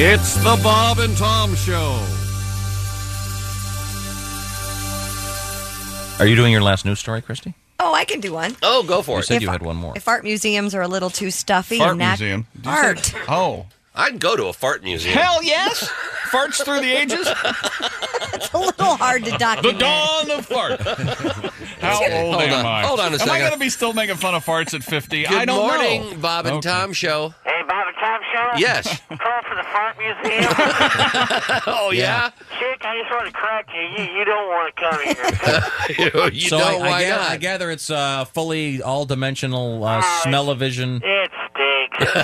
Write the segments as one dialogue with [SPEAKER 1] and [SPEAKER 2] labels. [SPEAKER 1] It's the Bob and Tom Show.
[SPEAKER 2] Are you doing your last news story, Christy?
[SPEAKER 3] Oh, I can do one.
[SPEAKER 2] Oh, go for You said
[SPEAKER 3] If-
[SPEAKER 2] you had one more.
[SPEAKER 3] If art museums are a little too stuffy,
[SPEAKER 2] Fart
[SPEAKER 3] and not
[SPEAKER 2] museum? Did you say-
[SPEAKER 3] art.
[SPEAKER 2] Oh.
[SPEAKER 4] I'd go to a fart museum.
[SPEAKER 3] Hell
[SPEAKER 2] yes! Farts through the ages?
[SPEAKER 3] it's a little hard to document.
[SPEAKER 5] The dawn of fart. How
[SPEAKER 4] Okay,
[SPEAKER 5] old
[SPEAKER 4] hold
[SPEAKER 5] am
[SPEAKER 4] on,
[SPEAKER 5] I?
[SPEAKER 4] hold on a
[SPEAKER 5] Am I
[SPEAKER 4] second.
[SPEAKER 5] going to be still making fun of farts at 50?
[SPEAKER 4] Good
[SPEAKER 5] I don't
[SPEAKER 4] morning,
[SPEAKER 5] know.
[SPEAKER 4] Bob and
[SPEAKER 5] Okay.
[SPEAKER 4] Tom Show.
[SPEAKER 6] Hey, Bob and Tom Show?
[SPEAKER 4] Yes.
[SPEAKER 6] Call for the Fart Museum? oh,
[SPEAKER 4] yeah?
[SPEAKER 6] Chick, I just want to crack you. You, you don't want to come here.
[SPEAKER 4] you
[SPEAKER 2] so
[SPEAKER 4] know
[SPEAKER 2] I, I
[SPEAKER 4] why
[SPEAKER 2] gather,
[SPEAKER 4] not.
[SPEAKER 2] I gather it's uh, fully all dimensional uh, smell-o-vision.
[SPEAKER 6] it stinks.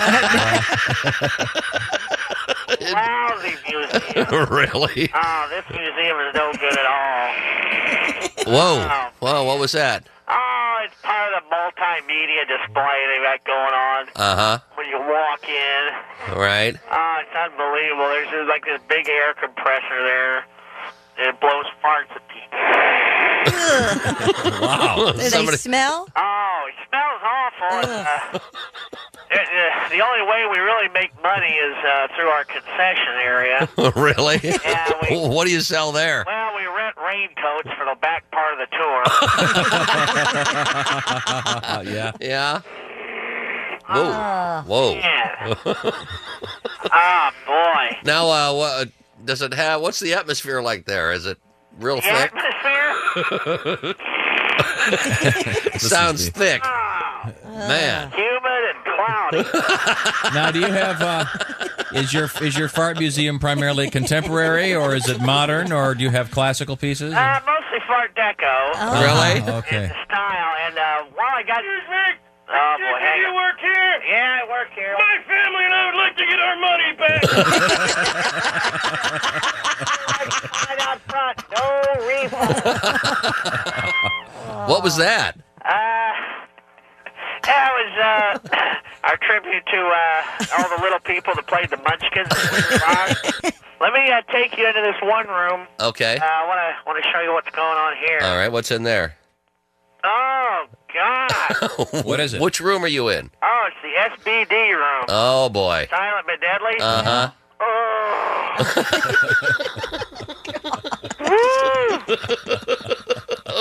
[SPEAKER 6] Lousy museum.
[SPEAKER 4] Really?
[SPEAKER 6] Oh, this museum is no good at all.
[SPEAKER 4] Whoa. Whoa, what was that?
[SPEAKER 6] Oh, it's part of the multimedia display they got going on
[SPEAKER 4] Uh
[SPEAKER 6] when you walk in.
[SPEAKER 4] huh. All right.
[SPEAKER 6] Oh, it's unbelievable. There's just like this big air compressor there. It blows farts at people.
[SPEAKER 4] Wow.
[SPEAKER 3] Do they
[SPEAKER 4] Somebody-
[SPEAKER 3] smell?
[SPEAKER 6] Oh, it smells awful. It's, Uh, it, uh, the only way we really make money is uh, through our concession area.
[SPEAKER 4] really?
[SPEAKER 6] Yeah, we,
[SPEAKER 4] what do you sell there?
[SPEAKER 6] well, we rent raincoats for the back part of the tour.
[SPEAKER 4] yeah. Yeah. Whoa.
[SPEAKER 6] Oh,
[SPEAKER 4] Whoa.
[SPEAKER 6] man. Ah, boy.
[SPEAKER 4] now, uh, what does it have? What's the atmosphere like there? Is it real
[SPEAKER 6] The
[SPEAKER 4] thick?
[SPEAKER 6] atmosphere?
[SPEAKER 4] It sounds thick. Man.
[SPEAKER 6] Humid and cloudy.
[SPEAKER 2] now, do you have? Uh, is your is your fart museum primarily contemporary, or is it modern, or do you have classical pieces?
[SPEAKER 6] Uh, mostly Fart Deco.
[SPEAKER 7] Oh.
[SPEAKER 2] Really? Okay.
[SPEAKER 6] Style. And uh, while I got. Excuse me? Oh, boy. Hang
[SPEAKER 8] you
[SPEAKER 6] on.
[SPEAKER 8] work here?
[SPEAKER 6] Yeah, I work here.
[SPEAKER 8] My family and I would like to get our money back.
[SPEAKER 6] Right out front. No refund.
[SPEAKER 4] What was that?
[SPEAKER 6] Uh, that was uh, our tribute to uh, all the little people that played the Munchkins. Let me uh, take you into this one room.
[SPEAKER 4] Okay. Uh.
[SPEAKER 6] Uh, I want to want to show you what's going on here.
[SPEAKER 4] All right. What's in there?
[SPEAKER 6] Oh God!
[SPEAKER 4] what is it? Which room are you in?
[SPEAKER 6] Oh, it's the SBD room.
[SPEAKER 4] Oh boy.
[SPEAKER 6] Silent but deadly.
[SPEAKER 4] Uh huh. Mm.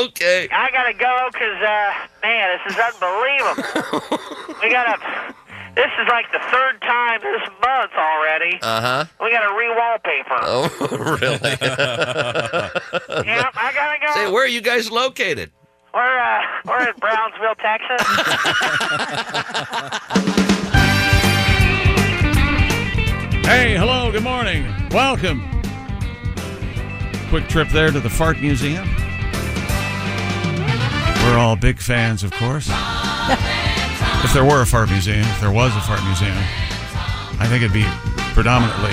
[SPEAKER 4] okay.
[SPEAKER 6] I gotta go because, uh, man, this is unbelievable. we gotta. This is like the third time this month already.
[SPEAKER 4] Uh huh.
[SPEAKER 6] We gotta re-wallpaper.
[SPEAKER 4] Oh, really?
[SPEAKER 6] Yep, I gotta go.
[SPEAKER 4] Say, where are you guys located?
[SPEAKER 6] We're uh, we're in Brownsville, Texas.
[SPEAKER 5] Hey, hello, good morning. Welcome. Quick trip there to the Fart Museum. We're all big fans, of course. if there were a fart museum, if there was a fart museum, I think it'd be predominantly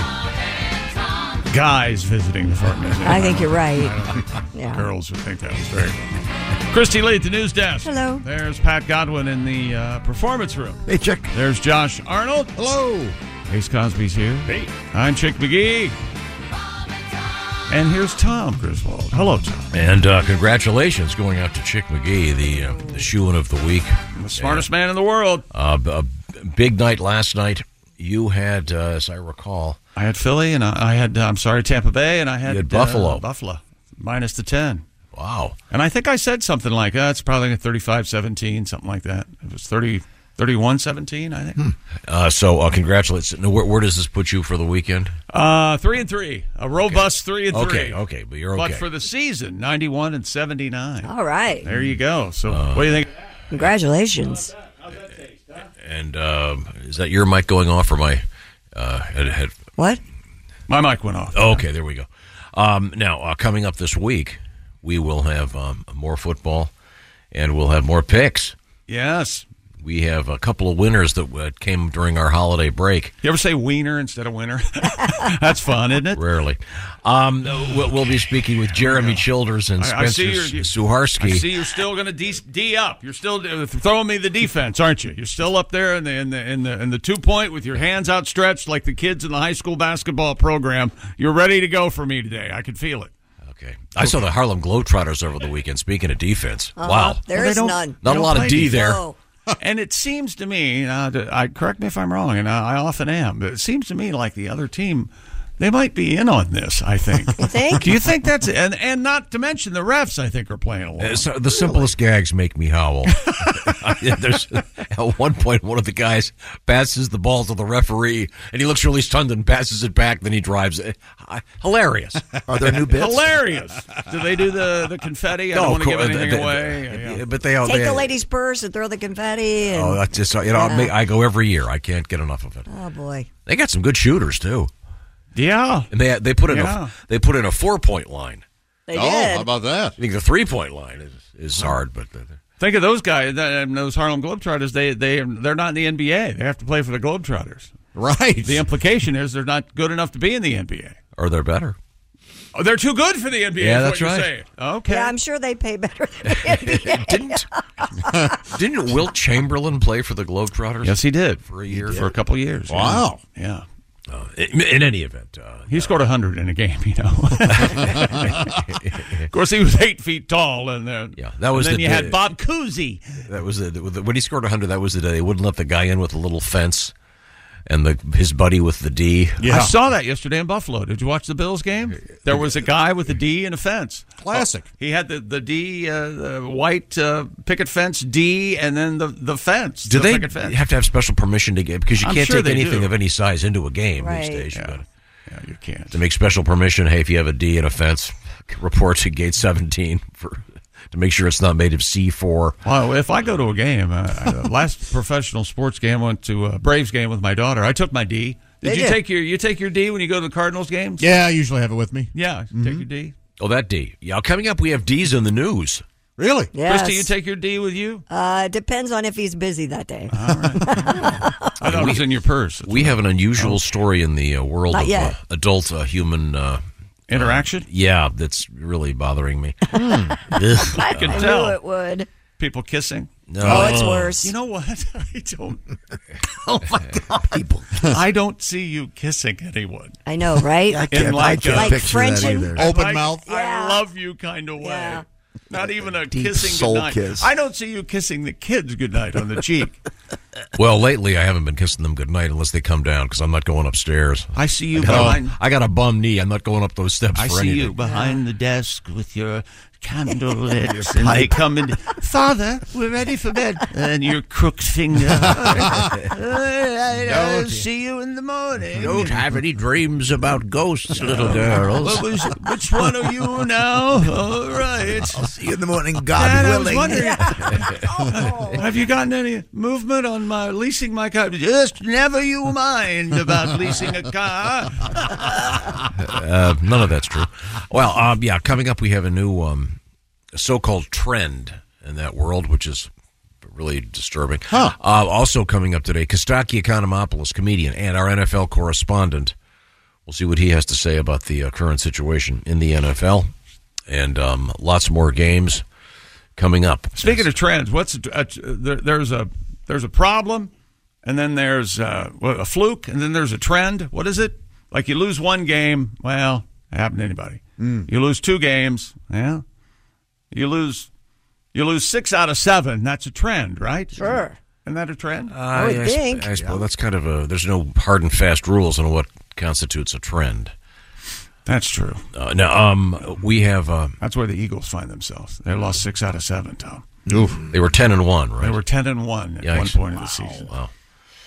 [SPEAKER 5] guys visiting the fart museum.
[SPEAKER 3] I think you're right.
[SPEAKER 5] I don't think
[SPEAKER 3] Yeah.
[SPEAKER 5] girls would think that was very funny. Christy Lee at the news desk.
[SPEAKER 3] Hello.
[SPEAKER 5] There's Pat Godwin in the uh, performance room.
[SPEAKER 7] Hey, Chick.
[SPEAKER 5] There's Josh Arnold.
[SPEAKER 7] Hello.
[SPEAKER 5] Ace Cosby's here. Hey. I'm Chick McGee. And here's Tom Griswold. Hello, Tom.
[SPEAKER 7] And uh, congratulations going out to Chick McGee, the uh, the shoeing of the week.
[SPEAKER 5] The smartest man in the world.
[SPEAKER 7] Uh, b- a big night last night. You had, uh, as I recall,
[SPEAKER 5] I had Philly, and I I had, uh, I'm sorry, Tampa Bay, and I had,
[SPEAKER 7] You had Buffalo.
[SPEAKER 5] uh, Buffalo, minus the 10.
[SPEAKER 7] Wow.
[SPEAKER 5] And I think I said something like, uh, it's probably 35 17, something like that. It was 30, 31 17, I think.
[SPEAKER 7] uh, so uh, congratulations. Now, Where, where does this put you for the weekend?
[SPEAKER 5] Uh, three and three, a robust three and three.
[SPEAKER 7] Okay, okay, but you're
[SPEAKER 5] But
[SPEAKER 7] okay.
[SPEAKER 5] for the season, ninety-one and seventy-nine.
[SPEAKER 3] All right.
[SPEAKER 5] There you go. Oh, So,
[SPEAKER 7] Uh,
[SPEAKER 5] what do you think?
[SPEAKER 3] Congratulations.
[SPEAKER 7] And um, is that your mic going off or my uh, head, head?
[SPEAKER 3] What?
[SPEAKER 5] My mic went off.
[SPEAKER 7] Oh, Okay, there we go. Um, now, uh, coming up this week, we will have um, more football and we'll have more picks.
[SPEAKER 5] Yes.
[SPEAKER 7] We have a couple of winners that uh, came during our holiday break.
[SPEAKER 5] You ever say wiener instead of winner? That's fun, isn't it?
[SPEAKER 7] Rarely. Um, we'll, we'll be speaking with Jeremy Childers and
[SPEAKER 5] I- I
[SPEAKER 7] Spencer
[SPEAKER 5] see you're- you-
[SPEAKER 7] Suharsky.
[SPEAKER 5] I see you're still going to D, D up. You're still d- throwing me the defense, aren't you? You're still up there in the in the in the in the two point with your hands outstretched like the kids in the high school basketball program. You're ready to go for me today. I can feel it.
[SPEAKER 7] Okay. I saw the Harlem Globetrotters over the weekend. Speaking of defense,
[SPEAKER 3] Uh-huh.
[SPEAKER 7] wow,
[SPEAKER 3] There
[SPEAKER 5] Well, they
[SPEAKER 3] is
[SPEAKER 5] don't-
[SPEAKER 3] none.
[SPEAKER 7] not a
[SPEAKER 5] don't
[SPEAKER 7] lot of
[SPEAKER 5] play
[SPEAKER 7] D there.
[SPEAKER 3] No.
[SPEAKER 5] and it seems to me, uh, d- I correct me if I'm wrong, and I, I often am, but it seems to me like the other team, they might be in on this. I think. You
[SPEAKER 3] think?
[SPEAKER 5] Do you think that's and and not to mention the refs? I think are playing along.
[SPEAKER 7] Uh, so the simplest gags make me howl. Yeah, There's at one point one of the guys passes the ball to the referee, and he looks really stunned and passes it back. Then he drives it. Hi- Hilarious.
[SPEAKER 9] Are there new bits?
[SPEAKER 5] Hilarious. Do they do the the confetti? I don't want to
[SPEAKER 7] of
[SPEAKER 5] give
[SPEAKER 7] course,
[SPEAKER 5] anything
[SPEAKER 7] they- they-
[SPEAKER 5] away. Yeah.
[SPEAKER 7] But they all
[SPEAKER 3] Take
[SPEAKER 7] they,
[SPEAKER 3] the lady's purse and throw the confetti. And,
[SPEAKER 7] Oh,
[SPEAKER 3] oh,
[SPEAKER 7] that's just you know. I, I go every year. I can't get enough of it.
[SPEAKER 3] boy.
[SPEAKER 7] They got some good shooters too,
[SPEAKER 5] yeah.
[SPEAKER 7] and they they put in
[SPEAKER 5] Yeah.
[SPEAKER 7] a they put in a four point line.
[SPEAKER 3] They
[SPEAKER 1] oh,
[SPEAKER 3] did.
[SPEAKER 1] how about that?
[SPEAKER 7] I think the three point line is, is hard, but uh,
[SPEAKER 5] Think of those guys, that- and those Harlem Globetrotters. They they they're not in the NBA. They have to play for the Globetrotters.
[SPEAKER 1] Right.
[SPEAKER 5] The implication is they're not good enough to be in the NBA.
[SPEAKER 7] are there better?
[SPEAKER 5] Oh, they're too good for the NBA.
[SPEAKER 7] Yeah,
[SPEAKER 5] is
[SPEAKER 7] that's
[SPEAKER 5] what
[SPEAKER 7] right.
[SPEAKER 5] You're saying. Okay.
[SPEAKER 3] yeah, I'm sure they pay better than the NBA.
[SPEAKER 7] Didn't didn't Will Chamberlain play for the Globetrotters?
[SPEAKER 5] yes, he did
[SPEAKER 7] for a year.
[SPEAKER 5] for a couple of years.
[SPEAKER 1] Wow.
[SPEAKER 5] Yeah.
[SPEAKER 7] Uh, in, in any event, uh,
[SPEAKER 5] He scored 100 in a game, you know. of course, he was eight feet tall. And uh, then,
[SPEAKER 7] Yeah, that was
[SPEAKER 5] and then
[SPEAKER 7] the-
[SPEAKER 5] you
[SPEAKER 7] the-
[SPEAKER 5] had Bob Cousy.
[SPEAKER 7] that was the, the- when he scored 100. That was the day they wouldn't let the guy in with the little fence, and the his buddy with the D.
[SPEAKER 5] I saw that yesterday in Buffalo. Did you watch the Bills game? There was a guy with a D in a fence.
[SPEAKER 1] Classic.
[SPEAKER 5] He had the, the D, uh, the white uh, picket fence, D, and then the, the fence.
[SPEAKER 7] Do
[SPEAKER 5] the
[SPEAKER 7] they
[SPEAKER 5] picket fence.
[SPEAKER 7] have to have special permission to get because you
[SPEAKER 5] I'm
[SPEAKER 7] can't
[SPEAKER 5] sure
[SPEAKER 7] take
[SPEAKER 5] they
[SPEAKER 7] anything
[SPEAKER 5] do.
[SPEAKER 7] of any size into a game
[SPEAKER 3] Right.
[SPEAKER 7] these days? You gotta-
[SPEAKER 5] yeah, you can't.
[SPEAKER 7] to make special permission. Hey, if you have a D in a fence, report to gate 17 for to make sure it's not made of C4.
[SPEAKER 5] Well, if I go to a game, uh, uh, last professional sports game, I went to a Braves game with my daughter. I took my D. Did
[SPEAKER 3] They
[SPEAKER 5] you
[SPEAKER 3] did.
[SPEAKER 5] take your you take your D when you go to the Cardinals games?
[SPEAKER 9] Yeah, I usually have it with me.
[SPEAKER 5] Yeah, take your D.
[SPEAKER 7] Oh, that D. Yeah, coming up, we have D's in the news.
[SPEAKER 9] Really?
[SPEAKER 3] Yes.
[SPEAKER 5] Christy, you take your D with you?
[SPEAKER 3] uh, depends on if he's busy that day.
[SPEAKER 5] I thought it was in your purse.
[SPEAKER 7] We have an
[SPEAKER 5] Oh.
[SPEAKER 7] unusual story in the uh, world
[SPEAKER 3] Not
[SPEAKER 7] of uh,
[SPEAKER 3] yet.
[SPEAKER 7] adult uh, human. Uh,
[SPEAKER 5] Interaction?
[SPEAKER 7] yeah, that's really bothering me. uh,
[SPEAKER 5] I can
[SPEAKER 3] I
[SPEAKER 5] tell.
[SPEAKER 3] knew it would.
[SPEAKER 5] People kissing.
[SPEAKER 7] No,
[SPEAKER 3] Oh, it's worse.
[SPEAKER 5] You know what? I don't. oh my God, people! I don't see you kissing anyone.
[SPEAKER 3] I know, right?
[SPEAKER 9] I can't, I
[SPEAKER 5] like,
[SPEAKER 9] can't
[SPEAKER 5] uh,
[SPEAKER 9] picture
[SPEAKER 3] like French
[SPEAKER 9] that
[SPEAKER 3] and-
[SPEAKER 9] either.
[SPEAKER 1] Open
[SPEAKER 5] Like,
[SPEAKER 1] mouth.
[SPEAKER 5] I
[SPEAKER 3] Yeah.
[SPEAKER 5] love you kind of way.
[SPEAKER 3] Yeah.
[SPEAKER 5] Not even a
[SPEAKER 9] deep
[SPEAKER 5] kissing
[SPEAKER 9] soul
[SPEAKER 5] goodnight.
[SPEAKER 9] kiss.
[SPEAKER 5] I don't see you kissing the kids goodnight on the cheek.
[SPEAKER 7] well, lately I haven't been kissing them goodnight unless they come down because I'm not going upstairs.
[SPEAKER 5] I see you
[SPEAKER 7] Oh,
[SPEAKER 5] behind.
[SPEAKER 7] I got a bum knee. I'm not going up those steps
[SPEAKER 5] I
[SPEAKER 7] for
[SPEAKER 5] see
[SPEAKER 7] anything.
[SPEAKER 5] you behind the desk with your candle lit, and they come in. Father, we're ready for bed. And your crooked finger. I'll see you in the morning.
[SPEAKER 7] Don't have any dreams about ghosts, little girls.
[SPEAKER 5] What was, which one are you now? All right.
[SPEAKER 9] See you in the morning, God
[SPEAKER 5] Dad, I was
[SPEAKER 9] willing.
[SPEAKER 5] wondering,
[SPEAKER 3] Oh.
[SPEAKER 5] have you gotten any movement on my leasing my car? Just never you mind about leasing a car.
[SPEAKER 7] Uh, none of that's true. Well, um, yeah, coming up, we have a new um, so called trend in that world, which is really disturbing. Uh, also, coming up today, Kostaki Economopoulos, comedian and our NFL correspondent. We'll see what he has to say about the uh, current situation in the NFL and um, lots more games coming up.
[SPEAKER 5] Speaking of trends, what's a, a, there, there's a there's a problem, and then there's uh, what, a fluke, and then there's a trend. What is it? Like you lose one game, well, it happened to anybody.
[SPEAKER 3] Hmm.
[SPEAKER 5] You lose two games, yeah. You lose you lose six out of seven. That's a trend, right?
[SPEAKER 3] Sure.
[SPEAKER 5] Isn't that a trend?
[SPEAKER 7] I,
[SPEAKER 3] would
[SPEAKER 7] I sp-
[SPEAKER 3] think.
[SPEAKER 7] I suppose that's kind of a, there's no hard and fast rules on what constitutes a trend.
[SPEAKER 5] That's true.
[SPEAKER 7] Uh, now, um, we have, uh,
[SPEAKER 5] That's where the Eagles find themselves. They lost six out of seven, Tom.
[SPEAKER 7] they were 10 and 1, right?
[SPEAKER 5] They were ten and one at one
[SPEAKER 7] Yikes.
[SPEAKER 5] point of the season.
[SPEAKER 7] Wow.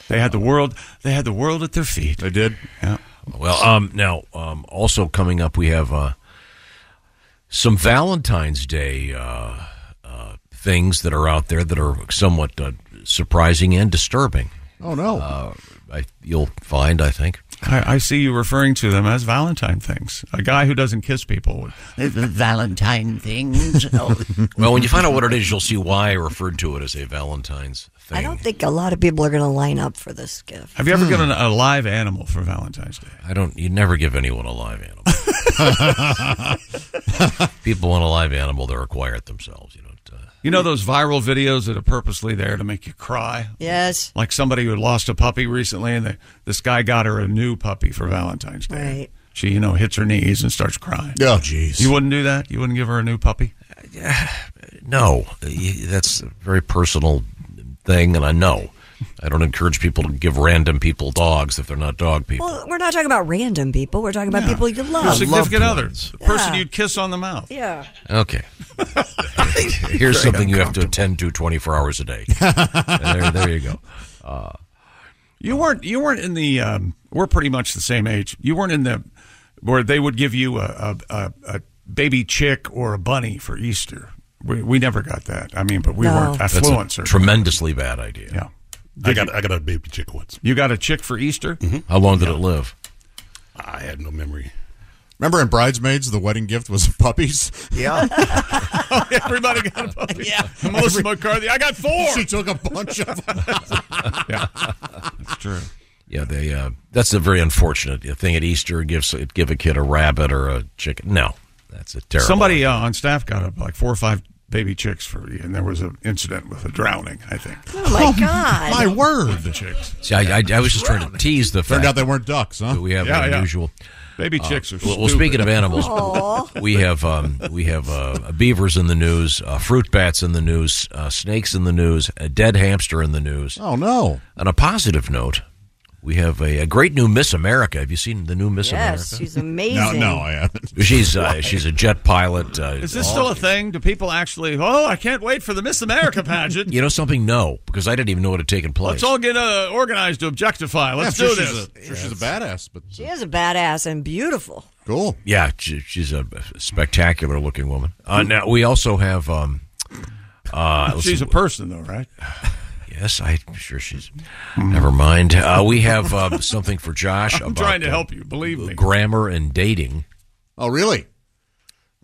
[SPEAKER 5] They had the world. They had the world at their feet.
[SPEAKER 1] I did.
[SPEAKER 5] Yeah.
[SPEAKER 7] Well, um, now um, also coming up, we have uh, some Valentine's Day uh, uh, things that are out there that are somewhat uh, surprising and disturbing. Uh,
[SPEAKER 9] Oh no!
[SPEAKER 7] I, you'll find, I think.
[SPEAKER 5] I, I see you referring to them as Valentine things. A guy who doesn't kiss people.
[SPEAKER 10] Valentine things. Oh,
[SPEAKER 7] Well, when you find out what it is, you'll see why I referred to it as a Valentine's thing.
[SPEAKER 3] I don't think a lot of people are going to line up for this gift.
[SPEAKER 5] Have you ever given a live animal for Valentine's Day?
[SPEAKER 7] I don't. You never give anyone a live animal. People want a live animal; they require it themselves. You know. Uh,
[SPEAKER 5] You know those viral videos that are purposely there to make you cry?
[SPEAKER 3] Yes.
[SPEAKER 5] Like somebody who lost a puppy recently, and they, this guy got her a new puppy for Valentine's Day.
[SPEAKER 3] Right.
[SPEAKER 5] She, you know, hits her knees and starts crying.
[SPEAKER 9] oh jeez.
[SPEAKER 5] You wouldn't do that? You wouldn't give her a new puppy?
[SPEAKER 7] no, you- that's a very personal thing, and I know. I don't encourage people to give random people dogs if they're not dog people.
[SPEAKER 3] Well, we're not talking about random people. We're talking about
[SPEAKER 5] Yeah.
[SPEAKER 3] people you
[SPEAKER 5] Your
[SPEAKER 3] love.
[SPEAKER 5] significant other, the person
[SPEAKER 3] Yeah.
[SPEAKER 5] you'd kiss on the mouth.
[SPEAKER 3] Yeah.
[SPEAKER 7] Okay. Here's something you have to attend to 24 hours a day. there, there you go.
[SPEAKER 5] Uh, you weren't. You weren't in the. Um, we're pretty much the same age. You weren't in the where they would give you a a, a, a baby chick or a bunny for Easter. We, we never got that. I mean, but we weren't
[SPEAKER 7] That's
[SPEAKER 5] affluent.
[SPEAKER 7] a
[SPEAKER 5] certainly.
[SPEAKER 7] tremendously bad idea.
[SPEAKER 5] Yeah.
[SPEAKER 11] I got I got a baby chick once.
[SPEAKER 5] You got a chick for Easter?
[SPEAKER 7] How long did it live?
[SPEAKER 11] I had no memory.
[SPEAKER 9] Remember in Bridesmaids, the wedding gift was puppies?
[SPEAKER 11] Yeah.
[SPEAKER 5] Everybody got a puppy. Yeah. Melissa McCarthy. I got four. She took a bunch of yeah.
[SPEAKER 7] That's
[SPEAKER 5] true.
[SPEAKER 7] Yeah, they. Uh, that's a very unfortunate thing at Easter. It gives it give a kid a rabbit or a chicken. No, that's a terrible.
[SPEAKER 5] Somebody uh, on staff got up like four or five baby chicks for you, and there was an incident with a drowning. I think.
[SPEAKER 3] Oh my God.
[SPEAKER 9] My word.
[SPEAKER 5] The chicks.
[SPEAKER 7] See, I, I, I was just trying to tease the.
[SPEAKER 9] Turned
[SPEAKER 7] fact
[SPEAKER 9] out they weren't ducks, huh?
[SPEAKER 7] that We have
[SPEAKER 9] Yeah,
[SPEAKER 7] an
[SPEAKER 9] yeah.
[SPEAKER 7] unusual. uh,
[SPEAKER 5] Baby chicks are
[SPEAKER 7] well, well,
[SPEAKER 5] stupid.
[SPEAKER 7] speaking of animals,
[SPEAKER 5] Aw.
[SPEAKER 7] we have um, we have uh, beavers in the news, uh, fruit bats in the news, uh, snakes in the news, a dead hamster in the news.
[SPEAKER 9] Oh no!
[SPEAKER 7] On a positive note, we have a, a great new Miss America. Have you seen the new Miss
[SPEAKER 3] Yes,
[SPEAKER 7] America?
[SPEAKER 3] she's amazing. No, no, I
[SPEAKER 9] haven't.
[SPEAKER 7] She's uh, she's a jet pilot. Uh,
[SPEAKER 5] Is this
[SPEAKER 7] all-
[SPEAKER 5] still a thing? Do people actually? Oh, I can't wait for the Miss America pageant.
[SPEAKER 7] You know something? No, because I didn't even know it had taken place.
[SPEAKER 5] Let's all get uh, organized to objectify. Let's
[SPEAKER 9] Yeah, I'm
[SPEAKER 5] do
[SPEAKER 9] sure
[SPEAKER 5] this.
[SPEAKER 9] she's a- sure she's a badass, but
[SPEAKER 3] She is a badass and beautiful.
[SPEAKER 9] Cool.
[SPEAKER 7] Yeah, she, she's a spectacular looking woman. Uh, now we also have. Um, uh, let's
[SPEAKER 5] she's
[SPEAKER 7] see.
[SPEAKER 5] a person, though, right?
[SPEAKER 7] yes, I'm sure she's. Never mind. Uh, we have um, something for Josh.
[SPEAKER 5] I'm
[SPEAKER 7] about,
[SPEAKER 5] trying to
[SPEAKER 7] uh,
[SPEAKER 5] help you. Believe me.
[SPEAKER 7] Grammar and dating.
[SPEAKER 9] Oh, really?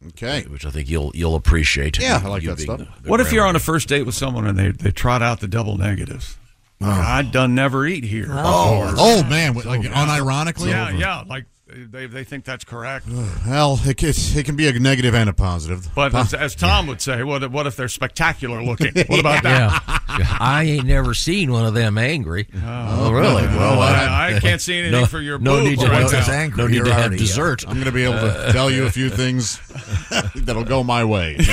[SPEAKER 9] Okay.
[SPEAKER 7] Which I think you'll you'll appreciate.
[SPEAKER 9] Yeah,
[SPEAKER 7] You-
[SPEAKER 9] I like
[SPEAKER 7] you
[SPEAKER 9] that
[SPEAKER 7] being
[SPEAKER 9] stuff.
[SPEAKER 7] the- the
[SPEAKER 5] What if
[SPEAKER 7] grammar-
[SPEAKER 5] you're on a first date with someone and they, they trot out the double negatives? I done never eat here.
[SPEAKER 9] Oh.
[SPEAKER 5] before.
[SPEAKER 9] Oh, man, with- like,
[SPEAKER 5] Oh, God.
[SPEAKER 9] unironically?
[SPEAKER 5] Yeah,
[SPEAKER 9] Over.
[SPEAKER 5] yeah. Like they, they think that's correct.
[SPEAKER 9] Well, it can, it can be a negative and a positive.
[SPEAKER 5] But uh,
[SPEAKER 9] Po-
[SPEAKER 5] as, as Tom would say, what if- what if they're spectacular looking? What about that?
[SPEAKER 7] Yeah. I ain't never seen one of them angry. Oh, really? Well, uh,
[SPEAKER 5] I- I can't see anything
[SPEAKER 7] no-
[SPEAKER 5] for your
[SPEAKER 7] no
[SPEAKER 5] boob
[SPEAKER 7] need to,
[SPEAKER 5] right
[SPEAKER 7] no,
[SPEAKER 5] now.
[SPEAKER 7] No need to have dessert.
[SPEAKER 9] I'm going to be able to tell you a few things that'll go my way.
[SPEAKER 5] you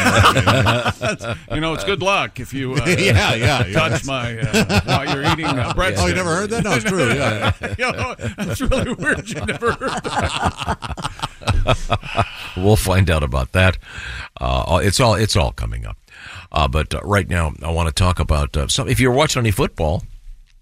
[SPEAKER 5] know, it's good luck if you uh,
[SPEAKER 9] Yeah, yeah, yeah.
[SPEAKER 5] touch my uh, while you're eating uh, bread.
[SPEAKER 9] Oh, you never heard that? No, it's true, yeah.
[SPEAKER 5] you know, that's really weird. You never heard that.
[SPEAKER 7] we'll find out about that. Uh, it's all it's all coming up. Uh, but uh, right now, I want to talk about uh, some. If you're watching any football,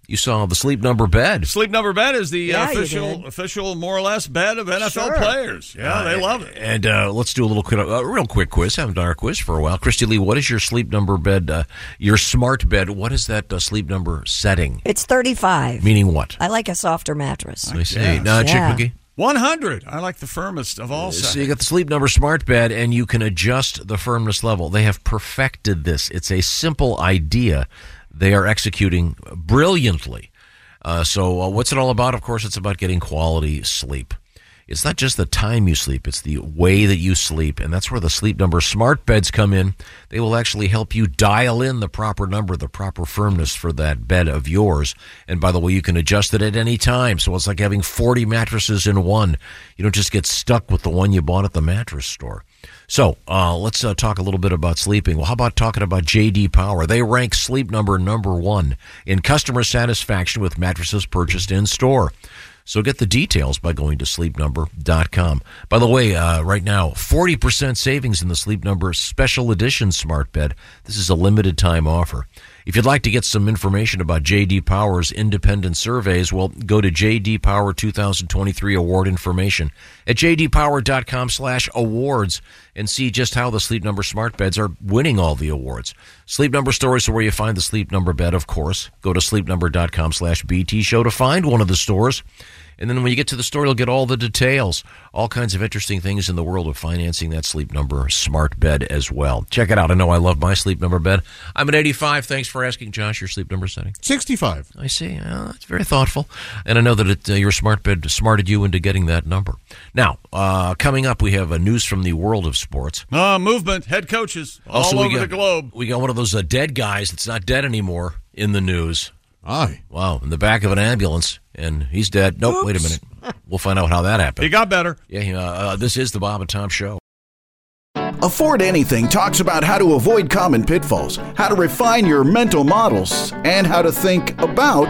[SPEAKER 7] you saw the sleep number bed.
[SPEAKER 5] Sleep number bed is the
[SPEAKER 7] Yeah, you
[SPEAKER 5] official, official, more or less, bed of NFL
[SPEAKER 7] Sure.
[SPEAKER 5] players. Yeah, they love it.
[SPEAKER 7] And uh, let's do a little quick, a real quick quiz. Haven't done our quiz for a while. Christy Lee, what is your sleep number bed? Uh, your smart bed. What is that uh, sleep number setting?
[SPEAKER 3] It's 35.
[SPEAKER 7] Meaning what?
[SPEAKER 3] I like a softer mattress.
[SPEAKER 7] I see. Now, Chick
[SPEAKER 3] Yeah.
[SPEAKER 7] McGee.
[SPEAKER 5] 100. I like the firmest of all.
[SPEAKER 7] So
[SPEAKER 5] seconds.
[SPEAKER 7] you got the sleep number smart bed, and you can adjust the firmness level. They have perfected this. It's a simple idea. They are executing brilliantly. Uh, so uh, what's it all about? Of course, it's about getting quality sleep. It's not just the time you sleep; it's the way that you sleep, and that's where the sleep number smart beds come in. They will actually help you dial in the proper number, the proper firmness for that bed of yours. And by the way, you can adjust it at any time, so it's like having 40 mattresses in one. You don't just get stuck with the one you bought at the mattress store. So uh, let's uh, talk a little bit about sleeping. Well, how about talking about JD Power? They rank sleep number number one in customer satisfaction with mattresses purchased in store. So get the details by going to sleepnumber.com. By the way, uh, right now, 40% savings in the Sleep Number Special Edition Smart Bed. This is a limited time offer. If you'd like to get some information about JD Power's independent surveys, well, go to JD Power 2023 award information at jdpower.com/awards and see just how the Sleep Number smart beds are winning all the awards. Sleep Number stores are where you find the Sleep Number bed, of course. Go to sleepnumber.com/bt show to find one of the stores. And then when you get to the store, you'll get all the details, all kinds of interesting things in the world of financing that sleep number smart bed as well. Check it out. I know I love my sleep number bed. I'm at 85. Thanks for asking, Josh, your sleep number setting.
[SPEAKER 9] 65.
[SPEAKER 7] I see. Well, that's very thoughtful. And I know that it, uh, your smart bed smarted you into getting that number. Now, uh, coming up, we have uh, news from the world of sports.
[SPEAKER 5] Uh, movement, head coaches all
[SPEAKER 7] Also, we
[SPEAKER 5] over
[SPEAKER 7] got-
[SPEAKER 5] the globe.
[SPEAKER 7] We got one of those uh, dead guys that's not dead anymore in the news. Aye. Wow, in the back of an ambulance, and he's dead. Nope, wait a minute. We'll find out how that happened.
[SPEAKER 5] He got better.
[SPEAKER 7] Yeah, uh, uh, this is the Bob and Tom Show.
[SPEAKER 12] Afford Anything talks about how to avoid common pitfalls, how to refine your mental models, and how to think about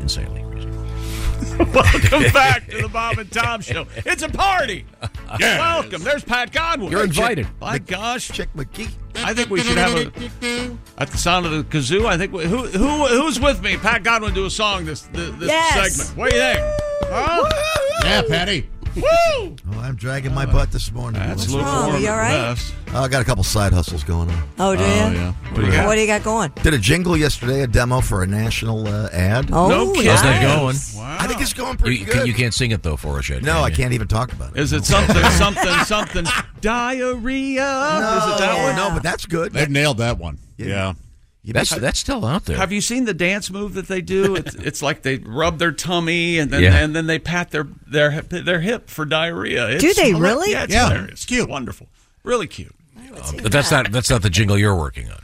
[SPEAKER 7] Insanely.
[SPEAKER 5] Welcome back to the Bob and Tom Show. It's a party.
[SPEAKER 7] Yes.
[SPEAKER 5] Welcome. There's Pat Godwin.
[SPEAKER 7] You're invited.
[SPEAKER 5] By gosh, Chick McGee. I think we should have a at the sound of the kazoo. I think we, who who who's with me? Pat Godwin do a song this this, this
[SPEAKER 13] Yes.
[SPEAKER 5] segment. What do you think? Huh?
[SPEAKER 13] Yeah, Patty.
[SPEAKER 5] Woo!
[SPEAKER 13] Oh, I'm dragging
[SPEAKER 3] Uh,
[SPEAKER 13] my butt this morning.
[SPEAKER 5] That's What's lukewarm wrong? Are you at all right? best.
[SPEAKER 13] Oh, I got a couple side hustles going on.
[SPEAKER 3] Oh, do Oh, you? yeah. What do you got? What do you got going?
[SPEAKER 13] Did a jingle yesterday, a demo for a national uh, ad.
[SPEAKER 3] Oh,
[SPEAKER 7] No kidding. How's that going?
[SPEAKER 13] I think it's going
[SPEAKER 7] You,
[SPEAKER 13] pretty
[SPEAKER 7] you
[SPEAKER 13] good.
[SPEAKER 7] can, you can't sing it though for us yet.
[SPEAKER 13] no,
[SPEAKER 7] can
[SPEAKER 13] I
[SPEAKER 7] you?
[SPEAKER 13] can't even talk about it.
[SPEAKER 5] Is it something something something diarrhea?
[SPEAKER 13] No,
[SPEAKER 5] Is it that one?
[SPEAKER 13] No, but that's good.
[SPEAKER 9] They've nailed that one.
[SPEAKER 13] Yeah.
[SPEAKER 9] Yeah.
[SPEAKER 7] That's that's still out there.
[SPEAKER 5] Have you seen the dance move that they do? It's, it's like they rub their tummy and then
[SPEAKER 7] Yeah.
[SPEAKER 5] and then they pat their their their hip for diarrhea. It's
[SPEAKER 3] Do they
[SPEAKER 5] hilarious.
[SPEAKER 3] really?
[SPEAKER 5] Yeah, it's
[SPEAKER 3] Yeah.
[SPEAKER 5] hilarious. It's cute, wonderful, really cute.
[SPEAKER 7] But that's not that's not the jingle you're working on.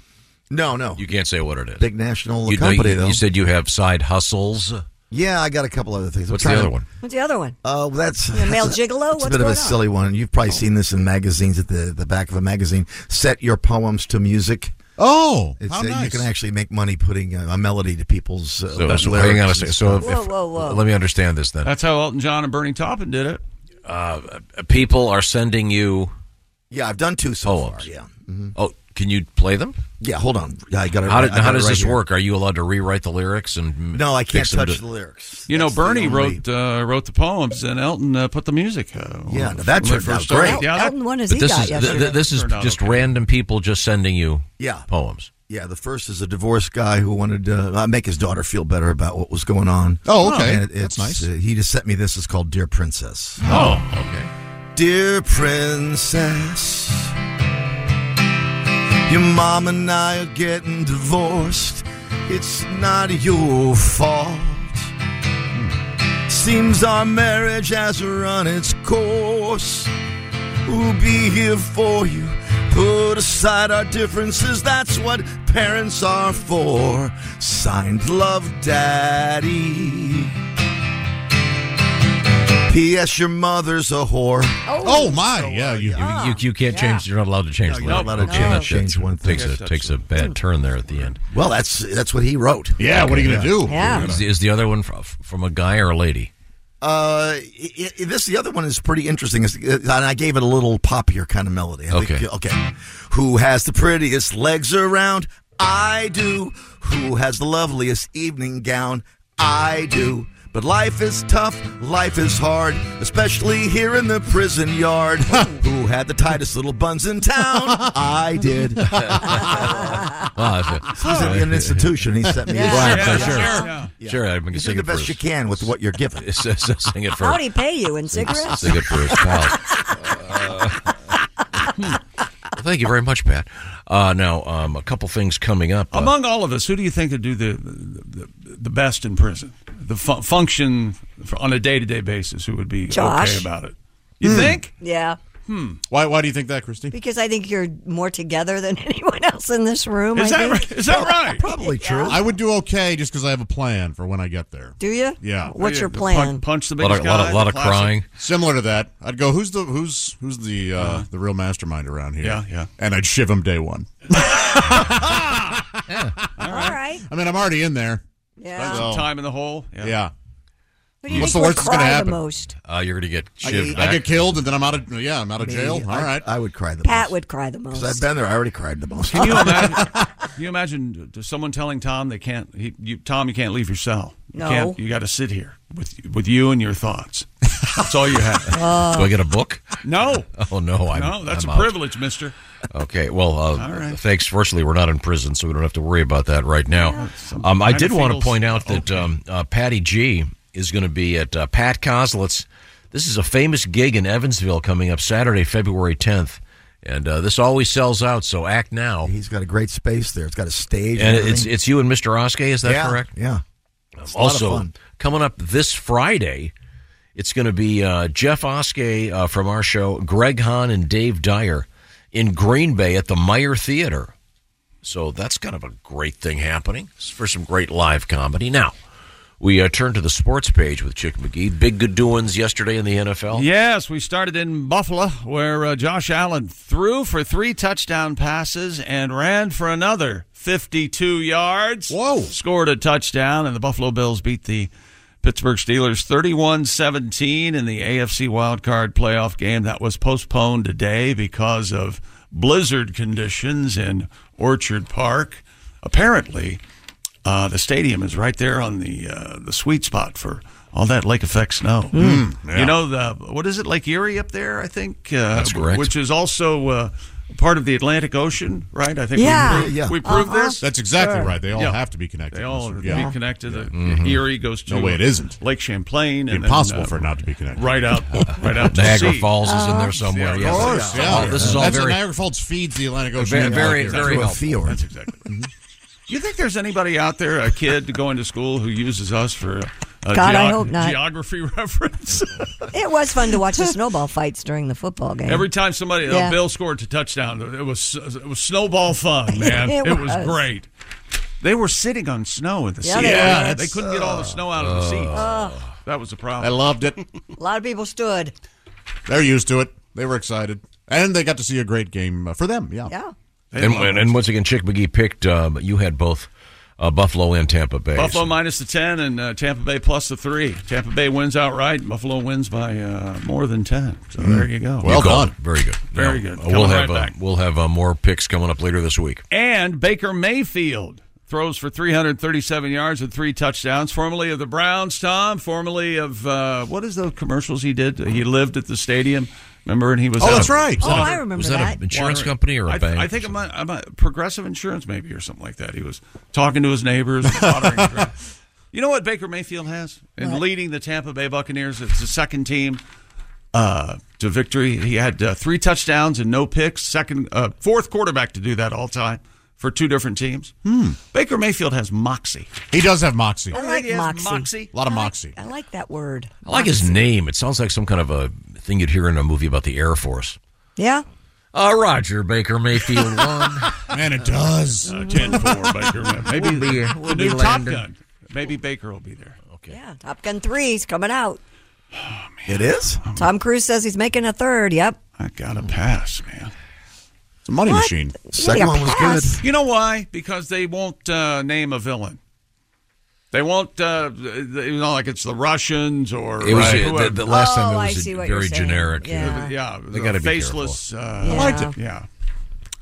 [SPEAKER 13] No, no.
[SPEAKER 7] You can't say what it is.
[SPEAKER 13] Big national
[SPEAKER 7] you, no,
[SPEAKER 13] company,
[SPEAKER 7] you,
[SPEAKER 13] though.
[SPEAKER 7] you said you have side hustles.
[SPEAKER 13] yeah, I got a couple other things. I'm
[SPEAKER 7] What's the
[SPEAKER 13] trying
[SPEAKER 7] other
[SPEAKER 13] to-
[SPEAKER 7] one?
[SPEAKER 3] What's the other one?
[SPEAKER 13] Oh, that's
[SPEAKER 3] You a male
[SPEAKER 13] that's
[SPEAKER 3] gigolo?
[SPEAKER 13] It's
[SPEAKER 3] Oh, What's
[SPEAKER 13] a bit of
[SPEAKER 3] going
[SPEAKER 13] a
[SPEAKER 3] on?
[SPEAKER 13] silly one. You've
[SPEAKER 7] Oh.
[SPEAKER 13] probably seen this in magazines at the, the back of a magazine. Set your poems to music.
[SPEAKER 9] Oh,
[SPEAKER 13] it's,
[SPEAKER 9] how
[SPEAKER 13] uh,
[SPEAKER 9] nice.
[SPEAKER 13] You can actually make money putting a, a melody to people's uh,
[SPEAKER 7] So, so
[SPEAKER 13] lyrics
[SPEAKER 7] hang on a
[SPEAKER 13] and
[SPEAKER 7] second. So if,
[SPEAKER 13] stuff.
[SPEAKER 7] if- let me understand this then.
[SPEAKER 5] That's how Elton John and Bernie Taupin did it.
[SPEAKER 7] Uh, people are sending you.
[SPEAKER 13] Yeah, I've done two so
[SPEAKER 7] poems.
[SPEAKER 13] far. Yeah.
[SPEAKER 7] Oh, can you play them?
[SPEAKER 13] Yeah, hold on. Yeah, I got it.
[SPEAKER 7] How, did,
[SPEAKER 13] I got
[SPEAKER 7] how
[SPEAKER 13] it
[SPEAKER 7] does
[SPEAKER 13] right
[SPEAKER 7] this
[SPEAKER 13] here.
[SPEAKER 7] work? Are you allowed to rewrite the lyrics and
[SPEAKER 13] No, I can't
[SPEAKER 7] fix them
[SPEAKER 13] touch
[SPEAKER 7] to-
[SPEAKER 13] the lyrics.
[SPEAKER 5] You know,
[SPEAKER 13] That's the
[SPEAKER 5] Bernie
[SPEAKER 13] only-
[SPEAKER 5] wrote uh, wrote the poems, and Elton uh, put the music. Uh,
[SPEAKER 13] Yeah,
[SPEAKER 5] on
[SPEAKER 13] now that turned
[SPEAKER 5] from the
[SPEAKER 13] out
[SPEAKER 5] first story.
[SPEAKER 13] great.
[SPEAKER 5] Yeah, that-
[SPEAKER 3] Elton, when has
[SPEAKER 7] But
[SPEAKER 3] he
[SPEAKER 7] this
[SPEAKER 3] got
[SPEAKER 7] is th-
[SPEAKER 3] yesterday?
[SPEAKER 7] th- this is
[SPEAKER 13] Turned out
[SPEAKER 7] just random people just sending you
[SPEAKER 13] Yeah.
[SPEAKER 7] poems.
[SPEAKER 13] Yeah, the first is a divorced guy who wanted to uh, make his daughter feel better about what was going on.
[SPEAKER 9] Oh, okay.
[SPEAKER 13] And it-
[SPEAKER 9] That's
[SPEAKER 13] it's,
[SPEAKER 9] nice.
[SPEAKER 13] uh, he just sent me this. It's called Dear Princess.
[SPEAKER 9] Oh,
[SPEAKER 7] okay.
[SPEAKER 13] Dear Princess, your mom and I are getting divorced. It's not your fault. Seems our marriage has run its course. We'll be here for you. Put aside our differences, that's what parents are for. Signed Love Daddy. P.S. Your mother's a whore.
[SPEAKER 9] Oh, my. yeah, you,
[SPEAKER 7] You, you, you
[SPEAKER 9] Ah.
[SPEAKER 7] can't change. You're not allowed to change.
[SPEAKER 13] No,
[SPEAKER 7] the
[SPEAKER 13] you're not
[SPEAKER 7] lyric.
[SPEAKER 13] allowed
[SPEAKER 7] Okay,
[SPEAKER 13] to change-
[SPEAKER 7] that
[SPEAKER 13] change one thing.
[SPEAKER 7] Takes a takes a bad turn there at the end.
[SPEAKER 13] Well, that's that's what he wrote.
[SPEAKER 9] Yeah, what are you gonna do?
[SPEAKER 13] Yeah.
[SPEAKER 7] Is, the- is the other one fr- from a guy or a lady?
[SPEAKER 13] Uh, i i this the other one is pretty interesting, It's- uh, and I gave it a little poppier kind of melody. I
[SPEAKER 7] Okay.
[SPEAKER 13] Think, okay. Who has the prettiest legs around? I do. Who has the loveliest evening gown? I do. But life is tough, life is hard, especially here in the prison yard. Who had the tightest little buns in town? I did.
[SPEAKER 7] Wow, that's
[SPEAKER 13] This is in an institution. He sent me. this.
[SPEAKER 7] Right, so sure,
[SPEAKER 13] Yeah.
[SPEAKER 7] sure. I'm gonna
[SPEAKER 13] You
[SPEAKER 7] sing
[SPEAKER 13] do the
[SPEAKER 7] it
[SPEAKER 13] best
[SPEAKER 7] for
[SPEAKER 13] you can with what you're given.
[SPEAKER 7] us. So- so sing it for.
[SPEAKER 3] How'd he pay you in
[SPEAKER 7] sing-
[SPEAKER 3] cigarettes?
[SPEAKER 7] Sing it for his pal. Uh, well, thank you very much, Pat. Uh, now, um, a couple things coming up. Uh,
[SPEAKER 5] Among all of us, who do you think would do the the, the best in prison? The fu- function for, on a day to day basis, who would be
[SPEAKER 3] Josh.
[SPEAKER 5] okay about it? You think?
[SPEAKER 3] Yeah.
[SPEAKER 5] Hmm.
[SPEAKER 9] Why? Why do you think that, Christy?
[SPEAKER 3] Because I think you're more together than anyone else in this room.
[SPEAKER 9] Is
[SPEAKER 3] I
[SPEAKER 9] that
[SPEAKER 3] think.
[SPEAKER 9] right? Is that right?
[SPEAKER 13] Probably true.
[SPEAKER 9] I would do okay just because I have a plan for when I get there.
[SPEAKER 3] Do you?
[SPEAKER 9] Yeah.
[SPEAKER 3] What's your plan?
[SPEAKER 9] big
[SPEAKER 7] Lot of- lot of- lot of crying.
[SPEAKER 9] Similar to that, I'd go. Who's the who's who's the uh, the real mastermind around here?
[SPEAKER 5] Uh-huh. Yeah, yeah.
[SPEAKER 9] And I'd shiv him day one.
[SPEAKER 3] All right.
[SPEAKER 9] I mean, I'm already in there.
[SPEAKER 3] Yeah.
[SPEAKER 5] Spend some time in the hole.
[SPEAKER 9] Yeah.
[SPEAKER 3] Who do you
[SPEAKER 9] What's
[SPEAKER 3] think
[SPEAKER 9] the
[SPEAKER 3] would
[SPEAKER 9] worst that's gonna
[SPEAKER 3] cry
[SPEAKER 9] happen?
[SPEAKER 3] The most?
[SPEAKER 7] Uh, you're gonna get
[SPEAKER 9] I,
[SPEAKER 7] shivved
[SPEAKER 9] I
[SPEAKER 7] back.
[SPEAKER 9] get killed and then I'm out of yeah, I'm out of
[SPEAKER 13] Me,
[SPEAKER 9] jail. All
[SPEAKER 13] I-
[SPEAKER 9] right.
[SPEAKER 13] I would cry the
[SPEAKER 3] Pat would cry the most.
[SPEAKER 13] Because I've been there. I already cried the most.
[SPEAKER 5] Can you imagine? Can you imagine uh, someone telling Tom they can't? He, you, Tom, you can't leave your cell. You
[SPEAKER 3] No.
[SPEAKER 5] can't, you got to sit here with with you and your thoughts. That's all you have.
[SPEAKER 3] Oh.
[SPEAKER 7] Do I get a book?
[SPEAKER 5] No.
[SPEAKER 7] Oh no, I'm
[SPEAKER 5] no, that's
[SPEAKER 7] I'm
[SPEAKER 5] a
[SPEAKER 7] out.
[SPEAKER 5] privilege, Mister.
[SPEAKER 7] Okay, well, uh,
[SPEAKER 5] All right.
[SPEAKER 7] thanks. Virtually, we're not in prison, so we don't have to worry about that right now.
[SPEAKER 5] some
[SPEAKER 7] Um, I did
[SPEAKER 5] minor
[SPEAKER 7] want to
[SPEAKER 5] feels-
[SPEAKER 7] point out that um, uh, Patty G is going to be at uh, Pat Coslett's. This is a famous gig in Evansville coming up Saturday, February 10th, and uh, this always sells out. So act now.
[SPEAKER 13] He's got a great space there. It's got a stage.
[SPEAKER 7] And it's
[SPEAKER 13] everything.
[SPEAKER 7] it's you and Mr. Oskey, is that
[SPEAKER 13] Yeah,
[SPEAKER 7] correct?
[SPEAKER 13] Yeah.
[SPEAKER 7] Um,
[SPEAKER 13] It's a lot of
[SPEAKER 7] also,
[SPEAKER 13] fun.
[SPEAKER 7] coming up this Friday, it's going to be uh, Jeff Oskey uh, from our show, Greg Hahn, and Dave Dyer in Green Bay at the Meyer Theater. So that's kind of a great thing happening It's for some great live comedy. Now, we uh, turn to the sports page with Chick McGee. Big good doings yesterday in the NFL.
[SPEAKER 5] Yes, we started in Buffalo, where uh, Josh Allen threw for three touchdown passes and ran for another 52 yards. Whoa. Scored a touchdown, and the Buffalo Bills beat the Pittsburgh Steelers 31 17 in the AFC wildcard playoff game that was postponed today because of blizzard conditions in Orchard Park. Apparently, uh, the stadium is right there on the uh, the sweet spot for all that lake effect snow.
[SPEAKER 11] Mm. Yeah.
[SPEAKER 5] You know the what is it Lake Erie up there? I think uh,
[SPEAKER 11] That's correct.
[SPEAKER 5] Which is also uh, part of the Atlantic Ocean, right? I think
[SPEAKER 9] Yeah.
[SPEAKER 5] we proved,
[SPEAKER 9] Yeah.
[SPEAKER 5] we proved
[SPEAKER 9] Uh-huh.
[SPEAKER 5] this.
[SPEAKER 9] That's exactly Sure. right. They all have to be connected.
[SPEAKER 5] They all
[SPEAKER 9] Yeah.
[SPEAKER 5] be connected. Uh,
[SPEAKER 9] Mhm.
[SPEAKER 5] Erie goes to
[SPEAKER 9] No way it isn't.
[SPEAKER 5] Lake Champlain. and then,
[SPEAKER 9] Impossible
[SPEAKER 5] uh,
[SPEAKER 9] for it not to be connected.
[SPEAKER 5] Right out, right out. to
[SPEAKER 7] Niagara
[SPEAKER 5] sea.
[SPEAKER 7] Falls is
[SPEAKER 5] Uh-huh.
[SPEAKER 3] Uh-huh.
[SPEAKER 7] in there somewhere.
[SPEAKER 5] Yeah,
[SPEAKER 7] yes.
[SPEAKER 5] of
[SPEAKER 9] course, yeah.
[SPEAKER 7] Oh, this is all
[SPEAKER 9] That's
[SPEAKER 7] very
[SPEAKER 9] what Niagara Falls feeds the Atlantic Ocean.
[SPEAKER 7] Very-
[SPEAKER 9] Yeah,
[SPEAKER 7] very-
[SPEAKER 9] like
[SPEAKER 7] very
[SPEAKER 9] that.
[SPEAKER 7] helpful. Fjord.
[SPEAKER 5] That's exactly. Do you think there's anybody out there, a kid going to school, who uses us for? A
[SPEAKER 3] God, I
[SPEAKER 5] geog-
[SPEAKER 3] hope not.
[SPEAKER 5] Geography reference.
[SPEAKER 3] It was fun to watch the snowball fights during the football game.
[SPEAKER 5] Every time somebody,
[SPEAKER 3] Yeah.
[SPEAKER 5] uh, Bill scored a touchdown, it was it was snowball fun, man.
[SPEAKER 3] It
[SPEAKER 5] it, was.
[SPEAKER 3] was.
[SPEAKER 5] great. They were sitting on snow in the
[SPEAKER 3] Yeah,
[SPEAKER 5] seats.
[SPEAKER 3] they were.
[SPEAKER 5] Yeah,
[SPEAKER 3] Yeah,
[SPEAKER 5] they
[SPEAKER 3] it's-
[SPEAKER 5] couldn't get all the snow out of the seats.
[SPEAKER 3] Ugh.
[SPEAKER 5] that was the problem.
[SPEAKER 9] I loved it.
[SPEAKER 3] A lot of people stood.
[SPEAKER 9] They're used to it. They were excited, and they got to see a great game uh, for them. Yeah.
[SPEAKER 3] Yeah.
[SPEAKER 7] and, and, and once again, Chick McGee picked. Um, you had both uh, Buffalo and Tampa Bay.
[SPEAKER 5] Buffalo minus the ten and uh, Tampa Bay plus the three. Tampa Bay wins outright. Buffalo wins by uh, more than ten. So there you go.
[SPEAKER 7] You called it. Very good.
[SPEAKER 5] Very
[SPEAKER 7] Now,
[SPEAKER 5] good.
[SPEAKER 7] uh, We'll
[SPEAKER 5] Coming
[SPEAKER 7] have
[SPEAKER 5] right
[SPEAKER 7] uh,
[SPEAKER 5] back.
[SPEAKER 7] we'll have uh, more picks coming up later this week.
[SPEAKER 5] And Baker Mayfield throws for 337 yards and three touchdowns. Formerly of the Browns, Tom. Formerly of uh, what is those commercials he did? He lived at the stadium. Remember, and he was.
[SPEAKER 7] Oh,
[SPEAKER 5] out
[SPEAKER 7] that's
[SPEAKER 5] of-
[SPEAKER 7] right.
[SPEAKER 5] was
[SPEAKER 7] Oh,
[SPEAKER 5] out of-
[SPEAKER 7] I remember Was that a that. insurance company or a
[SPEAKER 5] I,
[SPEAKER 7] bank
[SPEAKER 5] I
[SPEAKER 7] or
[SPEAKER 5] think I'm a, I'm a Progressive Insurance, maybe, or something like that. He was talking to his neighbors. watering his grass. you know what Baker Mayfield has in
[SPEAKER 11] What?
[SPEAKER 5] leading the Tampa Bay Buccaneers. It's the second team uh, to victory. He had uh, three touchdowns and no picks. Second, uh, fourth quarterback to do that all time for two different teams. Hmm. Baker Mayfield has moxie.
[SPEAKER 9] He does have moxie.
[SPEAKER 3] I like moxie.
[SPEAKER 9] A lot of moxie.
[SPEAKER 3] I like that word.
[SPEAKER 7] I like his name. It sounds like some kind of a thing you'd hear in a movie about the Air Force.
[SPEAKER 3] Yeah.
[SPEAKER 7] Uh, Roger Baker Mayfield won.
[SPEAKER 9] Man, it does.
[SPEAKER 5] Uh, 10-4, Baker. Maybe
[SPEAKER 7] We'll be-
[SPEAKER 5] the
[SPEAKER 7] we'll be
[SPEAKER 5] new Top
[SPEAKER 7] landing.
[SPEAKER 5] Gun. Maybe Baker will be there.
[SPEAKER 3] Yeah. Top Gun 3 is coming out.
[SPEAKER 5] It is?
[SPEAKER 3] Tom Cruise says he's making a third. Yep.
[SPEAKER 5] I got to pass, man.
[SPEAKER 9] It's a money
[SPEAKER 3] What?
[SPEAKER 9] machine.
[SPEAKER 3] Second one was Pass.
[SPEAKER 5] You know why? Because they won't uh, name a villain. They won't, uh, they- you know, like it's the Russians or
[SPEAKER 7] It was
[SPEAKER 5] Right.
[SPEAKER 7] uh,
[SPEAKER 5] whoever.
[SPEAKER 7] the, the last
[SPEAKER 14] Oh,
[SPEAKER 7] time it was a very generic.
[SPEAKER 5] Oh, Yeah, yeah,
[SPEAKER 7] they got to be
[SPEAKER 5] faceless. Uh,
[SPEAKER 9] I liked it.
[SPEAKER 5] Yeah.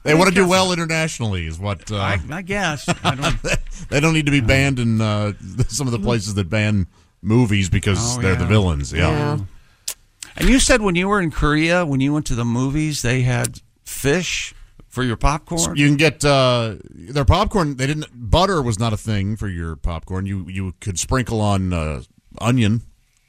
[SPEAKER 9] They want to do well internationally, is what. Uh,
[SPEAKER 5] I, I guess. I don't,
[SPEAKER 9] they don't need to be banned in uh, some of the places that ban movies because
[SPEAKER 5] Oh,
[SPEAKER 9] they're the
[SPEAKER 5] yeah.
[SPEAKER 9] villains. Yeah.
[SPEAKER 5] Yeah. and you said when you were in Korea, when you went to the movies, they had fish for your popcorn.
[SPEAKER 9] You can get uh, their popcorn. They didn't butter was not a thing for your popcorn. You you could sprinkle on uh, onion.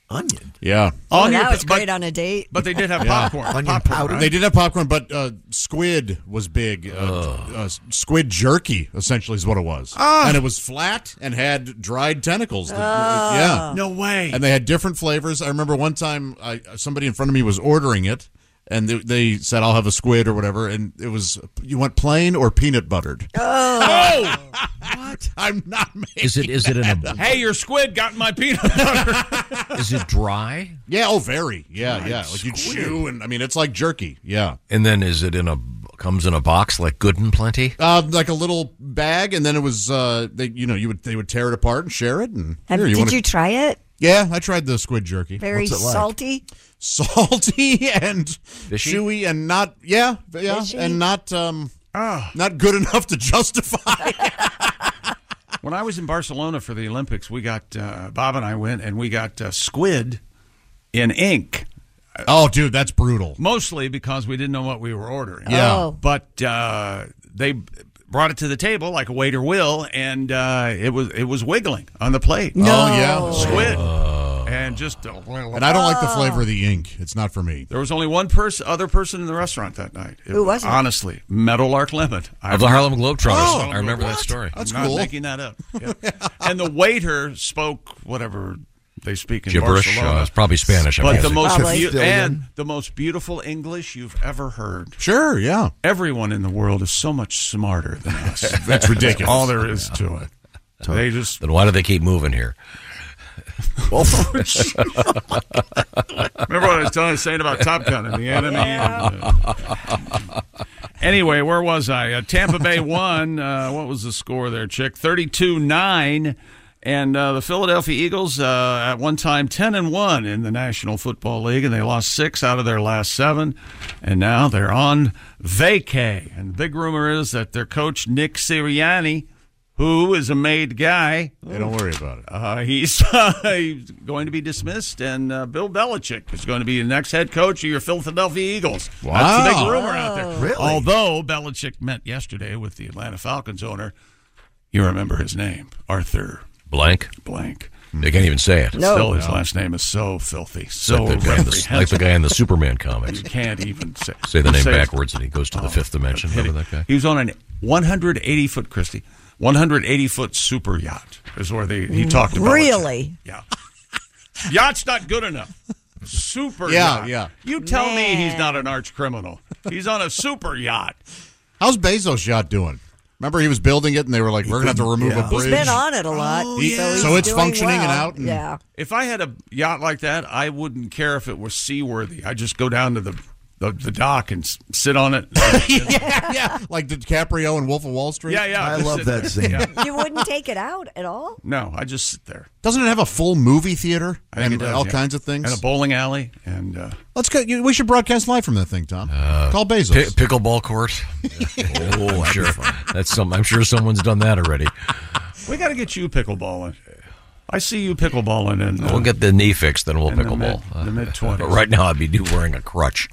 [SPEAKER 13] Onion.
[SPEAKER 9] Yeah.
[SPEAKER 3] Oh, that was great on a date.
[SPEAKER 5] But they did have
[SPEAKER 9] Yeah.
[SPEAKER 5] popcorn. popcorn, right?
[SPEAKER 9] They did have popcorn, but uh, squid was big. Uh, uh, squid jerky, essentially, is what it was.
[SPEAKER 5] Ah.
[SPEAKER 9] And it was flat and had dried tentacles. that-
[SPEAKER 5] Oh.
[SPEAKER 9] yeah.
[SPEAKER 5] No way.
[SPEAKER 9] And they had different flavors. I remember one time I, somebody in front of me was ordering it. And they, they said, "I'll have a squid or whatever," and it was you want plain or peanut buttered.
[SPEAKER 5] Oh, what?
[SPEAKER 9] I'm not making.
[SPEAKER 7] Is it- is it in a-
[SPEAKER 9] that up.
[SPEAKER 5] Hey, your squid got in my peanut butter.
[SPEAKER 7] Is it dry?
[SPEAKER 9] Yeah, oh, very. Yeah,
[SPEAKER 7] God,
[SPEAKER 9] yeah. Like you
[SPEAKER 7] squid.
[SPEAKER 9] chew, and I mean, it's like jerky. Yeah.
[SPEAKER 7] And then is it in a comes in a box like Good and Plenty?
[SPEAKER 9] Uh, like a little bag, and then it was uh, they, you know, you would they would tear it apart and share it. And
[SPEAKER 3] Have-
[SPEAKER 9] here,
[SPEAKER 3] did
[SPEAKER 9] wanna-
[SPEAKER 3] you try it?
[SPEAKER 9] Yeah, I tried the squid jerky.
[SPEAKER 3] Very salty.
[SPEAKER 9] salty and
[SPEAKER 7] Fishy?
[SPEAKER 9] chewy, and not yeah, yeah,
[SPEAKER 3] Fishy?
[SPEAKER 9] and not um,
[SPEAKER 7] Ah.
[SPEAKER 9] Not good enough to justify.
[SPEAKER 5] When I was in Barcelona for the Olympics, we got uh, Bob and I went and we got uh, squid in ink.
[SPEAKER 9] Oh, dude, that's brutal.
[SPEAKER 5] Mostly because we didn't know what we were ordering.
[SPEAKER 9] Yeah. Oh.
[SPEAKER 5] but uh, they brought it to the table like a waiter will, and uh, it was it was wiggling on the plate.
[SPEAKER 9] No. Oh, yeah. Uh.
[SPEAKER 5] squid, and just and
[SPEAKER 9] And I don't like the
[SPEAKER 3] Oh.
[SPEAKER 9] flavor of the ink. It's not for me.
[SPEAKER 5] There was only one person, other person in the restaurant that night.
[SPEAKER 9] Who was it?
[SPEAKER 5] Honestly, Meadowlark Lemon
[SPEAKER 7] Of the Harlem Globetrotters.
[SPEAKER 5] Oh,
[SPEAKER 7] I remember that story.
[SPEAKER 5] I'm
[SPEAKER 7] That's
[SPEAKER 5] not
[SPEAKER 7] cool.
[SPEAKER 5] making that up. Yeah. and the waiter spoke whatever they speak in
[SPEAKER 7] Gibberish,
[SPEAKER 5] Barcelona.
[SPEAKER 7] uh, it's probably Spanish, I
[SPEAKER 5] But the
[SPEAKER 7] guess.
[SPEAKER 5] most
[SPEAKER 7] Probably.
[SPEAKER 5] beau-
[SPEAKER 7] Still, yeah.
[SPEAKER 5] and the most beautiful English you've ever heard.
[SPEAKER 9] Sure, yeah.
[SPEAKER 5] Everyone in the world is so much smarter than us.
[SPEAKER 7] That's ridiculous.
[SPEAKER 5] all there is to it. They just Oh,
[SPEAKER 7] Then why do they keep moving here?
[SPEAKER 5] Remember what I was telling saying about Top Gun and the enemy. uh, Anyway, where was I? Uh, Tampa Bay won. Uh, what was the score there, Chick? Thirty-two nine. And uh, the Philadelphia Eagles, uh, at one time, ten and one in the National Football League, and they lost six out of their last seven, and now they're on vacay. And the big rumor is that their coach Nick Sirianni, who is a made guy,
[SPEAKER 9] Hey, don't worry about it.
[SPEAKER 5] uh, he's, he's going to be dismissed, and uh, Bill Belichick is going to be the next head coach of your Philadelphia Eagles.
[SPEAKER 9] Wow.
[SPEAKER 5] That's the big rumor out there.
[SPEAKER 9] Really?
[SPEAKER 5] Although Belichick met yesterday with the Atlanta Falcons owner, you remember his name, Arthur
[SPEAKER 7] Blank.
[SPEAKER 5] Blank.
[SPEAKER 7] They can't even say it.
[SPEAKER 5] Still, his last name is so filthy, so
[SPEAKER 7] like, the guy in the,
[SPEAKER 5] reprehensible.
[SPEAKER 7] like the guy in the Superman comics.
[SPEAKER 5] You can't even say,
[SPEAKER 7] Say the name
[SPEAKER 5] say Oh, his-
[SPEAKER 7] backwards and he goes to the fifth dimension. Remember that guy?
[SPEAKER 5] He was on a 180 foot Christie, 180 foot super yacht is where they he talked about.
[SPEAKER 3] Really?
[SPEAKER 5] Yeah. Yacht's not good enough. Super
[SPEAKER 9] Yeah,
[SPEAKER 5] yacht.
[SPEAKER 9] yeah.
[SPEAKER 5] You tell me he's not an arch criminal. He's on a super yacht.
[SPEAKER 9] How's Bezos' yacht doing? Remember, he was building it, and they were like, "We're gonna have to remove a
[SPEAKER 3] He's
[SPEAKER 9] bridge."
[SPEAKER 3] been on it a lot.
[SPEAKER 5] Oh,
[SPEAKER 9] He-
[SPEAKER 3] so, he's
[SPEAKER 9] so it's
[SPEAKER 3] doing
[SPEAKER 9] functioning
[SPEAKER 3] well.
[SPEAKER 9] and out. And
[SPEAKER 3] yeah.
[SPEAKER 5] If I had a yacht like that, I wouldn't care if it was seaworthy. I'd just go down to the the, the dock and s- sit on it.
[SPEAKER 9] yeah, yeah, like DiCaprio and Wolf of Wall Street.
[SPEAKER 5] Yeah, yeah, I just love sit that there. scene. Yeah.
[SPEAKER 3] You wouldn't take it out at all?
[SPEAKER 5] No, I just sit there.
[SPEAKER 9] Doesn't it have a full movie theater
[SPEAKER 5] I think
[SPEAKER 9] and
[SPEAKER 5] it does,
[SPEAKER 9] all
[SPEAKER 5] yeah.
[SPEAKER 9] kinds of things?
[SPEAKER 5] And a bowling alley and uh,
[SPEAKER 9] Let's go. you- We should broadcast live from that thing, Tom. Call Bezos.
[SPEAKER 7] Uh, Pi- pickleball court. oh, I'm sure. That's some. I'm sure someone's done that already.
[SPEAKER 5] we got to get you pickleballing. I see you pickleballing in. uh,
[SPEAKER 7] We'll get the knee fixed, then we'll
[SPEAKER 5] In the
[SPEAKER 7] pickleball.
[SPEAKER 5] mid- the mid-twenties.
[SPEAKER 7] But right now, I'd be do- wearing a crutch.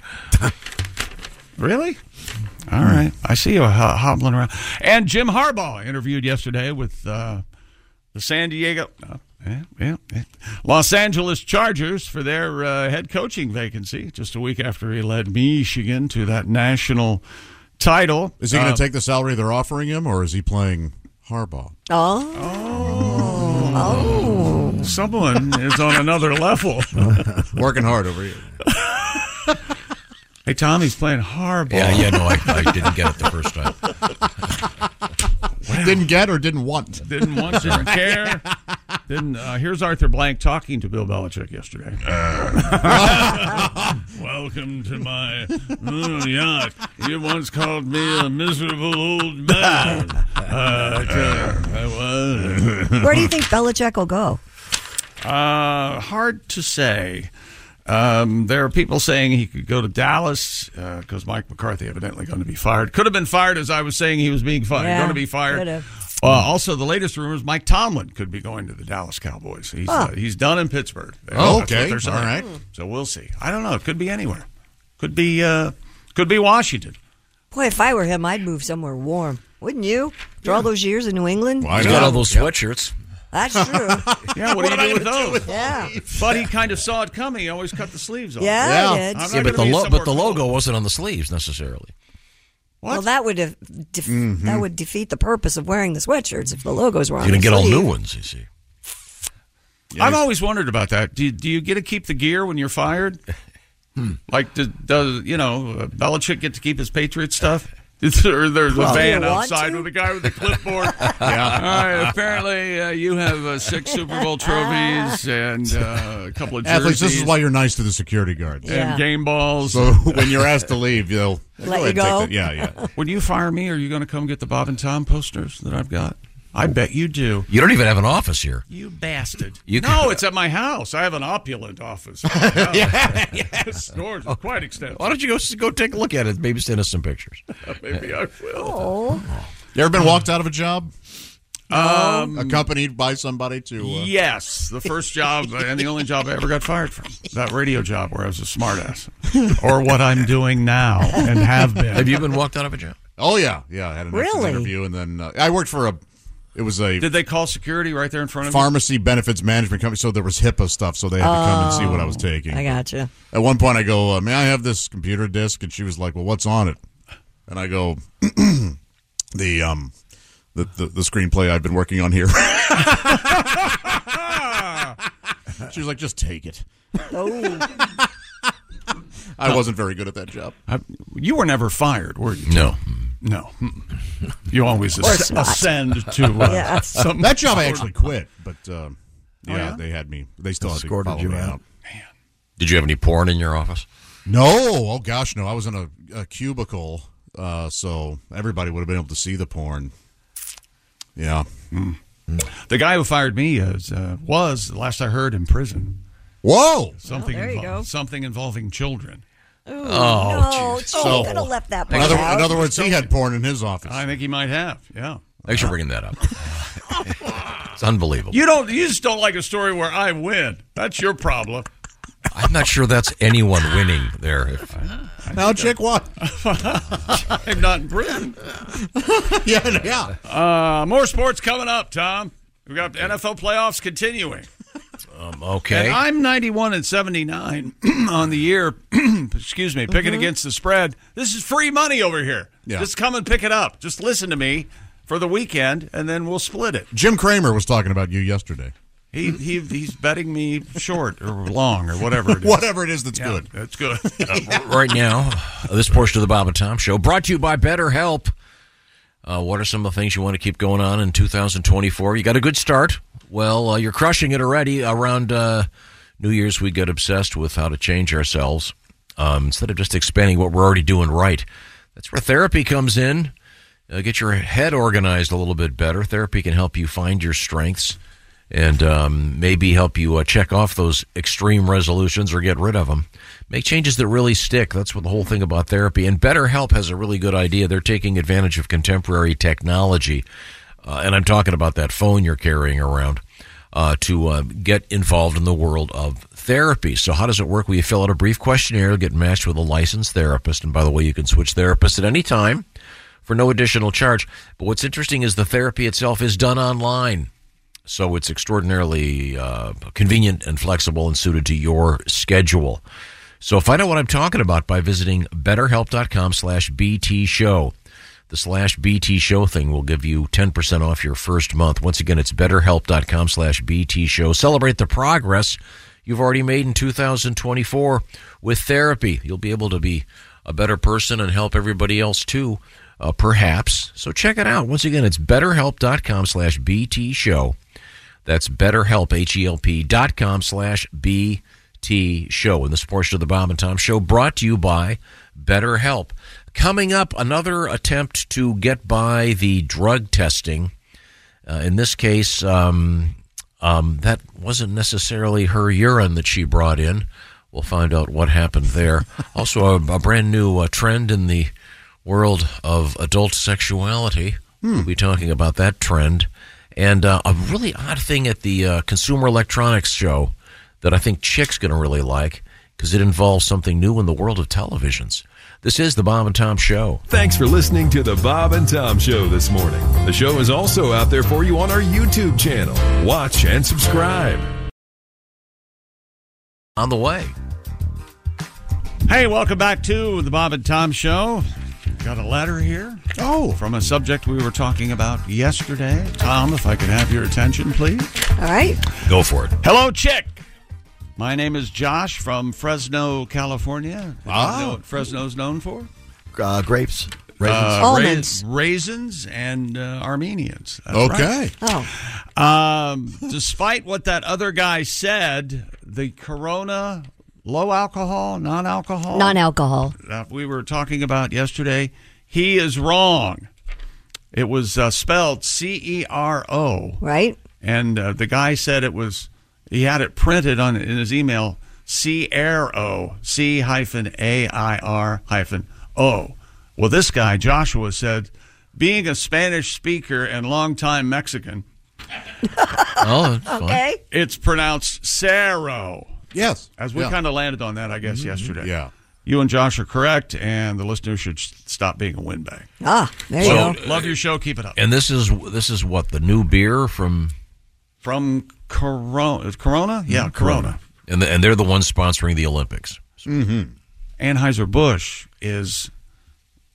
[SPEAKER 5] Really? All right. I see you uh, ho- hobbling around. And Jim Harbaugh interviewed yesterday with uh, the San Diego, uh, yeah, yeah, yeah. Los Angeles Chargers for their uh, head coaching vacancy just a week after he led Michigan to that national title.
[SPEAKER 9] Is he going
[SPEAKER 5] Uh,
[SPEAKER 9] to take the salary they're offering him, or is he playing Harbaugh?
[SPEAKER 3] Oh. Oh.
[SPEAKER 5] Someone is on another level.
[SPEAKER 9] Working hard over here.
[SPEAKER 5] Hey, Tom, he's playing Harbaugh.
[SPEAKER 7] Yeah, yeah. No, I, I didn't get it the first time.
[SPEAKER 9] Didn't get or didn't want.
[SPEAKER 5] Didn't want, didn't care. Didn't. Uh, here's Arthur Blank talking to Bill Belichick yesterday. Welcome to my uh, yacht. You once called me a miserable old man. Uh, I was.
[SPEAKER 3] Oh. Where do you think Belichick will go?
[SPEAKER 5] Uh, hard to say. Um, there are people saying he could go to Dallas because Mike McCarthy evidently going to be fired. Could have been fired as I was saying he was being fired.
[SPEAKER 3] Yeah,
[SPEAKER 5] going to be fired.
[SPEAKER 3] could have.
[SPEAKER 5] Uh, also, the latest rumors: Mike Tomlin could be going to the Dallas Cowboys. He's uh,
[SPEAKER 3] Oh.
[SPEAKER 5] he's done in Pittsburgh.
[SPEAKER 9] Oh,
[SPEAKER 5] That's what
[SPEAKER 9] okay.
[SPEAKER 5] they're saying.
[SPEAKER 9] All right.
[SPEAKER 5] So we'll see. I don't know. It could be anywhere. Could be uh, could be Washington.
[SPEAKER 3] Boy, if I were him, I'd move somewhere warm. Wouldn't you? After all those years in New England?
[SPEAKER 7] He's got all those sweatshirts.
[SPEAKER 3] That's true.
[SPEAKER 5] Yeah, what, do you do with those?
[SPEAKER 3] yeah.
[SPEAKER 5] But he kind of saw it coming. He always cut the sleeves off.
[SPEAKER 3] Yeah, I Yeah. did.
[SPEAKER 5] I'm
[SPEAKER 7] Yeah,
[SPEAKER 5] not gonna
[SPEAKER 7] but the
[SPEAKER 5] be
[SPEAKER 7] lo-
[SPEAKER 5] somewhere
[SPEAKER 7] but the logo wasn't on the sleeves necessarily.
[SPEAKER 3] Well, that would have def-
[SPEAKER 5] Mm-hmm.
[SPEAKER 9] Hmm.
[SPEAKER 3] that would defeat the purpose of wearing the sweatshirts if the logos were
[SPEAKER 7] You're
[SPEAKER 3] on.
[SPEAKER 7] gonna
[SPEAKER 3] the
[SPEAKER 7] get all new
[SPEAKER 3] sleeve.
[SPEAKER 7] ones. You see.
[SPEAKER 5] I've always wondered about that. Do, do you get to keep the gear when you're fired? Like, does, does you know uh, Belichick get to keep his Patriot stuff? Is there- there's a
[SPEAKER 11] Probably.
[SPEAKER 5] van
[SPEAKER 11] Do you want
[SPEAKER 5] outside
[SPEAKER 11] to?
[SPEAKER 5] with a guy with a clipboard.
[SPEAKER 11] Yeah.
[SPEAKER 5] All right. Apparently, uh, you have uh, six Super Bowl trophies and uh, a couple of jerseys.
[SPEAKER 9] Athletes, this is why you're nice to the security guards.
[SPEAKER 5] And game balls.
[SPEAKER 9] So when you're asked to leave, you'll
[SPEAKER 5] Let you
[SPEAKER 9] ahead and
[SPEAKER 5] go.
[SPEAKER 9] take that. Yeah, yeah.
[SPEAKER 5] When you fire me, are you going to come get the Bob and Tom posters that I've got? I bet you do.
[SPEAKER 7] You don't even have an office here.
[SPEAKER 5] You bastard.
[SPEAKER 7] You
[SPEAKER 5] no, it's at my house. I have an opulent office. yeah, Oh. Stores are quite extensive.
[SPEAKER 7] Why don't you go go take a look at it? Maybe send us some pictures.
[SPEAKER 5] Maybe I will.
[SPEAKER 9] Oh. You ever been walked out of a job?
[SPEAKER 5] Um,
[SPEAKER 9] accompanied by somebody to uh,
[SPEAKER 5] Yes, the first job uh, and the only job I ever got fired from. That radio job where I was a smartass. or what I'm doing now and have been.
[SPEAKER 9] Have you
[SPEAKER 7] been walked out of a job?
[SPEAKER 9] Oh yeah, yeah. I had an exit
[SPEAKER 5] Really?
[SPEAKER 9] interview, and then uh, I worked for a. It was a
[SPEAKER 5] Did they call security right there in front of me?
[SPEAKER 9] pharmacy benefits management company, so there was HIPAA stuff, so they had to come and see what I was
[SPEAKER 5] Oh,
[SPEAKER 9] taking.
[SPEAKER 5] I gotcha.
[SPEAKER 9] At one point, I go, uh, "May I have this computer disk?" And she was like, "Well, what's on it?" And I go, "The um, the the, the screenplay I've been working on here." she was like, "Just take it."
[SPEAKER 3] Oh.
[SPEAKER 9] I wasn't very good at that job.
[SPEAKER 5] I, you were never fired, were you?
[SPEAKER 7] No.
[SPEAKER 5] No. You always
[SPEAKER 9] Of course
[SPEAKER 5] asc-
[SPEAKER 9] not.
[SPEAKER 5] ascend to uh,
[SPEAKER 9] Yeah.
[SPEAKER 5] some
[SPEAKER 9] That job I
[SPEAKER 5] sort-
[SPEAKER 9] actually quit, but um, yeah,
[SPEAKER 5] Oh, yeah?
[SPEAKER 9] they had me. They still had to
[SPEAKER 7] Escorted
[SPEAKER 9] follow
[SPEAKER 7] you
[SPEAKER 9] me
[SPEAKER 7] out.
[SPEAKER 9] out.
[SPEAKER 7] Did you have any porn in your office?
[SPEAKER 9] No, oh gosh, no. I was in a, a cubicle, uh, so everybody would have been able to see the porn. Yeah.
[SPEAKER 5] The guy who fired me is, uh, was last I heard in prison.
[SPEAKER 9] Whoa!
[SPEAKER 5] Something
[SPEAKER 3] Well, Oh, there you go.
[SPEAKER 5] something involving children.
[SPEAKER 3] Ooh, Oh, no. geez. Oh, you could have left that part
[SPEAKER 9] in other,
[SPEAKER 3] out.
[SPEAKER 9] in other words, he had porn in his office.
[SPEAKER 5] I think he might have. Yeah.
[SPEAKER 7] Thanks for bringing that up. it's unbelievable.
[SPEAKER 5] You don't. You just don't like a story where I win. That's your problem.
[SPEAKER 7] I'm not sure that's anyone winning there. If,
[SPEAKER 5] Um,
[SPEAKER 9] Now check what.
[SPEAKER 5] I'm not in prison.
[SPEAKER 9] yeah, yeah.
[SPEAKER 5] Uh, more sports coming up, Tom. We got the NFL playoffs continuing.
[SPEAKER 7] um, okay.
[SPEAKER 5] And I'm 91 and 79 on the year. excuse me, picking
[SPEAKER 7] Mhm.
[SPEAKER 5] against the spread. This is free money over here.
[SPEAKER 9] Yeah.
[SPEAKER 5] Just come and pick it up. Just listen to me for the weekend, and then we'll split it.
[SPEAKER 9] Jim Kramer was talking about you yesterday.
[SPEAKER 5] He, he he's betting me short or long or whatever. It is.
[SPEAKER 9] Whatever it is that's
[SPEAKER 5] Yeah,
[SPEAKER 9] good.
[SPEAKER 5] That's good.
[SPEAKER 7] right now, uh, this portion of the Bob and Tom Show brought to you by BetterHelp. Uh, what are some of the things you want to keep going on in 2024? You got a good start. Well, uh, you're crushing it already. Around uh, New Year's, we get obsessed with how to change ourselves um, instead of just expanding what we're already doing right. That's where therapy comes in. Uh, get your head organized a little bit better. Therapy can help you find your strengths and um, maybe help you uh, check off those extreme resolutions or get rid of them. Make changes that really stick. That's what the whole thing about therapy. And BetterHelp has a really good idea. They're taking advantage of contemporary technology, uh, and I'm talking about that phone you're carrying around uh, to uh, get involved in the world of therapy. So, how does it work? Well, you fill out a brief questionnaire, get matched with a licensed therapist, and by the way, you can switch therapists at any time for no additional charge. But what's interesting is the therapy itself is done online. So it's extraordinarily uh, convenient and flexible and suited to your schedule. So find out what I'm talking about by visiting betterhelp.com slash BT show. The slash BT show thing will give you 10% off your first month. Once again, it's betterhelp.com slash BT show. Celebrate the progress you've already made in 2024 with therapy. You'll be able to be a better person and help everybody else too, uh, perhaps. So check it out. Once again, it's betterhelp.com slash BT show. That's betterhelp, H-E-L-P dot com slash B-T show. And this portion of the Bob and Tom Show brought to you by BetterHelp. Coming up, another attempt to get by the drug testing. Uh, in this case, um, um, that wasn't necessarily her urine that she brought in. We'll find out what happened there. also, a, a brand new uh, trend in the world of adult sexuality.
[SPEAKER 5] Hmm.
[SPEAKER 7] We'll be talking about that trend. And uh, a really odd thing at the uh, Consumer Electronics Show that I think Chick's going to really like because it involves something new in the world of televisions. This is the Bob and Tom Show.
[SPEAKER 15] Thanks for listening to the Bob and Tom Show this morning. The show is also out there for you on our YouTube channel. Watch and subscribe.
[SPEAKER 7] On the way.
[SPEAKER 5] Hey, welcome back to the Bob and Tom Show. Got a letter here. Oh, from a subject we were talking about yesterday. Tom, if I could have your attention, please.
[SPEAKER 3] All right.
[SPEAKER 7] Go for it.
[SPEAKER 5] Hello, chick. My name is Josh from Fresno, California.
[SPEAKER 13] Ah.
[SPEAKER 5] You know what Fresno's known for?
[SPEAKER 13] Uh, grapes, raisins,
[SPEAKER 5] Uh, rais- raisins and uh, Armenians. That's
[SPEAKER 13] Okay.
[SPEAKER 5] right. Um, despite what that other guy said, the Corona low alcohol, non alcohol,
[SPEAKER 3] Non alcohol.
[SPEAKER 5] that we were talking about yesterday, he is wrong. It was uh, spelled C E R O.
[SPEAKER 3] Right.
[SPEAKER 5] And uh, the guy said it was, he had it printed on in his email C E R O, C hyphen A I R hyphen O. Well, this guy, Joshua, said, being a Spanish speaker and longtime Mexican,
[SPEAKER 7] oh,
[SPEAKER 3] Okay.
[SPEAKER 5] it's pronounced Cerro.
[SPEAKER 9] Yes.
[SPEAKER 5] As we
[SPEAKER 9] Yeah.
[SPEAKER 5] kind of landed on that, I guess,
[SPEAKER 9] Mhm.
[SPEAKER 5] yesterday.
[SPEAKER 9] Yeah.
[SPEAKER 5] You and Josh are correct, and the listener should s- stop being a windbag.
[SPEAKER 3] Ah, there you
[SPEAKER 5] So,
[SPEAKER 3] go.
[SPEAKER 5] Love your show. Keep it up.
[SPEAKER 7] And this is this is what the new beer from
[SPEAKER 5] From Corona, Corona,
[SPEAKER 9] Mm-hmm.
[SPEAKER 5] yeah, Corona.
[SPEAKER 7] and the, and they're the ones sponsoring the Olympics.
[SPEAKER 5] Mm-hmm. Anheuser Busch is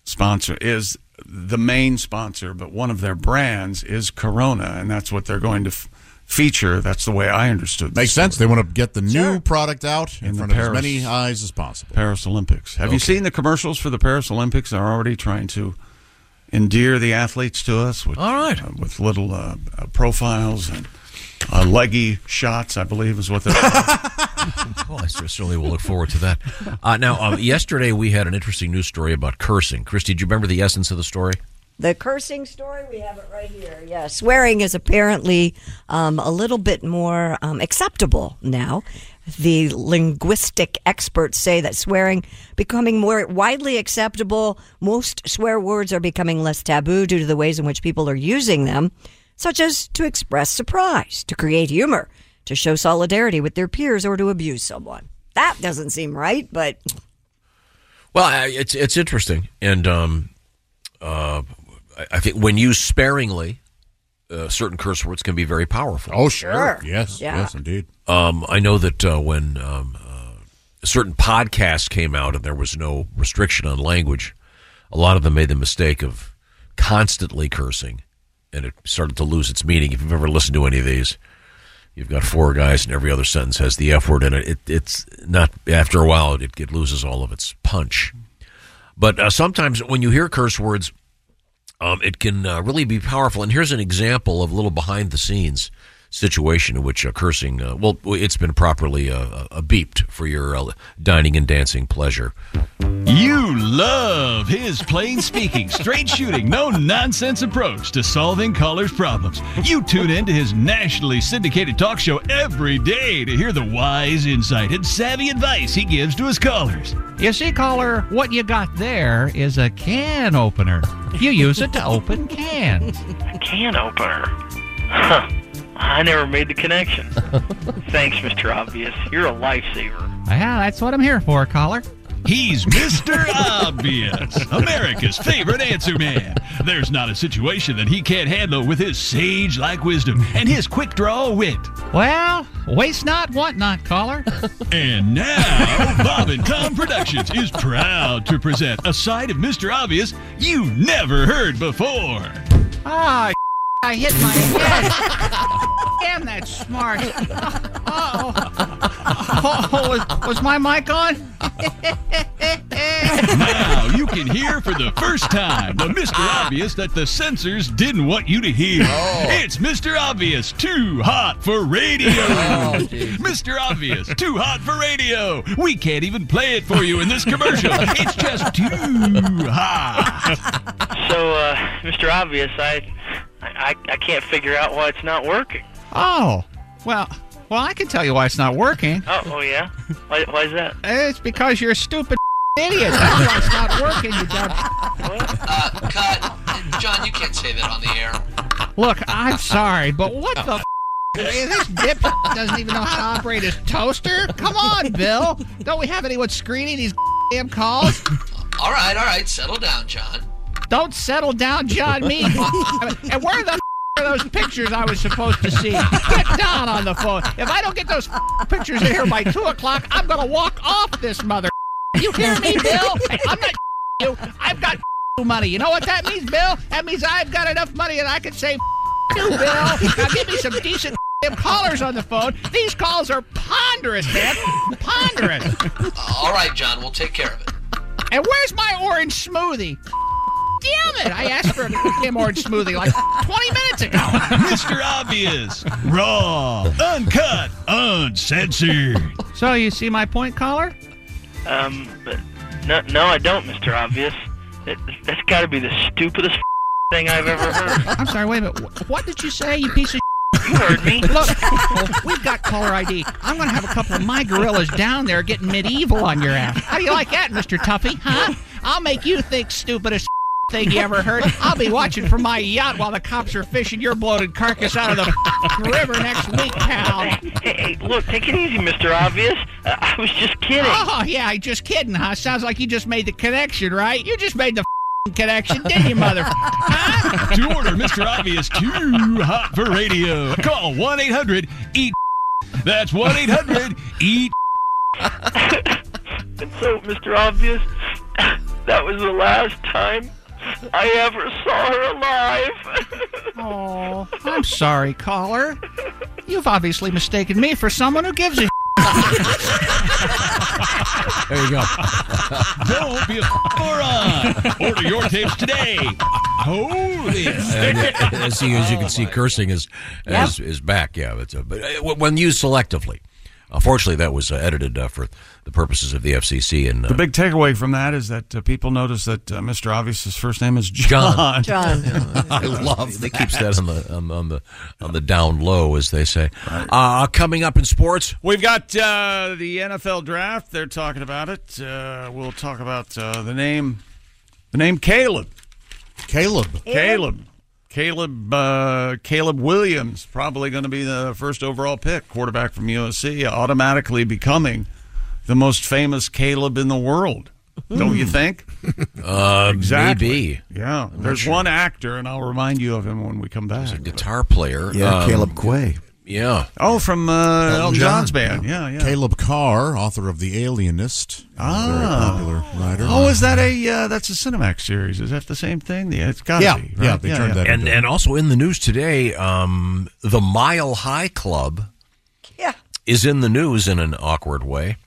[SPEAKER 5] sponsor is the main sponsor, but one of their brands is Corona, and that's what they're going to f- feature. That's the way I understood. Makes
[SPEAKER 9] sense. They want to get the new product out in,
[SPEAKER 5] the
[SPEAKER 9] front of as
[SPEAKER 5] Paris-
[SPEAKER 9] many eyes as possible.
[SPEAKER 5] Paris Olympics. Have you
[SPEAKER 9] Okay.
[SPEAKER 5] seen the commercials for the Paris Olympics? They're already trying to endear the athletes to us. With, All right, with little uh, uh, profiles and uh, leggy shots, I believe is what they're.
[SPEAKER 7] well, I certainly will look forward to that. Uh, now, um, yesterday we had an interesting news story about cursing. Christy, do you remember the essence of the story?
[SPEAKER 3] The cursing story, we have it right here. Yeah, swearing is apparently um, a little bit more um, acceptable now. The linguistic experts say that swearing becoming more widely acceptable. Most swear words are becoming less taboo due to the ways in which people are using them, such as to express surprise, to create humor, to show solidarity with their peers, or to abuse someone. That doesn't seem right, but
[SPEAKER 7] Well, I- it's it's interesting, and um, uh, I- I think when used sparingly, uh, certain curse words can be very powerful.
[SPEAKER 9] Oh, sure. Sure. Yes, Yeah. yes,
[SPEAKER 7] indeed. Um, I know that uh, when um, uh, certain podcasts came out and there was no restriction on language, a lot of them made the mistake of constantly cursing, and it started to lose its meaning. If you've ever listened to any of these. You've got four guys, and every other sentence has the F word in it. it it's not after a while; it, it loses all of its punch. But uh, sometimes when you hear curse words, um, it can uh, really be powerful. And here's an example of a little behind the scenes situation in which uh, cursing, uh, well, it's been properly uh, uh, beeped for your uh, dining and dancing pleasure.
[SPEAKER 2] You love his plain speaking, straight shooting, no nonsense approach to solving callers' problems. You tune in to his nationally syndicated talk show every day to hear the wise insight and savvy advice he gives to his callers.
[SPEAKER 16] You see, caller, what you got there is a can opener. You use it to open cans.
[SPEAKER 6] A can opener. Huh. I never made the connection. Thanks, Mr. Obvious. You're a lifesaver.
[SPEAKER 16] Yeah, that's what I'm here for, caller.
[SPEAKER 2] He's Mr. Obvious, America's favorite answer man. There's not a situation that he can't handle with his sage like wisdom and his quick draw wit.
[SPEAKER 16] Well, waste not, want not, caller.
[SPEAKER 2] And now, Bob and Tom Productions is proud to present a side of Mr. Obvious you never heard before.
[SPEAKER 16] Ah, I hit my head. Damn, that's smart. Oh, oh was, was my mic on?
[SPEAKER 2] Now you can hear for the first time the Mr.
[SPEAKER 5] Ah.
[SPEAKER 2] Obvious that the censors didn't want you to hear. It's Mr. Obvious, too hot for radio.
[SPEAKER 4] Oh,
[SPEAKER 16] Oh,
[SPEAKER 2] Mr. Obvious, too hot for radio. We can't even play it for you in this commercial. It's just too hot.
[SPEAKER 6] So, uh, Mr. Obvious, I, I, I can't figure out why it's not working.
[SPEAKER 16] Oh, well, well, I can tell you why it's not working.
[SPEAKER 6] Oh, oh yeah. Why, why is that?
[SPEAKER 16] It's because you're a stupid idiot. That's why it's not working, you dumb.
[SPEAKER 17] Uh, cut. John, you can't say that on the air.
[SPEAKER 16] Look, I'm sorry, but what the f- this dip doesn't even know how to operate his toaster? Come on, Bill. Don't we have anyone screening these damn calls?
[SPEAKER 17] All right, all right, settle down, John.
[SPEAKER 16] Don't settle down, John. Me. I mean, and where the f- are those pictures I was supposed to see? Get down on the phone. If I don't get those f- pictures in here by two o'clock, I'm gonna walk off this mother. You hear me, Bill? I'm not you. I've got money. You know what that means, Bill? That means I've got enough money that I can say you, Bill. Now give me some decent callers on the phone. These calls are ponderous, man. Ponderous.
[SPEAKER 17] All right, John, we'll take care of it.
[SPEAKER 16] And where's my orange smoothie? Damn it! I asked for a damn orange smoothie like 20 minutes ago.
[SPEAKER 2] Mr. Obvious, raw, uncut, uncensored.
[SPEAKER 16] So you see my point, caller?
[SPEAKER 6] Um, but no, no, I don't, Mr. Obvious. That, that's got to be the stupidest thing I've ever heard.
[SPEAKER 16] I'm sorry, wait a minute. Wh- What did you say, you piece of You heard me. Look, we've got caller ID. I'm going to have a couple of my gorillas down there getting medieval on your ass. How do you like that, Mr. Tuffy? Huh? I'll make you think stupidest thing you ever heard. I'll be watching from my yacht while the cops are fishing your bloated carcass out of the river next week, pal.
[SPEAKER 6] Hey, look, take it easy, Mr. Obvious. Uh, I was just kidding.
[SPEAKER 16] Oh, yeah, I just kidding, huh? Sounds like you just made the connection, right? You just made the connection, didn't you, mother?
[SPEAKER 2] to order Mr. Obvious too hot for radio, call 1 800 EAT. E That's 1 800 EAT.
[SPEAKER 6] And so, Mr. Obvious, that was the last time I ever saw her alive.
[SPEAKER 16] Oh, I'm sorry, caller. You've obviously mistaken me for someone who gives a.
[SPEAKER 2] There you go. Don't be a moron. Order your tapes today. Holy.
[SPEAKER 7] And, uh, as you, as you can
[SPEAKER 9] Oh,
[SPEAKER 7] see, cursing is
[SPEAKER 2] Yep.
[SPEAKER 7] is, is back. Yeah, it's a, but uh, w- when used selectively. Unfortunately, that was uh, edited uh, for the purposes of the FCC and uh,
[SPEAKER 5] The big takeaway from that is that uh, people notice that uh, Mr. Obvious's first name is John.
[SPEAKER 7] I love that. keeps that on the on, on the on the down low, as they say. Uh, coming up in sports,
[SPEAKER 5] We've got uh, the NFL draft. They're talking about it. Uh, we'll talk about uh, the name, the name Caleb,
[SPEAKER 9] Caleb,
[SPEAKER 5] Caleb, Caleb, uh, Caleb Williams, probably going to be the first overall pick, quarterback from USC, automatically becoming the most famous Caleb in the world. Don't you think?
[SPEAKER 7] Hmm. uh, maybe
[SPEAKER 5] Yeah. There's
[SPEAKER 7] sure.
[SPEAKER 5] one actor, and I'll remind you of him when we come back. He's a
[SPEAKER 7] guitar player. Um,
[SPEAKER 5] Yeah, Caleb
[SPEAKER 7] Quay. Yeah.
[SPEAKER 5] Oh, from uh, Um, Elton John's band. Yeah, yeah.
[SPEAKER 9] Caleb Carr, author of The Alienist,
[SPEAKER 5] Ah.
[SPEAKER 9] very popular writer.
[SPEAKER 5] Oh, is that a uh, that's a Cinemax series? Is that the same thing? Yeah, it's got to
[SPEAKER 9] Yeah,
[SPEAKER 5] be. Right?
[SPEAKER 9] yeah, they turned that
[SPEAKER 7] And and also in the news today, um, the Mile High Club,
[SPEAKER 3] Yeah.
[SPEAKER 7] is in the news in an awkward way.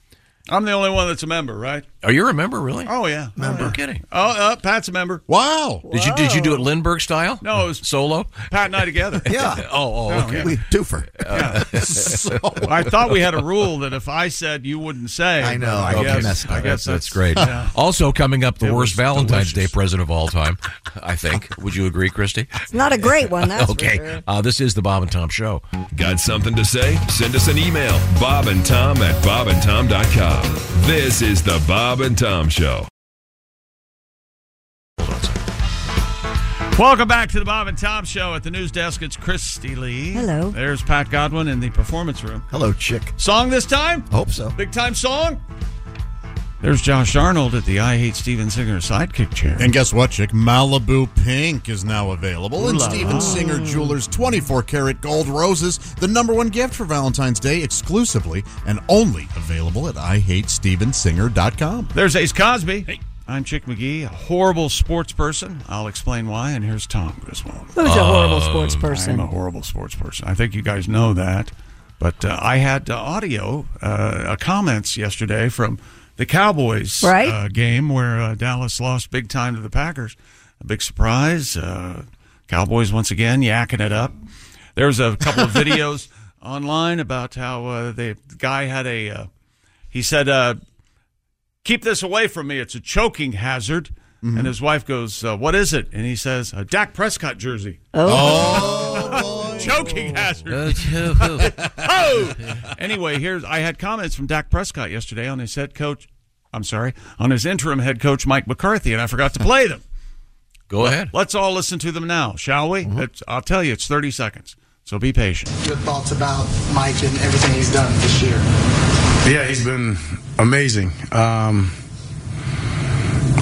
[SPEAKER 5] I'm the only one that's a member, right?
[SPEAKER 7] Oh, you're a member, really?
[SPEAKER 5] Oh yeah, member.
[SPEAKER 7] kidding.
[SPEAKER 5] Oh, uh, Pat's a member.
[SPEAKER 9] Wow.
[SPEAKER 7] Did you did you do it Lindbergh style?
[SPEAKER 5] No, it was
[SPEAKER 7] solo.
[SPEAKER 5] Pat and I together.
[SPEAKER 7] oh, oh,
[SPEAKER 5] No,
[SPEAKER 7] okay.
[SPEAKER 5] yeah.
[SPEAKER 7] twofer.
[SPEAKER 5] Yeah. I thought we had a rule that if I said, you wouldn't say.
[SPEAKER 7] Oh, I know.
[SPEAKER 5] I,
[SPEAKER 7] okay.
[SPEAKER 5] guess, I
[SPEAKER 7] That's-
[SPEAKER 5] guess
[SPEAKER 7] that's great.
[SPEAKER 5] yeah.
[SPEAKER 7] Also, coming up, the
[SPEAKER 5] It
[SPEAKER 7] worst
[SPEAKER 5] was
[SPEAKER 7] Valentine's Day present of all time, I think. Would you agree, Christy?
[SPEAKER 3] It's not a great one, that's for
[SPEAKER 7] okay.
[SPEAKER 3] sure.
[SPEAKER 7] Uh, this is the Bob and Tom Show.
[SPEAKER 15] Got something to say? Send us an email, Bob and Tom at bobandtom.com. This is the Bob and Tom Show.
[SPEAKER 5] Welcome back to the Bob and Tom Show at the news desk. It's Christy Lee.
[SPEAKER 3] Hello.
[SPEAKER 5] There's Pat Godwin in the performance room.
[SPEAKER 13] Hello, chick.
[SPEAKER 5] Song this time?
[SPEAKER 13] Hope so.
[SPEAKER 5] Big time song? There's Josh Arnold at the I Hate Steven Singer sidekick chair.
[SPEAKER 9] And guess what, chick? Malibu Pink is now available in
[SPEAKER 5] Ooh la la.
[SPEAKER 9] Steven Singer Jewelers 24 karat gold roses, the number one gift for Valentine's Day exclusively and only available at IHateStevenSinger.com.
[SPEAKER 5] There's Ace Cosby. I'm Chick McGee, a horrible sports person. I'll explain why, and here's Tom Griswold.
[SPEAKER 3] Who's a horrible sports person?
[SPEAKER 5] I'm a horrible sports person. I think you guys know that. But uh, I had uh, audio uh, uh, comments yesterday from the Cowboys
[SPEAKER 3] Right.
[SPEAKER 5] uh, game where uh, Dallas lost big time to the Packers. A big surprise. Uh, Cowboys once again yakking it up. There was a couple of videos online about how uh, they- the guy had a. Uh, he said, uh, "Keep this away from me. It's a choking hazard." And his wife goes, uh, "What is it?" And he says, "A Dak Prescott jersey."
[SPEAKER 9] Oh.
[SPEAKER 5] choking hazard. oh.
[SPEAKER 9] Oh.
[SPEAKER 5] Anyway, here's I had comments from Dak Prescott yesterday on his head coach. I'm sorry, on his interim head coach Mike McCarthy, and I forgot to play them.
[SPEAKER 7] Go ahead. Mm-hmm.
[SPEAKER 5] Let's all listen to them now, shall we? It's- I'll tell you, it's 30 seconds, so be patient.
[SPEAKER 18] Your thoughts about Mike and everything he's done this year?
[SPEAKER 19] Yeah, he's been amazing. Um,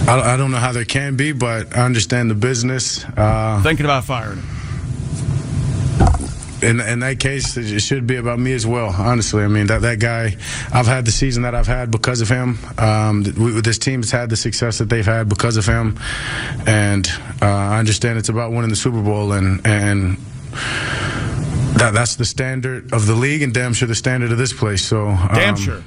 [SPEAKER 19] I, I don't know how there can be, but I understand the business. Uh,
[SPEAKER 9] Uh-huh.
[SPEAKER 5] Thinking about firing him.
[SPEAKER 19] In, in that case, it should be about me as well. Honestly, I mean that that guy. I've had the season that I've had because of him. Um, th- we, this team's had the success that they've had because of him, and uh, I understand it's about winning the Super Bowl and and that that's the standard of the league and damn sure the standard of this place. So um,
[SPEAKER 5] Damn sure.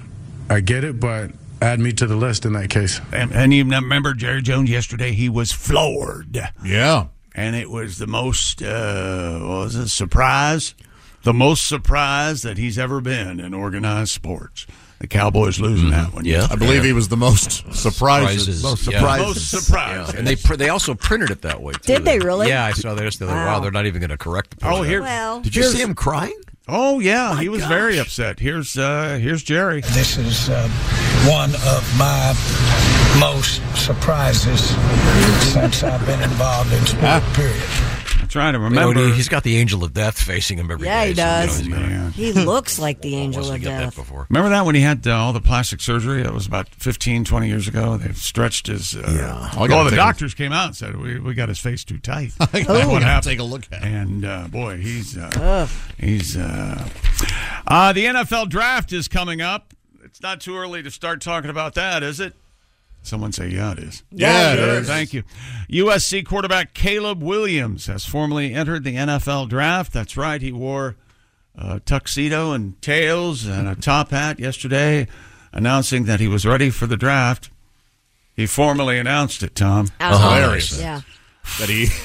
[SPEAKER 19] I get it, but add me to the list in that case.
[SPEAKER 5] And, and you remember Jerry Jones yesterday? He was floored.
[SPEAKER 9] Yeah.
[SPEAKER 5] And it was the most, uh, what was it, surprise? The most surprise that he's ever been in organized sports. The Cowboys losing that one.
[SPEAKER 7] Yeah.
[SPEAKER 9] I believe he was the most surprises.
[SPEAKER 7] Surprises,
[SPEAKER 9] Most
[SPEAKER 7] yeah.
[SPEAKER 9] surprises.
[SPEAKER 5] Most surprises.
[SPEAKER 7] Yeah. And they pr- they also printed it that way. Too.
[SPEAKER 3] Did they really?
[SPEAKER 7] Yeah, I saw that. yesterday. Like, wow.
[SPEAKER 3] Wow.
[SPEAKER 7] they're not even going to correct the. Post.
[SPEAKER 5] Oh, here.
[SPEAKER 3] Well-
[SPEAKER 7] Did you
[SPEAKER 5] here's-
[SPEAKER 7] see him crying?
[SPEAKER 5] Oh yeah, he was very upset. Here's uh here's Jerry.
[SPEAKER 20] This is uh, one of my most surprises since I've been involved in sport, period.
[SPEAKER 5] I'm trying to
[SPEAKER 7] You know,
[SPEAKER 5] remember.
[SPEAKER 7] he- he's got the angel of death facing him every day.
[SPEAKER 3] Yeah, he does.
[SPEAKER 7] So, you know, he's gonna-
[SPEAKER 3] He looks like the angel of death.
[SPEAKER 5] Remember that when he had uh, all the plastic surgery? That was about 15, 20 years ago. They stretched his. Uh,
[SPEAKER 9] Yeah. I gotta
[SPEAKER 5] Well, the
[SPEAKER 9] take a-
[SPEAKER 5] doctors came out and said we, we got his face too tight.
[SPEAKER 9] I
[SPEAKER 5] That's what
[SPEAKER 9] gotta
[SPEAKER 5] happened.
[SPEAKER 9] take a look at.
[SPEAKER 5] And uh, boy, he's uh, he's uh, uh, the NFL draft is coming up. It's not too early to start talking about that, is it? Someone say yeah, it is.
[SPEAKER 9] Yeah, it is.
[SPEAKER 5] Thank you. USC quarterback Caleb Williams has formally entered the NFL draft. That's right. He wore a tuxedo and tails and a top hat yesterday, announcing that he was ready for the draft. He formally announced it, Tom.
[SPEAKER 9] As Uh-huh. always. Hilarious. Yeah.
[SPEAKER 5] That he.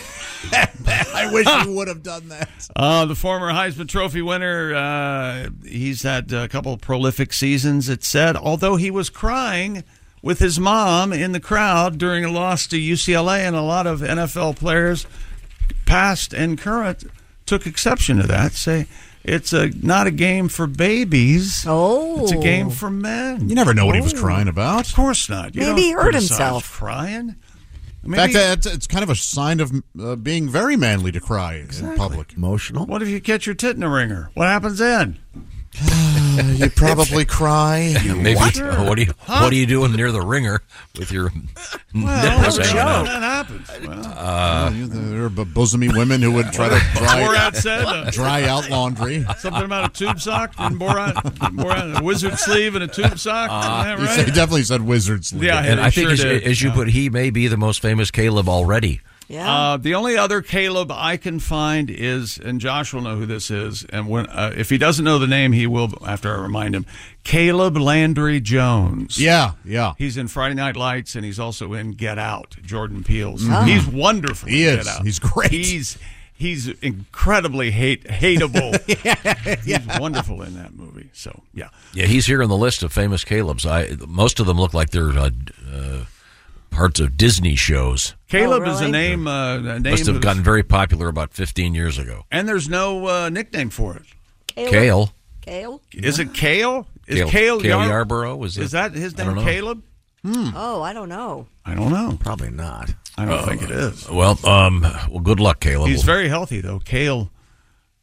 [SPEAKER 9] I wish you would have done that.
[SPEAKER 5] Uh, the former Heisman Trophy winner, uh, he's had a couple of prolific seasons, it said, although he was crying with his mom in the crowd during a loss to UCLA, and a lot of NFL players, past and current, took exception to that, say, it's a not a game for babies.
[SPEAKER 3] Oh,
[SPEAKER 5] it's a game for men.
[SPEAKER 9] You never know what he was crying about. Of
[SPEAKER 5] course not. You
[SPEAKER 3] Maybe he
[SPEAKER 5] don't
[SPEAKER 3] hurt
[SPEAKER 5] criticize
[SPEAKER 3] himself.
[SPEAKER 5] Crying.
[SPEAKER 9] In fact,
[SPEAKER 5] Maybe-
[SPEAKER 9] that's, it's kind of a sign of uh, being very manly to cry in public.
[SPEAKER 13] Emotional.
[SPEAKER 5] What if you catch your tit in a ringer? What happens then?
[SPEAKER 9] you probably cry.
[SPEAKER 7] Maybe uh, what? do you
[SPEAKER 5] Huh?
[SPEAKER 7] what are you doing near the ringer with your
[SPEAKER 5] Well,
[SPEAKER 7] nipples hanging out?
[SPEAKER 5] that happens. Well,
[SPEAKER 9] Uh, there are bosomy women who would try to dry,
[SPEAKER 5] Borat said uh,
[SPEAKER 9] dry out laundry.
[SPEAKER 5] Something about a tube sock and Borat, Borat a wizard sleeve and a tube sock.
[SPEAKER 9] Uh, He
[SPEAKER 5] Isn't that
[SPEAKER 9] said-
[SPEAKER 5] right?
[SPEAKER 9] he definitely said wizards. leave.
[SPEAKER 5] Yeah,
[SPEAKER 7] and
[SPEAKER 5] it
[SPEAKER 7] I think
[SPEAKER 5] sure
[SPEAKER 7] as,
[SPEAKER 5] did.
[SPEAKER 7] as you
[SPEAKER 5] Yeah.
[SPEAKER 7] put, he may be the most famous Caleb already.
[SPEAKER 5] Uh, the only other Caleb I can find is, and Josh will know who this is, and when uh, if he doesn't know the name, he will after I remind him. Caleb Landry Jones.
[SPEAKER 9] Yeah, yeah.
[SPEAKER 5] He's in Friday Night Lights, and he's also in Get Out. Jordan Peele's.
[SPEAKER 9] Mhm.
[SPEAKER 5] He's wonderful.
[SPEAKER 9] He
[SPEAKER 5] in
[SPEAKER 9] is.
[SPEAKER 5] Get Out.
[SPEAKER 9] He's great.
[SPEAKER 5] He's he's incredibly hate hateable. He's wonderful in that movie. So yeah.
[SPEAKER 7] Yeah, he's here on the list of famous Calebs. I most of them look like they're uh, uh, parts of Disney shows.
[SPEAKER 5] Caleb is a name. Uh, a name
[SPEAKER 7] Must have
[SPEAKER 5] that's-
[SPEAKER 7] gotten very popular about 15 years ago.
[SPEAKER 5] and there's no uh, nickname for it.
[SPEAKER 7] Kale.
[SPEAKER 3] Kale?
[SPEAKER 5] Is it Kale? Is
[SPEAKER 7] Kale-
[SPEAKER 5] Kale,
[SPEAKER 7] Kale
[SPEAKER 5] Yar-
[SPEAKER 7] Yarborough, is it?
[SPEAKER 5] that his
[SPEAKER 7] I don't
[SPEAKER 5] name,
[SPEAKER 7] know.
[SPEAKER 5] Caleb?
[SPEAKER 3] Oh, I don't know.
[SPEAKER 5] I don't know.
[SPEAKER 13] Probably not.
[SPEAKER 5] I don't think it is.
[SPEAKER 7] Uh, Well, um, well, good luck, Caleb.
[SPEAKER 5] He's very healthy though. Kale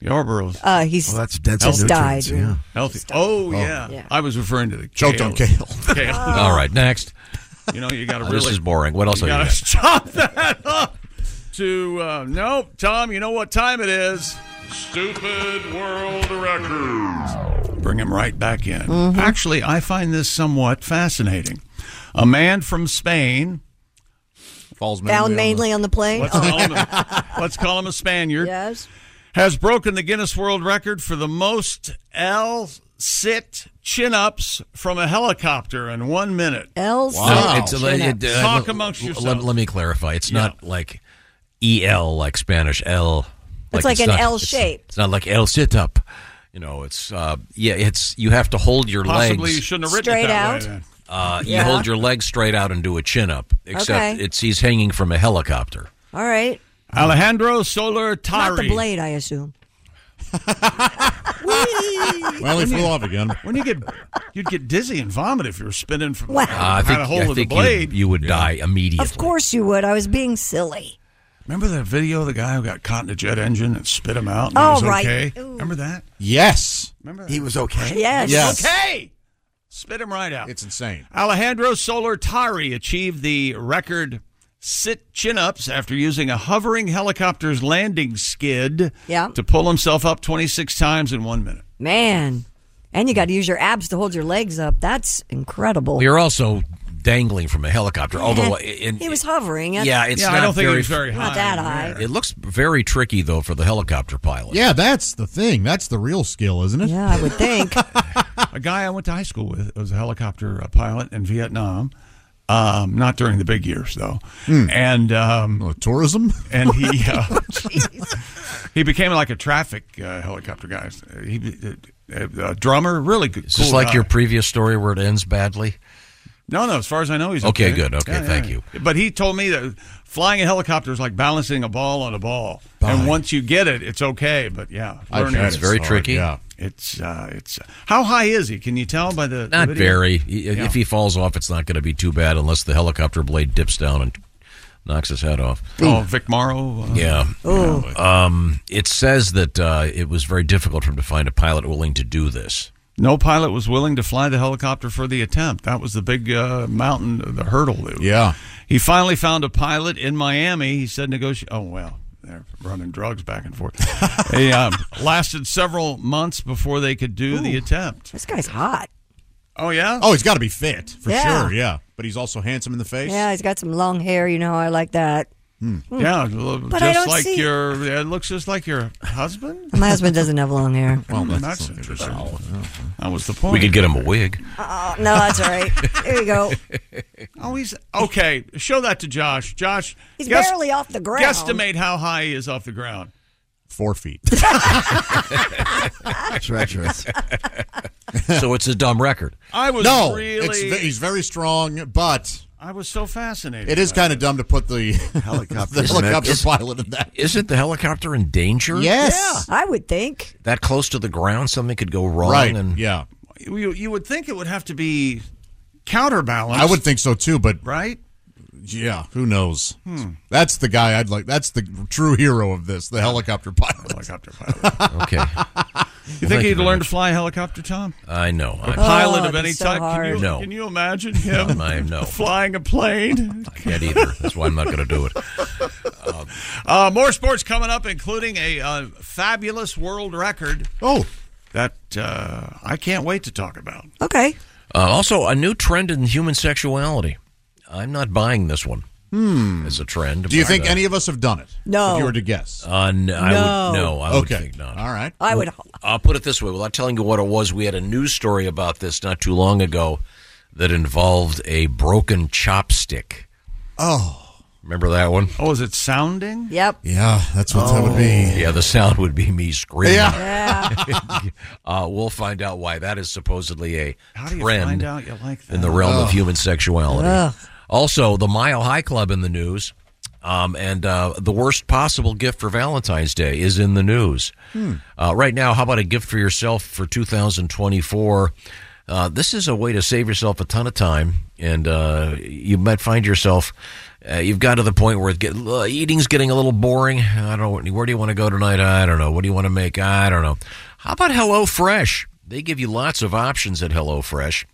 [SPEAKER 5] Yarborough.
[SPEAKER 3] Uh, he's
[SPEAKER 13] Well, that's
[SPEAKER 3] dense just died. Yeah.
[SPEAKER 5] Healthy. Oh, yeah.
[SPEAKER 3] Yeah. Oh.
[SPEAKER 5] I was referring to the
[SPEAKER 9] Choked
[SPEAKER 5] kale.
[SPEAKER 9] on kale.
[SPEAKER 5] Kale.
[SPEAKER 7] All right, next.
[SPEAKER 5] You know you got to
[SPEAKER 7] Uh,
[SPEAKER 5] really.
[SPEAKER 7] this is boring. What else
[SPEAKER 5] You
[SPEAKER 7] are you
[SPEAKER 5] got
[SPEAKER 7] got?
[SPEAKER 5] to stop that up. To uh, no, Tom. You know what time it is. Stupid world records. Bring him right back in.
[SPEAKER 3] Mm-hmm.
[SPEAKER 5] Actually, I find this somewhat fascinating. A man from Spain
[SPEAKER 9] falls
[SPEAKER 3] Found mainly on the plane.
[SPEAKER 5] Let's, call him a, let's call him a Spaniard.
[SPEAKER 3] Yes.
[SPEAKER 5] Has broken the Guinness World Record for the most L sit chin ups from a helicopter in one minute.
[SPEAKER 3] L
[SPEAKER 7] It's, uh, it, uh,
[SPEAKER 5] Talk
[SPEAKER 7] l-
[SPEAKER 5] amongst
[SPEAKER 7] l-
[SPEAKER 5] yourselves.
[SPEAKER 7] Let, let me clarify. It's not like E L like Spanish L.
[SPEAKER 3] It's like an
[SPEAKER 7] not-
[SPEAKER 3] L
[SPEAKER 7] it's-
[SPEAKER 3] shape.
[SPEAKER 7] It's, not like L sit up. You know, it's uh, yeah. It's you have to hold your
[SPEAKER 5] Possibly
[SPEAKER 7] legs.
[SPEAKER 5] you shouldn't have written
[SPEAKER 3] Straight
[SPEAKER 5] it that
[SPEAKER 3] out.
[SPEAKER 5] way. Then.
[SPEAKER 7] uh,
[SPEAKER 3] Yeah.
[SPEAKER 7] You hold your legs straight out and do a chin up. Except
[SPEAKER 3] Okay.
[SPEAKER 7] it's he's hanging from a helicopter.
[SPEAKER 3] All right.
[SPEAKER 5] Alejandro Soler
[SPEAKER 3] Not the
[SPEAKER 5] Tari.
[SPEAKER 3] blade, I assume.
[SPEAKER 9] Well, he
[SPEAKER 5] When
[SPEAKER 9] flew
[SPEAKER 5] you-
[SPEAKER 9] off again.
[SPEAKER 5] When you get, you'd get dizzy and vomit if you were spinning from
[SPEAKER 3] Wow.
[SPEAKER 7] Uh, I
[SPEAKER 5] had
[SPEAKER 7] think,
[SPEAKER 5] a hole
[SPEAKER 7] I
[SPEAKER 5] in the
[SPEAKER 7] think you-
[SPEAKER 5] blade.
[SPEAKER 7] You, would die immediately.
[SPEAKER 3] Of course you would. I was being silly.
[SPEAKER 5] Remember that video of the guy who got caught in a jet engine and spit him out? And
[SPEAKER 3] Oh,
[SPEAKER 5] he was
[SPEAKER 3] right.
[SPEAKER 5] okay. Remember that?
[SPEAKER 9] Yes.
[SPEAKER 5] Remember that?
[SPEAKER 13] He was okay.
[SPEAKER 3] Yes.
[SPEAKER 9] Yes.
[SPEAKER 5] Okay. Spit him right out.
[SPEAKER 9] It's insane.
[SPEAKER 5] Alejandro Solertari achieved the record sit chin ups after using a hovering helicopter's landing skid
[SPEAKER 3] Yeah.
[SPEAKER 5] to pull himself up 26 times in one minute.
[SPEAKER 3] Man. And you got to use your abs to hold your legs up. That's incredible.
[SPEAKER 7] You're also dangling from a helicopter. Although in,
[SPEAKER 3] He was hovering. That's-
[SPEAKER 7] yeah, it's
[SPEAKER 5] Yeah, I
[SPEAKER 7] not
[SPEAKER 5] don't think
[SPEAKER 7] very,
[SPEAKER 5] it was very
[SPEAKER 3] Not
[SPEAKER 5] high.
[SPEAKER 3] that
[SPEAKER 5] in the
[SPEAKER 3] high.
[SPEAKER 5] air.
[SPEAKER 7] It looks very tricky though for the helicopter pilot.
[SPEAKER 9] Yeah, that's the thing. That's the real skill, isn't it?
[SPEAKER 3] Yeah, I would think.
[SPEAKER 5] a guy I went to high school with was a helicopter uh, pilot in Vietnam. Um, not during the big years though,
[SPEAKER 7] Hmm.
[SPEAKER 5] and um,
[SPEAKER 9] tourism.
[SPEAKER 5] And he uh, he became like a traffic uh, helicopter guy. He uh, a drummer, really good.
[SPEAKER 7] Is this
[SPEAKER 5] cool
[SPEAKER 7] like
[SPEAKER 5] guy.
[SPEAKER 7] your previous story where it ends badly?
[SPEAKER 5] No, no. As far as I know, he's
[SPEAKER 7] Okay,
[SPEAKER 5] okay.
[SPEAKER 7] good. Okay, thank
[SPEAKER 5] you. But he told me that flying a helicopter is like balancing a ball on a ball, and once you get it, it's okay. But yeah,
[SPEAKER 7] I've
[SPEAKER 5] learning
[SPEAKER 7] tried It's it. very
[SPEAKER 5] hard,
[SPEAKER 7] tricky.
[SPEAKER 5] Oh, Yeah, it's uh, it's. How high is he? Can you tell by the
[SPEAKER 7] Not
[SPEAKER 5] the video?
[SPEAKER 7] very. I-
[SPEAKER 5] Yeah.
[SPEAKER 7] If he falls off, it's not going to be too bad unless the helicopter blade dips down and knocks his head off.
[SPEAKER 5] Oh, Vic Morrow. uh,
[SPEAKER 7] Yeah.
[SPEAKER 5] Ooh.
[SPEAKER 7] Um, it says that uh, it was very difficult for him to find a pilot willing to do this.
[SPEAKER 5] No pilot was willing to fly the helicopter for the attempt. That was the big uh, mountain, the hurdle. that-
[SPEAKER 9] Yeah.
[SPEAKER 5] He finally found a pilot in Miami. He said, negotiate. Oh, well, they're running drugs back and forth. he um, lasted several months before they could do the
[SPEAKER 3] Ooh.
[SPEAKER 5] attempt.
[SPEAKER 3] This guy's hot.
[SPEAKER 5] Oh, yeah?
[SPEAKER 9] Oh, he's got to be fit for
[SPEAKER 3] Yeah.
[SPEAKER 9] sure. Yeah, but he's also handsome in the face.
[SPEAKER 3] Yeah, he's got some long hair. You know, I like that. Hmm.
[SPEAKER 5] Yeah,
[SPEAKER 3] But I
[SPEAKER 5] just
[SPEAKER 3] don't
[SPEAKER 5] like
[SPEAKER 3] see-
[SPEAKER 5] your. It looks just like your husband.
[SPEAKER 3] My husband doesn't have long hair.
[SPEAKER 5] Well, that's, interesting. That was the point.
[SPEAKER 7] We could get him a wig.
[SPEAKER 3] Oh, no, that's all right. There you go.
[SPEAKER 5] Oh, he's okay. Show that to Josh. Josh,
[SPEAKER 3] He's barely off the ground.
[SPEAKER 5] Guesstimate how high he is off the ground.
[SPEAKER 9] Four feet.
[SPEAKER 7] Treacherous. so it's a dumb record.
[SPEAKER 5] I was
[SPEAKER 9] no.
[SPEAKER 5] really-
[SPEAKER 9] it's ve- he's very strong, but
[SPEAKER 5] I was so fascinated.
[SPEAKER 9] it is
[SPEAKER 5] by
[SPEAKER 9] kind of dumb to put the helicopter, the
[SPEAKER 7] Isn't it-
[SPEAKER 9] helicopter
[SPEAKER 7] is-
[SPEAKER 9] pilot in that.
[SPEAKER 7] Isn't the helicopter in danger?
[SPEAKER 9] Yes.
[SPEAKER 3] I would think.
[SPEAKER 7] That close to the ground, something could go wrong.
[SPEAKER 9] Right,
[SPEAKER 7] And
[SPEAKER 9] yeah.
[SPEAKER 5] You, you would think it would have to be counterbalanced.
[SPEAKER 9] I would think so too, but
[SPEAKER 5] right?
[SPEAKER 9] Yeah, who knows?
[SPEAKER 5] Hmm.
[SPEAKER 9] That's the guy I'd like. That's the true hero of this, the helicopter pilot.
[SPEAKER 5] Helicopter pilot.
[SPEAKER 7] Okay. You
[SPEAKER 5] You think he'd learn to fly a helicopter, Tom?
[SPEAKER 7] I know.
[SPEAKER 5] A
[SPEAKER 7] I'm-
[SPEAKER 3] Oh,
[SPEAKER 5] pilot of any type? Can you,
[SPEAKER 7] No.
[SPEAKER 5] can you imagine him
[SPEAKER 7] I know.
[SPEAKER 5] flying a plane?
[SPEAKER 7] Can't either. That's why I'm not going to do it. Um,
[SPEAKER 5] Uh, more sports coming up, including a uh, fabulous world record.
[SPEAKER 9] Oh,
[SPEAKER 5] that uh, I can't wait to talk about.
[SPEAKER 3] Okay.
[SPEAKER 7] Uh, also, a new trend in human sexuality. I'm not buying this one.
[SPEAKER 9] Hmm.
[SPEAKER 7] As a trend.
[SPEAKER 9] Do you
[SPEAKER 7] but,
[SPEAKER 9] think
[SPEAKER 7] uh,
[SPEAKER 9] any of us have done it?
[SPEAKER 3] No.
[SPEAKER 9] If you were to guess.
[SPEAKER 7] Uh, n- I
[SPEAKER 9] No.
[SPEAKER 7] would, no, I would
[SPEAKER 9] Okay.
[SPEAKER 7] think not.
[SPEAKER 9] All right.
[SPEAKER 3] I would-
[SPEAKER 7] I'll put it this way. Without telling you what it was, we had a news story about this not too long ago that involved a broken chopstick.
[SPEAKER 9] Oh.
[SPEAKER 7] Remember that one?
[SPEAKER 5] Oh, is it sounding?
[SPEAKER 3] Yep.
[SPEAKER 9] Yeah, that's what that would be.
[SPEAKER 7] Yeah, the sound would be me screaming.
[SPEAKER 3] Yeah.
[SPEAKER 7] uh, we'll find out why that is supposedly a
[SPEAKER 5] How do you
[SPEAKER 7] trend
[SPEAKER 5] find out you like that? Oh.
[SPEAKER 7] in the realm
[SPEAKER 5] Ugh.
[SPEAKER 7] of human sexuality.
[SPEAKER 5] Ugh.
[SPEAKER 7] Also, the Mile High Club in the news, um, and uh, the worst possible gift for Valentine's Day is in the news.
[SPEAKER 4] Hmm.
[SPEAKER 7] Uh, right now, how about a gift for yourself for 2024? Uh, this is a way to save yourself a ton of time, and uh, you might find yourself. Uh, you've got to the point where it get, uh, eating's getting a little boring. I don't. Where do you want to go tonight? I don't know. What do you want to make? I don't know. How about Hello Fresh? They give you lots of options at Hello Fresh.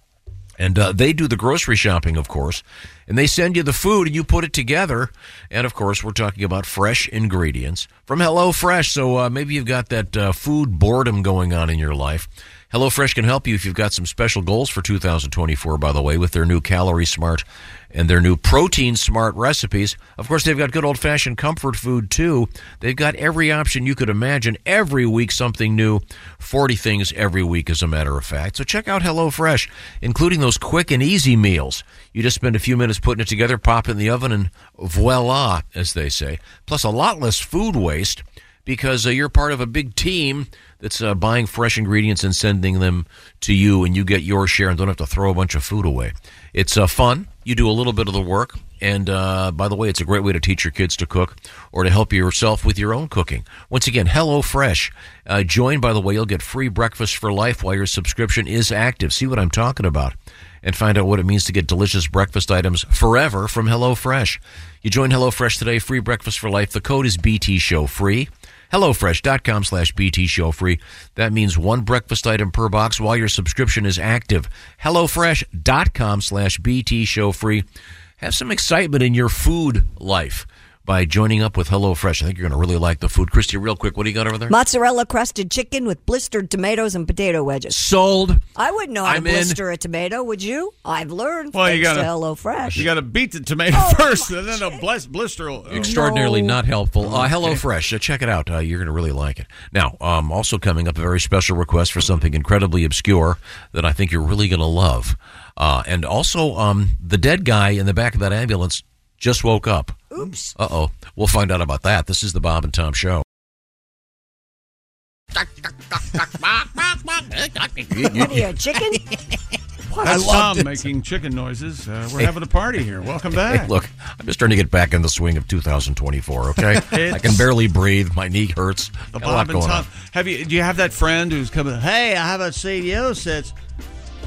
[SPEAKER 7] And uh, they do the grocery shopping, of course, and they send you the food and you put it together. And of course, we're talking about fresh ingredients from HelloFresh. So uh, maybe you've got that uh, food boredom going on in your life. HelloFresh can help you if you've got some special goals for 2024, by the way, with their new Calorie Smart and their new Protein Smart recipes. Of course, they've got good old fashioned comfort food, too. They've got every option you could imagine. Every week, something new. 40 things every week, as a matter of fact. So check out HelloFresh, including those quick and easy meals. You just spend a few minutes putting it together, pop it in the oven, and voila, as they say. Plus, a lot less food waste because uh, you're part of a big team that's uh, buying fresh ingredients and sending them to you, and you get your share and don't have to throw a bunch of food away. It's uh, fun. You do a little bit of the work. And uh, by the way, it's a great way to teach your kids to cook or to help yourself with your own cooking. Once again, HelloFresh. Uh, join, by the way, you'll get free breakfast for life while your subscription is active. See what I'm talking about and find out what it means to get delicious breakfast items forever from HelloFresh. You join HelloFresh today, free breakfast for life. The code is BT Show Free. HelloFresh.com slash BT Show Free. That means one breakfast item per box while your subscription is active. HelloFresh.com slash BT Show Free. Have some excitement in your food life by joining up with HelloFresh. I think you're going to really like the food. Christy, real quick, what do you got over there?
[SPEAKER 3] Mozzarella crusted chicken with blistered tomatoes and potato wedges.
[SPEAKER 7] Sold.
[SPEAKER 3] I wouldn't know how
[SPEAKER 7] I'm
[SPEAKER 3] to
[SPEAKER 7] in.
[SPEAKER 3] blister a tomato, would you? I've learned.
[SPEAKER 5] Well, you
[SPEAKER 3] thanks
[SPEAKER 5] got
[SPEAKER 3] to Hello Fresh. Oh,
[SPEAKER 5] You got to beat the tomato first, and then a bless, blister. will-
[SPEAKER 7] Um, Extraordinarily not helpful. Uh,
[SPEAKER 5] Okay.
[SPEAKER 7] HelloFresh, uh, check it out. Uh, you're going to really like it. Now, um, also coming up, a very special request for something incredibly obscure that I think you're really going to love. Uh, and also, um, the dead guy in the back of that ambulance just woke up.
[SPEAKER 3] Oops.
[SPEAKER 7] Uh oh. We'll find out about that. This is the Bob and Tom Show.
[SPEAKER 3] What are you, a chicken? What?
[SPEAKER 5] That's Tom making chicken noises. Uh, we're
[SPEAKER 7] Hey.
[SPEAKER 5] having a party here. Welcome back.
[SPEAKER 7] Hey, look, I'm just trying to get back in the swing of 2024. Okay, I can
[SPEAKER 5] It's-
[SPEAKER 7] barely breathe. My knee hurts.
[SPEAKER 5] The
[SPEAKER 7] Got a lot
[SPEAKER 5] Bob and
[SPEAKER 7] going
[SPEAKER 5] Tom.
[SPEAKER 7] on.
[SPEAKER 5] Have you? Do you have that friend who's coming? Hey, I haven't seen you E since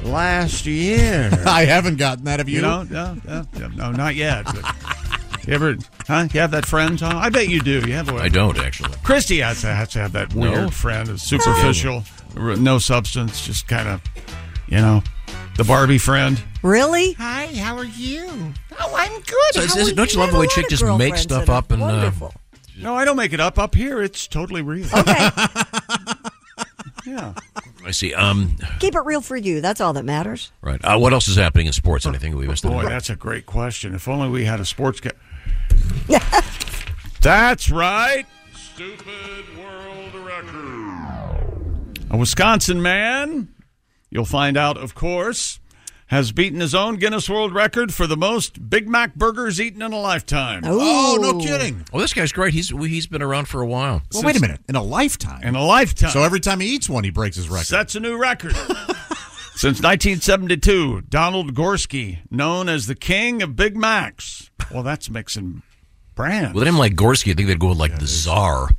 [SPEAKER 5] last year.
[SPEAKER 9] I haven't gotten that. Have you?
[SPEAKER 5] know, no, no, no, no, not yet. but- you ever? Huh? You have that friend, Tom? I bet you do. You have.
[SPEAKER 7] I don't actually.
[SPEAKER 5] Christy has to, has to have that
[SPEAKER 7] No.
[SPEAKER 5] weird friend, who's superficial, r- no substance, just kind of, you know, the Barbie friend.
[SPEAKER 3] Really?
[SPEAKER 4] Hi, how are you? Oh, I'm good.
[SPEAKER 7] So
[SPEAKER 4] how
[SPEAKER 7] is
[SPEAKER 4] are
[SPEAKER 7] this- don't you love the way chick just makes stuff up and uh,
[SPEAKER 5] No, I don't make it up. Up here, it's totally real. yeah.
[SPEAKER 7] I see. Um,
[SPEAKER 3] Keep it real for you. That's all that matters.
[SPEAKER 7] right. Uh, what else is happening in sports? Anything we missed?
[SPEAKER 5] Boy, that's a great question. If only we had a sports guy. that's right. A Wisconsin man, you'll find out, of course, has beaten his own Guinness World Record for the most Big Mac burgers eaten in a lifetime.
[SPEAKER 9] Oh, no kidding.
[SPEAKER 7] Oh, this guy's great. He's he's been around for a while.
[SPEAKER 9] Well, wait a minute. In a lifetime.
[SPEAKER 5] In a lifetime.
[SPEAKER 9] So every time he eats one, he breaks his record.
[SPEAKER 5] Sets a new record. Since 1972, Donald Gorski, known as the King of Big Macs. Well, that's mixing brands.
[SPEAKER 7] With a name like Gorski, I think they'd go with like the czar.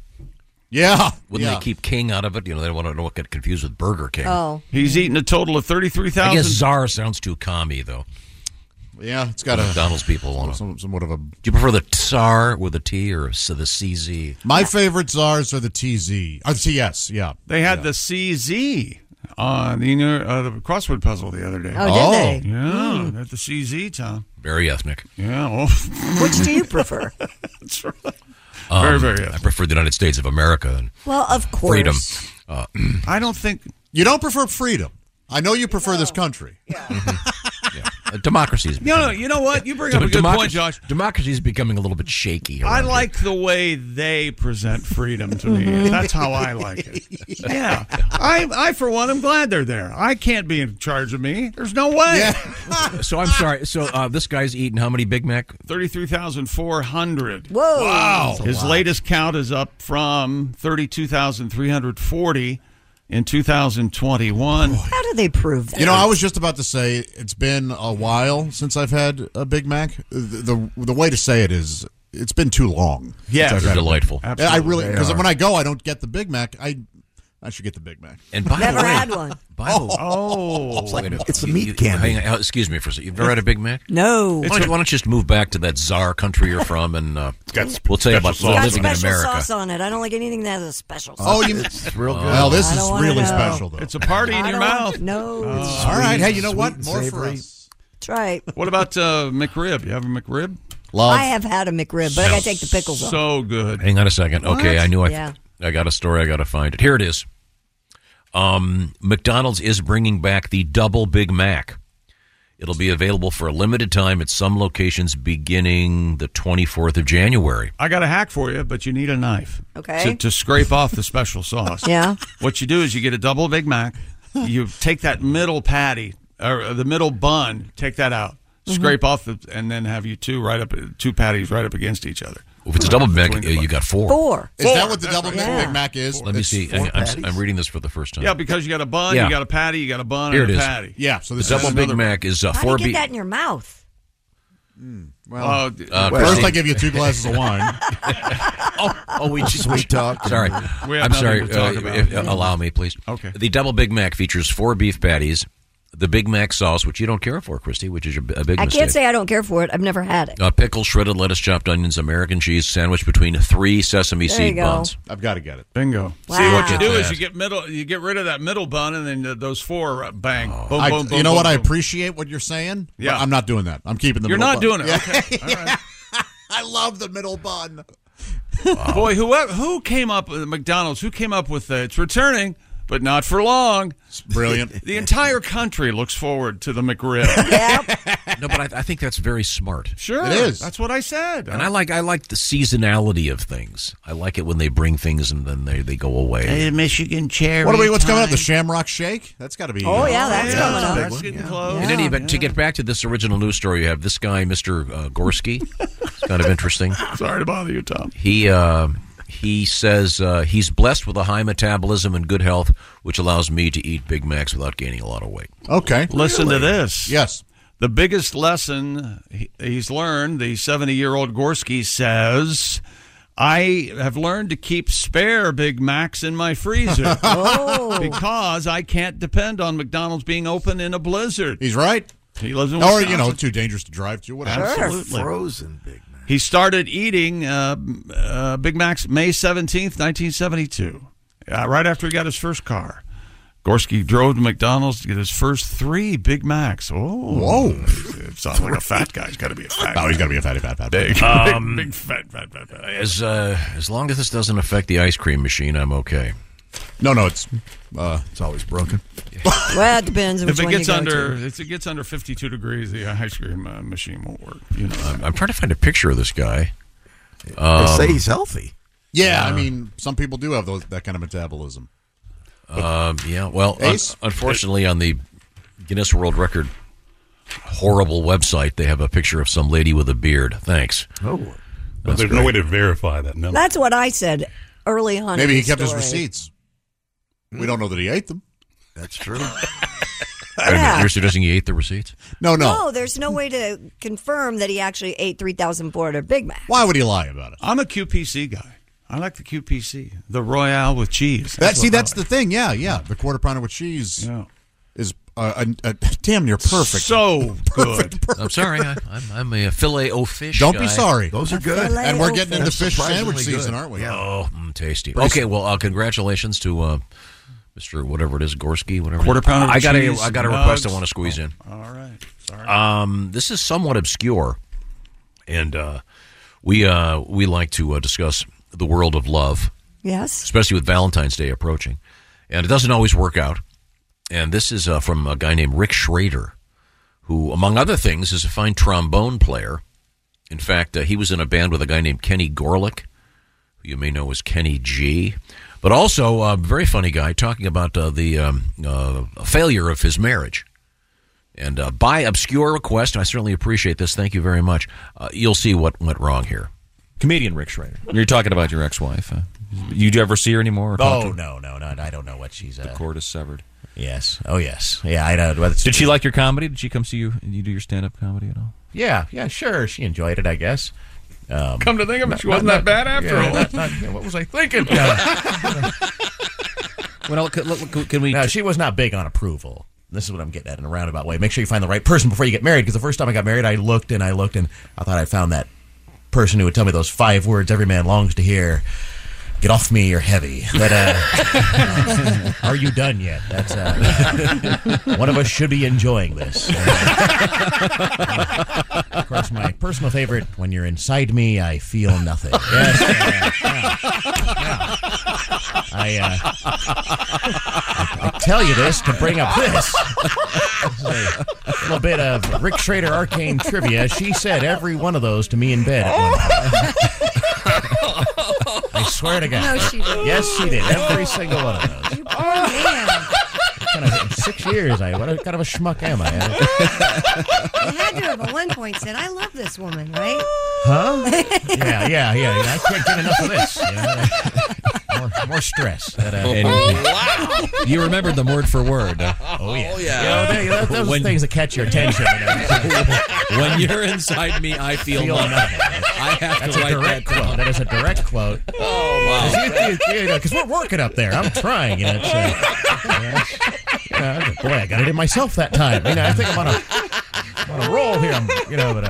[SPEAKER 9] Yeah.
[SPEAKER 7] Wouldn't
[SPEAKER 5] Yeah.
[SPEAKER 7] they keep king out of it? You know, they don't want to get confused with Burger King.
[SPEAKER 3] Oh.
[SPEAKER 9] Oh.
[SPEAKER 5] He's eaten a total of 33,000.
[SPEAKER 7] I guess czar sounds too commie though.
[SPEAKER 9] Yeah, it's got
[SPEAKER 7] The
[SPEAKER 9] a
[SPEAKER 7] McDonald's people want
[SPEAKER 9] some, somewhat of a. Do
[SPEAKER 7] you prefer the tsar with a T or s- the CZ?
[SPEAKER 9] My favorite czars are the TZ. Or the TS, yeah.
[SPEAKER 5] They had the CZ on the, inner, uh, the crossword puzzle the other day.
[SPEAKER 9] Oh, did Oh. they?
[SPEAKER 5] Yeah,
[SPEAKER 9] Mm.
[SPEAKER 5] they're at the CZ, Tom.
[SPEAKER 7] Very ethnic.
[SPEAKER 5] Yeah. Well.
[SPEAKER 3] Which do you prefer?
[SPEAKER 5] That's right. Very, very
[SPEAKER 7] Um, I prefer the United States of America and
[SPEAKER 3] Well, of course.
[SPEAKER 7] freedom. Uh,
[SPEAKER 5] I don't think.
[SPEAKER 9] You don't prefer freedom. I know you prefer this country.
[SPEAKER 7] uh, democracy is.
[SPEAKER 5] No, no, you know what? You bring up a good
[SPEAKER 7] Democracy-
[SPEAKER 5] point, Josh.
[SPEAKER 7] Democracy is becoming a little bit shaky.
[SPEAKER 5] I
[SPEAKER 7] around
[SPEAKER 5] like the way they present freedom to me.
[SPEAKER 7] Mhm.
[SPEAKER 5] That's how I like it. Yeah. I, I, for one, am glad they're there. I can't be in charge of me. There's no way.
[SPEAKER 7] here. so I'm sorry. So uh, this guy's eating how many Big Mac?
[SPEAKER 5] 33,400.
[SPEAKER 3] Whoa.
[SPEAKER 5] Wow.
[SPEAKER 7] That's a
[SPEAKER 5] His
[SPEAKER 7] lot.
[SPEAKER 5] latest count is up from 32,340 in 2021.
[SPEAKER 3] How do they prove that?
[SPEAKER 9] You know, I was just about to say it's been a while since I've had a Big Mac. The the, the way to say it is it's been too long.
[SPEAKER 7] Yeah,
[SPEAKER 9] since I've
[SPEAKER 7] they're
[SPEAKER 9] had a Big
[SPEAKER 7] delightful.
[SPEAKER 9] Mac. I
[SPEAKER 7] Absolutely,
[SPEAKER 9] really
[SPEAKER 7] they
[SPEAKER 9] because
[SPEAKER 7] are.
[SPEAKER 9] when I go, I don't get the Big Mac. I I should get the Big Mac.
[SPEAKER 7] And by the way, By the way,
[SPEAKER 5] oh,
[SPEAKER 7] it's, like,
[SPEAKER 9] it's the meat candy.
[SPEAKER 7] Hang on, uh, excuse me for a second. You've never had a Big Mac?
[SPEAKER 3] No.
[SPEAKER 7] Why don't, why don't you just move back to that czar country you're from, and uh, we'll tell you about
[SPEAKER 3] It's got
[SPEAKER 7] living in
[SPEAKER 3] special
[SPEAKER 7] America.
[SPEAKER 3] sauce on it. I don't like anything that has a special sauce.
[SPEAKER 9] Oh, you
[SPEAKER 7] real good.
[SPEAKER 9] Well, this
[SPEAKER 3] I
[SPEAKER 9] is
[SPEAKER 3] don't wanna
[SPEAKER 9] really
[SPEAKER 3] know.
[SPEAKER 9] special though.
[SPEAKER 5] It's a party in
[SPEAKER 3] I
[SPEAKER 5] your
[SPEAKER 3] don't
[SPEAKER 5] mouth.
[SPEAKER 3] want- no.
[SPEAKER 5] Oh.
[SPEAKER 3] it's
[SPEAKER 9] All right.
[SPEAKER 3] sweet.
[SPEAKER 9] Hey, you know what? More for us.
[SPEAKER 3] That's right.
[SPEAKER 5] What about uh, McRib? You have a McRib?
[SPEAKER 3] I have had a McRib, but I gotta take the pickles off.
[SPEAKER 5] So good.
[SPEAKER 7] Hang on a second. Okay,
[SPEAKER 3] What?
[SPEAKER 7] I knew I,
[SPEAKER 3] Yeah.
[SPEAKER 7] I got a story. I got to find it. Here it is. Um, McDonald's is bringing back the double Big Mac. It'll be available for a limited time at some locations beginning the 24th of January.
[SPEAKER 5] I got a hack for you, but you need a knife.
[SPEAKER 3] Okay.
[SPEAKER 5] To, to scrape off the special sauce.
[SPEAKER 3] Yeah.
[SPEAKER 5] What you do is you get a double Big Mac. You take that middle patty or uh, the middle bun, take that out,
[SPEAKER 3] Mm-hmm.
[SPEAKER 7] Mhm.
[SPEAKER 5] scrape off the, and then have you two right up, two patties right up against each other.
[SPEAKER 7] If it's a double Big Mac, uh, you got four.
[SPEAKER 9] Is that what the double Big,
[SPEAKER 5] Yeah.
[SPEAKER 9] Big Mac is?
[SPEAKER 7] Let me
[SPEAKER 9] It's
[SPEAKER 7] see.
[SPEAKER 9] four
[SPEAKER 7] I, I'm,
[SPEAKER 9] patties?
[SPEAKER 7] I'm reading this for the first time.
[SPEAKER 5] Yeah, because you got a bun,
[SPEAKER 7] Yeah.
[SPEAKER 5] you got a patty, you got a bun,
[SPEAKER 7] Here it
[SPEAKER 5] and a
[SPEAKER 7] is.
[SPEAKER 5] patty.
[SPEAKER 9] Yeah, so
[SPEAKER 7] the double Big Mac is
[SPEAKER 3] How
[SPEAKER 7] uh,
[SPEAKER 3] do you
[SPEAKER 7] four
[SPEAKER 3] get
[SPEAKER 7] B.
[SPEAKER 3] that in your mouth?
[SPEAKER 9] Hmm,
[SPEAKER 5] Oh,
[SPEAKER 9] Well,
[SPEAKER 7] Uh,
[SPEAKER 9] uh, first
[SPEAKER 7] Christine.
[SPEAKER 9] I give you two glasses of wine.
[SPEAKER 7] oh, oh, we just
[SPEAKER 9] Sweet talk.
[SPEAKER 7] Sorry,
[SPEAKER 9] We have
[SPEAKER 7] I'm
[SPEAKER 9] nothing
[SPEAKER 7] sorry.
[SPEAKER 9] to talk
[SPEAKER 7] uh,
[SPEAKER 9] about.
[SPEAKER 7] if- uh, allow me, please.
[SPEAKER 5] Okay.
[SPEAKER 7] The double Big Mac features four beef patties, the Big Mac sauce, which you don't care for, Christy, which is your, a big
[SPEAKER 3] I
[SPEAKER 7] mistake.
[SPEAKER 3] can't say I don't care for it. I've never had it.
[SPEAKER 7] Uh, pickle, shredded lettuce, chopped onions, American cheese sandwich between three sesame
[SPEAKER 3] There you
[SPEAKER 7] seed
[SPEAKER 3] go.
[SPEAKER 7] buns.
[SPEAKER 9] I've got to get it.
[SPEAKER 5] Bingo.
[SPEAKER 3] Wow.
[SPEAKER 5] See what you
[SPEAKER 7] Look
[SPEAKER 5] do
[SPEAKER 7] at
[SPEAKER 5] is
[SPEAKER 7] that.
[SPEAKER 5] you get middle, you get rid of that middle bun, and then th- those four uh, bang, boom,
[SPEAKER 9] Oh. I-
[SPEAKER 5] boom, boom.
[SPEAKER 9] you know what?
[SPEAKER 5] boom,
[SPEAKER 9] I
[SPEAKER 5] boom.
[SPEAKER 9] appreciate what you're saying. but
[SPEAKER 5] Yeah.
[SPEAKER 9] I'm not doing that. I'm keeping the.
[SPEAKER 5] You're
[SPEAKER 9] middle
[SPEAKER 5] not
[SPEAKER 9] bun.
[SPEAKER 5] doing it.
[SPEAKER 9] Yeah.
[SPEAKER 5] Okay. All right.
[SPEAKER 9] I love the middle bun.
[SPEAKER 5] Boy, who e, who came up with McDonald's? Who came up with uh, it's returning, but not for long. It's
[SPEAKER 9] brilliant.
[SPEAKER 5] the entire country looks forward to the McRib.
[SPEAKER 7] no, but I, I think that's very smart.
[SPEAKER 5] Sure,
[SPEAKER 7] It is.
[SPEAKER 5] That's what I said.
[SPEAKER 7] And I like I like the seasonality of things. I like it when they bring things and then they, they go away.
[SPEAKER 10] A Michigan cherry.
[SPEAKER 9] What are we? What's coming up? The
[SPEAKER 10] pie.
[SPEAKER 9] Shamrock Shake? That's got to be. uh,
[SPEAKER 10] Oh, yeah,
[SPEAKER 5] that's
[SPEAKER 10] coming up.
[SPEAKER 9] big
[SPEAKER 10] That's
[SPEAKER 9] one.
[SPEAKER 5] getting
[SPEAKER 9] Yeah.
[SPEAKER 5] close.
[SPEAKER 7] In any event, to get back to this original news story, you have this guy, Mr. Uh, Gorski. It's kind of interesting.
[SPEAKER 5] Sorry to bother you, Tom.
[SPEAKER 7] He uh, he says uh, he's blessed with a high metabolism and good health, which allows me to eat Big Macs without gaining a lot of weight.
[SPEAKER 9] Okay.
[SPEAKER 5] Listen to
[SPEAKER 7] Really?
[SPEAKER 5] this.
[SPEAKER 9] Yes.
[SPEAKER 5] The biggest lesson he- he's learned, the 70 year old Gorski says, I have learned to keep spare Big Macs in my freezer
[SPEAKER 9] Oh.
[SPEAKER 5] because I can't depend on McDonald's being open in a blizzard.
[SPEAKER 9] He's right.
[SPEAKER 5] He lives in
[SPEAKER 9] Or you
[SPEAKER 5] Wisconsin.
[SPEAKER 9] know, too dangerous to drive to. Whatever.
[SPEAKER 5] Absolutely. He started eating uh, uh, Big Macs May 17th, 1972, uh, right after he got his first car. Gorski drove to McDonald's to get his first three Big Macs. Oh,
[SPEAKER 9] Whoa.
[SPEAKER 5] Sounds like a fat guy. He's got to be a fat.
[SPEAKER 9] Oh, he's
[SPEAKER 5] guy.
[SPEAKER 9] got to be a fatty fat fat.
[SPEAKER 5] Big,
[SPEAKER 7] Um,
[SPEAKER 5] big, big fat, fat, fat, fat.
[SPEAKER 7] As uh, as long as this doesn't affect the ice cream machine, I'm okay.
[SPEAKER 9] No, no, it's uh, it's always broken.
[SPEAKER 3] Well, it depends. on
[SPEAKER 5] If
[SPEAKER 3] which
[SPEAKER 5] it
[SPEAKER 3] one you
[SPEAKER 5] gets
[SPEAKER 3] go
[SPEAKER 5] under,
[SPEAKER 3] to.
[SPEAKER 5] if it gets under 52 degrees, the ice cream uh, machine won't work. You know,
[SPEAKER 7] I'm, I'm trying to find a picture of this guy. Um,
[SPEAKER 9] say
[SPEAKER 7] he's healthy.
[SPEAKER 9] Yeah, I
[SPEAKER 7] Yeah.
[SPEAKER 9] mean, some people do have those that kind of metabolism.
[SPEAKER 7] Um, yeah, well, un-
[SPEAKER 9] Ace?
[SPEAKER 7] unfortunately, on the Guinness World Record horrible website, they have a picture of some lady with a beard. Thanks.
[SPEAKER 11] Oh. But there's no way to verify that number.
[SPEAKER 3] That's what I said early on.
[SPEAKER 9] Maybe
[SPEAKER 3] in
[SPEAKER 9] he
[SPEAKER 3] the
[SPEAKER 9] kept his
[SPEAKER 3] story.
[SPEAKER 9] receipts. We don't know that he ate them.
[SPEAKER 13] That's true.
[SPEAKER 3] Yeah.
[SPEAKER 7] You're suggesting he ate the receipts?
[SPEAKER 9] No, no.
[SPEAKER 3] No, there's no way to confirm that he actually ate 3,400 Big Macs.
[SPEAKER 9] Why would he lie about it?
[SPEAKER 5] I'm a QPC guy. I like the QPC, the Royale with cheese.
[SPEAKER 9] That see,
[SPEAKER 5] what I
[SPEAKER 9] that's the thing. Yeah, yeah. The quarter pounder with cheese is uh, a, a- damn near perfect.
[SPEAKER 5] So
[SPEAKER 9] perfect.
[SPEAKER 7] good. I'm sorry. I, I'm, I'm a filet o fish.
[SPEAKER 9] Don't
[SPEAKER 7] guy.
[SPEAKER 9] be sorry.
[SPEAKER 7] They're
[SPEAKER 9] And we're getting into fish
[SPEAKER 7] surprisingly
[SPEAKER 9] sandwich season,
[SPEAKER 7] good.
[SPEAKER 9] aren't we?
[SPEAKER 7] Oh, mm, tasty.
[SPEAKER 9] Pretty-
[SPEAKER 7] Okay, well, uh, congratulations to uh, Mr. Whatever it is, Gorski, whatever.
[SPEAKER 5] Quarter pounder with
[SPEAKER 7] I got
[SPEAKER 5] cheese,
[SPEAKER 7] a I got a
[SPEAKER 5] nugs.
[SPEAKER 7] request. I want to squeeze
[SPEAKER 5] Oh,
[SPEAKER 7] in.
[SPEAKER 5] All right. Sorry.
[SPEAKER 7] Um, this is somewhat obscure, and uh, we uh, we like to uh, discuss the world of love.
[SPEAKER 3] Yes.
[SPEAKER 7] especially with Valentine's Day approaching, and it doesn't always work out. And this is uh, from a guy named Rick Schrader, who, among other things, is a fine trombone player. In fact, uh, he was in a band with a guy named Kenny Gorlick, who you may know as Kenny G. But also a very funny guy talking about uh, the um, uh, failure of his marriage. And uh, by obscure request, I certainly appreciate this. Thank you very much. Uh, you'll see what went wrong here.
[SPEAKER 1] Comedian Rick Schrader. You're talking about your ex-wife. Huh? You do ever see her anymore?
[SPEAKER 21] Oh no, no, no! I don't know what she's.
[SPEAKER 1] The cord is severed.
[SPEAKER 21] Yes. Oh yes. Yeah, I know. Whether-
[SPEAKER 1] Did she like your comedy? Did she come see you? You do your stand-up comedy at all?
[SPEAKER 21] Yeah, yeah, sure. She enjoyed it, I guess. Um,
[SPEAKER 5] Come to think of it,
[SPEAKER 21] not-
[SPEAKER 5] she wasn't
[SPEAKER 21] not-
[SPEAKER 5] that bad after
[SPEAKER 21] yeah,
[SPEAKER 5] all.
[SPEAKER 21] not- not- yeah, what was I thinking?
[SPEAKER 7] well, can, look, can we?
[SPEAKER 21] No, she was not big on approval. This is what I'm getting at in a roundabout way. Make sure you find the right person before you get married. Because the first time I got married, I looked and I looked and I thought I found that person who would tell me those five words every man longs to hear. Get off me, you're heavy. But uh, are you done yet? That's uh, one of us should be enjoying this. of course, my personal favorite: when you're inside me, I feel nothing. Yes, I, uh, I, I tell you this to bring up this. This is a little bit of Rick Schrader arcane trivia. She said every one of those to me in bed. At one point. I swear to God.
[SPEAKER 22] No, she didn't.
[SPEAKER 21] Yes, she did. Every single one of those.
[SPEAKER 3] Oh,
[SPEAKER 21] What kind of- in six years, I what a- kind of a schmuck am I?
[SPEAKER 22] I had to have at one point said, I love this woman, right?
[SPEAKER 21] Huh? Yeah, yeah, yeah. yeah. I can't get enough of this. you know? More, more stress. But, uh,
[SPEAKER 1] And- You remembered them word for word.
[SPEAKER 21] Oh yeah. Yeah, they- that- those are things that catch your attention. you know.
[SPEAKER 1] when you're inside me, I feel, nothing. I have
[SPEAKER 21] That's
[SPEAKER 1] to
[SPEAKER 21] a
[SPEAKER 1] write that
[SPEAKER 21] direct quote. Oh, That is a direct quote. Oh wow! Because we're working up there. I'm trying. You know, it's, uh, yeah, it's- yeah, boy, I got it in myself that time. You know, I think I'm on a, I'm on a roll here. I'm, you know, but uh,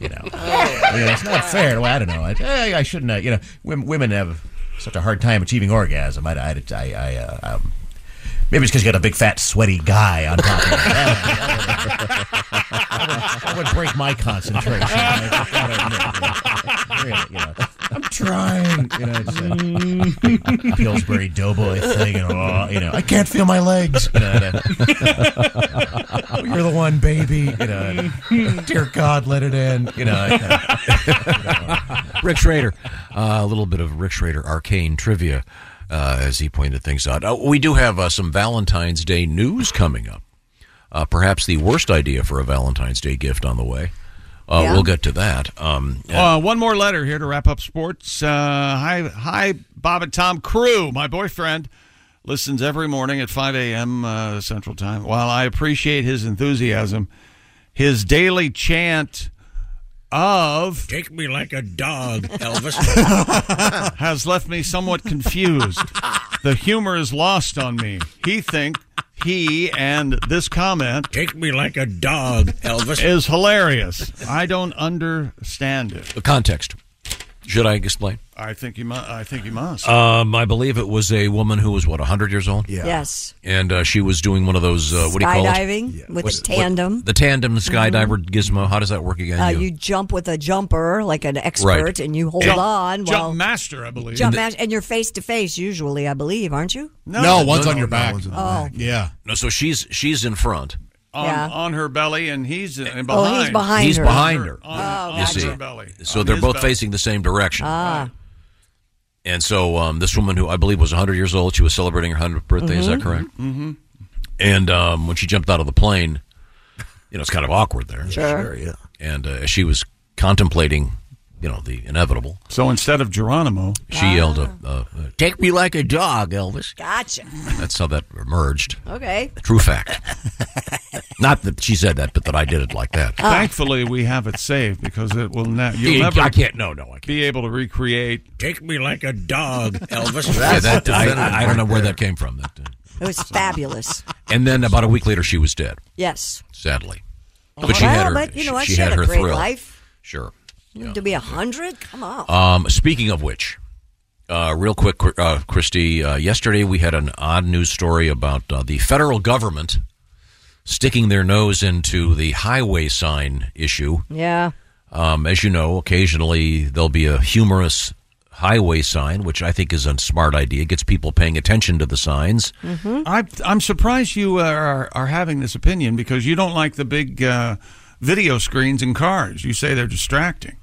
[SPEAKER 21] you know,
[SPEAKER 7] Oh.
[SPEAKER 21] you know, it's not fair. Well, I don't know. I, I, I shouldn't. Uh, you know, women, women have such a hard time achieving orgasm. I, I, I, I, uh, um, Maybe it's because you got a big, fat, sweaty guy on top of you. that would break my concentration. Really, you know, I'm trying. You know,
[SPEAKER 7] Mm.
[SPEAKER 21] it's a Pillsbury Doughboy thing. And, oh, you know, I can't feel my legs. You know, and, uh, oh, you're the one, baby. You know, and, dear God, let it end. You know, and, uh,
[SPEAKER 7] Rick Schrader. Uh, a little bit of Rick Schrader arcane trivia uh, as he pointed things out. Uh, we do have uh, some Valentine's Day news coming up. Uh, perhaps the worst idea for a Valentine's Day gift on the way. Uh,
[SPEAKER 5] Yeah.
[SPEAKER 7] We'll get to that. Um,
[SPEAKER 5] Uh, one more letter here to wrap up sports. Uh, hi, hi, Bob and Tom crew. My boyfriend listens every morning at 5 a.m. Uh, Central Time. While I appreciate his enthusiasm, his daily chant of "Take me like a dog, Elvis" has left me somewhat confused. the humor is lost on me. He think he and this comment "Take me like a dog, Elvis" is hilarious. I don't understand it.
[SPEAKER 7] The uh, context. Should I explain?
[SPEAKER 5] I think you must. I think you must.
[SPEAKER 7] Um, I believe it was a woman who was what 100 years old. Yeah.
[SPEAKER 3] Yes.
[SPEAKER 7] And uh, she was doing one of those uh, what do you call it?
[SPEAKER 3] Skydiving with
[SPEAKER 7] What's-
[SPEAKER 3] a tandem.
[SPEAKER 7] The tandem skydiver gizmo. How does that work again?
[SPEAKER 3] Uh, you jump with a jumper, like an expert,
[SPEAKER 7] Right.
[SPEAKER 3] and you hold
[SPEAKER 7] Jump-
[SPEAKER 3] on.
[SPEAKER 5] jump
[SPEAKER 3] while,
[SPEAKER 5] master, I believe.
[SPEAKER 3] Jump
[SPEAKER 7] And the-
[SPEAKER 3] master, and you're face to face usually, I believe, aren't you? Oh,
[SPEAKER 7] Yeah. No, so she's she's in front.
[SPEAKER 5] on,
[SPEAKER 3] Yeah.
[SPEAKER 5] on her belly, and he's uh, and behind.
[SPEAKER 3] Oh, he's behind
[SPEAKER 7] He's
[SPEAKER 3] her.
[SPEAKER 7] behind her.
[SPEAKER 5] On,
[SPEAKER 3] Oh,
[SPEAKER 5] on
[SPEAKER 7] you see.
[SPEAKER 5] her belly.
[SPEAKER 7] So
[SPEAKER 5] On
[SPEAKER 7] they're
[SPEAKER 5] his
[SPEAKER 7] both
[SPEAKER 5] belly.
[SPEAKER 7] facing the same direction.
[SPEAKER 3] ah,
[SPEAKER 7] And so um, this woman, who I believe was 100 years old, she was celebrating her 100th birthday. Is that
[SPEAKER 3] Mhm.
[SPEAKER 7] correct?
[SPEAKER 5] Mm-hmm.
[SPEAKER 3] Mhm.
[SPEAKER 7] And um, when she jumped out of the plane, you know, it's kind of awkward there.
[SPEAKER 5] Sure. Sure,
[SPEAKER 7] yeah. And uh, she was contemplating, you know, the inevitable.
[SPEAKER 5] So instead of Geronimo,
[SPEAKER 7] she
[SPEAKER 3] Ah.
[SPEAKER 7] yelled, uh, uh, "Take me like a dog, Elvis."
[SPEAKER 3] gotcha.
[SPEAKER 7] That's how that emerged.
[SPEAKER 3] Okay.
[SPEAKER 7] True fact. Not that she said that, but that I did it like that.
[SPEAKER 5] Thankfully, we have it saved because it will not. You'll
[SPEAKER 7] Yeah,
[SPEAKER 5] never.
[SPEAKER 7] I can't- no, no, I can't.
[SPEAKER 5] Be able to recreate.
[SPEAKER 7] Take me like a dog, Elvis.
[SPEAKER 5] That's
[SPEAKER 7] that, I,
[SPEAKER 5] definitive
[SPEAKER 7] I- I don't know
[SPEAKER 5] right
[SPEAKER 7] where
[SPEAKER 5] there.
[SPEAKER 7] that came from. That-
[SPEAKER 3] It was fabulous.
[SPEAKER 7] And then about a week later, she was dead.
[SPEAKER 3] Yes. Oh,
[SPEAKER 7] Sadly.
[SPEAKER 3] well,
[SPEAKER 7] But she had her.
[SPEAKER 3] but you know what?
[SPEAKER 7] she, had,
[SPEAKER 3] a
[SPEAKER 7] her
[SPEAKER 3] great
[SPEAKER 7] thrill.
[SPEAKER 3] life.
[SPEAKER 7] Sure.
[SPEAKER 3] To be a hundred, come on.
[SPEAKER 7] Um, speaking of which, uh, real quick, uh, Christy, uh, yesterday we had an odd news story about uh, the federal government sticking their nose into the highway sign issue.
[SPEAKER 3] Yeah.
[SPEAKER 7] Um, as you know, occasionally there'll be a humorous highway sign, which I think is a smart idea. Gets people paying attention to the signs.
[SPEAKER 3] Mm-hmm.
[SPEAKER 5] I, I'm surprised you uh, are, are having this opinion because you don't like the big uh, video screens in cars. You say they're distracting.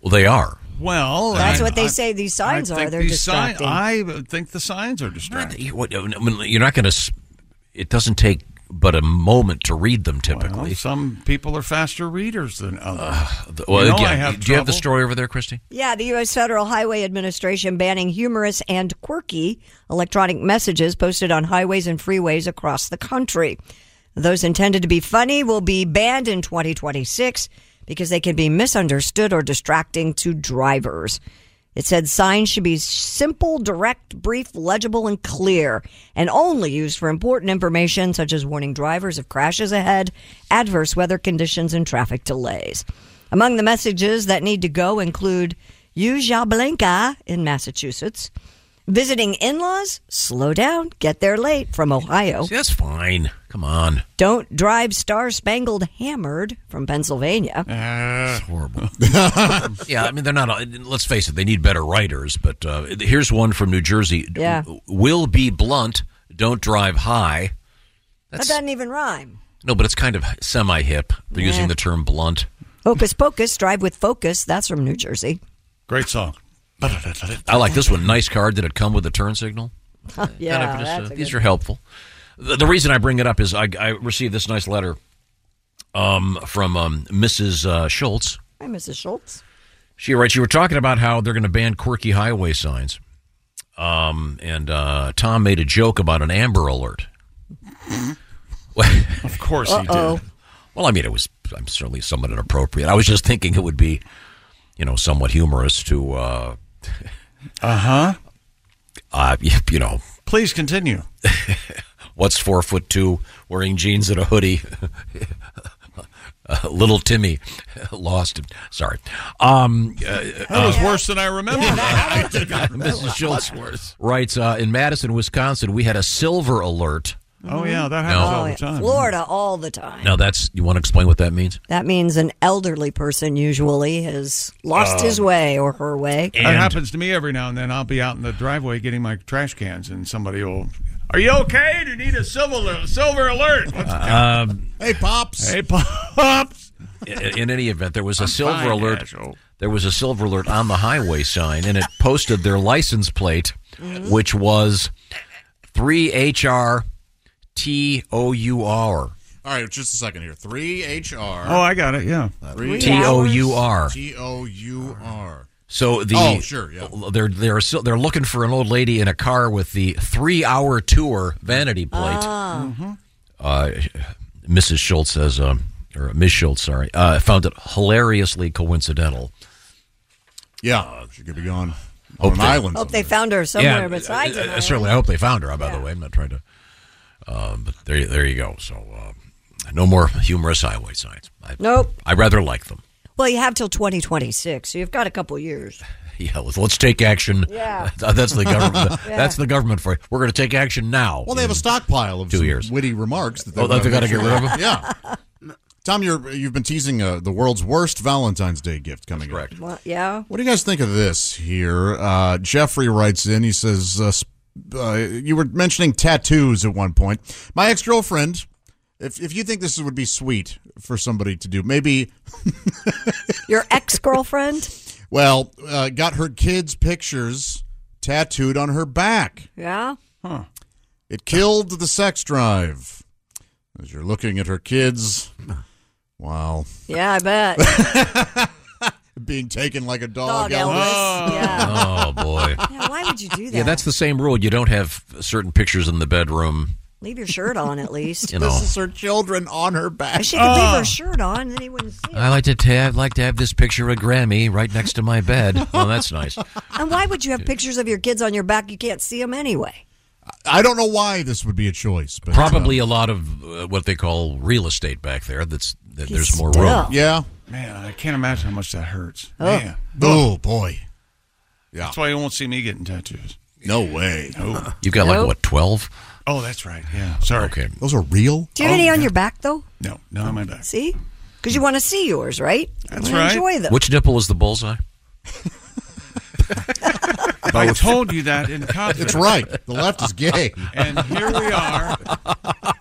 [SPEAKER 7] Well, they are.
[SPEAKER 5] Well,
[SPEAKER 3] That's
[SPEAKER 5] I-
[SPEAKER 3] what they
[SPEAKER 5] I-
[SPEAKER 3] say these signs
[SPEAKER 5] I
[SPEAKER 3] are.
[SPEAKER 5] think
[SPEAKER 3] They're
[SPEAKER 5] these sign-
[SPEAKER 3] distracting.
[SPEAKER 5] I think the signs are distracting.
[SPEAKER 7] You- what- I mean, You're not going to. It doesn't take but a moment to read them typically.
[SPEAKER 5] Well, some people are faster readers than others.
[SPEAKER 7] Uh, The- well,
[SPEAKER 5] You know
[SPEAKER 7] again,
[SPEAKER 5] I have
[SPEAKER 7] do you have the
[SPEAKER 5] trouble.
[SPEAKER 7] story over there, Christy?
[SPEAKER 3] Yeah, the U.S. Federal Highway Administration banning humorous and quirky electronic messages posted on highways and freeways across the country. Those intended to be funny will be banned in 2026 because they can be misunderstood or distracting to drivers. It said signs should be simple, direct, brief, legible, and clear, and only used for important information such as warning drivers of crashes ahead, adverse weather conditions, and traffic delays. Among the messages that need to go include use Jablinka in Massachusetts, visiting in laws, slow down, get there late from Ohio.
[SPEAKER 7] See, that's fine. Come on.
[SPEAKER 3] Don't drive star spangled hammered from Pennsylvania.
[SPEAKER 7] It's horrible. yeah, I mean, they're not. all- Let's face it, they need better writers. But uh, here's one from New Jersey.
[SPEAKER 3] Yeah.
[SPEAKER 7] Will be blunt. Don't drive high.
[SPEAKER 3] That doesn't even rhyme.
[SPEAKER 7] No, but it's kind of semi hip. They're
[SPEAKER 3] Yeah.
[SPEAKER 7] using the term blunt.
[SPEAKER 3] Hocus pocus, drive with focus. That's from New Jersey.
[SPEAKER 5] Great song.
[SPEAKER 7] I like this one. Nice car. Did it come with a turn signal?
[SPEAKER 3] yeah,
[SPEAKER 7] Kind of just, uh,
[SPEAKER 3] that's a
[SPEAKER 7] these
[SPEAKER 3] good-
[SPEAKER 7] are helpful. The, the reason I bring it up is I, I received this nice letter um, from um, Mrs. Uh, Schultz.
[SPEAKER 3] Hi, Mrs. Schultz.
[SPEAKER 7] She writes, you were talking about how they're going to ban quirky highway signs. Um, and uh, Tom made a joke about an amber alert. of
[SPEAKER 5] course he did. Uh-oh.
[SPEAKER 7] Well, I mean, it was I'm certainly somewhat inappropriate. I was just thinking it would be, you know, somewhat humorous to. Uh
[SPEAKER 5] huh.
[SPEAKER 7] Uh, y- you know,
[SPEAKER 5] Please continue.
[SPEAKER 7] what's four foot two wearing jeans and a hoodie? uh, little Timmy lost. it. Sorry. Um, uh,
[SPEAKER 5] That was
[SPEAKER 7] uh,
[SPEAKER 5] worse than I remember.
[SPEAKER 7] Mrs. Schultz writes uh, in Madison, Wisconsin, we had a silver alert
[SPEAKER 5] Oh, yeah, that
[SPEAKER 7] No.
[SPEAKER 5] happens all
[SPEAKER 7] Oh,
[SPEAKER 5] the
[SPEAKER 7] yeah.
[SPEAKER 5] time.
[SPEAKER 3] Florida all the time.
[SPEAKER 7] Now that's you want to explain what that means?
[SPEAKER 3] That means an elderly person usually has lost
[SPEAKER 5] Oh.
[SPEAKER 3] his
[SPEAKER 7] Um,
[SPEAKER 3] way or her way.
[SPEAKER 5] that happens to me every now and then. I'll be out in the driveway getting my trash cans, and somebody will. Are you okay? Do you need a silver silver alert? What's-
[SPEAKER 7] Um,
[SPEAKER 9] hey, pops.
[SPEAKER 5] Hey, pops.
[SPEAKER 7] i- in any event, there was a
[SPEAKER 5] I'm
[SPEAKER 7] silver
[SPEAKER 5] fine,
[SPEAKER 7] alert. There was a silver alert on the highway sign, and it posted their license plate,
[SPEAKER 9] Mm-hmm.
[SPEAKER 5] Mhm.
[SPEAKER 7] which was three H R T O U R.
[SPEAKER 9] All right, just a second here. Three HR.
[SPEAKER 7] Oh, I got it, yeah.
[SPEAKER 9] Three
[SPEAKER 7] T O U R.
[SPEAKER 9] T O U R.
[SPEAKER 7] So the
[SPEAKER 9] oh sure yeah.
[SPEAKER 7] they're they're still, they're looking for an old lady in a car with the three hour tour vanity plate.
[SPEAKER 9] Ah.
[SPEAKER 7] Uh, Mrs. Schultz says, um, or Miss Schultz, sorry, uh, found it hilariously coincidental.
[SPEAKER 9] Yeah, she could be gone
[SPEAKER 7] Hope
[SPEAKER 9] on
[SPEAKER 7] they-
[SPEAKER 9] an island.
[SPEAKER 3] Hope they found her somewhere
[SPEAKER 7] Yeah,
[SPEAKER 3] besides
[SPEAKER 7] I- I-
[SPEAKER 3] an
[SPEAKER 7] I certainly, I hope they found her. By the way, I'm not trying to. Uh, but there, there you go. So, uh, no more humorous highway signs. I,
[SPEAKER 3] Nope.
[SPEAKER 7] I rather like them.
[SPEAKER 3] Well, you have till 2026, so you've got a couple years.
[SPEAKER 7] Yeah, let's, let's take action.
[SPEAKER 3] Yeah.
[SPEAKER 7] that's the government.
[SPEAKER 3] Yeah.
[SPEAKER 7] That's the government for you. We're going to take action now.
[SPEAKER 9] Well, they have a stockpile of
[SPEAKER 7] Two
[SPEAKER 9] some
[SPEAKER 7] years.
[SPEAKER 9] witty remarks. That
[SPEAKER 7] Oh, that they gotta get rid of 'em?
[SPEAKER 9] Yeah. Tom, you're, you've been teasing uh, the world's worst Valentine's Day gift coming up.
[SPEAKER 3] Well, yeah.
[SPEAKER 9] What do you guys think of this here? Uh, Jeffrey writes in. He says, uh, sp- uh, "You were mentioning tattoos at one point. My ex girlfriend. If if you think this would be sweet for somebody to do, maybe
[SPEAKER 3] Your ex girlfriend?
[SPEAKER 9] well, uh, got her kids' pictures tattooed on her back.
[SPEAKER 3] Yeah.
[SPEAKER 5] Huh.
[SPEAKER 9] It killed the sex drive. As you're looking at her kids, wow,
[SPEAKER 3] Yeah, I bet.
[SPEAKER 9] being taken like a dog.
[SPEAKER 3] Dog Elvis. Yeah.
[SPEAKER 7] Oh, boy.
[SPEAKER 3] Yeah, why would you do that?
[SPEAKER 7] Yeah, that's the same rule. You don't have certain pictures in the bedroom.
[SPEAKER 3] Leave your shirt on at least.
[SPEAKER 7] You know. This is
[SPEAKER 9] her children on her back.
[SPEAKER 3] She could leave
[SPEAKER 7] Oh.
[SPEAKER 3] her shirt on, then he wouldn't see.
[SPEAKER 7] I like to ta- I'd like to have this picture of Grammy right next to my bed. Well, that's nice.
[SPEAKER 3] And why would you have pictures of your kids on your back? You can't see them anyway.
[SPEAKER 9] I don't know why this would be a choice, but
[SPEAKER 7] Probably a lot of uh, what they call real estate back there. That's that there's more room.
[SPEAKER 9] Yeah.
[SPEAKER 5] Man, I can't imagine how much that hurts.
[SPEAKER 7] Oh.
[SPEAKER 5] Man.
[SPEAKER 9] Oh, boy. Yeah.
[SPEAKER 5] That's why you won't see me getting tattoos.
[SPEAKER 9] No way.
[SPEAKER 5] No.
[SPEAKER 7] You've got like what twelve?
[SPEAKER 5] Oh, that's right. Yeah. Sorry.
[SPEAKER 7] Okay.
[SPEAKER 9] Those are real. Oh.
[SPEAKER 3] Do you have any on your back though?
[SPEAKER 5] No, no, on my back.
[SPEAKER 3] See, because you want to see yours, right? That's Enjoy them.
[SPEAKER 7] Which nipple is the bullseye?
[SPEAKER 5] I told you that in
[SPEAKER 9] It's
[SPEAKER 5] confidence.
[SPEAKER 9] right. The left is gay.
[SPEAKER 5] And here we are.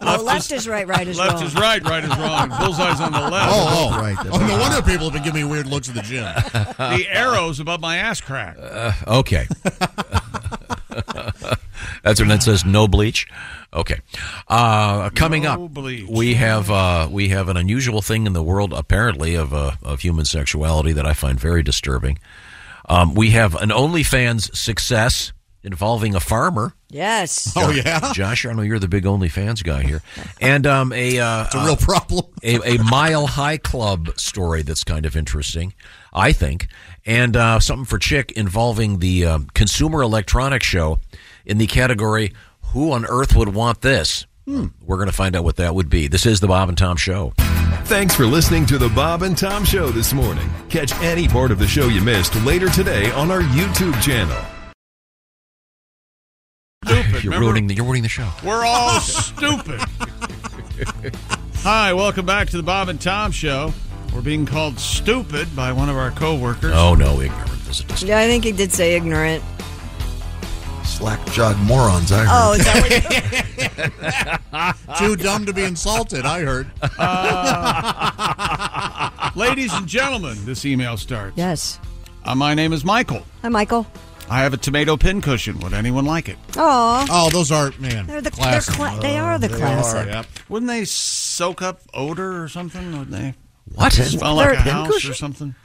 [SPEAKER 3] Oh, left is right, right is
[SPEAKER 5] Left
[SPEAKER 3] wrong.
[SPEAKER 5] is right, right is wrong. Bullseye's on the left.
[SPEAKER 9] Oh, oh. Right, that's Oh, no right. wonder people have been giving me weird looks at the gym.
[SPEAKER 5] the arrow's above my ass crack.
[SPEAKER 7] Uh, okay. That's when it says no bleach. Okay. Uh, coming
[SPEAKER 5] No
[SPEAKER 7] up,
[SPEAKER 5] bleach.
[SPEAKER 7] we have uh, we have an unusual thing in the world, apparently, of uh, of human sexuality that I find very disturbing. Um, we have an OnlyFans success involving a farmer.
[SPEAKER 3] Yes.
[SPEAKER 9] Oh,
[SPEAKER 7] Josh, I know you're the big OnlyFans guy here, and um, a uh,
[SPEAKER 9] It's a real problem.
[SPEAKER 7] a, a mile high club story that's kind of interesting, I think, and uh, something for chick involving the um, Consumer Electronics Show in the category "Who on Earth would want this?"
[SPEAKER 9] Hmm.
[SPEAKER 7] We're going to find out what that would be. This is the Bob and Tom Show.
[SPEAKER 15] Thanks for listening to the Bob and Tom Show this morning. Catch any part of the show you missed later today on our YouTube channel.
[SPEAKER 7] You're ruining the you're ruining the show.
[SPEAKER 5] We're all stupid. Hi, welcome back to the Bob and Tom Show. We're being called stupid by one of our coworkers.
[SPEAKER 7] Oh no, ignorant is a dis-
[SPEAKER 3] Yeah, I think he did say ignorant.
[SPEAKER 13] Slack jog morons, I heard.
[SPEAKER 3] Oh, is that what
[SPEAKER 9] Too dumb to be insulted, I heard.
[SPEAKER 5] Uh, Ladies and gentlemen, this email starts.
[SPEAKER 3] Yes.
[SPEAKER 5] Uh, my name is Michael.
[SPEAKER 3] Hi, Michael.
[SPEAKER 5] I have a tomato pincushion. Would anyone like it?
[SPEAKER 3] Aw.
[SPEAKER 9] Oh, those are man.
[SPEAKER 3] They're the they're cla- they are the classic.
[SPEAKER 5] Wouldn't they soak up odor or something? Would they?
[SPEAKER 7] What?
[SPEAKER 5] Smell like a
[SPEAKER 3] They're a
[SPEAKER 5] house
[SPEAKER 3] pincushion?
[SPEAKER 5] or something?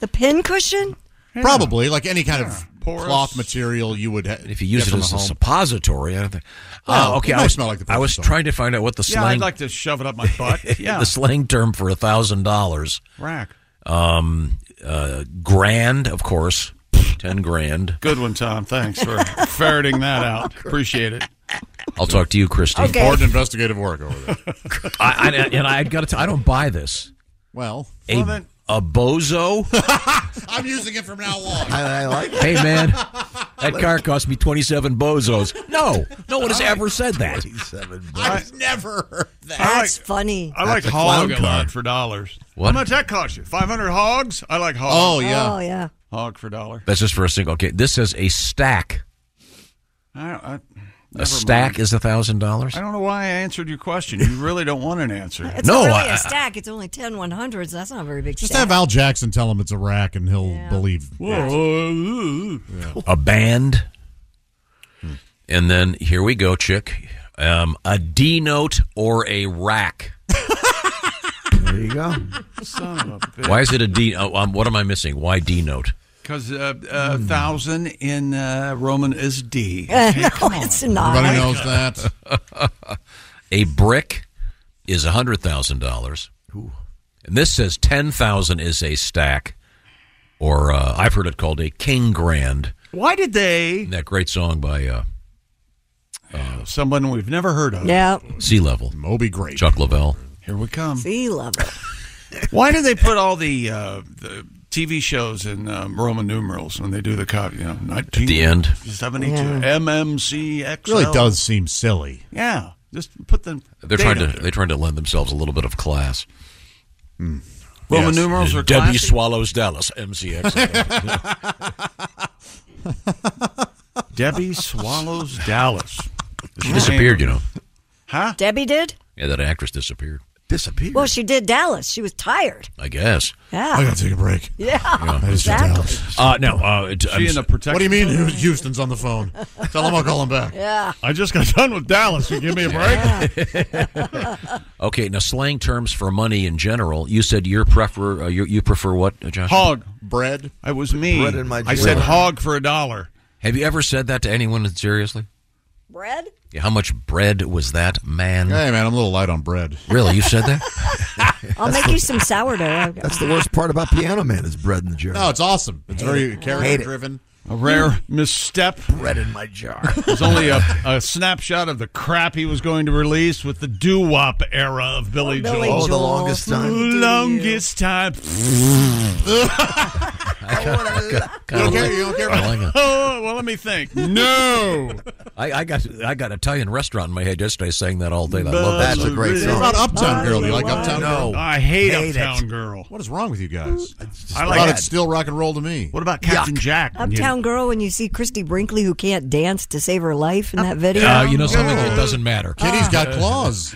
[SPEAKER 3] The pin cushion?
[SPEAKER 9] Probably like any kind of
[SPEAKER 5] Porous.
[SPEAKER 9] cloth material you would. Ha-
[SPEAKER 7] If you use it as a suppository, I don't think.
[SPEAKER 9] Well,
[SPEAKER 7] Oh, okay,
[SPEAKER 9] it
[SPEAKER 7] I
[SPEAKER 9] might
[SPEAKER 7] was,
[SPEAKER 9] smell like the
[SPEAKER 7] I was
[SPEAKER 9] person.
[SPEAKER 7] trying to find out what the
[SPEAKER 5] yeah,
[SPEAKER 7] slang
[SPEAKER 5] I'd like to shove it up my butt. Yeah.
[SPEAKER 7] the slang term for a thousand dollars.
[SPEAKER 5] Rack.
[SPEAKER 7] Um, uh, grand, of course, ten grand.
[SPEAKER 5] Good one, Tom. Thanks for ferreting that out. Appreciate it.
[SPEAKER 7] I'll talk to you, Christy.
[SPEAKER 5] Okay. Important
[SPEAKER 9] investigative work over there.
[SPEAKER 7] I, I, and I got to. I don't buy this.
[SPEAKER 9] Well,
[SPEAKER 7] a
[SPEAKER 5] Well, then-
[SPEAKER 7] a bozo.
[SPEAKER 9] I'm using it from now on.
[SPEAKER 13] I, like
[SPEAKER 7] hey man, that car cost me twenty seven bozos. No, no one has ever said that. Twenty
[SPEAKER 13] seven
[SPEAKER 9] I've never heard that.
[SPEAKER 3] That's funny.
[SPEAKER 5] I like hog a lot for dollars.
[SPEAKER 7] What?
[SPEAKER 5] How much that cost you? Five hundred hogs? I like hogs.
[SPEAKER 7] Oh, yeah. Oh,
[SPEAKER 3] yeah.
[SPEAKER 5] Hog for a dollar.
[SPEAKER 7] That's just for a single. Okay, this says a stack.
[SPEAKER 5] I, don't- I,
[SPEAKER 7] a stack is a thousand dollars.
[SPEAKER 5] I don't know why I answered your question. You really don't want an answer.
[SPEAKER 3] It's not really a stack. It's only 10 100s. That's not a very big
[SPEAKER 9] Just
[SPEAKER 3] stack.
[SPEAKER 9] have Al Jackson tell him it's a rack, and he'll believe.
[SPEAKER 7] A band. And then here we go, chick. Um, a D note or a rack.
[SPEAKER 13] there you go.
[SPEAKER 5] Son of a bitch.
[SPEAKER 7] Why is it a D? Oh, um, what am I missing? Why D note?
[SPEAKER 5] Because uh, uh, thousand in uh, Roman is D.
[SPEAKER 3] Uh,
[SPEAKER 5] Okay,
[SPEAKER 3] no,
[SPEAKER 5] come on.
[SPEAKER 3] it's not. Everybody knows
[SPEAKER 7] that. a brick is hundred thousand dollars. And this says ten thousand is a stack, or uh, I've heard it called a king grand.
[SPEAKER 5] Why did they?
[SPEAKER 7] That great song by uh, uh,
[SPEAKER 5] someone we've never heard of.
[SPEAKER 3] Yeah.
[SPEAKER 7] Sea level.
[SPEAKER 9] Moby Grape.
[SPEAKER 7] Chuck Lavelle.
[SPEAKER 5] Here we come.
[SPEAKER 3] Sea level.
[SPEAKER 5] Why do they put all the, uh, the TV shows in um, Roman numerals when they do the copy? You know, 19,
[SPEAKER 7] the end.
[SPEAKER 5] 72,
[SPEAKER 9] Yeah.
[SPEAKER 5] MMCXL.
[SPEAKER 9] It really does seem silly.
[SPEAKER 5] Yeah. Just put the.
[SPEAKER 7] They're
[SPEAKER 5] date
[SPEAKER 7] trying
[SPEAKER 5] on
[SPEAKER 7] to
[SPEAKER 5] it.
[SPEAKER 7] they're trying to lend themselves a little bit of class.
[SPEAKER 9] Hmm.
[SPEAKER 5] Roman numerals are
[SPEAKER 7] W
[SPEAKER 5] classy.
[SPEAKER 7] swallows Dallas MCX.
[SPEAKER 5] Debbie swallows Dallas.
[SPEAKER 7] She disappeared, you know.
[SPEAKER 5] Huh?
[SPEAKER 3] Debbie did?
[SPEAKER 7] Yeah, that actress disappeared. Disappeared.
[SPEAKER 3] Well, she did Dallas. She was tired.
[SPEAKER 7] I guess.
[SPEAKER 3] Yeah. I gotta
[SPEAKER 9] take a break.
[SPEAKER 3] Yeah.
[SPEAKER 9] I just got
[SPEAKER 3] exactly.
[SPEAKER 7] Uh, no. Uh, it- I'm-
[SPEAKER 9] What do you mean? Who's- Houston's on the phone. Tell him I'll call him back.
[SPEAKER 3] Yeah.
[SPEAKER 5] I just got done with Dallas. You give me a break.
[SPEAKER 7] Okay, now slang terms for money in general. You said your prefer uh, you, you prefer what, uh, Josh?
[SPEAKER 5] Hog.
[SPEAKER 9] Bread.
[SPEAKER 5] I was me.
[SPEAKER 7] Bread in my
[SPEAKER 5] I said
[SPEAKER 7] jam.
[SPEAKER 5] hog for a dollar.
[SPEAKER 7] Have you ever said that to anyone seriously?
[SPEAKER 3] Bread?
[SPEAKER 7] Yeah, how much bread was that, man?
[SPEAKER 9] Hey, man, I'm a little light on bread.
[SPEAKER 7] Really, you said that?
[SPEAKER 3] I'll
[SPEAKER 13] That's
[SPEAKER 3] make
[SPEAKER 13] the-
[SPEAKER 3] you some sourdough.
[SPEAKER 13] That's the worst part about Piano Man is bread in the jar.
[SPEAKER 9] No, it's awesome. It's
[SPEAKER 13] Hate
[SPEAKER 9] very
[SPEAKER 13] it. Hate
[SPEAKER 9] character
[SPEAKER 13] it.
[SPEAKER 9] driven.
[SPEAKER 5] A rare misstep.
[SPEAKER 13] Bread in my jar.
[SPEAKER 5] There's only a, a snapshot of the crap he was going to release with the doo wop era of Billy,
[SPEAKER 13] Billy
[SPEAKER 5] Joel.
[SPEAKER 13] Oh, the Joel. longest time.
[SPEAKER 5] Longest time.
[SPEAKER 7] Kinda like- I like it.
[SPEAKER 5] Oh, well, let me think. No.
[SPEAKER 7] I, I got I got Italian restaurant in my head yesterday saying that all day. I love that.
[SPEAKER 13] That's a great song.
[SPEAKER 9] What about Uptown Girl? Do you like Uptown
[SPEAKER 7] No.
[SPEAKER 9] Girl?
[SPEAKER 5] I hate,
[SPEAKER 9] Hate
[SPEAKER 5] Uptown
[SPEAKER 9] it.
[SPEAKER 5] Girl.
[SPEAKER 9] What is wrong with you guys? I
[SPEAKER 5] I
[SPEAKER 9] thought
[SPEAKER 5] like that.
[SPEAKER 9] it's still rock and roll to me.
[SPEAKER 5] What about Captain Jack?
[SPEAKER 3] Uptown Girl, when you see Christy Brinkley who can't dance to save her life in that video.
[SPEAKER 7] Uh, you know Uh, something? It doesn't matter.
[SPEAKER 9] Kitty's got claws.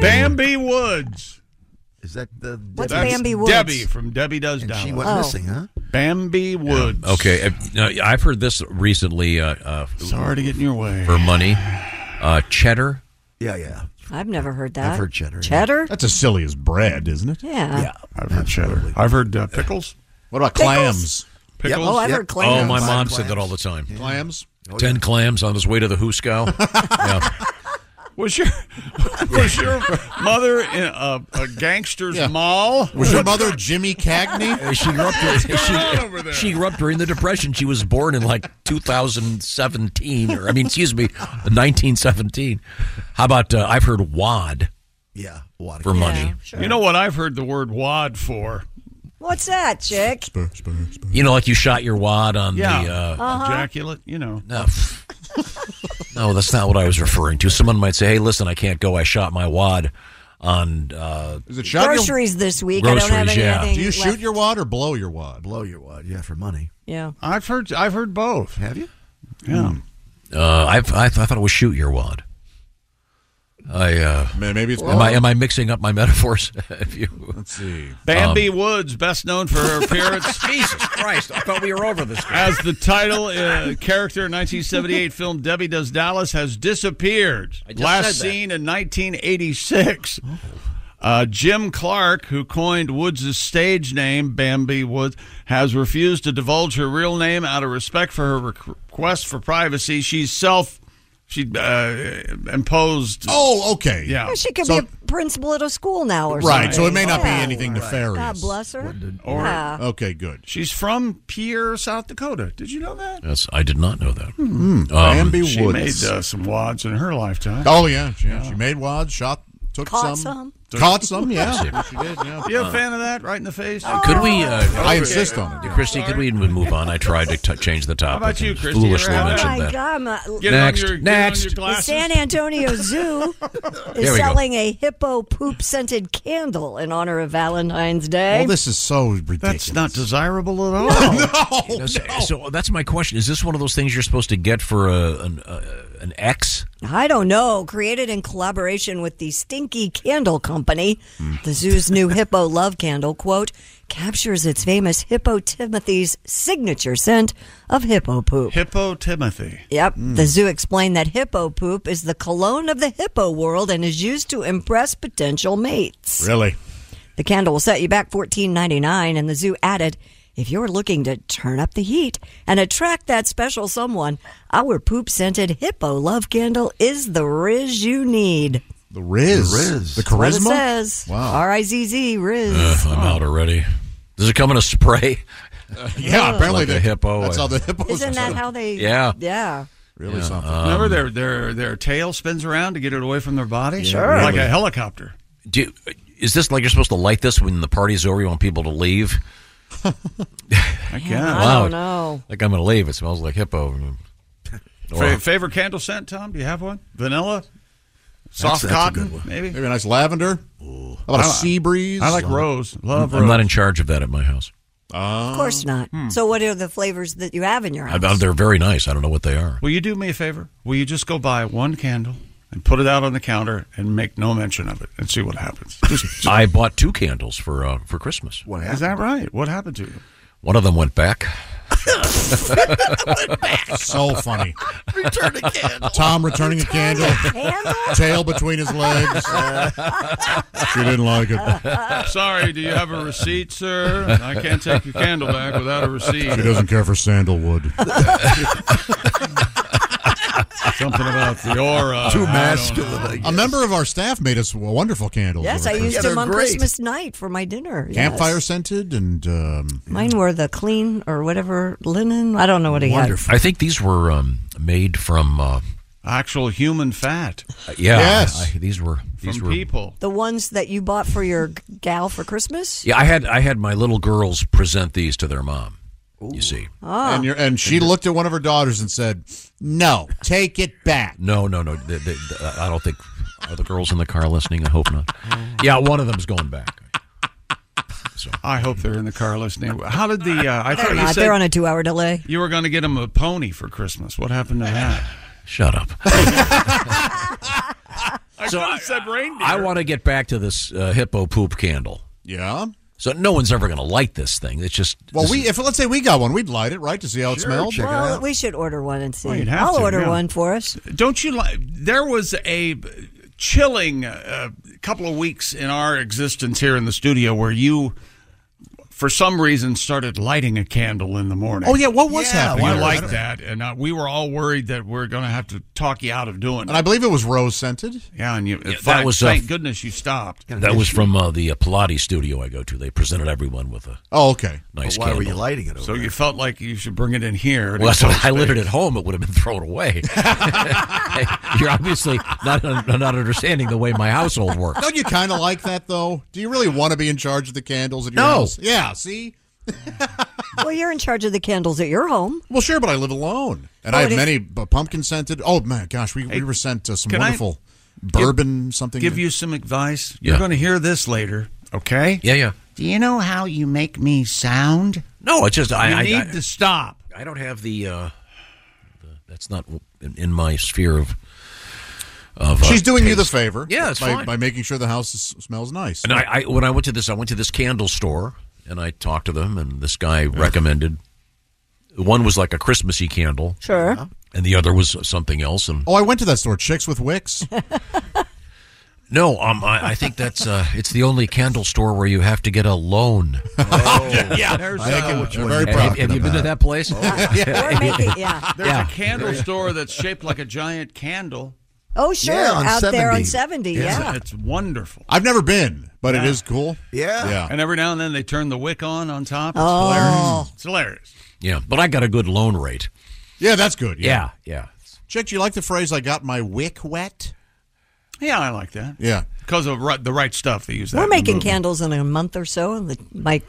[SPEAKER 5] Bambi Woods.
[SPEAKER 13] Is that the
[SPEAKER 3] What's
[SPEAKER 5] That's
[SPEAKER 3] Bambi Woods?
[SPEAKER 5] Debbie from Debbie Does
[SPEAKER 13] And
[SPEAKER 5] Down.
[SPEAKER 13] she went Oh. missing, huh?
[SPEAKER 5] Bambi Woods.
[SPEAKER 7] Okay, uh, now, I've heard this recently. Uh, uh,
[SPEAKER 5] Sorry to get in your way.
[SPEAKER 7] For money, uh, cheddar.
[SPEAKER 13] Yeah, yeah.
[SPEAKER 3] I've never heard that. Cheddar?
[SPEAKER 9] Cheddar? That's as silly as bread, isn't it?
[SPEAKER 3] Yeah. Yeah,
[SPEAKER 5] I've heard cheddar. I've heard uh, pickles.
[SPEAKER 9] What about
[SPEAKER 3] Pickles?
[SPEAKER 9] clams?
[SPEAKER 5] Pickles.
[SPEAKER 3] Oh, I've heard clams.
[SPEAKER 7] Oh, my mom said that all the time.
[SPEAKER 9] Clams?
[SPEAKER 7] Ten clams on his way to the Huskow. yeah.
[SPEAKER 5] Was your was your mother in a, a gangster's mall?
[SPEAKER 9] Was your mother Jimmy Cagney?
[SPEAKER 7] Uh, She grew, up during, she, she grew up during the Depression. She was born in like 2017, or I mean, excuse me, 1917. How about uh, I've heard wad
[SPEAKER 13] Yeah.
[SPEAKER 7] for money?
[SPEAKER 5] You know what I've heard the word wad for?
[SPEAKER 3] What's that, chick?
[SPEAKER 7] You know, like you shot your wad on
[SPEAKER 5] Yeah,
[SPEAKER 7] the. Uh,
[SPEAKER 3] Uh-huh.
[SPEAKER 5] ejaculate. You know,
[SPEAKER 7] no. no, that's not what I was referring to. Someone might say, "Hey, listen, I can't go. I shot my wad on." Uh,
[SPEAKER 9] Is it shot
[SPEAKER 3] Groceries this week. I don't have
[SPEAKER 7] Groceries, yeah.
[SPEAKER 3] anything.
[SPEAKER 9] Do you shoot
[SPEAKER 3] left.
[SPEAKER 9] your wad or blow your wad?
[SPEAKER 13] Blow your wad, yeah, for money.
[SPEAKER 3] Yeah.
[SPEAKER 5] I've heard I've heard both.
[SPEAKER 13] Have you?
[SPEAKER 5] Yeah.
[SPEAKER 7] Uh, I, I, I thought it was shoot your wad. I uh,
[SPEAKER 9] May- Maybe it's
[SPEAKER 7] am I am I mixing up my metaphors? if you
[SPEAKER 9] Let's see.
[SPEAKER 5] Bambi Woods, best known for her appearance
[SPEAKER 7] Um, Jesus Christ! I thought we were over this.
[SPEAKER 5] as the title uh, character in 1978 film Debbie Does Dallas has disappeared.
[SPEAKER 7] just
[SPEAKER 5] Last
[SPEAKER 7] said that.
[SPEAKER 5] seen in 1986. Uh, Jim Clark, who coined Woods' stage name, Bambi Woods, has refused to divulge her real name out of respect for her requ- request for privacy. She's self, she uh, imposed.
[SPEAKER 9] Oh, okay.
[SPEAKER 5] Yeah.
[SPEAKER 3] She could
[SPEAKER 9] So-
[SPEAKER 3] be a principal at a school now or something.
[SPEAKER 9] Right, so it may not be
[SPEAKER 3] Yeah.
[SPEAKER 9] anything
[SPEAKER 3] God
[SPEAKER 9] nefarious.
[SPEAKER 3] bless her.
[SPEAKER 5] Or-
[SPEAKER 3] yeah.
[SPEAKER 9] Okay, good.
[SPEAKER 5] She's from Pierre, South Dakota. Did you know that?
[SPEAKER 7] Yes, I did not know that. Um,
[SPEAKER 9] Bambi
[SPEAKER 5] She
[SPEAKER 9] Woods.
[SPEAKER 5] made uh, some wads in her lifetime.
[SPEAKER 9] Oh yeah, yeah. She made wads, shot, took
[SPEAKER 3] Caught
[SPEAKER 9] some.
[SPEAKER 3] some.
[SPEAKER 9] Caught some, yeah.
[SPEAKER 5] You a fan of that? Right in the face?
[SPEAKER 7] Could we?
[SPEAKER 3] Oh.
[SPEAKER 7] Uh,
[SPEAKER 5] Okay.
[SPEAKER 7] Christy. Could we move on? I tried to t- change the topic.
[SPEAKER 5] How about you,
[SPEAKER 7] and
[SPEAKER 5] Christy?
[SPEAKER 7] Foolishly
[SPEAKER 5] You're out.
[SPEAKER 7] mentioned
[SPEAKER 5] Oh,
[SPEAKER 3] My
[SPEAKER 7] that.
[SPEAKER 3] God, my-
[SPEAKER 7] Get on Next. your- get on Next. your
[SPEAKER 3] The
[SPEAKER 7] glasses.
[SPEAKER 3] San Antonio Zoo
[SPEAKER 9] There
[SPEAKER 3] is
[SPEAKER 9] we go.
[SPEAKER 3] selling a hippo poop scented candle in honor of Valentine's Day.
[SPEAKER 9] Well, this is so ridiculous.
[SPEAKER 5] That's not desirable at all.
[SPEAKER 7] no, so, so that's my question. Is this one of those things you're supposed to get for a, an uh, an ex?
[SPEAKER 3] I don't know. Created in collaboration with the Stinky Candle Company, the zoo's new hippo love candle, quote, captures its famous Hippo Timothy's signature scent of hippo poop.
[SPEAKER 5] Hippo Timothy.
[SPEAKER 3] Yep. The zoo explained that hippo poop is the cologne of the hippo world and is used to impress potential mates.
[SPEAKER 9] Really?
[SPEAKER 3] The candle will set you back fourteen ninety nine, and the zoo added, "If you're looking to turn up the heat and attract that special someone, our poop scented hippo love candle is the riz you need."
[SPEAKER 9] The Riz.
[SPEAKER 7] The Riz. Uh,
[SPEAKER 9] The
[SPEAKER 3] What it
[SPEAKER 9] charisma?
[SPEAKER 3] says.
[SPEAKER 9] Wow.
[SPEAKER 3] R i z z riz.
[SPEAKER 7] Ugh, I'm out already. Does it come in a spray?
[SPEAKER 9] yeah, apparently
[SPEAKER 7] like
[SPEAKER 9] they-
[SPEAKER 7] a hippo.
[SPEAKER 9] that's how the
[SPEAKER 7] hippo.
[SPEAKER 3] Isn't that how they?
[SPEAKER 7] Yeah. um,
[SPEAKER 3] Yeah.
[SPEAKER 9] Really
[SPEAKER 7] something.
[SPEAKER 5] Remember their their their tail spins around to get it away from their body.
[SPEAKER 7] Sure.
[SPEAKER 5] like
[SPEAKER 7] really.
[SPEAKER 5] a helicopter.
[SPEAKER 7] Do, is this like you're supposed to light this when the party's over? You want people to leave? I
[SPEAKER 5] guess. I don't know.
[SPEAKER 7] Like I'm going to leave. It smells like hippo.
[SPEAKER 5] Fa- favorite candle scent, Tom? Do you have one? Vanilla, soft
[SPEAKER 9] that's a
[SPEAKER 5] cotton,
[SPEAKER 9] good one.
[SPEAKER 5] maybe.
[SPEAKER 9] Maybe a nice lavender. How about
[SPEAKER 5] I
[SPEAKER 9] a
[SPEAKER 5] like-
[SPEAKER 9] sea breeze?
[SPEAKER 5] I like rose. Love
[SPEAKER 7] I'm
[SPEAKER 5] rose.
[SPEAKER 7] not in charge of that at my house.
[SPEAKER 3] Of course not.
[SPEAKER 9] Hmm.
[SPEAKER 3] So, what are the flavors that you have in your
[SPEAKER 7] I,
[SPEAKER 3] house?
[SPEAKER 7] I- they're very nice. I don't know what they are.
[SPEAKER 5] Will you do me a favor? Will you just go buy one candle and put it out on the counter and make no mention of it and see what happens?
[SPEAKER 7] I bought two candles for uh, for Christmas. What
[SPEAKER 5] Is that right? What happened to you?
[SPEAKER 7] One of them went back.
[SPEAKER 9] So funny.
[SPEAKER 5] Return a candle.
[SPEAKER 9] Tom returning a candle. Tail between his legs. she didn't like it.
[SPEAKER 5] Sorry, do you have a receipt, sir? I can't take your candle back without a receipt.
[SPEAKER 9] She doesn't care for sandalwood.
[SPEAKER 5] Something about the aura.
[SPEAKER 9] Too
[SPEAKER 5] uh, I
[SPEAKER 9] masculine,
[SPEAKER 5] don't know.
[SPEAKER 9] A member of our staff made us a wonderful candles.
[SPEAKER 3] Yes, I
[SPEAKER 9] over
[SPEAKER 3] used
[SPEAKER 9] Christmas.
[SPEAKER 3] them on Christmas night for my dinner. yes.
[SPEAKER 9] Campfire scented and um,
[SPEAKER 3] Mine were the clean or whatever linen. I don't know what he had.
[SPEAKER 7] I think these were um, made from. Uh,
[SPEAKER 5] Actual human fat.
[SPEAKER 7] yeah,
[SPEAKER 5] Yes.
[SPEAKER 7] I- these were these
[SPEAKER 5] From
[SPEAKER 7] were
[SPEAKER 5] people.
[SPEAKER 3] The ones that you bought for your g- gal for Christmas?
[SPEAKER 7] Yeah, I had I had my little girls present these to their mom. You see,
[SPEAKER 3] Ah.
[SPEAKER 9] and, your, and she looked at one of her daughters and said, "No, take it back."
[SPEAKER 7] no, no, no. They, they, I don't think are the girls in the car listening. I hope not. Yeah, one of them's going back.
[SPEAKER 5] I hope they're in the car listening. How did the? Uh, I
[SPEAKER 3] They're
[SPEAKER 5] thought you
[SPEAKER 3] not.
[SPEAKER 5] said
[SPEAKER 3] They're on a two hour delay.
[SPEAKER 5] you were going to get them a pony for Christmas. What happened to that?
[SPEAKER 7] Shut up.
[SPEAKER 5] I could have said reindeer.
[SPEAKER 7] I want to get back to this uh, hippo poop candle.
[SPEAKER 9] Yeah.
[SPEAKER 7] So no one's ever going to light this thing. It's just
[SPEAKER 9] Well,
[SPEAKER 7] this
[SPEAKER 9] we if let's say we got one, we'd light it right to see how it smelled.
[SPEAKER 3] Well, we should order one and see.
[SPEAKER 5] Well, you'd have
[SPEAKER 3] I'll
[SPEAKER 5] to,
[SPEAKER 3] order
[SPEAKER 5] yeah.
[SPEAKER 3] one for us.
[SPEAKER 5] Don't you like? There was a chilling uh, couple of weeks in our existence here in the studio where you, for some reason, started lighting a candle in the morning.
[SPEAKER 9] Oh, yeah, what was Yeah, happening?
[SPEAKER 5] I
[SPEAKER 9] why-
[SPEAKER 5] like that, and uh, we were all worried that we're going to have to talk you out of doing
[SPEAKER 9] And
[SPEAKER 5] it.
[SPEAKER 9] I believe it was rose scented.
[SPEAKER 5] Yeah, and you.
[SPEAKER 7] Yeah,
[SPEAKER 5] fine,
[SPEAKER 7] that was, uh,
[SPEAKER 5] thank goodness you stopped.
[SPEAKER 7] is- that was from uh, the uh, Pilates studio I go to. They presented everyone with a
[SPEAKER 9] Oh, okay.
[SPEAKER 7] nice
[SPEAKER 5] But why were
[SPEAKER 7] candle.
[SPEAKER 5] you
[SPEAKER 13] lighting it?
[SPEAKER 5] So you felt like you should bring it in here.
[SPEAKER 7] Well, that's what I lit it at home. It would have been thrown away. You're obviously not uh, not understanding the way my household works.
[SPEAKER 9] Don't you kind of like that though? Do you really want to be in charge of the candles at your
[SPEAKER 7] No.
[SPEAKER 9] house? Yeah. See.
[SPEAKER 3] well, you're in charge of the candles at your home.
[SPEAKER 9] Well, sure, but I live alone, and
[SPEAKER 3] Oh,
[SPEAKER 9] I have
[SPEAKER 3] it is-
[SPEAKER 9] many pumpkin scented. Oh man, gosh, we,
[SPEAKER 5] Hey,
[SPEAKER 9] we were sent uh, some
[SPEAKER 5] can I
[SPEAKER 9] wonderful
[SPEAKER 5] give-
[SPEAKER 9] bourbon something.
[SPEAKER 5] Give you some advice. You're going to hear this later. Okay.
[SPEAKER 7] Yeah, yeah.
[SPEAKER 10] Do you know how you make me sound?
[SPEAKER 7] No, it's just I,
[SPEAKER 5] You
[SPEAKER 7] I
[SPEAKER 5] need
[SPEAKER 7] I,
[SPEAKER 5] to stop.
[SPEAKER 7] I don't have the. Uh, the that's not in, in my sphere of. of uh,
[SPEAKER 9] She's doing you the
[SPEAKER 7] taste.
[SPEAKER 9] favor.
[SPEAKER 7] Yeah, it's
[SPEAKER 9] by,
[SPEAKER 7] fine.
[SPEAKER 9] by making sure the house is, smells nice.
[SPEAKER 7] And I, I when I went to this, I went to this candle store and I talked to them, and this guy recommended. One was like a Christmassy candle,
[SPEAKER 3] Sure.
[SPEAKER 7] and the other was something else. And
[SPEAKER 9] oh, I went to that store, Chicks with Wicks.
[SPEAKER 7] no, um, I, I think that's uh, it's the only candle store where you have to get a loan. Oh,
[SPEAKER 5] yeah,
[SPEAKER 9] There's
[SPEAKER 5] I think
[SPEAKER 9] that
[SPEAKER 5] it
[SPEAKER 9] one.
[SPEAKER 5] was-
[SPEAKER 9] You're very
[SPEAKER 7] Have-
[SPEAKER 9] proud.
[SPEAKER 7] have you been to that place?
[SPEAKER 3] We're making, yeah.
[SPEAKER 5] There's
[SPEAKER 7] Yeah.
[SPEAKER 5] a candle store that's shaped like a giant candle.
[SPEAKER 3] Oh, sure.
[SPEAKER 5] Yeah, on
[SPEAKER 3] out there on
[SPEAKER 5] 70.
[SPEAKER 3] 70. Yeah.
[SPEAKER 5] It's, it's wonderful.
[SPEAKER 9] I've never been, but it
[SPEAKER 5] Yeah.
[SPEAKER 9] is cool. Yeah.
[SPEAKER 5] And every now and then they turn the wick on on top. It's
[SPEAKER 9] Oh.
[SPEAKER 5] hilarious. It's hilarious.
[SPEAKER 7] Yeah, but I got a good loan rate.
[SPEAKER 9] Yeah, that's good.
[SPEAKER 7] Yeah,
[SPEAKER 9] Yeah.
[SPEAKER 7] yeah.
[SPEAKER 9] Chick, do you like the phrase "I got my wick wet"?
[SPEAKER 5] Yeah, I like that.
[SPEAKER 9] Yeah.
[SPEAKER 5] because of right, the right stuff. They use that.
[SPEAKER 3] We're
[SPEAKER 5] in the
[SPEAKER 3] making
[SPEAKER 5] movie.
[SPEAKER 3] candles in a month or so. And the, my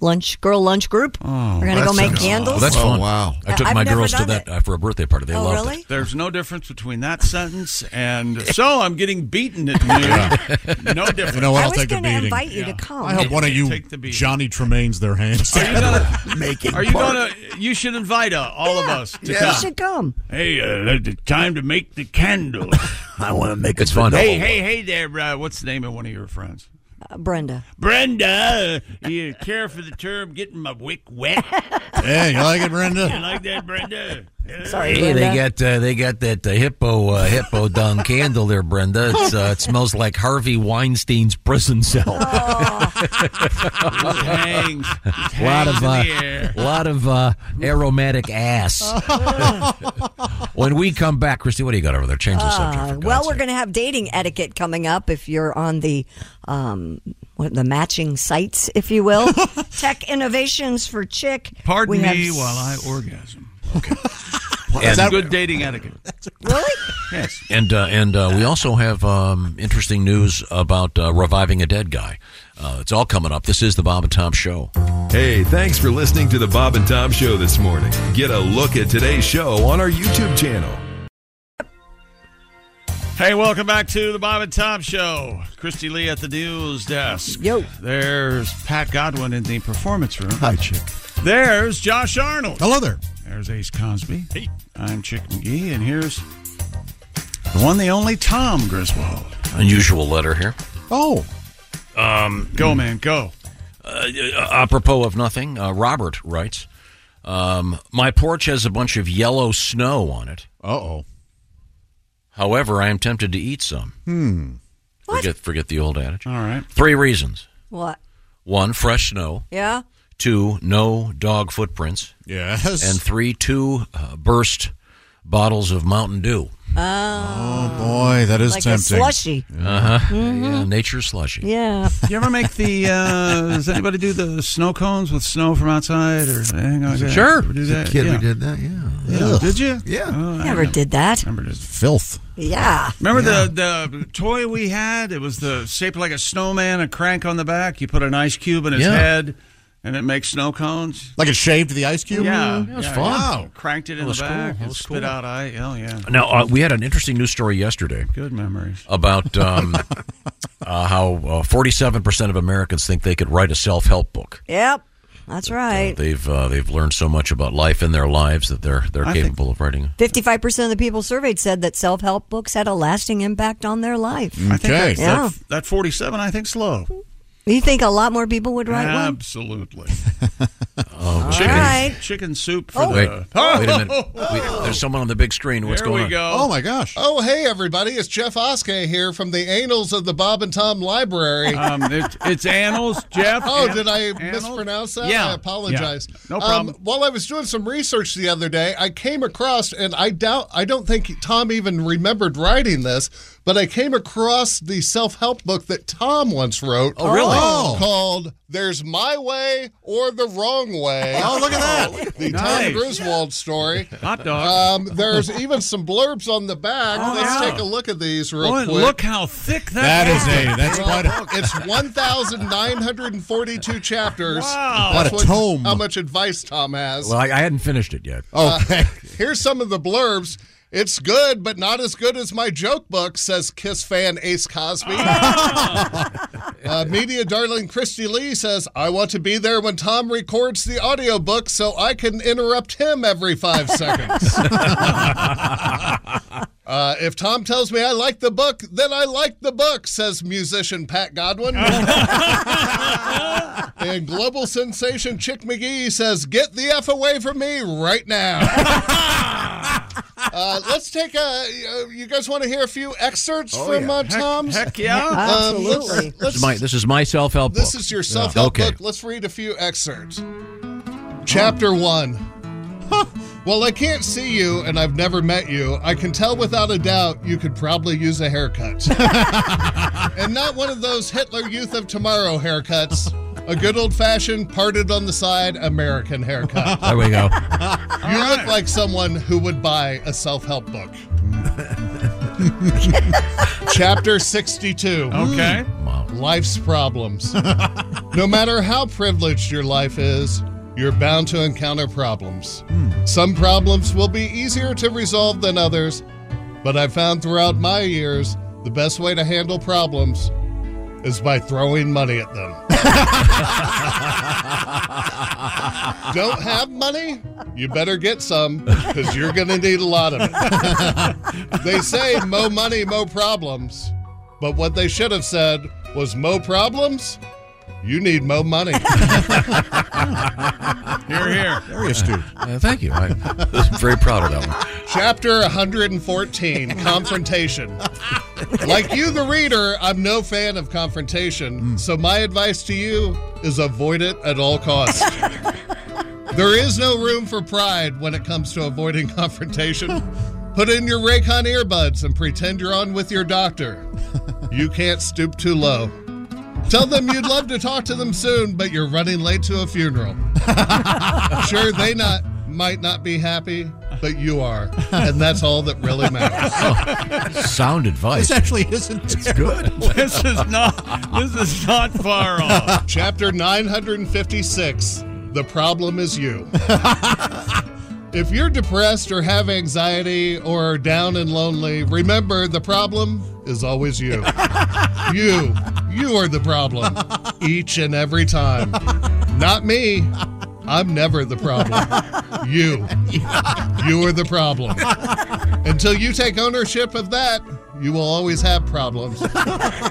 [SPEAKER 3] lunch girl lunch group. We're gonna
[SPEAKER 5] that
[SPEAKER 3] go make
[SPEAKER 5] sounds-
[SPEAKER 3] candles.
[SPEAKER 7] Oh, that's fun. I
[SPEAKER 3] Yeah,
[SPEAKER 7] took
[SPEAKER 3] I've
[SPEAKER 7] my
[SPEAKER 3] never
[SPEAKER 7] girls to
[SPEAKER 3] done
[SPEAKER 7] that
[SPEAKER 3] it.
[SPEAKER 7] uh, for a birthday party. They
[SPEAKER 3] Oh,
[SPEAKER 7] loved
[SPEAKER 3] really?
[SPEAKER 7] it.
[SPEAKER 5] There's no difference between that sentence and so I'm getting beaten at noon. No difference.
[SPEAKER 9] You know what? I'll take the beating.
[SPEAKER 3] Oh,
[SPEAKER 9] I hope one of you
[SPEAKER 5] Take the beating.
[SPEAKER 9] Johnny Tremaine's their hands.
[SPEAKER 5] Are you gonna? You should invite uh, all of us. To
[SPEAKER 3] Yeah.
[SPEAKER 5] come.
[SPEAKER 3] You should come.
[SPEAKER 5] Hey, uh, the time to make the candle.
[SPEAKER 13] I want to make
[SPEAKER 7] it's fun.
[SPEAKER 5] Hey, hey, hey there! Uh, what's the name of one of your friends?
[SPEAKER 3] Uh, Brenda.
[SPEAKER 5] Brenda, uh, you care for the term getting my wick wet?
[SPEAKER 7] Yeah, you like it, Brenda?
[SPEAKER 5] You like that, Brenda?
[SPEAKER 3] Sorry,
[SPEAKER 7] Hey, they got uh, they got that uh, hippo uh, hippo dung candle there, Brenda. It's, uh, it smells like Harvey Weinstein's prison cell.
[SPEAKER 5] hangs.
[SPEAKER 7] A lot of
[SPEAKER 5] hangs in the
[SPEAKER 7] uh,
[SPEAKER 5] air.
[SPEAKER 7] lot of uh, aromatic ass. when we come back, Christy, what do you got over there? Change the subject.
[SPEAKER 3] Uh, well, we're going to have dating etiquette coming up if you're on the um, what, the matching sites, if you will. Tech innovations for chick.
[SPEAKER 5] Pardon
[SPEAKER 3] We have
[SPEAKER 5] me
[SPEAKER 3] s-
[SPEAKER 5] while I orgasm.
[SPEAKER 7] Well,
[SPEAKER 5] Okay.
[SPEAKER 7] is
[SPEAKER 5] That's
[SPEAKER 7] that-
[SPEAKER 5] good dating etiquette.
[SPEAKER 3] Really?
[SPEAKER 5] Yes.
[SPEAKER 7] And uh, and uh, we also have um, interesting news about uh, reviving a dead guy. Uh, it's all coming up. This is the Bob and Tom Show.
[SPEAKER 15] Hey, thanks for listening to the Bob and Tom Show this morning. Get a look at today's show on our YouTube channel.
[SPEAKER 5] Hey, welcome back to the Bob and Tom Show. Christy Lee at the news desk. Yo. There's Pat Godwin in the performance room. Hi, Chick. There's Josh Arnold. Hello there. There's Ace Cosby. Hey. I'm Chick McGee, and here's the one, the only Tom Griswold.
[SPEAKER 7] Unusual letter here.
[SPEAKER 5] Oh.
[SPEAKER 7] Um,
[SPEAKER 5] go, man, go.
[SPEAKER 7] Uh, uh, apropos of nothing, uh, Robert writes um, My porch has a bunch of yellow snow on it. Uh oh. However, I am tempted to eat some.
[SPEAKER 9] Hmm.
[SPEAKER 7] Forget, forget the old adage.
[SPEAKER 5] All right.
[SPEAKER 7] Three reasons
[SPEAKER 3] What?
[SPEAKER 7] one, fresh snow.
[SPEAKER 3] Yeah.
[SPEAKER 7] Two, no dog footprints.
[SPEAKER 9] Yes.
[SPEAKER 7] And three, two uh, burst bottles of Mountain Dew.
[SPEAKER 3] Oh,
[SPEAKER 7] boy, that
[SPEAKER 3] is Like a tempting. slushy.
[SPEAKER 7] Uh huh.
[SPEAKER 3] Mhm.
[SPEAKER 7] Yeah, nature slushy.
[SPEAKER 3] Yeah.
[SPEAKER 5] You ever make the? Uh, does anybody do the snow cones with snow from outside or anything like that?
[SPEAKER 7] Sure.
[SPEAKER 5] Ever do
[SPEAKER 7] As a
[SPEAKER 5] that?
[SPEAKER 7] kid, we
[SPEAKER 5] yeah.
[SPEAKER 7] did that, yeah.
[SPEAKER 5] Yeah.
[SPEAKER 7] Ugh.
[SPEAKER 5] Did you?
[SPEAKER 7] Yeah.
[SPEAKER 5] Oh, I
[SPEAKER 3] Never
[SPEAKER 5] know.
[SPEAKER 3] did that.
[SPEAKER 5] Remember this
[SPEAKER 9] filth.
[SPEAKER 3] Yeah.
[SPEAKER 5] Remember the the toy we had? It was the shaped like a snowman, a crank on the back. You put an ice cube in his
[SPEAKER 9] Yeah.
[SPEAKER 5] head, and it makes snow cones.
[SPEAKER 9] Like it shaved the ice cube? Hmm,
[SPEAKER 5] Yeah,
[SPEAKER 9] That was
[SPEAKER 5] yeah,
[SPEAKER 9] fun.
[SPEAKER 5] yeah.
[SPEAKER 9] Wow.
[SPEAKER 5] Cranked it
[SPEAKER 9] That
[SPEAKER 5] in
[SPEAKER 9] was
[SPEAKER 5] the
[SPEAKER 9] cool.
[SPEAKER 5] back.
[SPEAKER 9] That
[SPEAKER 5] and
[SPEAKER 9] was
[SPEAKER 5] spit
[SPEAKER 9] cool.
[SPEAKER 5] out ice. Oh yeah.
[SPEAKER 7] Now uh, we had an interesting news story yesterday.
[SPEAKER 5] Good memories
[SPEAKER 7] about um, uh, how forty-seven percent of Americans think they could write a self-help book.
[SPEAKER 3] Yep. That's right.
[SPEAKER 7] They've uh, they've learned so much about life in their lives that they're they're
[SPEAKER 3] I think-
[SPEAKER 7] capable of writing.
[SPEAKER 3] Fifty-five percent of the people surveyed said that self-help books had a lasting impact on their life.
[SPEAKER 5] I think that,
[SPEAKER 3] yeah.
[SPEAKER 5] that, that forty-seven, I think's low.
[SPEAKER 3] you think a lot more people would write one?
[SPEAKER 5] Absolutely.
[SPEAKER 7] Oh,
[SPEAKER 5] chicken,
[SPEAKER 3] right.
[SPEAKER 5] chicken soup for
[SPEAKER 7] Oh.
[SPEAKER 5] the.
[SPEAKER 7] Wait, wait a minute. Wait, there's someone on the big screen. What's
[SPEAKER 5] Oh. There
[SPEAKER 7] going
[SPEAKER 5] we
[SPEAKER 7] on?
[SPEAKER 5] go.
[SPEAKER 7] Oh my gosh.
[SPEAKER 23] Oh, hey, everybody. It's Jeff Oskay here from the Annals of the Bob and Tom Library.
[SPEAKER 5] Um, it's, it's annals, Jeff.
[SPEAKER 23] Oh,
[SPEAKER 5] An-
[SPEAKER 23] did I
[SPEAKER 5] annals?
[SPEAKER 23] mispronounce that?
[SPEAKER 5] Yeah.
[SPEAKER 23] I apologize.
[SPEAKER 5] Yeah. No problem.
[SPEAKER 23] Um, while I was doing some research the other day, I came across, and I doubt, I don't think Tom even remembered writing this, but I came across the self help book that Tom once wrote.
[SPEAKER 7] Oh, really? Oh.
[SPEAKER 23] Called There's My Way or the Wrong Way.
[SPEAKER 7] Oh, look at
[SPEAKER 23] that. The
[SPEAKER 7] Nice.
[SPEAKER 23] Tom Griswold story.
[SPEAKER 5] Hot
[SPEAKER 23] dog. Um, there's even some blurbs on the back.
[SPEAKER 5] Oh,
[SPEAKER 23] Let's
[SPEAKER 5] yeah.
[SPEAKER 23] take a look at these real
[SPEAKER 5] Boy,
[SPEAKER 23] quick.
[SPEAKER 5] look how thick that,
[SPEAKER 23] That is
[SPEAKER 5] is.
[SPEAKER 23] a- that's quite a- It's 1,942 chapters.
[SPEAKER 5] Wow.
[SPEAKER 23] That's
[SPEAKER 7] What a tome.
[SPEAKER 23] How much advice Tom has.
[SPEAKER 7] Well, I, I hadn't finished it yet.
[SPEAKER 23] Uh, here's some of the blurbs. It's good, but not as good as my joke book, says Kiss fan Ace Cosby. uh, media darling Christy Lee says, I want to be there when Tom records the audiobook so I can interrupt him every five seconds. Uh, if Tom tells me I like the book, then I like the book, says musician Pat Godwin. and global sensation Chick McGee says, Get the F away from me right now. Uh, let's take a. uh, You guys want to hear a few excerpts
[SPEAKER 7] Oh,
[SPEAKER 23] from
[SPEAKER 7] yeah.
[SPEAKER 23] uh,
[SPEAKER 7] Heck-
[SPEAKER 23] Tom's?
[SPEAKER 7] heck yeah.
[SPEAKER 23] Um, let's-
[SPEAKER 7] This
[SPEAKER 23] let's-
[SPEAKER 7] is my this is my self-help book.
[SPEAKER 23] this is your self help
[SPEAKER 7] Okay.
[SPEAKER 23] book. Let's read a few excerpts. Chapter one. Huh. Well, I can't see you, and I've never met you. I can tell without a doubt you could probably use a haircut. and not one of those Hitler Youth of Tomorrow haircuts. A good old fashioned, parted on the side American haircut.
[SPEAKER 7] There we go.
[SPEAKER 23] You look like someone who would buy a self help book. Chapter 62.
[SPEAKER 5] Okay.
[SPEAKER 23] Life's problems. no matter how privileged your life is, you're bound to encounter problems. Some problems will be easier to resolve than others, but I've found throughout my years the best way to handle problems is by throwing money at them. Don't have money? You better get some because you're going to need a lot of it. they say mo money, mo problems. But what they should have said was mo problems? You need mo money.
[SPEAKER 5] Here, here.
[SPEAKER 9] Very astute.
[SPEAKER 7] Uh, thank you. I, am very proud of that one.
[SPEAKER 23] Chapter 114 Confrontation. Like you, the reader, I'm no fan of confrontation, so my advice to you is avoid it at all costs. there is no room for pride when it comes to avoiding confrontation. Put in your Raycon earbuds and pretend you're on with your doctor. You can't stoop too low. Tell them you'd love to talk to them soon, but you're running late to a funeral. sure, they not might not be happy, but you are, and that's all that really matters.
[SPEAKER 7] Sound advice.
[SPEAKER 23] actually isn't. It's good.
[SPEAKER 5] This is not. This is not far off.
[SPEAKER 23] Chapter 956. The problem is you. if you're depressed or have anxiety or are down and lonely, remember the problem is always you. you, you are the problem each and every time. Not me. I'm never the problem. You. You are the problem. Until you take ownership of that, you will always have problems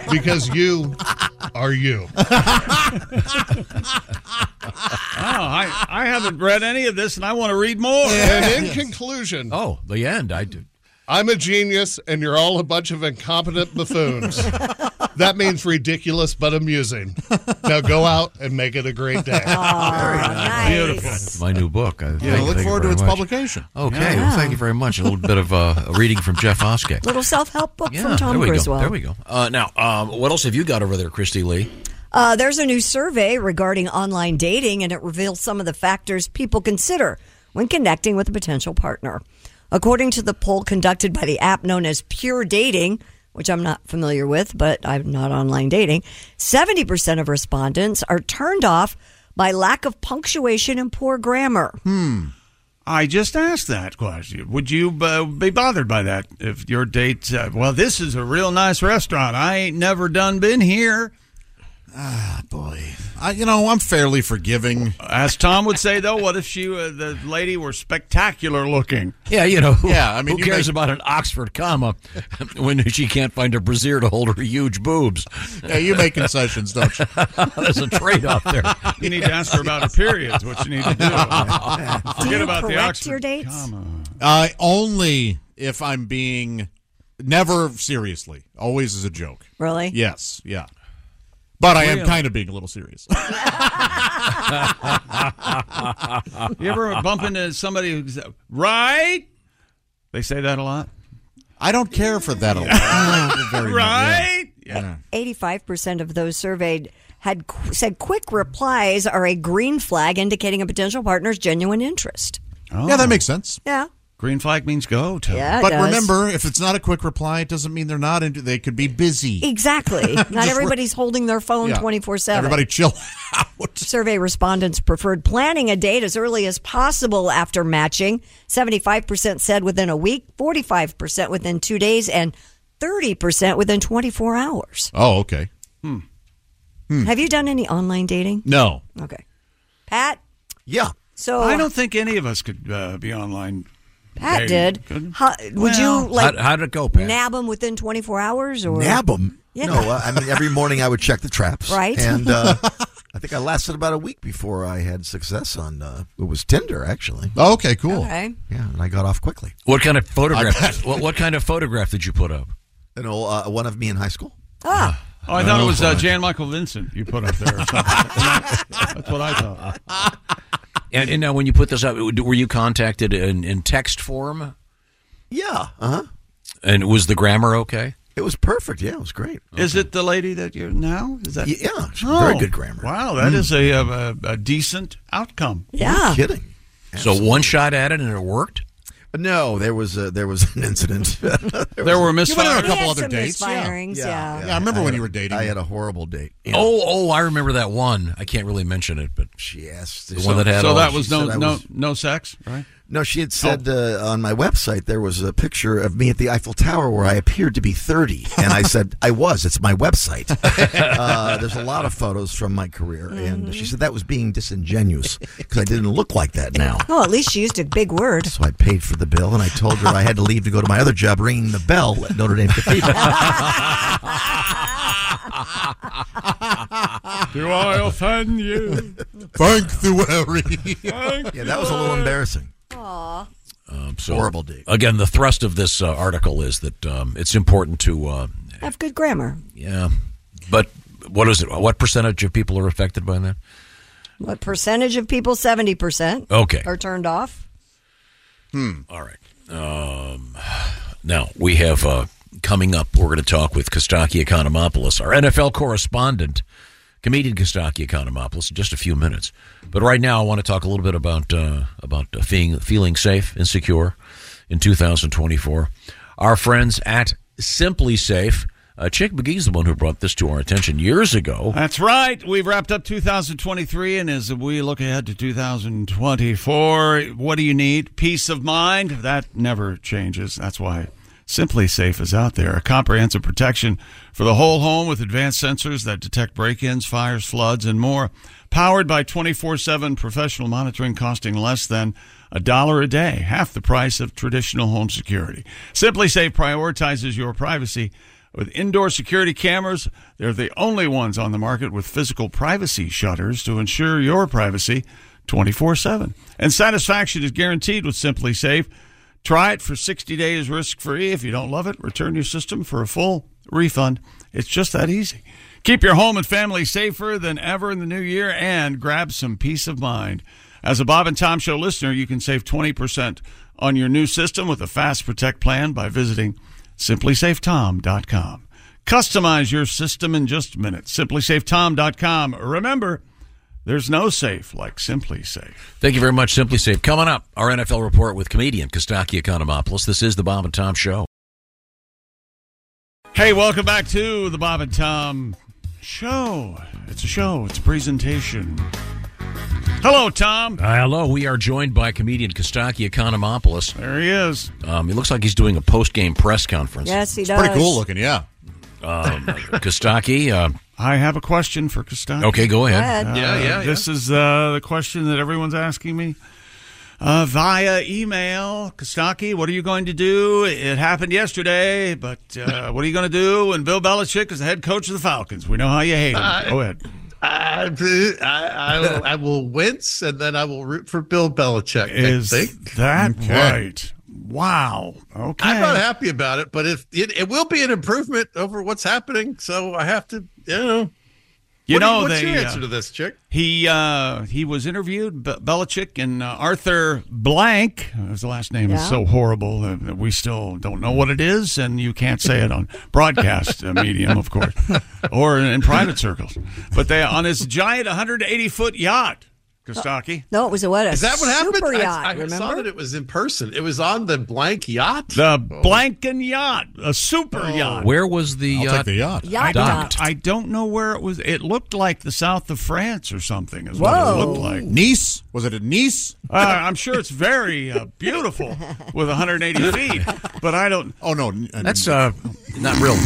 [SPEAKER 23] because you are you.
[SPEAKER 5] Oh, I, I haven't read any of this, and I want to read more.
[SPEAKER 23] And in conclusion,
[SPEAKER 7] oh, the end. I do.
[SPEAKER 23] I'm a genius, and you're all a bunch of incompetent buffoons. that means ridiculous but amusing. Now go out and make it a great day.
[SPEAKER 7] My new book. I
[SPEAKER 23] Yeah, look
[SPEAKER 7] you
[SPEAKER 23] forward to
[SPEAKER 7] very
[SPEAKER 23] its
[SPEAKER 7] much.
[SPEAKER 23] publication.
[SPEAKER 7] Okay.
[SPEAKER 23] Yeah.
[SPEAKER 7] Well, thank you very much. A little bit of uh, a reading from Jeff Oskett.
[SPEAKER 3] Little self help book
[SPEAKER 7] Yeah,
[SPEAKER 3] from Tom
[SPEAKER 7] there we
[SPEAKER 3] Griswold.
[SPEAKER 7] go. There we go. Uh, now, um, what else have you got over there, Christy Lee?
[SPEAKER 3] Uh, there's a new survey regarding online dating, and it reveals some of the factors people consider when connecting with a potential partner. According to the poll conducted by the app known as Pure Dating, which I'm not familiar with, but I'm not online dating, 70% of respondents are turned off by lack of punctuation and poor grammar.
[SPEAKER 5] Hmm. I just asked that question. Would you uh, be bothered by that if your date said, "Well, this is a real nice restaurant. I ain't never done been here."
[SPEAKER 9] Ah, boy. I, you know, I'm fairly forgiving.
[SPEAKER 5] As Tom would say, though, what if she, uh, the lady, were spectacular looking?
[SPEAKER 7] Yeah, you know. Who,
[SPEAKER 5] Yeah, I mean,
[SPEAKER 7] who
[SPEAKER 5] you
[SPEAKER 7] cares
[SPEAKER 5] make-
[SPEAKER 7] about an Oxford comma when she can't find a brassiere to hold her huge boobs?
[SPEAKER 9] Yeah, you make concessions, don't you?
[SPEAKER 7] There's a trade-off there.
[SPEAKER 5] You need to ask her about her periods. What you need to do.
[SPEAKER 3] Do
[SPEAKER 5] Forget
[SPEAKER 3] you
[SPEAKER 5] about the
[SPEAKER 3] correct
[SPEAKER 5] Oxford
[SPEAKER 3] your dates?
[SPEAKER 9] Uh, only if I'm being never seriously, always as a joke.
[SPEAKER 3] Really?
[SPEAKER 9] Yes. Yeah. But I am
[SPEAKER 5] Really?
[SPEAKER 9] kind of being a little serious.
[SPEAKER 5] you ever bump into somebody who's right? They say that a lot.
[SPEAKER 9] I don't care for that a lot. Very much, yeah.
[SPEAKER 5] right?
[SPEAKER 9] Yeah.
[SPEAKER 3] 85% of those surveyed had qu- said quick replies are a green flag indicating a potential partner's genuine interest.
[SPEAKER 5] Oh.
[SPEAKER 9] Yeah, that makes sense.
[SPEAKER 3] Yeah.
[SPEAKER 5] Green flag means go. Tony.
[SPEAKER 3] Yeah, it
[SPEAKER 9] but
[SPEAKER 3] does.
[SPEAKER 9] remember, if it's not a quick reply, it doesn't mean they're not into. They could be busy.
[SPEAKER 3] Exactly.
[SPEAKER 9] Just
[SPEAKER 3] Not
[SPEAKER 9] re-
[SPEAKER 3] everybody's holding their phone
[SPEAKER 9] Yeah.
[SPEAKER 3] twenty four seven.
[SPEAKER 9] Everybody chill.
[SPEAKER 3] Survey respondents preferred planning a date as early as possible after matching. Seventy five percent said within a week, forty five percent within two days, and thirty percent within twenty four hours.
[SPEAKER 9] Oh, okay.
[SPEAKER 3] Have you done any online dating?
[SPEAKER 9] Hmm. No.
[SPEAKER 3] Okay. Pat?
[SPEAKER 9] Yeah.
[SPEAKER 3] So
[SPEAKER 5] I don't think any of us could uh, be online.
[SPEAKER 3] Pat
[SPEAKER 5] dating,
[SPEAKER 3] did.
[SPEAKER 5] could?
[SPEAKER 3] How, would
[SPEAKER 5] Well-
[SPEAKER 3] you like
[SPEAKER 13] How- how'd it go, Pat?
[SPEAKER 3] Nab them within twenty four hours or
[SPEAKER 13] Nab them.
[SPEAKER 3] Yeah.
[SPEAKER 13] No, uh, I mean every morning I would check the traps.
[SPEAKER 3] Right.
[SPEAKER 13] And uh, I think I lasted about a week before I had success on uh, it was Tinder actually.
[SPEAKER 9] Oh, okay, cool.
[SPEAKER 3] Okay.
[SPEAKER 13] Yeah, and I got off quickly.
[SPEAKER 7] What kind of photograph?
[SPEAKER 13] bet.
[SPEAKER 7] what, what kind of photograph did you put up?
[SPEAKER 13] You know, uh, one of me in high school.
[SPEAKER 3] Ah.
[SPEAKER 5] Oh, I thought it was uh,
[SPEAKER 13] fine.
[SPEAKER 5] Jan Michael Vincent you put up there. Or something. That's what I thought.
[SPEAKER 7] And, and now, when you put this up, were you contacted in, in text form?
[SPEAKER 13] Yeah. Uh huh.
[SPEAKER 7] And was the grammar okay?
[SPEAKER 13] It was perfect. Yeah, it was great.
[SPEAKER 5] Is it the lady that you're now? Is that
[SPEAKER 13] yeah? she's
[SPEAKER 5] Oh,
[SPEAKER 13] very good grammar.
[SPEAKER 5] Wow, that
[SPEAKER 13] Mm.
[SPEAKER 5] is a, uh, a, a decent outcome.
[SPEAKER 3] Yeah.
[SPEAKER 13] kidding.
[SPEAKER 7] So one shot at it and it worked.
[SPEAKER 13] No, there was a, there was an incident. there
[SPEAKER 5] There were
[SPEAKER 13] was-
[SPEAKER 5] misfires. You went on a
[SPEAKER 3] couple He had other some dates. misfirings, yeah. Yeah, I remember
[SPEAKER 13] had
[SPEAKER 3] when
[SPEAKER 13] a-
[SPEAKER 3] you were dating.
[SPEAKER 13] I had a horrible date. Yeah.
[SPEAKER 7] Oh, oh, I remember that one. I can't really mention it, but she asked the one that had.
[SPEAKER 5] so
[SPEAKER 7] all-
[SPEAKER 5] that
[SPEAKER 7] she
[SPEAKER 5] was
[SPEAKER 7] said
[SPEAKER 5] no
[SPEAKER 7] I
[SPEAKER 5] no
[SPEAKER 7] was-
[SPEAKER 5] no sex, right?
[SPEAKER 13] No,
[SPEAKER 3] Oh.
[SPEAKER 13] she had said uh, on my website there was a picture of me at the Eiffel Tower where I appeared to be 30. And I said, I was. It's my website. uh, there's a lot of photos from my career. And
[SPEAKER 3] Mm-hmm.
[SPEAKER 13] she said that was being disingenuous because I didn't look like that now.
[SPEAKER 3] Oh, at least she used a big word.
[SPEAKER 13] So I paid for the bill and I told her I had to leave to go to my other job ringing the bell at Notre Dame Cathedral.
[SPEAKER 5] Do I offend you?
[SPEAKER 13] Sanctuary.
[SPEAKER 5] Thank
[SPEAKER 13] yeah, that was a little embarrassing.
[SPEAKER 3] Aw.
[SPEAKER 7] Um, so,
[SPEAKER 13] Horrible date.
[SPEAKER 7] Again, the thrust of this uh, article is that um, it's important to, uh,
[SPEAKER 3] Have good grammar.
[SPEAKER 7] yeah. But what is it? What percentage of people are affected by that?
[SPEAKER 3] What percentage of people? Seventy percent.
[SPEAKER 7] Okay.
[SPEAKER 3] Are turned off.
[SPEAKER 7] Hmm. All right. Um, now we have uh, coming up. We're going to talk with Kostaki Economopoulos, our NFL correspondent, comedian Kostaki Economopoulos, in just a few minutes. But right now, I want to talk a little bit about uh, about uh, feeling feeling safe and secure in 2024. Our friends at Simply Safe. Uh, Chick McGee's the one who brought this to our attention years ago.
[SPEAKER 5] That's right. We've wrapped up 2023, and as we look ahead to 2024, what do you need? Peace of mind. That never changes. That's why Simply Safe is out there. A comprehensive protection for the whole home with advanced sensors that detect break ins, fires, floods, and more. Powered by 24 7 professional monitoring, costing less than a dollar a day, half the price of traditional home security. Simply Safe prioritizes your privacy. With indoor security cameras, they're the only ones on the market with physical privacy shutters to ensure your privacy 24 7. And satisfaction is guaranteed with Simply Safe. Try it for 60 days risk free. If you don't love it, return your system for a full refund. It's just that easy. Keep your home and family safer than ever in the new year and grab some peace of mind. As a Bob and Tom Show listener, you can save 20% on your new system with a Fast Protect plan by visiting simplysafetom.com. Customize your system in just minutes. Simplysafetom.com. Remember, there's no safe like Simply Safe.
[SPEAKER 7] Thank you very much, Simply Safe. Coming up, our NFL report with comedian Kostaki Economopoulos. This is the Bob and Tom Show.
[SPEAKER 5] Hey, welcome back to the Bob and Tom show. It's a show, it's a presentation. Hello, Tom.
[SPEAKER 7] Uh, hello. We are joined by comedian Kostaki Economopoulos.
[SPEAKER 5] There he is.
[SPEAKER 7] Um, he looks like he's doing a post game press conference.
[SPEAKER 3] Yes, he It's pretty does. cool
[SPEAKER 7] looking, yeah. Um, Kostaki. Uh,
[SPEAKER 5] I have a question for Kostaki.
[SPEAKER 7] Okay, go ahead.
[SPEAKER 5] Uh, This is uh, the question that everyone's asking me uh, via email. Kostaki, what are you going to do? It happened yesterday, but uh, what are you going to do when Bill Belichick is the head coach of the Falcons? We know how you hate him.
[SPEAKER 12] Uh,
[SPEAKER 5] Go ahead.
[SPEAKER 12] I, I, I, will, I will wince and then I will root for Bill Belichick.
[SPEAKER 5] Is
[SPEAKER 12] I think.
[SPEAKER 5] that right? Wow. Okay.
[SPEAKER 12] I'm not happy about it, but if it, it will be an improvement over what's happening, so I have to, you know.
[SPEAKER 5] You
[SPEAKER 12] What do
[SPEAKER 5] know,
[SPEAKER 12] what's
[SPEAKER 5] they,
[SPEAKER 12] your answer
[SPEAKER 5] uh,
[SPEAKER 12] to this, chick?
[SPEAKER 5] He uh, he was interviewed, Be- Belichick and uh, Arthur Blank. His last name
[SPEAKER 12] Yeah.
[SPEAKER 5] is so horrible that that we still don't know what it is, and you can't say it on broadcast uh, medium, of course, or in, in private circles. But they on his giant 180 foot yacht, Kostaki.
[SPEAKER 3] Oh, No, it was a what? A
[SPEAKER 12] Is that what happened?
[SPEAKER 3] Super
[SPEAKER 12] I-
[SPEAKER 3] yacht.
[SPEAKER 12] I, saw
[SPEAKER 3] remember?
[SPEAKER 12] that it was in person. It was on the blank yacht. Oh.
[SPEAKER 5] The Blanken yacht, a super yacht.
[SPEAKER 7] Where was the
[SPEAKER 12] I'll
[SPEAKER 7] yacht?
[SPEAKER 12] take the yacht.
[SPEAKER 5] I
[SPEAKER 12] Yacht
[SPEAKER 5] don't,
[SPEAKER 12] docked.
[SPEAKER 5] uh, I don't know where it was. It looked like the south of France or something. Is what it
[SPEAKER 9] Whoa.
[SPEAKER 5] looked like. Nice? Was it a Nice? Uh, I'm sure it's very uh, beautiful with 180 feet, but I don't.
[SPEAKER 9] Oh no,
[SPEAKER 7] That's uh, not real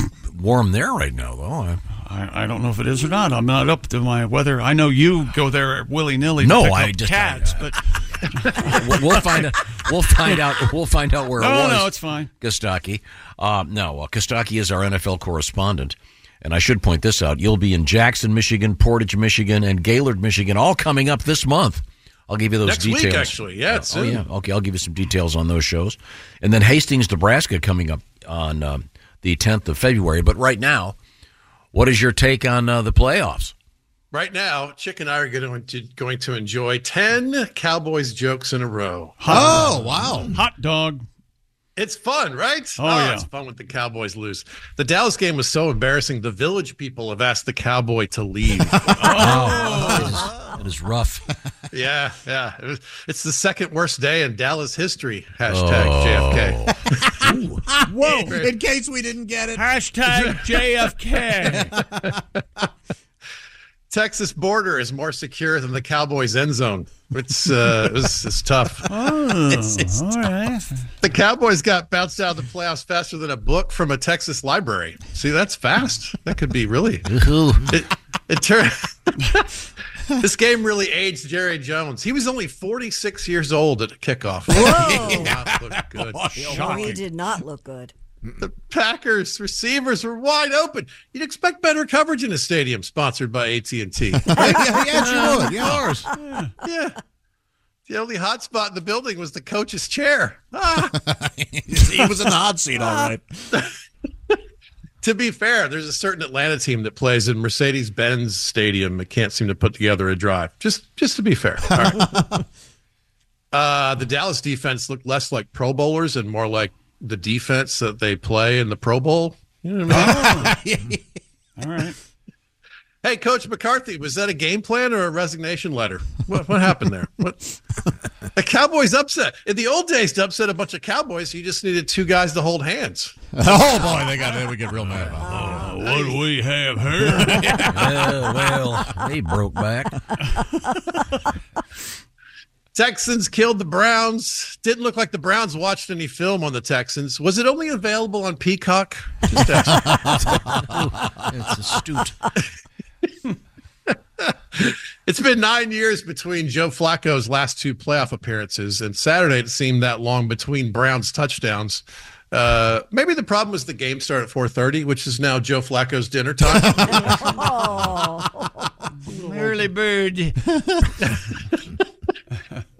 [SPEAKER 7] warm there right now, though. I,
[SPEAKER 5] I, don't know if it is or not. I'm not up to my weather. I know you go there willy nilly.
[SPEAKER 7] No,
[SPEAKER 5] pick
[SPEAKER 7] I
[SPEAKER 5] up
[SPEAKER 7] just-
[SPEAKER 5] cats, but
[SPEAKER 7] we'll, we'll find out. We'll find out. We'll find out where it
[SPEAKER 5] No,
[SPEAKER 7] was.
[SPEAKER 5] no, it's fine.
[SPEAKER 7] Kostaki. Um, no, uh, Kostaki is our NFL correspondent, and I should point this out. You'll be in Jackson, Michigan, Portage, Michigan, and Gaylord, Michigan, all coming up this month. I'll give you those
[SPEAKER 12] Next week,
[SPEAKER 7] details.
[SPEAKER 12] actually. Yeah, it's
[SPEAKER 7] oh
[SPEAKER 12] soon.
[SPEAKER 7] yeah. Okay, I'll give you some details on those shows, and then Hastings, Nebraska, coming up on um, the 10th of February. But right now, what is your take on uh, the playoffs?
[SPEAKER 12] Right now, Chick and I are going to going to enjoy ten Cowboys jokes in a row.
[SPEAKER 7] Oh,
[SPEAKER 5] Hot- Oh, wow. Hot dog.
[SPEAKER 12] It's fun, right?
[SPEAKER 5] Oh, yeah.
[SPEAKER 12] It's fun when the Cowboys lose. The Dallas game was so embarrassing. The Village people have asked the Cowboy to leave.
[SPEAKER 7] oh, it is, it is rough.
[SPEAKER 12] yeah, yeah. It was, it's the second worst day in Dallas history. Hashtag
[SPEAKER 7] Oh.
[SPEAKER 12] JFK.
[SPEAKER 9] Whoa! In case we didn't get it,
[SPEAKER 5] hashtag
[SPEAKER 9] JFK.
[SPEAKER 12] Texas border is more secure than the Cowboys end zone. It's uh, it's, it's tough.
[SPEAKER 5] Oh, all right.
[SPEAKER 12] The Cowboys got bounced out of the playoffs faster than a book from a Texas library. See, that's fast. That could be really. it, it tur- this game really aged Jerry Jones. He was only 46 years old at kickoff. Whoa! good.
[SPEAKER 3] We did not look good.
[SPEAKER 12] The Packers receivers were wide open. You'd expect better coverage in a stadium sponsored by AT and T.
[SPEAKER 9] yeah, you would. Yeah.
[SPEAKER 12] Yeah. The only hot spot in the building was the coach's chair. Ah.
[SPEAKER 9] he was in the hot seat, all right.
[SPEAKER 12] to be fair, there's a certain Atlanta team that plays in Mercedes Benz Stadium that can't seem to put together a drive. Just just to be fair. All right. uh, the Dallas defense looked less like Pro Bowlers and more like the defense that they play in the Pro Bowl. You know what
[SPEAKER 5] Oh,
[SPEAKER 12] I mean?
[SPEAKER 5] All right.
[SPEAKER 12] Hey, Coach McCarthy, was that a game plan or a resignation letter? What, what happened there? What? A Cowboys upset. In the old days, to upset a bunch of Cowboys, you just needed two guys to hold hands.
[SPEAKER 9] Oh boy, they got it. We get real mad about.
[SPEAKER 5] Oh, What do we have here?
[SPEAKER 7] Yeah, well, they broke back.
[SPEAKER 12] Texans killed the Browns. Didn't look like the Browns watched any film on the Texans. Was it only available on Peacock? Just asking.
[SPEAKER 7] It's astute.
[SPEAKER 12] it's been nine years between Joe Flacco's last two playoff appearances, and Saturday it seemed that long between Browns touchdowns. Uh, maybe the problem was the game started at 4:30, which is now Joe Flacco's dinner time.
[SPEAKER 5] Early bird.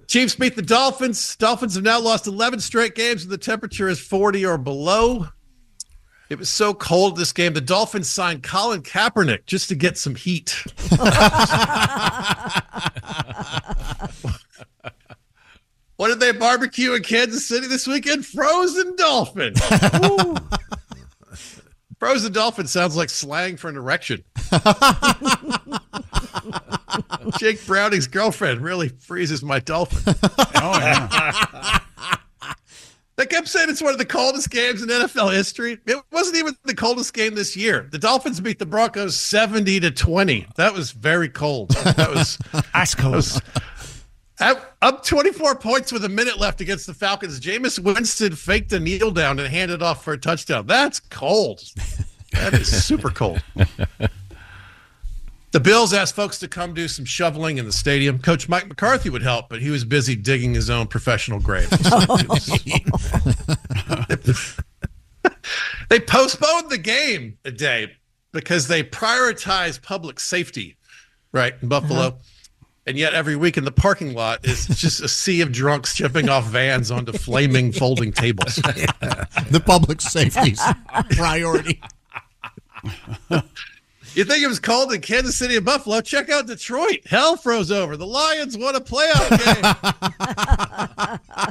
[SPEAKER 12] Chiefs beat the Dolphins. Dolphins have now lost 11 straight games, and the temperature is 40 or below. It was so cold this game. The Dolphins signed Colin Kaepernick just to get some heat. what did they barbecue in Kansas City this weekend? Frozen dolphin. Woo. Frozen dolphin sounds like slang for an erection. Jake Browning's girlfriend really freezes my dolphin.
[SPEAKER 5] Oh,
[SPEAKER 12] yeah. They kept saying it's one of the coldest games in NFL history. It wasn't even the coldest game this year. The Dolphins beat the Broncos 70 to 20. That was very cold. That was
[SPEAKER 5] ice cold.
[SPEAKER 12] up, up 24 points with a minute left against the Falcons. Jameis Winston faked a kneel down and handed off for a touchdown. That's cold. That is super cold. The Bills asked folks to come do some shoveling in the stadium. Coach Mike McCarthy would help, but he was busy digging his own professional grave. they postponed the game a day because they prioritize public safety, right, in Buffalo. And yet every week in the parking lot is just a sea of drunks jumping off vans onto flaming folding tables.
[SPEAKER 9] The public safety's priority.
[SPEAKER 12] You think it was cold in Kansas City and Buffalo? Check out Detroit. Hell froze over. The Lions won a playoff game.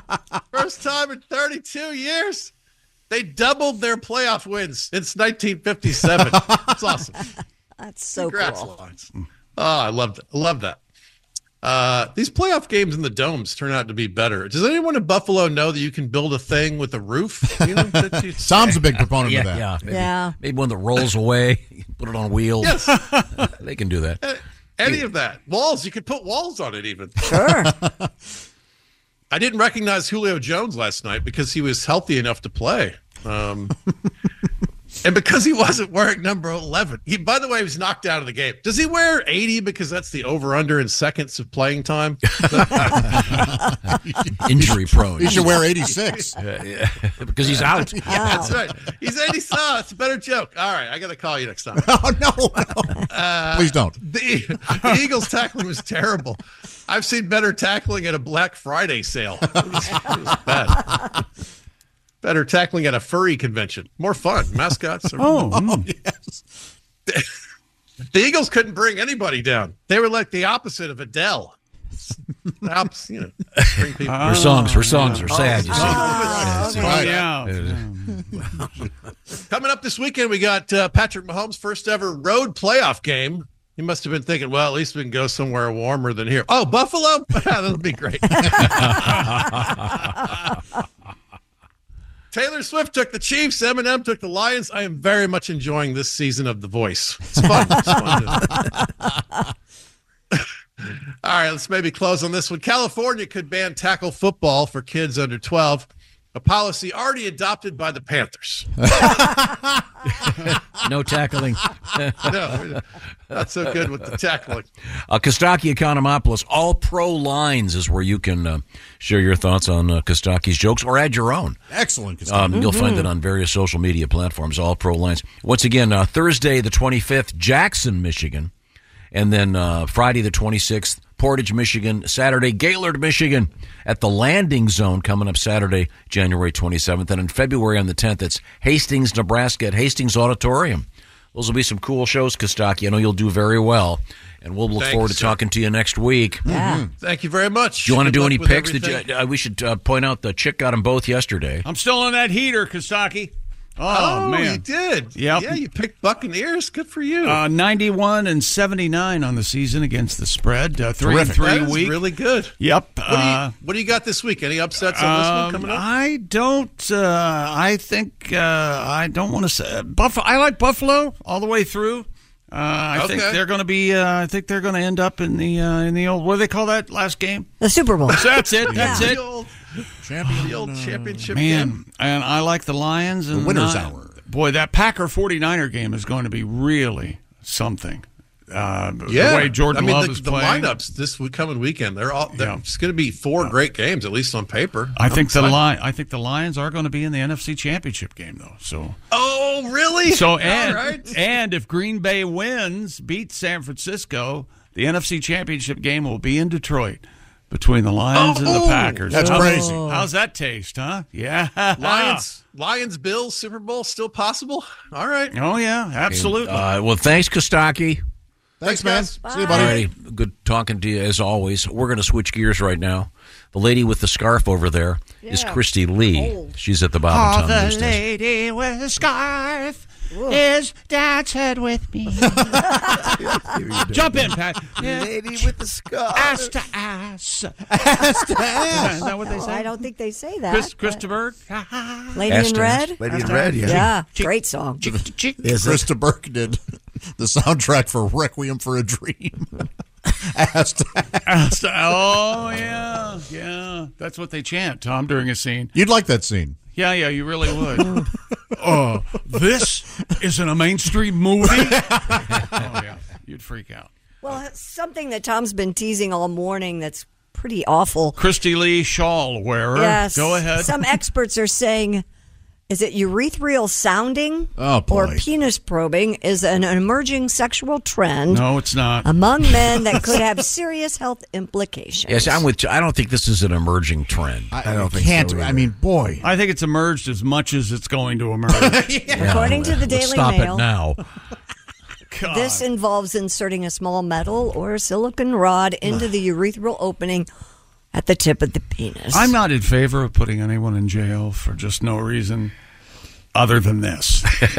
[SPEAKER 12] First time in 32 years. They doubled their playoff wins since 1957. It's awesome.
[SPEAKER 3] That's so
[SPEAKER 12] Congrats,
[SPEAKER 3] cool.
[SPEAKER 12] Lions. Oh, I love that. I love that. Uh, these playoff games in the domes turn out to be better. Does anyone in Buffalo know that you can build a thing with a roof? You know, that you-
[SPEAKER 9] Tom's a big proponent
[SPEAKER 7] yeah,
[SPEAKER 9] of that.
[SPEAKER 7] Yeah, maybe,
[SPEAKER 3] Yeah.
[SPEAKER 7] Maybe one that rolls away, put it on wheels. they can do that.
[SPEAKER 12] Any of that. Walls. You could put walls on it even.
[SPEAKER 3] Sure.
[SPEAKER 12] I didn't recognize Julio Jones last night because he was healthy enough to play. Um, and because he wasn't wearing number 11. He, by the way, was knocked out of the game. Does he wear 80 because that's the over under in seconds of playing time?
[SPEAKER 7] Injury prone.
[SPEAKER 9] He should wear 86.
[SPEAKER 7] Yeah, yeah. because he's out.
[SPEAKER 12] That's right. He's 80. Oh, it's a better joke. All right. I got to call you next time.
[SPEAKER 9] Oh, no.
[SPEAKER 12] Uh,
[SPEAKER 9] Please don't.
[SPEAKER 12] The, the Eagles tackling was terrible. I've seen better tackling at a Black Friday sale. It was- it was bad. Better tackling at a furry convention. More fun. Mascots. Are-
[SPEAKER 5] Oh, mm.
[SPEAKER 12] The Eagles couldn't bring anybody down. They were like the opposite of Adele. Helps, you know, bring people.
[SPEAKER 1] Her songs, her songs are sad. You see.
[SPEAKER 12] Oh,
[SPEAKER 1] Yes,
[SPEAKER 12] okay.
[SPEAKER 1] yes.
[SPEAKER 12] Coming up this weekend, we got uh, Patrick Mahomes' first ever road playoff game. He must have been thinking, well, at least we can go somewhere warmer than here. Oh, Buffalo? That'll be great. Taylor Swift took the Chiefs. Eminem took the Lions. I am very much enjoying this season of The Voice. It's fun. It's fun. All right, let's maybe close on this one. California could ban tackle football for kids under 12, a policy already adopted by the Panthers.
[SPEAKER 14] No tackling.
[SPEAKER 12] no, not so good with the tackling.
[SPEAKER 7] Uh, Kostaki Economopoulos, all pro lines is where you can uh, share your thoughts on uh, Kostaki's jokes or add your own.
[SPEAKER 9] Excellent. Costello.
[SPEAKER 7] Um, You'll find
[SPEAKER 5] Mm-hmm.
[SPEAKER 7] it on various social media platforms, all pro lines. Once again, uh, Thursday the 25th, Jackson, Michigan. And then uh, Friday the 26th, Portage, Michigan. Saturday, Gaylord, Michigan at the landing zone coming up Saturday, January 27th. And in February on the 10th, it's Hastings, Nebraska at Hastings Auditorium. Those will be some cool shows, Kostaki. I know you'll do very well. And we'll look
[SPEAKER 12] Thank
[SPEAKER 7] forward
[SPEAKER 12] you,
[SPEAKER 7] to
[SPEAKER 12] sir.
[SPEAKER 7] talking to you next week.
[SPEAKER 12] Thank you very much.
[SPEAKER 7] Do you want to
[SPEAKER 12] Good
[SPEAKER 7] do
[SPEAKER 12] luck
[SPEAKER 7] any
[SPEAKER 12] with
[SPEAKER 7] picks? Did
[SPEAKER 12] everything.
[SPEAKER 7] you, uh, we should uh, point out the chick got them both yesterday.
[SPEAKER 5] I'm still on that heater, Kostaki. Oh,
[SPEAKER 12] Oh,
[SPEAKER 5] man.
[SPEAKER 12] you did.
[SPEAKER 5] Yep.
[SPEAKER 12] Yeah, you picked Buccaneers. Good for you.
[SPEAKER 5] Uh, 91 and 79 on the season against the spread. Uh, three and three
[SPEAKER 12] That is
[SPEAKER 5] week.
[SPEAKER 12] Really good.
[SPEAKER 5] Yep.
[SPEAKER 12] What,
[SPEAKER 5] uh,
[SPEAKER 12] do you, what do you got this week? Any upsets on this one
[SPEAKER 5] Um,
[SPEAKER 12] coming up?
[SPEAKER 5] I don't. Uh, I think uh, I don't want to say Buffalo. I like Buffalo all the way through. Uh, I think
[SPEAKER 12] Okay.
[SPEAKER 5] they're going to be. Uh, I think they're going to end up in the uh, in the old. What do they call that last game?
[SPEAKER 3] The Super Bowl.
[SPEAKER 5] That's it. That's
[SPEAKER 12] Yeah.
[SPEAKER 5] it.
[SPEAKER 12] The old, champion, the old championship
[SPEAKER 5] Man,
[SPEAKER 12] game.
[SPEAKER 5] and I like the Lions. And
[SPEAKER 12] winner's
[SPEAKER 5] not- Boy, that Packer 49er game is going to be really something. Uh,
[SPEAKER 12] Yeah,
[SPEAKER 5] The way Jordan
[SPEAKER 12] I mean,
[SPEAKER 5] Love
[SPEAKER 12] the,
[SPEAKER 5] is
[SPEAKER 12] the
[SPEAKER 5] playing.
[SPEAKER 12] lineups this week- coming weekend. They're all. They're, It's going to be four great games, at least on paper.
[SPEAKER 5] I think the
[SPEAKER 12] I'm excited.
[SPEAKER 5] line. I think the Lions are going to be in the NFC Championship game though. So
[SPEAKER 12] Oh, really?
[SPEAKER 5] So
[SPEAKER 12] All
[SPEAKER 5] and
[SPEAKER 12] right.
[SPEAKER 5] and if Green Bay wins, beats San Francisco, the NFC Championship game will be in Detroit between the Lions and the
[SPEAKER 12] Oh,
[SPEAKER 5] Packers.
[SPEAKER 12] that's
[SPEAKER 5] How's-
[SPEAKER 12] crazy.
[SPEAKER 5] How's that taste, huh? Yeah,
[SPEAKER 12] Lions, Lions, Bills, Super Bowl still possible. All right.
[SPEAKER 5] Oh yeah, absolutely.
[SPEAKER 7] Uh, well, thanks, Kostaki.
[SPEAKER 12] Thanks, man. See you,
[SPEAKER 7] Alrighty, good talking to you as always. We're going to switch gears right now. The lady with the scarf over there is Christy Lee. She's at the bottom.
[SPEAKER 4] Oh,
[SPEAKER 7] Tom
[SPEAKER 4] the
[SPEAKER 7] News Desk.
[SPEAKER 4] lady with the scarf is dancing with me.
[SPEAKER 5] Jump in, Pat.
[SPEAKER 4] Lady
[SPEAKER 13] with the scarf.
[SPEAKER 4] Ass to ass.
[SPEAKER 3] Ass
[SPEAKER 4] to ass.
[SPEAKER 3] Is that what they say? Oh, I don't think they say that.
[SPEAKER 5] Chris, Christopher,
[SPEAKER 3] Lady
[SPEAKER 9] Ass
[SPEAKER 3] in
[SPEAKER 9] to ass.
[SPEAKER 3] Red?
[SPEAKER 9] Lady in Red, yeah.
[SPEAKER 3] great song.
[SPEAKER 9] Yes, Krista Burke did the soundtrack for Requiem for a Dream. ass to
[SPEAKER 5] ass. Oh yeah, yeah. That's what they chant, Tom, during a scene.
[SPEAKER 9] You'd like that scene.
[SPEAKER 5] Yeah, yeah, you really would. oh, this isn't a mainstream movie. oh yeah, you'd freak out.
[SPEAKER 3] Well, it's something that Tom's been teasing all morning that's pretty awful.
[SPEAKER 5] Christy Lee shawl wearer.
[SPEAKER 3] Yes.
[SPEAKER 5] Go ahead.
[SPEAKER 3] Some experts are saying is it urethral sounding
[SPEAKER 5] Oh,
[SPEAKER 3] or
[SPEAKER 5] boy.
[SPEAKER 3] penis probing is an emerging sexual trend
[SPEAKER 5] no, it's not.
[SPEAKER 3] among men that could have serious health implications.
[SPEAKER 7] Yes, I'm with. you. I don't think this is an emerging trend. I, don't think
[SPEAKER 9] can't- so either. I mean, boy,
[SPEAKER 5] I think it's emerged as much as it's going to emerge.
[SPEAKER 3] According to the Daily
[SPEAKER 7] stop
[SPEAKER 3] Mail,
[SPEAKER 7] it now.
[SPEAKER 3] This involves inserting a small metal or silicon rod into the urethral opening at the tip of the penis.
[SPEAKER 5] I'm not in favor of putting anyone in jail for just no reason other than this.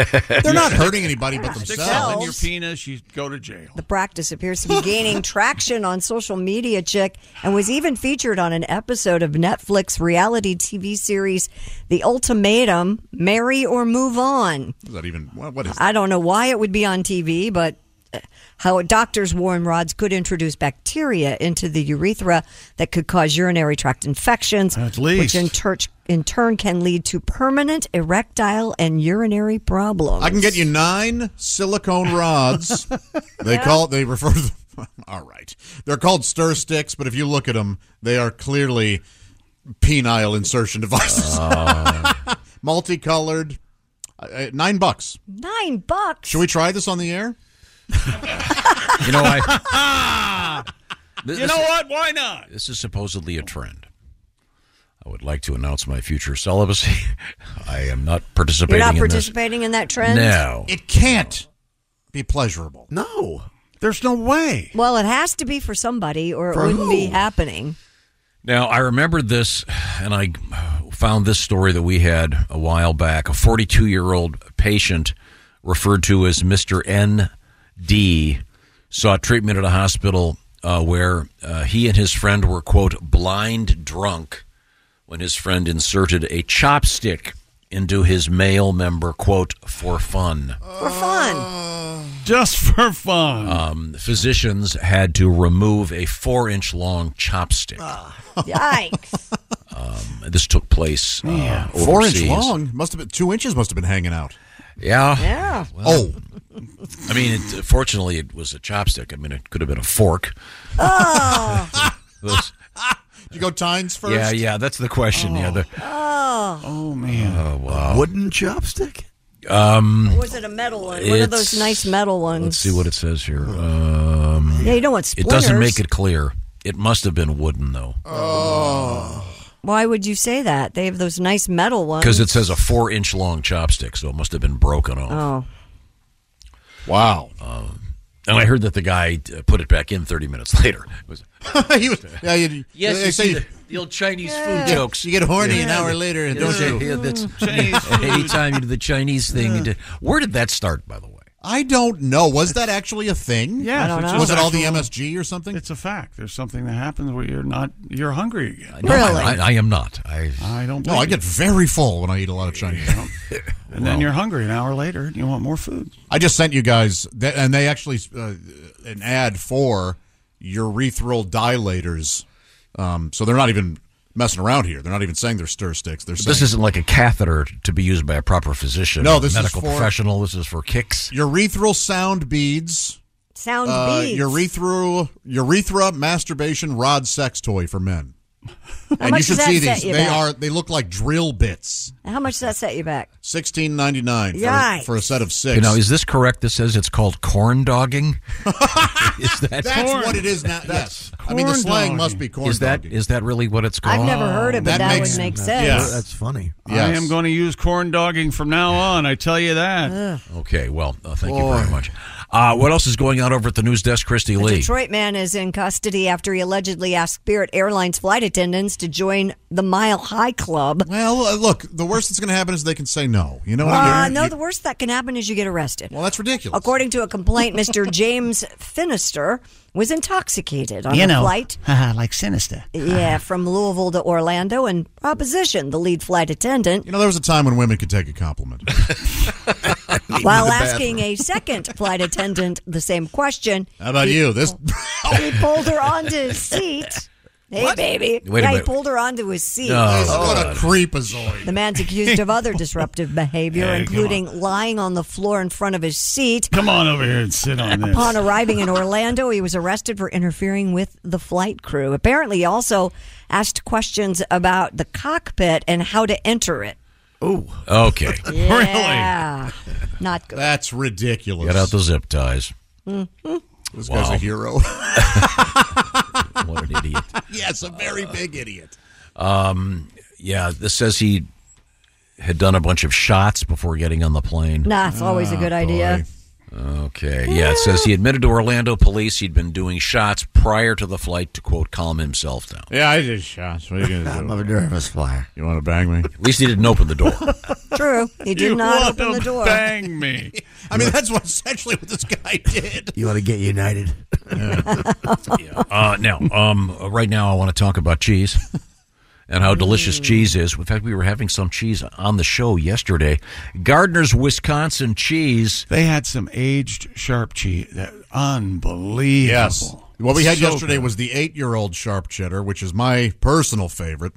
[SPEAKER 9] They're not hurting anybody but
[SPEAKER 5] Sticks
[SPEAKER 9] themselves.
[SPEAKER 5] out in your penis, you go to jail.
[SPEAKER 3] The practice appears to be gaining traction on social media, chick, and was even featured on an episode of Netflix reality TV series The Ultimatum Marry or Move On.
[SPEAKER 9] Is that even what, what is?
[SPEAKER 3] I don't know why it would be on TV, but uh, how doctors warn rods could introduce bacteria into the urethra that could cause urinary tract infections,
[SPEAKER 5] least.
[SPEAKER 3] which in, tur- in turn can lead to permanent erectile and urinary problems.
[SPEAKER 9] I can get you nine silicone rods. they call it. They refer to them. All right, they're called stir sticks, but if you look at them, they are clearly penile insertion devices,
[SPEAKER 3] Uh.
[SPEAKER 9] multicolored. Uh, uh, nine bucks.
[SPEAKER 3] nine bucks.
[SPEAKER 9] Should we try this on the air?
[SPEAKER 7] You know, I.
[SPEAKER 5] you know what? Why not?
[SPEAKER 7] This is supposedly a trend. I would like to announce my future celibacy. I am not participating
[SPEAKER 3] You're not
[SPEAKER 7] in this.
[SPEAKER 3] participating in that trend?
[SPEAKER 7] No.
[SPEAKER 9] It can't be pleasurable.
[SPEAKER 7] No.
[SPEAKER 5] There's no way.
[SPEAKER 3] Well, it has to be for somebody, or it
[SPEAKER 5] For
[SPEAKER 3] wouldn't be
[SPEAKER 5] who?
[SPEAKER 3] happening.
[SPEAKER 7] Now, I remember this, and I found this story that we had a while back. A 42 year old patient referred to as Mr. N.D. sought treatment at a hospital uh, where uh, he and his friend were, quote, blind drunk when his friend inserted a chopstick into his male member, quote, for fun.
[SPEAKER 3] For
[SPEAKER 9] Uh,
[SPEAKER 3] fun.
[SPEAKER 5] Just for fun.
[SPEAKER 7] Um, physicians had to remove a four inch long chopstick.
[SPEAKER 5] Ah.
[SPEAKER 3] Yikes.
[SPEAKER 7] This took place. Uh,
[SPEAKER 9] Yeah. Four inch
[SPEAKER 7] overseas.
[SPEAKER 9] long. Must have been two inches. Must have been hanging out.
[SPEAKER 7] Yeah.
[SPEAKER 3] Yeah.
[SPEAKER 7] Oh. I mean, it, fortunately, it was a chopstick. I mean, it could have been a fork.
[SPEAKER 3] Oh.
[SPEAKER 7] Those-
[SPEAKER 9] Did you go tines Ah, first?
[SPEAKER 7] yeah, yeah, that's the question. Yeah, the,
[SPEAKER 3] Oh.
[SPEAKER 5] Oh man.
[SPEAKER 7] oh, wow.
[SPEAKER 13] Wooden chopstick?
[SPEAKER 7] Um,
[SPEAKER 3] Or was it a metal one? One of those
[SPEAKER 7] it's-
[SPEAKER 3] nice metal ones.
[SPEAKER 7] Let's see what it says here. Um,
[SPEAKER 3] Yeah, you don't want
[SPEAKER 7] It doesn't
[SPEAKER 3] splinters.
[SPEAKER 7] make it clear. It must have been wooden though,
[SPEAKER 9] uh.
[SPEAKER 3] Oh. Why would you say that? They have those nice metal ones.
[SPEAKER 7] because it says a four-inch long chopstick, so it must have been broken off.
[SPEAKER 3] Oh.
[SPEAKER 7] Wow. Um, and I heard that the guy uh, put it back in 30 minutes later. It was,
[SPEAKER 9] He was- uh, yeah, you-
[SPEAKER 7] Yes,
[SPEAKER 9] they
[SPEAKER 7] you
[SPEAKER 9] say-
[SPEAKER 7] see the, the old Chinese
[SPEAKER 9] Yeah.
[SPEAKER 7] food jokes.
[SPEAKER 9] You get horny an hour later, and
[SPEAKER 7] Yes,
[SPEAKER 9] don't Mm. you?
[SPEAKER 7] yeah, that's,
[SPEAKER 9] Chinese food.
[SPEAKER 7] anytime you do the Chinese thing, you do- where did that start, by the way?
[SPEAKER 9] I don't know. Was that actually a thing?
[SPEAKER 5] Yeah, I don't it's know.
[SPEAKER 9] Was it all the
[SPEAKER 5] actual-
[SPEAKER 9] MSG or something?
[SPEAKER 5] It's a fact. There's something that happens where you're not you're hungry again.
[SPEAKER 9] No, Really? I- I- I
[SPEAKER 7] am not. I
[SPEAKER 5] I don't.
[SPEAKER 9] No, I get very full when I eat a lot of Chinese. and
[SPEAKER 5] then you're hungry an hour later and you want more food.
[SPEAKER 9] I just sent you guys, th- and they actually uh, an ad for urethral dilators. Um, so they're not even messing around here. They're not even saying they're stir sticks. They're saying
[SPEAKER 7] This isn't like a catheter to be used by a proper physician.
[SPEAKER 9] No,
[SPEAKER 7] or
[SPEAKER 9] this is
[SPEAKER 7] medical
[SPEAKER 9] for-
[SPEAKER 7] professional. This is for kicks.
[SPEAKER 9] urethral sound beads.
[SPEAKER 3] Sound
[SPEAKER 9] uh,
[SPEAKER 3] beads.
[SPEAKER 9] Urethral urethra masturbation rod sex toy for men.
[SPEAKER 3] much
[SPEAKER 9] and you
[SPEAKER 3] does
[SPEAKER 9] should
[SPEAKER 3] that
[SPEAKER 9] see
[SPEAKER 3] set
[SPEAKER 9] these.
[SPEAKER 3] you
[SPEAKER 9] They
[SPEAKER 3] back?
[SPEAKER 9] are they look like drill bits.
[SPEAKER 3] How much does that set you back?
[SPEAKER 9] Sixteen ninety nine for,
[SPEAKER 3] Yikes.
[SPEAKER 9] for a set of six.
[SPEAKER 7] You know, is this correct? This says it's called corn dogging. is that
[SPEAKER 9] That's Corn. what it is now, yes. I mean, the
[SPEAKER 7] Corn
[SPEAKER 9] slang
[SPEAKER 7] dogging.
[SPEAKER 9] must be corn
[SPEAKER 7] Is that is that really what it's called?
[SPEAKER 3] I've never heard it, but That that would makes- make sense. yeah.
[SPEAKER 13] That's funny.
[SPEAKER 5] I am going to use corn dogging from now on. I tell you that.
[SPEAKER 7] Okay, well, uh, thank you
[SPEAKER 5] Boy.
[SPEAKER 7] very much. Uh, what else is going on over at the news desk, Christy
[SPEAKER 3] A
[SPEAKER 7] Lee?
[SPEAKER 3] Detroit man is in custody after he allegedly asked Spirit Airlines flight attendants to join the Mile High Club.
[SPEAKER 9] Well, uh, look, the worst that's going to happen is they can say no. You know what I
[SPEAKER 3] Uh,
[SPEAKER 9] mean?
[SPEAKER 3] no, the worst that can happen is you get arrested. Well,
[SPEAKER 9] that's ridiculous.
[SPEAKER 3] According to a complaint, Mr. James Finister was intoxicated on
[SPEAKER 10] you
[SPEAKER 3] a
[SPEAKER 10] know,
[SPEAKER 3] flight.
[SPEAKER 10] like Sinister.
[SPEAKER 3] Yeah, from Louisville to Orlando, and proposition the lead flight attendant
[SPEAKER 9] You know, there was a time when women could take a compliment.
[SPEAKER 3] while
[SPEAKER 9] the
[SPEAKER 3] asking a second flight attendant the same question.
[SPEAKER 9] How about
[SPEAKER 3] he-
[SPEAKER 9] you? This
[SPEAKER 3] He pulled her onto his seat. Hey, baby.
[SPEAKER 9] Wait a
[SPEAKER 3] yeah, he
[SPEAKER 9] minute. Oh,
[SPEAKER 3] pulled her onto his seat.
[SPEAKER 7] Oh,
[SPEAKER 9] what a creepazoid.
[SPEAKER 3] The man's accused of other disruptive behavior,
[SPEAKER 5] Hey, come
[SPEAKER 3] including lying on the floor in front of his seat.
[SPEAKER 5] Come on over here and sit on this.
[SPEAKER 3] Upon arriving in Orlando, he was arrested for interfering with the flight crew. Apparently, he also asked questions about the cockpit and how to enter it.
[SPEAKER 7] Okay,
[SPEAKER 3] Yeah. Not good.
[SPEAKER 9] That's ridiculous. Mm-hmm.
[SPEAKER 7] get out the zip ties.
[SPEAKER 3] Mhm.
[SPEAKER 9] This guy's a hero.
[SPEAKER 7] what an idiot.
[SPEAKER 9] yes, a very big idiot.
[SPEAKER 7] Um, yeah, this says he had done a bunch of shots before getting on the plane.
[SPEAKER 3] Nah, it's always
[SPEAKER 7] Ah,
[SPEAKER 9] Ah.
[SPEAKER 3] a good idea.
[SPEAKER 7] Okay. Yeah, it says he admitted to Orlando police he'd been doing shots prior to the flight to quote calm himself down.
[SPEAKER 9] Yeah, I did shots. What are you going to do? I'm a nervous flyer. You want to bang me?
[SPEAKER 7] At least he didn't open the door.
[SPEAKER 3] True. He did
[SPEAKER 5] You
[SPEAKER 3] not
[SPEAKER 5] want
[SPEAKER 3] open the
[SPEAKER 5] to
[SPEAKER 3] door.
[SPEAKER 5] Bang me.
[SPEAKER 9] I mean, that's what essentially what this guy did.
[SPEAKER 13] You want to get united?
[SPEAKER 7] Uh, now, um, right now, I want to talk about cheese and how delicious cheese is. In fact, we were having some cheese on the show yesterday. Gardner's Wisconsin cheese.
[SPEAKER 5] They had some aged sharp cheese. That, unbelievable.
[SPEAKER 9] Yes. What we had
[SPEAKER 5] So
[SPEAKER 9] yesterday
[SPEAKER 5] good.
[SPEAKER 9] was the eight-year-old sharp cheddar, which is my personal favorite.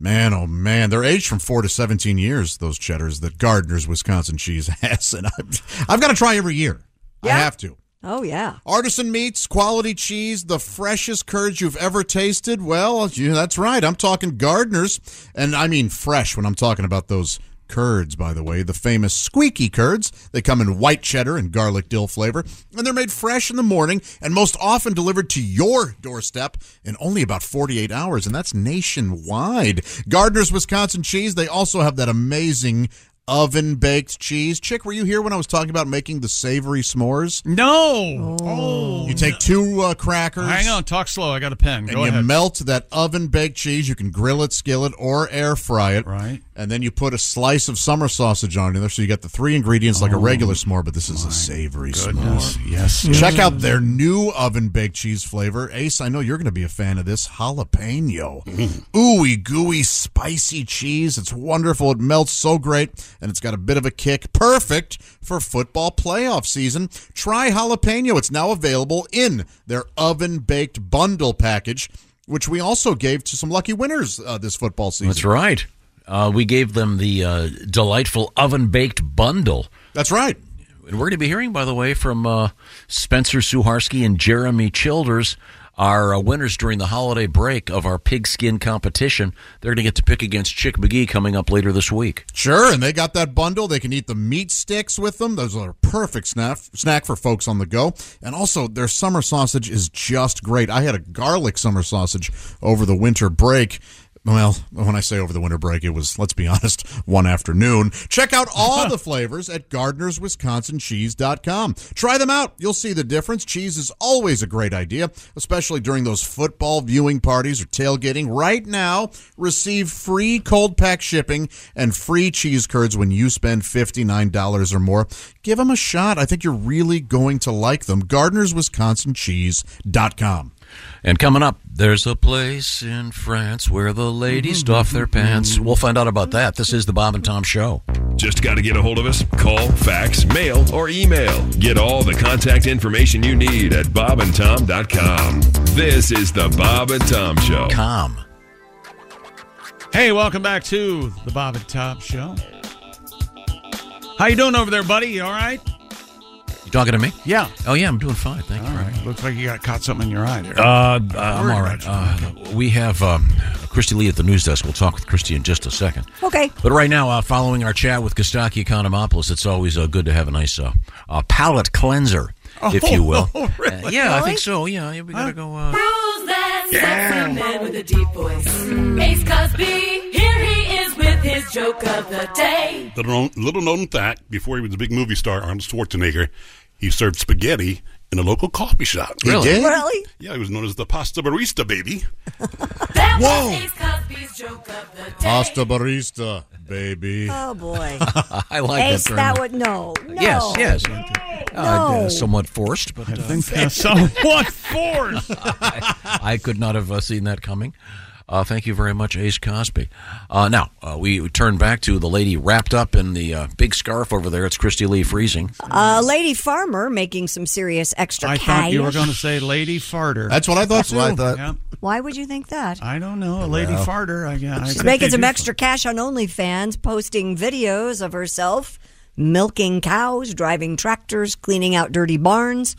[SPEAKER 9] Man, oh man, they're aged from four to seventeen years. Those cheddars that Gardner's Wisconsin cheese has, and I've, I've got to try every year. I have to.
[SPEAKER 3] Oh, yeah.
[SPEAKER 9] Artisan meats, quality cheese, the freshest curds you've ever tasted. Well, you, that's right. I'm talking Gardeners, and I mean fresh when I'm talking about those curds, by the way. The famous squeaky curds. They come in white cheddar and garlic dill flavor, and they're made fresh in the morning and most often delivered to your doorstep in only about 48 hours, and that's nationwide. Gardeners Wisconsin cheese, they also have that amazing oven baked cheese. Chick, were you here when I was talking about making the savory s'mores?
[SPEAKER 5] No. Oh.
[SPEAKER 9] You take two uh, crackers.
[SPEAKER 5] Hang on, talk slow. I got a pen.
[SPEAKER 9] and
[SPEAKER 5] Go
[SPEAKER 9] you
[SPEAKER 5] ahead.
[SPEAKER 9] melt that oven baked cheese. You can grill it, skillet, or air fry it.
[SPEAKER 5] Right.
[SPEAKER 9] And then you put a slice of summer sausage on there. So you got the three ingredients
[SPEAKER 5] Oh.
[SPEAKER 9] like a regular s'more, but this is a savory
[SPEAKER 5] goodness.
[SPEAKER 9] s'more.
[SPEAKER 5] Yes.
[SPEAKER 9] Check
[SPEAKER 5] Mm.
[SPEAKER 9] out their new oven baked cheese flavor. Ace, I know you're going to be a fan of this jalapeno. Ooey gooey spicy cheese. It's wonderful. It melts so great and it's got a bit of a kick. Perfect for football playoff season. Try jalapeno. It's now available in their oven baked bundle package, which we also gave to some lucky winners uh, this football season.
[SPEAKER 7] That's right. Uh, we gave them the uh, delightful oven baked bundle.
[SPEAKER 9] That's right.
[SPEAKER 7] And we're going to be hearing, by the way, from uh, Spencer Suharsky and Jeremy Childers, our uh, winners during the holiday break of our pigskin competition. They're going to get to pick against Chick McGee coming up later this week.
[SPEAKER 9] Sure, and they got that bundle. They can eat the meat sticks with them. Those are a perfect snack snack for folks on the go. And also, their summer sausage is just great. I had a garlic summer sausage over the winter break. Well, when I say over the winter break, it was, let's be honest, one afternoon. Check out all the flavors at gardenerswisconsincheese.com. Try them out. You'll see the difference. Cheese is always a great idea, especially during those football viewing parties or tailgating. Right now, receive free cold pack shipping and free cheese curds when you spend $59 or more. Give them a shot. I think you're really going to like them. gardenerswisconsincheese.com.
[SPEAKER 7] And coming up, there's a place in France where the ladies
[SPEAKER 9] Mm-hmm.
[SPEAKER 7] doff their pants. We'll find out about that. This is the Bob and Tom Show.
[SPEAKER 15] Just got to get a hold of us. Call, fax, mail, or email. Get all the contact information you need at bobandtom.com. This is the Bob and Tom Show.
[SPEAKER 7] Com.
[SPEAKER 5] Hey, welcome back to the Bob and Tom Show. How you doing over there, buddy? You all right?
[SPEAKER 7] You talking to me?
[SPEAKER 5] Yeah.
[SPEAKER 7] Oh yeah, I'm doing fine. Thank you. very
[SPEAKER 5] much. Looks like you got caught something in your eye there.
[SPEAKER 7] Uh, uh, I'm all right. Uh, we have um, Christy Lee at the news desk. We'll talk with Christy in just a second.
[SPEAKER 3] Okay.
[SPEAKER 7] But right now, uh, following our chat with Kostaki Economopoulos, it's always uh, good to have a nice uh, uh, palate cleanser,
[SPEAKER 3] Oh,
[SPEAKER 7] if you will. Uh, yeah, I think so. Yeah, yeah, we gotta go. Uh...
[SPEAKER 14] Rules that sexy man with a deep voice. Ace Cosby, here he is with his joke of the day.
[SPEAKER 11] The known, little known fact before he was a big movie star, Arnold Schwarzenegger, he served spaghetti in a local coffee shop.
[SPEAKER 14] He Really? did? Really?
[SPEAKER 11] Yeah, he was known as the pasta barista, baby.
[SPEAKER 14] That
[SPEAKER 11] Whoa.
[SPEAKER 14] was Ace Cosby's joke of the day.
[SPEAKER 9] Pasta barista, baby.
[SPEAKER 3] Oh boy.
[SPEAKER 7] I like that
[SPEAKER 3] Ace,
[SPEAKER 7] very
[SPEAKER 3] that
[SPEAKER 7] much.
[SPEAKER 3] would no, no.
[SPEAKER 7] Yes, yes. Uh,
[SPEAKER 3] No.
[SPEAKER 7] somewhat forced, but uh, I
[SPEAKER 5] think that's somewhat forced.
[SPEAKER 7] I could not have uh, seen that coming. Uh, thank you very much, Ace Cosby. Uh, now uh, we turn back to the lady wrapped up in the uh, big scarf over there. It's Christy Lee freezing.
[SPEAKER 3] Uh, Lady Farmer making some serious extra
[SPEAKER 5] I
[SPEAKER 3] cash.
[SPEAKER 5] thought you were going to say Lady Farter.
[SPEAKER 9] That's what I thought, That's what I too. thought.
[SPEAKER 5] Yeah.
[SPEAKER 3] Why would you think that?
[SPEAKER 5] I don't know. A Oh, Lady
[SPEAKER 3] Well.
[SPEAKER 5] Farter. I guess.
[SPEAKER 3] She's making some extra cash on OnlyFans, posting videos of herself milking cows, driving tractors, cleaning out dirty barns,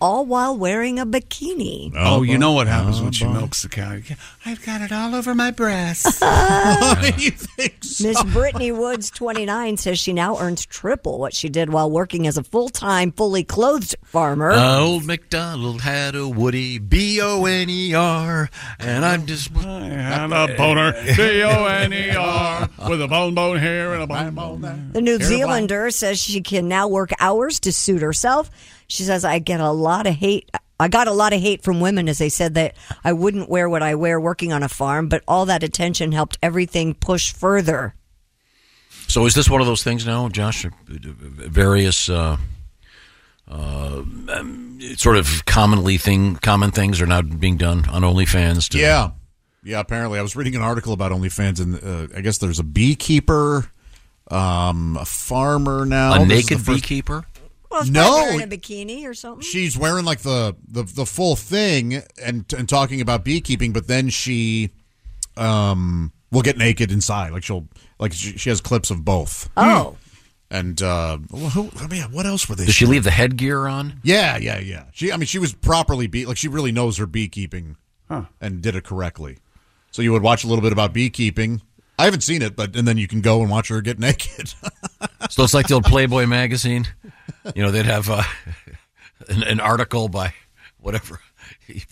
[SPEAKER 3] all while wearing a bikini.
[SPEAKER 5] Oh, you know what happens when she milks the cow. I've got it all over my breasts.
[SPEAKER 3] you think Miss Brittany Woods, 29, says she now earns triple what she did while working as a full time, fully clothed farmer.
[SPEAKER 5] Oh,
[SPEAKER 7] Uh, old MacDonald had a Woody, B O N E R, and I'm just. I
[SPEAKER 5] had a boner, B O N E R, with a bone bone here and a bone bone there.
[SPEAKER 3] The New
[SPEAKER 5] Terrible.
[SPEAKER 3] Zealander says she can now work hours to suit herself. She says, I get a lot of hate. I got a lot of hate from women as they said that I wouldn't wear what I wear working on a farm, but all that attention helped everything push further.
[SPEAKER 7] So is this one of those things now, Josh? Uh, Various uh, uh, um, sort of commonly thing, common things are now being done on OnlyFans. To,
[SPEAKER 9] Yeah. Yeah, apparently. I was reading an article about OnlyFans, and uh, I guess there's a beekeeper, um, a farmer now. This
[SPEAKER 7] a
[SPEAKER 9] is
[SPEAKER 7] naked
[SPEAKER 9] the first-
[SPEAKER 7] beekeeper.
[SPEAKER 3] Well, it's
[SPEAKER 9] No.
[SPEAKER 3] probably wearing a bikini or something.
[SPEAKER 9] She's wearing like the, the, the full thing and, and talking about beekeeping, but then she um, will get naked inside. Like she'll, like she, she has clips of both.
[SPEAKER 3] Oh.
[SPEAKER 9] And uh, well, who,
[SPEAKER 5] Oh,
[SPEAKER 9] I mean, what else were they?
[SPEAKER 7] Does she
[SPEAKER 9] showing?
[SPEAKER 7] leave the headgear on?
[SPEAKER 9] Yeah, yeah, yeah. She, I mean, she was properly bee. Like she really knows her beekeeping, and did it correctly. So you would watch a little bit about beekeeping. I haven't seen it, but and then you can go and watch her get naked.
[SPEAKER 7] So it's like the old Playboy magazine. You know, they'd have uh, an, an article by whatever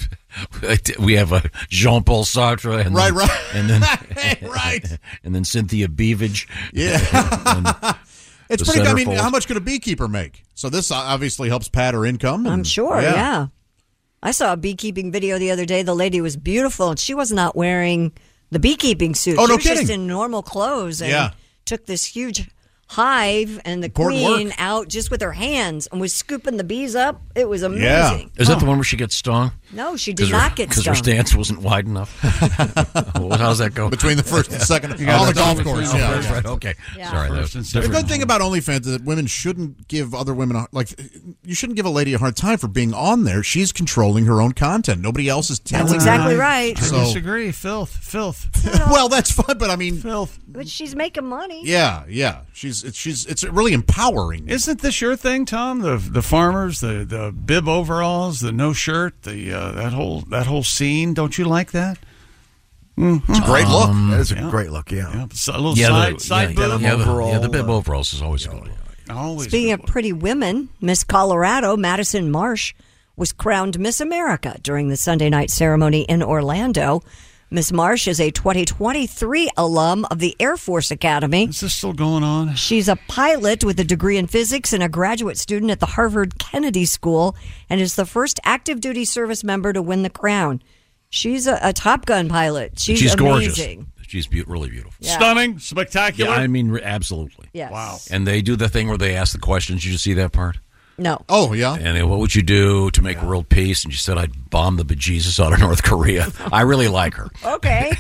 [SPEAKER 7] we have a Jean Paul Sartre, and
[SPEAKER 9] Right,
[SPEAKER 7] then,
[SPEAKER 9] right.
[SPEAKER 7] and then
[SPEAKER 9] Right.
[SPEAKER 7] and then Cynthia Beavage.
[SPEAKER 9] Yeah.
[SPEAKER 7] And
[SPEAKER 9] It's
[SPEAKER 7] the
[SPEAKER 9] pretty. I mean,
[SPEAKER 7] centerfold.
[SPEAKER 9] how much could a beekeeper make? So this uh, obviously helps pad her income.
[SPEAKER 3] I'm sure, yeah. I saw a beekeeping video the other day. The lady was beautiful, and she was not wearing the beekeeping suit.
[SPEAKER 9] Oh,
[SPEAKER 3] she
[SPEAKER 9] no
[SPEAKER 3] was just
[SPEAKER 9] kidding.
[SPEAKER 3] in normal clothes and
[SPEAKER 9] Yeah.
[SPEAKER 3] took this huge hive and the
[SPEAKER 7] Important work.
[SPEAKER 3] queen out just with her hands and was scooping the bees up. It was amazing.
[SPEAKER 7] Is that the one where she gets stung?
[SPEAKER 3] Oh. No, she did
[SPEAKER 7] 'Cause her-
[SPEAKER 3] not get
[SPEAKER 7] her
[SPEAKER 3] stung.
[SPEAKER 7] stance wasn't wide enough. Well, How's that go?
[SPEAKER 9] Between the first and second-
[SPEAKER 7] You got
[SPEAKER 9] on the
[SPEAKER 7] that
[SPEAKER 9] golf
[SPEAKER 7] between
[SPEAKER 9] course,
[SPEAKER 7] the
[SPEAKER 9] yeah.
[SPEAKER 7] first, right, okay.
[SPEAKER 9] Yeah.
[SPEAKER 7] Sorry. that was-
[SPEAKER 9] The good thing about OnlyFans is that women shouldn't give other women a, like you shouldn't give a lady a hard time for being on there. She's controlling her own content. Nobody else is telling. her.
[SPEAKER 5] I
[SPEAKER 9] So,
[SPEAKER 5] disagree. Filth, filth.
[SPEAKER 9] well, that's fun, but I mean,
[SPEAKER 5] filth.
[SPEAKER 3] But she's making money.
[SPEAKER 9] yeah, yeah. She's it's, she's it's really empowering.
[SPEAKER 5] Isn't this your thing, Tom? The the farmers, the the bib overalls, the no shirt, the uh, that whole that whole scene. Don't you like that?
[SPEAKER 6] It's a great look.
[SPEAKER 5] Um,
[SPEAKER 6] That is a
[SPEAKER 5] yeah.
[SPEAKER 6] great look. Yeah,
[SPEAKER 5] a little Yeah, side- the- side yeah, boob.
[SPEAKER 7] yeah, the, yeah, the
[SPEAKER 6] overall,
[SPEAKER 7] bib
[SPEAKER 6] uh,
[SPEAKER 7] overalls is always a good. look.
[SPEAKER 5] Always.
[SPEAKER 3] Speaking of pretty women, Miss Colorado, Madison Marsh, was crowned Miss America during the Sunday night ceremony in Orlando. Miss Marsh is a 2023 alum of the Air Force Academy. Is
[SPEAKER 5] this still going on?
[SPEAKER 3] She's a pilot with a degree in physics and a graduate student at the Harvard Kennedy School and is the first active duty service member to win the crown. She's a, a Top Gun pilot. She's,
[SPEAKER 7] She's gorgeous.
[SPEAKER 3] amazing.
[SPEAKER 7] She's be- really beautiful.
[SPEAKER 3] Yeah.
[SPEAKER 5] Stunning, spectacular.
[SPEAKER 7] Yeah, I mean, re- absolutely.
[SPEAKER 3] Yes. Wow.
[SPEAKER 7] And they do the thing where they ask the questions. Did you see that part?
[SPEAKER 3] No.
[SPEAKER 9] Oh yeah.
[SPEAKER 7] And they, what would you do to make world peace? And she said, "I'd bomb the bejesus out of North Korea." I really like her.
[SPEAKER 3] Okay.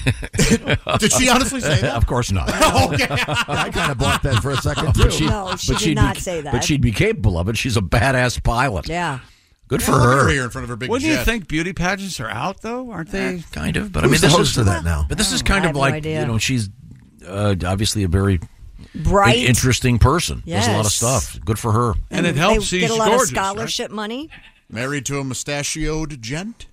[SPEAKER 7] Did
[SPEAKER 9] she honestly say that?
[SPEAKER 7] Of course not.
[SPEAKER 9] okay.
[SPEAKER 6] I kind of blocked that for a second too.
[SPEAKER 7] But she, but she'd be, But she'd be capable of it. She's a badass pilot.
[SPEAKER 3] Yeah.
[SPEAKER 7] Good for her.
[SPEAKER 5] Wouldn't you think beauty pageants are out though? Aren't they?
[SPEAKER 7] kind of, but I mean, this is But this is kind of
[SPEAKER 5] I have no
[SPEAKER 7] like
[SPEAKER 5] idea.
[SPEAKER 7] you know, she's uh, obviously a very
[SPEAKER 3] Bright.
[SPEAKER 7] in- interesting person. There's a lot of
[SPEAKER 3] Yes.
[SPEAKER 7] stuff. Good for her,
[SPEAKER 3] And it helps. They get a lot of scholarship money.
[SPEAKER 9] Married to a mustachioed gent.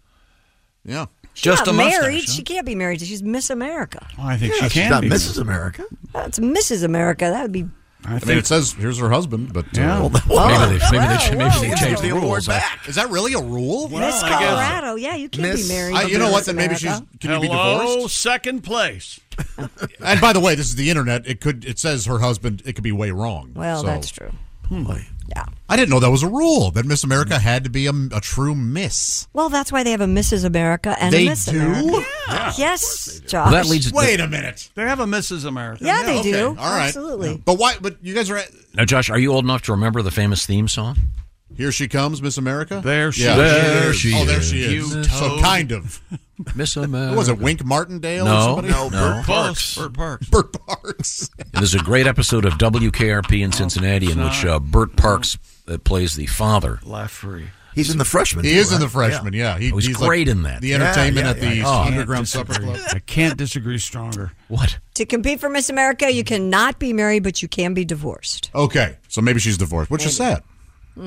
[SPEAKER 9] Yeah,
[SPEAKER 3] She's not married. She can't be married. She's Miss America.
[SPEAKER 5] I think
[SPEAKER 9] Yeah,
[SPEAKER 5] she
[SPEAKER 9] she's
[SPEAKER 5] can.
[SPEAKER 9] not
[SPEAKER 5] be.
[SPEAKER 9] Mrs. America.
[SPEAKER 3] That's Mrs. America. That would be.
[SPEAKER 5] I,
[SPEAKER 9] mean, it says here's her husband, but
[SPEAKER 5] Yeah.
[SPEAKER 9] uh,
[SPEAKER 7] Well, maybe they- maybe they- whoa, maybe they whoa. changed the
[SPEAKER 9] award
[SPEAKER 7] rules.
[SPEAKER 9] back. Is that really a rule?
[SPEAKER 3] Miss Colorado. oh, Yeah, you can't be married.
[SPEAKER 9] I-
[SPEAKER 3] to
[SPEAKER 9] you know what?
[SPEAKER 3] Miss
[SPEAKER 9] Then maybe she's.
[SPEAKER 3] America.
[SPEAKER 9] Can you be
[SPEAKER 5] Hello,
[SPEAKER 9] divorced?
[SPEAKER 5] second place.
[SPEAKER 9] And by the way, this is the internet. It could. It says her husband. It could be way wrong.
[SPEAKER 3] Well,
[SPEAKER 9] So- hmm.
[SPEAKER 3] that's true. Yeah.
[SPEAKER 9] I didn't know that was a rule that Miss America had to be a, a true Miss.
[SPEAKER 3] Well, that's why they have a Mrs. America and
[SPEAKER 9] They
[SPEAKER 3] a Miss
[SPEAKER 9] do?
[SPEAKER 3] America.
[SPEAKER 9] Yeah.
[SPEAKER 3] Yes,
[SPEAKER 9] do.
[SPEAKER 3] Josh.
[SPEAKER 9] Well, that leads- Wait a minute.
[SPEAKER 5] They have a Mrs. America.
[SPEAKER 3] Yeah, they
[SPEAKER 9] okay.
[SPEAKER 3] do.
[SPEAKER 9] All right.
[SPEAKER 3] Absolutely.
[SPEAKER 9] But why? But you guys are. At,
[SPEAKER 7] Now, Josh, are you old enough to remember the famous theme song?
[SPEAKER 9] here she comes, Miss America.
[SPEAKER 5] There
[SPEAKER 7] she There is. she
[SPEAKER 9] oh, there she
[SPEAKER 7] is.
[SPEAKER 9] is.
[SPEAKER 7] You
[SPEAKER 9] so
[SPEAKER 7] toad.
[SPEAKER 9] kind of.
[SPEAKER 7] Miss
[SPEAKER 9] What
[SPEAKER 7] America.
[SPEAKER 9] was it Wink Martindale?
[SPEAKER 7] No,
[SPEAKER 9] or somebody?
[SPEAKER 7] no, No. Burt
[SPEAKER 5] Parks. Burt Parks.
[SPEAKER 9] Burt Parks.
[SPEAKER 7] There's a great episode of WKRP
[SPEAKER 9] Oh,
[SPEAKER 7] in Cincinnati in which uh, Bert Parks uh, plays the father.
[SPEAKER 5] Lafree.
[SPEAKER 6] He's in the freshman.
[SPEAKER 9] He
[SPEAKER 6] too,
[SPEAKER 9] is in
[SPEAKER 6] right?
[SPEAKER 9] the freshman. Yeah, He-
[SPEAKER 5] Oh,
[SPEAKER 7] He was
[SPEAKER 9] he's
[SPEAKER 7] great
[SPEAKER 9] like
[SPEAKER 7] in that.
[SPEAKER 9] The entertainment at the
[SPEAKER 7] Oh.
[SPEAKER 9] underground supper club.
[SPEAKER 5] I can't disagree stronger.
[SPEAKER 7] What?
[SPEAKER 3] To compete for Miss America, you cannot be married, but you can be divorced.
[SPEAKER 9] Okay, so maybe she's divorced, which is sad.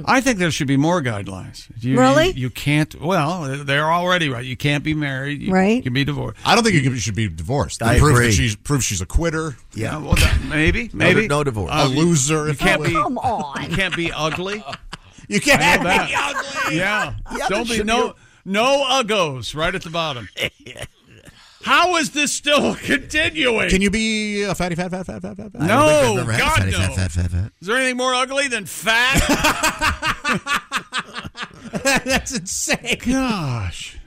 [SPEAKER 5] I think there should be more guidelines. You,
[SPEAKER 3] Hmm. Really?
[SPEAKER 5] You, you can't. Well, they're already right. You can't be married. You
[SPEAKER 3] Right.
[SPEAKER 5] can be divorced.
[SPEAKER 9] I don't think you can- should be divorced.
[SPEAKER 5] I
[SPEAKER 9] It proves
[SPEAKER 5] agree.
[SPEAKER 9] That she's proves she's a quitter.
[SPEAKER 5] Yeah. well, that- maybe.
[SPEAKER 9] No-
[SPEAKER 5] Maybe.
[SPEAKER 9] no divorce.
[SPEAKER 5] Uh,
[SPEAKER 9] A loser,
[SPEAKER 5] You,
[SPEAKER 9] if you
[SPEAKER 5] can't
[SPEAKER 9] will.
[SPEAKER 5] be.
[SPEAKER 9] Come
[SPEAKER 3] on.
[SPEAKER 5] You can't be ugly.
[SPEAKER 9] You can't
[SPEAKER 5] I know
[SPEAKER 9] be
[SPEAKER 5] that.
[SPEAKER 9] ugly.
[SPEAKER 5] Yeah.
[SPEAKER 9] Yeah,
[SPEAKER 5] Don't
[SPEAKER 9] but
[SPEAKER 5] be
[SPEAKER 9] should
[SPEAKER 5] no
[SPEAKER 9] you-
[SPEAKER 5] no uggos right at the bottom. How is this still continuing?
[SPEAKER 9] Can you be a fatty, fat, fat, fat, fat, fat? fat?
[SPEAKER 5] No,
[SPEAKER 9] I don't think I've ever had a
[SPEAKER 5] God,
[SPEAKER 9] fatty,
[SPEAKER 5] no.
[SPEAKER 9] fat, fat, fat, fat.
[SPEAKER 5] Is there anything more ugly than fat?
[SPEAKER 9] That's insane.
[SPEAKER 5] Gosh.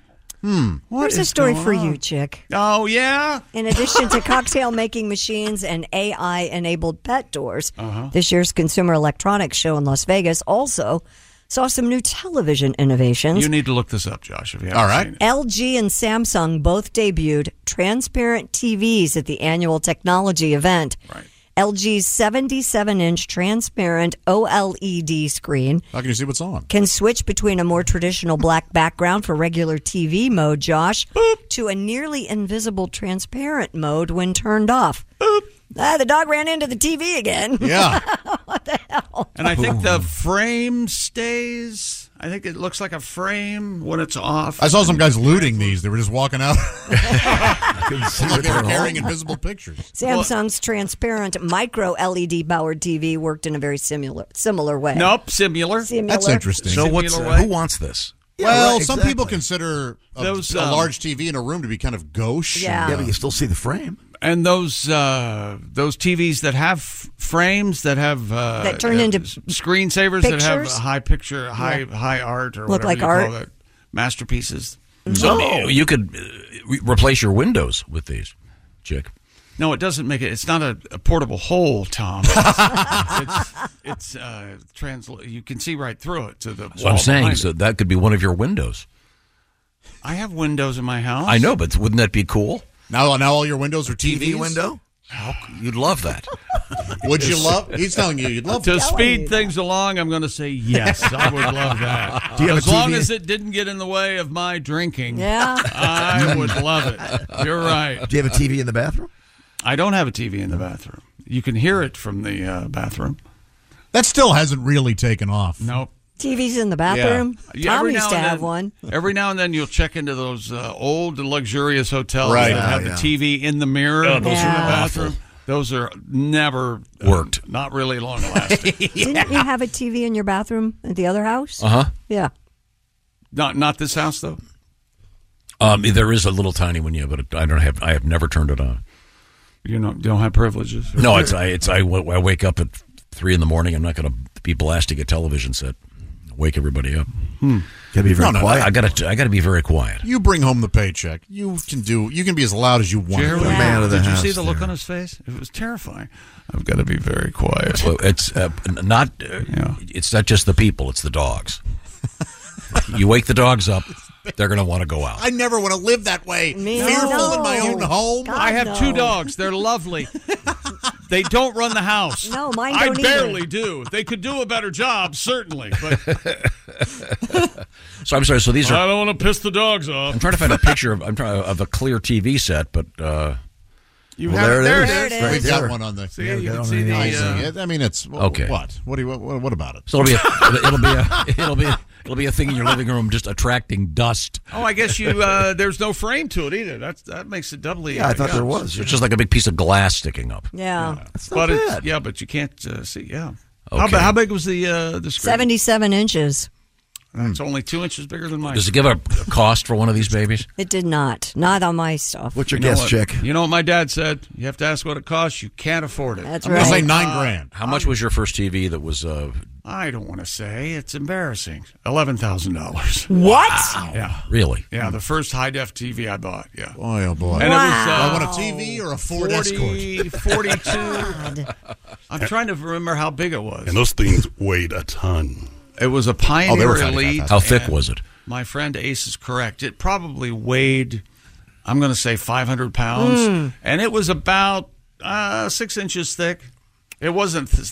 [SPEAKER 9] Hmm.
[SPEAKER 3] Here's a story for you, chick.
[SPEAKER 5] Oh yeah.
[SPEAKER 3] In addition to cocktail making machines and AI enabled pet doors,
[SPEAKER 5] Uh-huh.
[SPEAKER 3] this year's Consumer Electronics Show in Las Vegas also saw some new television innovations.
[SPEAKER 5] You need to look this up, Josh. If you haven't
[SPEAKER 9] All right.
[SPEAKER 5] seen it.
[SPEAKER 3] LG and Samsung both debuted transparent TVs at the annual technology event. Right. LG's 77 inch transparent OLED screen
[SPEAKER 9] How can you see what's on?
[SPEAKER 3] can switch between a more traditional black background for regular TV mode, Josh, to a nearly invisible transparent mode when turned off. Ah, the dog ran into the TV again.
[SPEAKER 9] Yeah.
[SPEAKER 5] And I think the frame stays. I think it looks like a frame when it's off.
[SPEAKER 9] I saw some guys looting these. They were just walking out. like
[SPEAKER 5] what
[SPEAKER 9] they
[SPEAKER 5] they're
[SPEAKER 9] were
[SPEAKER 5] on.
[SPEAKER 9] carrying invisible pictures.
[SPEAKER 3] Samsung's transparent micro LED powered TV worked in a very similar similar way.
[SPEAKER 5] Nope, similar.
[SPEAKER 3] Similar. That's interesting.
[SPEAKER 7] So
[SPEAKER 5] Similar
[SPEAKER 7] what's
[SPEAKER 5] way.
[SPEAKER 7] who wants this?
[SPEAKER 9] well,
[SPEAKER 13] right,
[SPEAKER 9] some
[SPEAKER 13] exactly.
[SPEAKER 9] people consider a,
[SPEAKER 5] Those,
[SPEAKER 9] a
[SPEAKER 5] um,
[SPEAKER 9] large TV in a room to be kind of gauche.
[SPEAKER 5] Yeah. Yeah, but you
[SPEAKER 13] still see the frame.
[SPEAKER 5] And those uh, those TVs that have f- frames that have uh,
[SPEAKER 3] That turn into
[SPEAKER 5] s- screensavers that have
[SPEAKER 3] pictures?
[SPEAKER 5] high picture, high high art, or
[SPEAKER 3] Look
[SPEAKER 5] whatever
[SPEAKER 3] like
[SPEAKER 5] you
[SPEAKER 3] art?
[SPEAKER 5] call it, masterpieces.
[SPEAKER 7] So you could uh, re- replace your windows with these, Chick.
[SPEAKER 5] No, it doesn't make it. It's not a, a portable hole, Tom. It's, it's, it's uh, transla- You can see right through it to the.
[SPEAKER 7] That's
[SPEAKER 5] wall
[SPEAKER 7] what I'm saying.
[SPEAKER 5] behind
[SPEAKER 7] So that could be one of your windows.
[SPEAKER 5] it. I have windows in my house.
[SPEAKER 7] I know, but wouldn't that be cool?
[SPEAKER 9] Now, now all your windows are
[SPEAKER 13] TV
[SPEAKER 9] TVs?
[SPEAKER 13] window?
[SPEAKER 7] You'd love that.
[SPEAKER 9] Would you love? He's telling you you'd love
[SPEAKER 5] to
[SPEAKER 9] that.
[SPEAKER 5] speed things along. I'm going to say yes. I would love that.
[SPEAKER 9] Do you have
[SPEAKER 5] as
[SPEAKER 9] a
[SPEAKER 5] long
[SPEAKER 9] TV?
[SPEAKER 5] as it didn't get in the way of my drinking.
[SPEAKER 13] Yeah.
[SPEAKER 9] Mm.
[SPEAKER 5] I would love it. You're right.
[SPEAKER 13] Do you have a TV in the bathroom?
[SPEAKER 5] I don't have a TV in the bathroom. You can hear it from the uh, bathroom.
[SPEAKER 9] That still hasn't really taken off.
[SPEAKER 5] Nope.
[SPEAKER 3] TV's in the bathroom.
[SPEAKER 5] Yeah,
[SPEAKER 3] Tom
[SPEAKER 5] every
[SPEAKER 3] used
[SPEAKER 5] now
[SPEAKER 3] to
[SPEAKER 5] and
[SPEAKER 3] have
[SPEAKER 5] then-
[SPEAKER 3] one.
[SPEAKER 5] Every now and then you'll check into those uh, old luxurious hotels
[SPEAKER 9] Right.
[SPEAKER 5] that have
[SPEAKER 9] Oh, yeah.
[SPEAKER 5] the TV in the mirror.
[SPEAKER 9] Oh, those
[SPEAKER 5] in the
[SPEAKER 9] are awful.
[SPEAKER 5] bathroom. Those are never uh,
[SPEAKER 7] Worked.
[SPEAKER 5] Not really long lasting.
[SPEAKER 3] Didn't you have a TV in your bathroom at the other house?
[SPEAKER 7] Uh-huh.
[SPEAKER 3] Yeah.
[SPEAKER 5] Not not this house though.
[SPEAKER 7] Um, there is a little tiny one, yeah, but it- I don't have. I have never turned it on.
[SPEAKER 5] You don't don't have privileges.
[SPEAKER 7] No, it's I. It's I, w- I wake up at three in the morning. I'm not going to be blasting a television set. Wake everybody up.
[SPEAKER 9] Hmm.
[SPEAKER 7] Got to
[SPEAKER 9] be very quiet.
[SPEAKER 7] I got to. I got to be very quiet.
[SPEAKER 9] You bring home the paycheck. You can do. You can be as loud as you want.
[SPEAKER 5] Jerry,
[SPEAKER 9] The man of the
[SPEAKER 5] did you
[SPEAKER 9] house
[SPEAKER 5] see the look
[SPEAKER 9] there.
[SPEAKER 5] on his face? It was terrifying.
[SPEAKER 7] I've
[SPEAKER 5] got to be very quiet.
[SPEAKER 7] it's uh, n- not. Uh, It's not just the people. It's the dogs. you wake the dogs up. They're going to want to go out.
[SPEAKER 9] I never want to live that way. Fearful in my own
[SPEAKER 3] Oh,
[SPEAKER 9] home.
[SPEAKER 5] I have two dogs. They're lovely. they don't run the house.
[SPEAKER 3] No, mine
[SPEAKER 5] I
[SPEAKER 3] don't either.
[SPEAKER 5] barely do. They could do a better job, certainly. But
[SPEAKER 7] So I'm sorry. So these
[SPEAKER 5] I
[SPEAKER 7] are.
[SPEAKER 5] don't want to piss the dogs off.
[SPEAKER 7] I'm trying to find a picture of. I'm trying of a clear TV set, but. Uh,
[SPEAKER 5] You Well, have- there it there it is. is. Right
[SPEAKER 9] We've
[SPEAKER 5] there.
[SPEAKER 9] got one on the.
[SPEAKER 5] See, you can see the,
[SPEAKER 9] I
[SPEAKER 5] uh,
[SPEAKER 9] see it. I mean, it's
[SPEAKER 7] Okay.
[SPEAKER 9] What? What do you? What, what about it?
[SPEAKER 7] So it'll be a, it'll be a it'll be it'll be a thing in your living room, just attracting dust.
[SPEAKER 5] Oh, I guess you. Uh, there's no frame to it either. That's that makes it doubly. uh,
[SPEAKER 7] So It's just like a big piece of glass sticking up.
[SPEAKER 3] Yeah.
[SPEAKER 5] but it's, yeah, but you can't uh, see. Yeah. How,
[SPEAKER 7] Okay.
[SPEAKER 5] bi- how big was the uh, the screen?
[SPEAKER 3] 77 inches.
[SPEAKER 5] Mm. It's only two inches bigger than mine.
[SPEAKER 7] Does it give a cost for one of these babies?
[SPEAKER 3] It did not. Not on my stuff.
[SPEAKER 7] What's
[SPEAKER 5] You know what- You know what my dad said? You have to ask what it costs. You can't afford it.
[SPEAKER 3] That's
[SPEAKER 5] Uh,
[SPEAKER 7] How much was your first TV that was? Uh,
[SPEAKER 5] I don't want to say. It's embarrassing. Eleven thousand dollars.
[SPEAKER 3] What?
[SPEAKER 5] Yeah.
[SPEAKER 7] Really?
[SPEAKER 5] Yeah. The first high def TV I bought. Yeah.
[SPEAKER 9] Boy, oh boy.
[SPEAKER 5] And
[SPEAKER 9] Wow.
[SPEAKER 5] it was.
[SPEAKER 9] Do
[SPEAKER 5] Uh,
[SPEAKER 9] I want a TV or a Ford
[SPEAKER 5] 40,
[SPEAKER 9] Escort?
[SPEAKER 5] 42. I'm trying to remember how big it was.
[SPEAKER 11] And those things weighed a ton.
[SPEAKER 5] It was a
[SPEAKER 7] Oh,
[SPEAKER 5] Pioneer Elite. and
[SPEAKER 7] it?
[SPEAKER 5] My friend Ace is correct. It probably weighed, I'm going to say 500 pounds,
[SPEAKER 24] Mm.
[SPEAKER 5] and it was about uh, six inches thick. It wasn't th-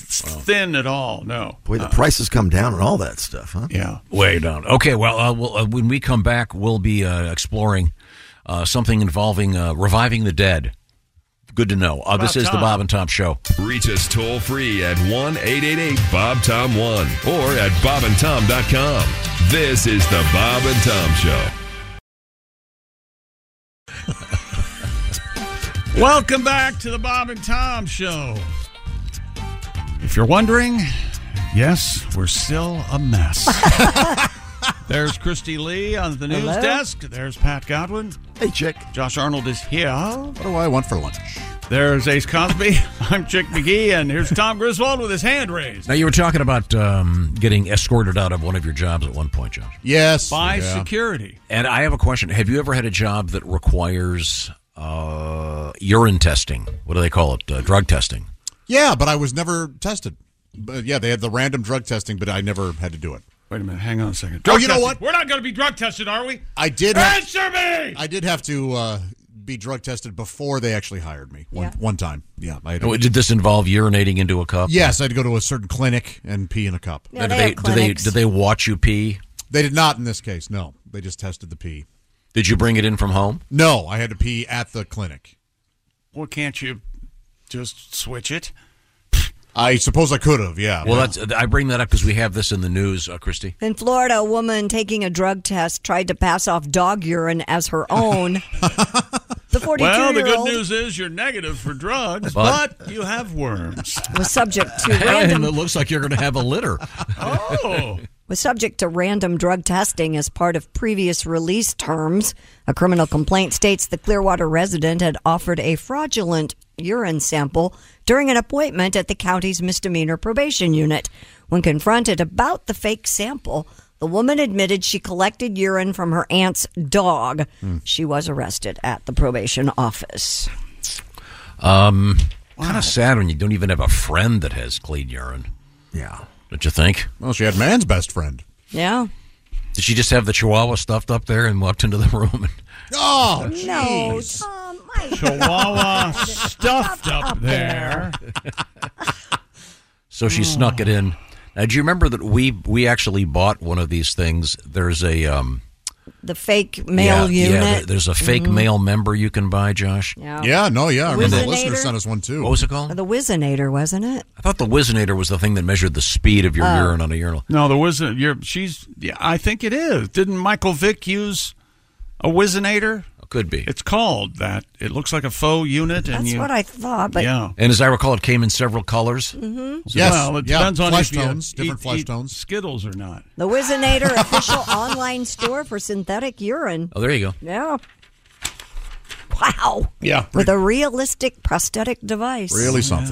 [SPEAKER 5] thin at all. No. Uh,
[SPEAKER 13] Boy, the prices come down and all that stuff, huh?
[SPEAKER 5] Yeah.
[SPEAKER 7] Way down. Okay, well, uh, we'll uh, when we come back, we'll be uh, exploring uh, something involving uh, reviving the dead. Good to know. Uh, this
[SPEAKER 15] Bob
[SPEAKER 7] is the
[SPEAKER 15] Tom.
[SPEAKER 7] Bob and Tom Show.
[SPEAKER 15] Reach us toll free at 1 888 Bob Tom 1 or at bobandtom.com. This is the Bob and Tom Show.
[SPEAKER 5] Welcome back to the Bob and Tom Show. If you're wondering, yes, we're still a mess. There's Christy Lee on the news
[SPEAKER 13] Hello.
[SPEAKER 5] desk. There's Pat Godwin.
[SPEAKER 13] Hey, Chick.
[SPEAKER 5] Josh Arnold is here. What
[SPEAKER 9] do I want for lunch?
[SPEAKER 5] There's Ace Cosby. I'm Chick McGee, and here's Tom Griswold with his hand raised.
[SPEAKER 7] Now, you were talking about um, getting escorted out of one of your jobs at one point, Josh.
[SPEAKER 9] Yes.
[SPEAKER 5] By
[SPEAKER 7] Yeah.
[SPEAKER 5] security.
[SPEAKER 7] And I have a question. Have you ever had a job that requires uh, urine testing? What do they call it? Uh, drug testing.
[SPEAKER 9] Yeah, but I was never tested. But yeah, they had the random drug testing, but I never had to do it.
[SPEAKER 5] Wait a minute. Hang on a second.
[SPEAKER 9] oh,
[SPEAKER 5] Drug
[SPEAKER 9] you know
[SPEAKER 5] testing.
[SPEAKER 9] what?
[SPEAKER 5] We're not going to be drug tested, are we?
[SPEAKER 9] I did.
[SPEAKER 5] Answer me!
[SPEAKER 9] I did have to uh, be drug tested before they actually hired me one,
[SPEAKER 5] Yeah.
[SPEAKER 9] one time. Yeah. I had-
[SPEAKER 7] Oh, Did this involve urinating into a cup?
[SPEAKER 9] Yes, I had to go to a certain clinic and pee in a cup.
[SPEAKER 7] Now, do they, do they do they watch you pee?
[SPEAKER 9] They did not in this case. No, they just tested the pee.
[SPEAKER 7] Did you bring it in from home?
[SPEAKER 9] No, I had to pee at the clinic.
[SPEAKER 5] Well, can't you just switch it?
[SPEAKER 9] I suppose I could have. Yeah.
[SPEAKER 7] Well, that's I bring that up because we have this in the news, uh, Christy.
[SPEAKER 3] In Florida, a woman taking a drug test tried to pass off dog urine as her own. the 42
[SPEAKER 5] Well, the
[SPEAKER 3] year
[SPEAKER 5] good
[SPEAKER 3] old
[SPEAKER 5] news is you're negative for drugs,
[SPEAKER 7] But-
[SPEAKER 5] but, you have worms.
[SPEAKER 3] was subject to
[SPEAKER 7] and
[SPEAKER 3] random
[SPEAKER 7] it looks like you're going to have a litter.
[SPEAKER 5] Oh.
[SPEAKER 3] was subject to random drug testing as part of previous release terms. A criminal complaint states the Clearwater resident had offered a fraudulent urine sample during an appointment at the county's misdemeanor probation unit. When confronted about the fake sample, the woman admitted she collected urine from her aunt's dog.
[SPEAKER 7] Hmm.
[SPEAKER 3] She was arrested at the probation office.
[SPEAKER 7] Um, Kind of sad when you don't even have a friend that has clean urine.
[SPEAKER 6] Yeah.
[SPEAKER 7] Don't you think?
[SPEAKER 9] Well, she had man's best friend.
[SPEAKER 3] Yeah.
[SPEAKER 7] Did she just have the chihuahua stuffed up there and walked into the room?
[SPEAKER 9] Oh,
[SPEAKER 3] no,
[SPEAKER 9] jeez.
[SPEAKER 3] Tom, my
[SPEAKER 5] Chihuahua
[SPEAKER 3] God.
[SPEAKER 5] stuffed up there.
[SPEAKER 7] So she snuck it in. Now, do you remember that we we actually bought one of these things? There's a um,
[SPEAKER 3] The fake mail
[SPEAKER 7] yeah,
[SPEAKER 3] unit.
[SPEAKER 7] Yeah, there- there's a fake
[SPEAKER 3] Mhm.
[SPEAKER 7] mail member you can buy, Josh.
[SPEAKER 3] Yeah. Yeah, no, yeah, I remember a listener Wizinator? sent
[SPEAKER 9] us one too.
[SPEAKER 7] What was it called?
[SPEAKER 3] Mm. The Wizinator, wasn't it?
[SPEAKER 7] I thought the Wizinator was the thing that measured the speed of your
[SPEAKER 3] Oh.
[SPEAKER 7] urine on a urinal.
[SPEAKER 5] No, the wizard. You're, she's. Yeah, I think it is. Didn't Michael Vick use a wizinator?
[SPEAKER 7] Could be.
[SPEAKER 5] It's called that. It looks like a faux unit, and
[SPEAKER 3] That's
[SPEAKER 5] you.
[SPEAKER 3] what I thought, but
[SPEAKER 5] yeah.
[SPEAKER 7] And as I recall, it came in several colors.
[SPEAKER 3] Mhm.
[SPEAKER 5] So, Well, it depends on if you eat, eat Skittles or not.
[SPEAKER 3] the Wizinator official online store for synthetic urine.
[SPEAKER 7] Oh, there you go.
[SPEAKER 3] Yeah. Wow.
[SPEAKER 7] Yeah.
[SPEAKER 3] With a realistic prosthetic device.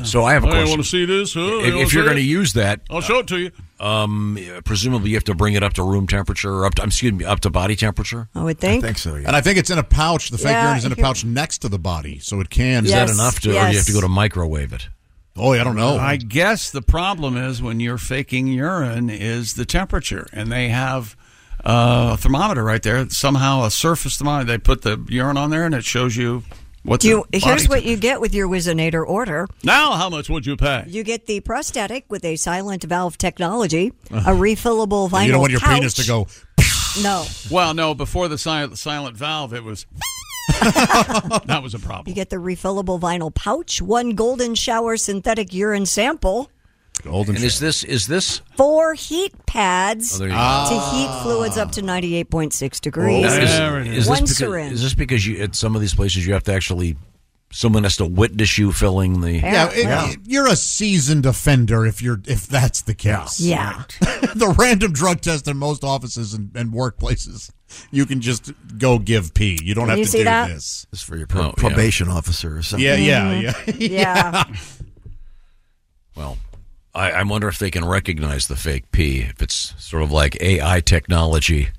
[SPEAKER 7] So I have a
[SPEAKER 5] Hey,
[SPEAKER 7] question.
[SPEAKER 5] wanna see this? Huh?
[SPEAKER 7] If,
[SPEAKER 5] You wanna
[SPEAKER 7] if you're
[SPEAKER 5] see
[SPEAKER 7] going to
[SPEAKER 5] it?
[SPEAKER 7] use that,
[SPEAKER 5] I'll show it to you.
[SPEAKER 7] Um, presumably you have to bring it up to room temperature, or up to, excuse me, up to body temperature.
[SPEAKER 3] I would think.
[SPEAKER 9] And I think it's in a pouch. The fake
[SPEAKER 3] Yeah,
[SPEAKER 9] urine is in a
[SPEAKER 3] here-
[SPEAKER 9] pouch next to the body, so it can.
[SPEAKER 7] Is that Yes, enough to- or do you have yes. to go to microwave it?
[SPEAKER 9] Oh, I don't know.
[SPEAKER 5] I guess the problem is when you're faking urine is the temperature, and they have uh, a thermometer right there. Somehow a surface thermometer. They put the urine on there, and it shows you what.
[SPEAKER 3] Do you,
[SPEAKER 5] the
[SPEAKER 3] here's
[SPEAKER 5] body-
[SPEAKER 3] what you get with your Wizinator order.
[SPEAKER 5] Now, how much would you pay?
[SPEAKER 3] You get the prosthetic with a silent valve technology,
[SPEAKER 7] Uh-huh.
[SPEAKER 3] a refillable vinyl
[SPEAKER 5] You don't want your
[SPEAKER 3] pouch.
[SPEAKER 5] penis to go,
[SPEAKER 3] No,
[SPEAKER 5] Well, no. Before the silent, silent valve, it was that was a problem.
[SPEAKER 3] you get the refillable vinyl pouch, one golden shower synthetic urine sample,
[SPEAKER 7] and is this is this?
[SPEAKER 3] four heat pads
[SPEAKER 7] Oh,
[SPEAKER 3] to
[SPEAKER 7] there you go. Oh.
[SPEAKER 3] heat fluids up to 98.6 degrees,
[SPEAKER 7] Now,
[SPEAKER 3] one
[SPEAKER 7] is, is this because,
[SPEAKER 3] syringe.
[SPEAKER 7] Is this because you at some of these places you have to actually someone has to witness you filling the?
[SPEAKER 9] Yeah, it- it- you're a seasoned offender if you're if that's the case.
[SPEAKER 3] Yeah.
[SPEAKER 9] the random drug test in most offices and, and workplaces, you can just go give pee. You don't
[SPEAKER 3] Can
[SPEAKER 9] have
[SPEAKER 3] you
[SPEAKER 9] to
[SPEAKER 3] see
[SPEAKER 9] do
[SPEAKER 3] that? Mm-hmm.
[SPEAKER 9] this.
[SPEAKER 7] This for your
[SPEAKER 6] pro-
[SPEAKER 5] Oh,
[SPEAKER 6] probation officer or something.
[SPEAKER 9] Oh, Yeah, yeah, yeah.
[SPEAKER 3] yeah.
[SPEAKER 7] Well, I, I wonder if they can recognize the fake pee. If it's sort of like AI technology,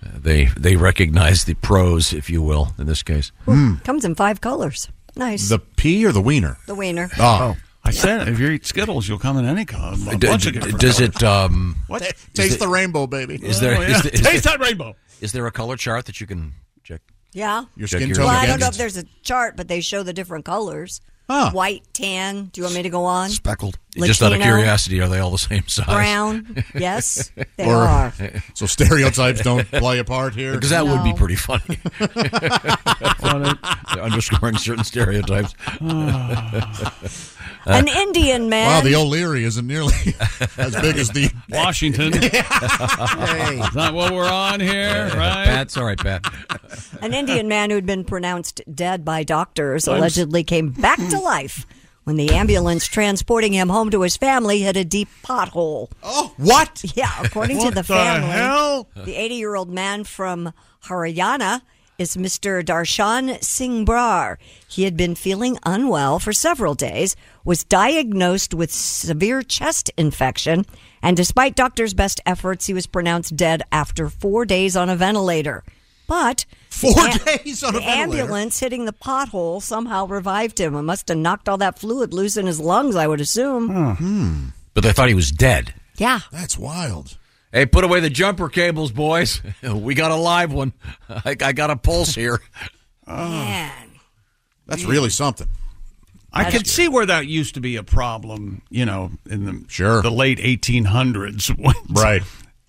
[SPEAKER 7] Uh, they they recognize the pros, if you will, in this case.
[SPEAKER 3] Comes in five colors. Nice.
[SPEAKER 9] The pee or the wiener?
[SPEAKER 3] The wiener.
[SPEAKER 7] Ah.
[SPEAKER 5] Oh. I said if you eat Skittles, you'll come in any color.
[SPEAKER 7] D- d- does it? Um,
[SPEAKER 5] What?
[SPEAKER 9] T-
[SPEAKER 7] is
[SPEAKER 9] Taste
[SPEAKER 7] it-
[SPEAKER 9] the rainbow, baby.
[SPEAKER 7] Is there?
[SPEAKER 9] Oh,
[SPEAKER 7] is
[SPEAKER 9] yeah.
[SPEAKER 7] there- is
[SPEAKER 9] Taste
[SPEAKER 7] there-
[SPEAKER 9] that rainbow.
[SPEAKER 7] Is there a color chart that you can check?
[SPEAKER 3] Yeah.
[SPEAKER 7] Your skin
[SPEAKER 3] Well,
[SPEAKER 7] tone
[SPEAKER 3] I don't
[SPEAKER 7] against-
[SPEAKER 3] know if there's a chart, but they show the different colors. White, tan. Do you want me to go on?
[SPEAKER 7] Speckled. Just out of
[SPEAKER 3] Latino.
[SPEAKER 7] curiosity, are they all the same size?
[SPEAKER 3] Brown. Mm-hmm. Yes, they
[SPEAKER 9] Or-
[SPEAKER 3] are.
[SPEAKER 9] So stereotypes don't play a part here?
[SPEAKER 7] Because that would be
[SPEAKER 9] No.
[SPEAKER 7] pretty funny. Underscoring certain stereotypes. Uh,
[SPEAKER 3] An Indian man.
[SPEAKER 9] Wow, the O'Leary isn't nearly as big as the
[SPEAKER 5] Washington. Is that what we're on here? Right?
[SPEAKER 7] Pat's all right, Pat.
[SPEAKER 3] An Indian man who'd been pronounced dead by doctors
[SPEAKER 5] I'm s-
[SPEAKER 3] allegedly came back to life when the ambulance transporting him home to his family hit a deep pothole.
[SPEAKER 9] Oh, what?
[SPEAKER 3] Yeah, according to
[SPEAKER 5] What
[SPEAKER 3] the,
[SPEAKER 5] the
[SPEAKER 3] family,
[SPEAKER 5] hell?
[SPEAKER 3] the 80-year-old man from Haryana is Mr. Darshan Singh Brar. He had been feeling unwell for several days, was diagnosed with severe chest infection, and despite doctors' best efforts, he was pronounced dead after 4 days on a ventilator. But
[SPEAKER 9] Four
[SPEAKER 3] the
[SPEAKER 9] days on a
[SPEAKER 3] the
[SPEAKER 9] ventilator?
[SPEAKER 3] ambulance hitting the pothole somehow revived him. It must have knocked all that fluid loose in his lungs, I would assume.
[SPEAKER 7] But they thought he was dead.
[SPEAKER 3] Yeah.
[SPEAKER 9] That's hmm. wild.
[SPEAKER 7] Hey, put away the jumper cables, boys. We got a live one. I, I got a pulse here.
[SPEAKER 9] That's really something.
[SPEAKER 5] I could
[SPEAKER 9] That's-
[SPEAKER 5] see where that used to be a problem, you know, in the
[SPEAKER 9] Sure.
[SPEAKER 5] the late 1800s. when-
[SPEAKER 9] Right.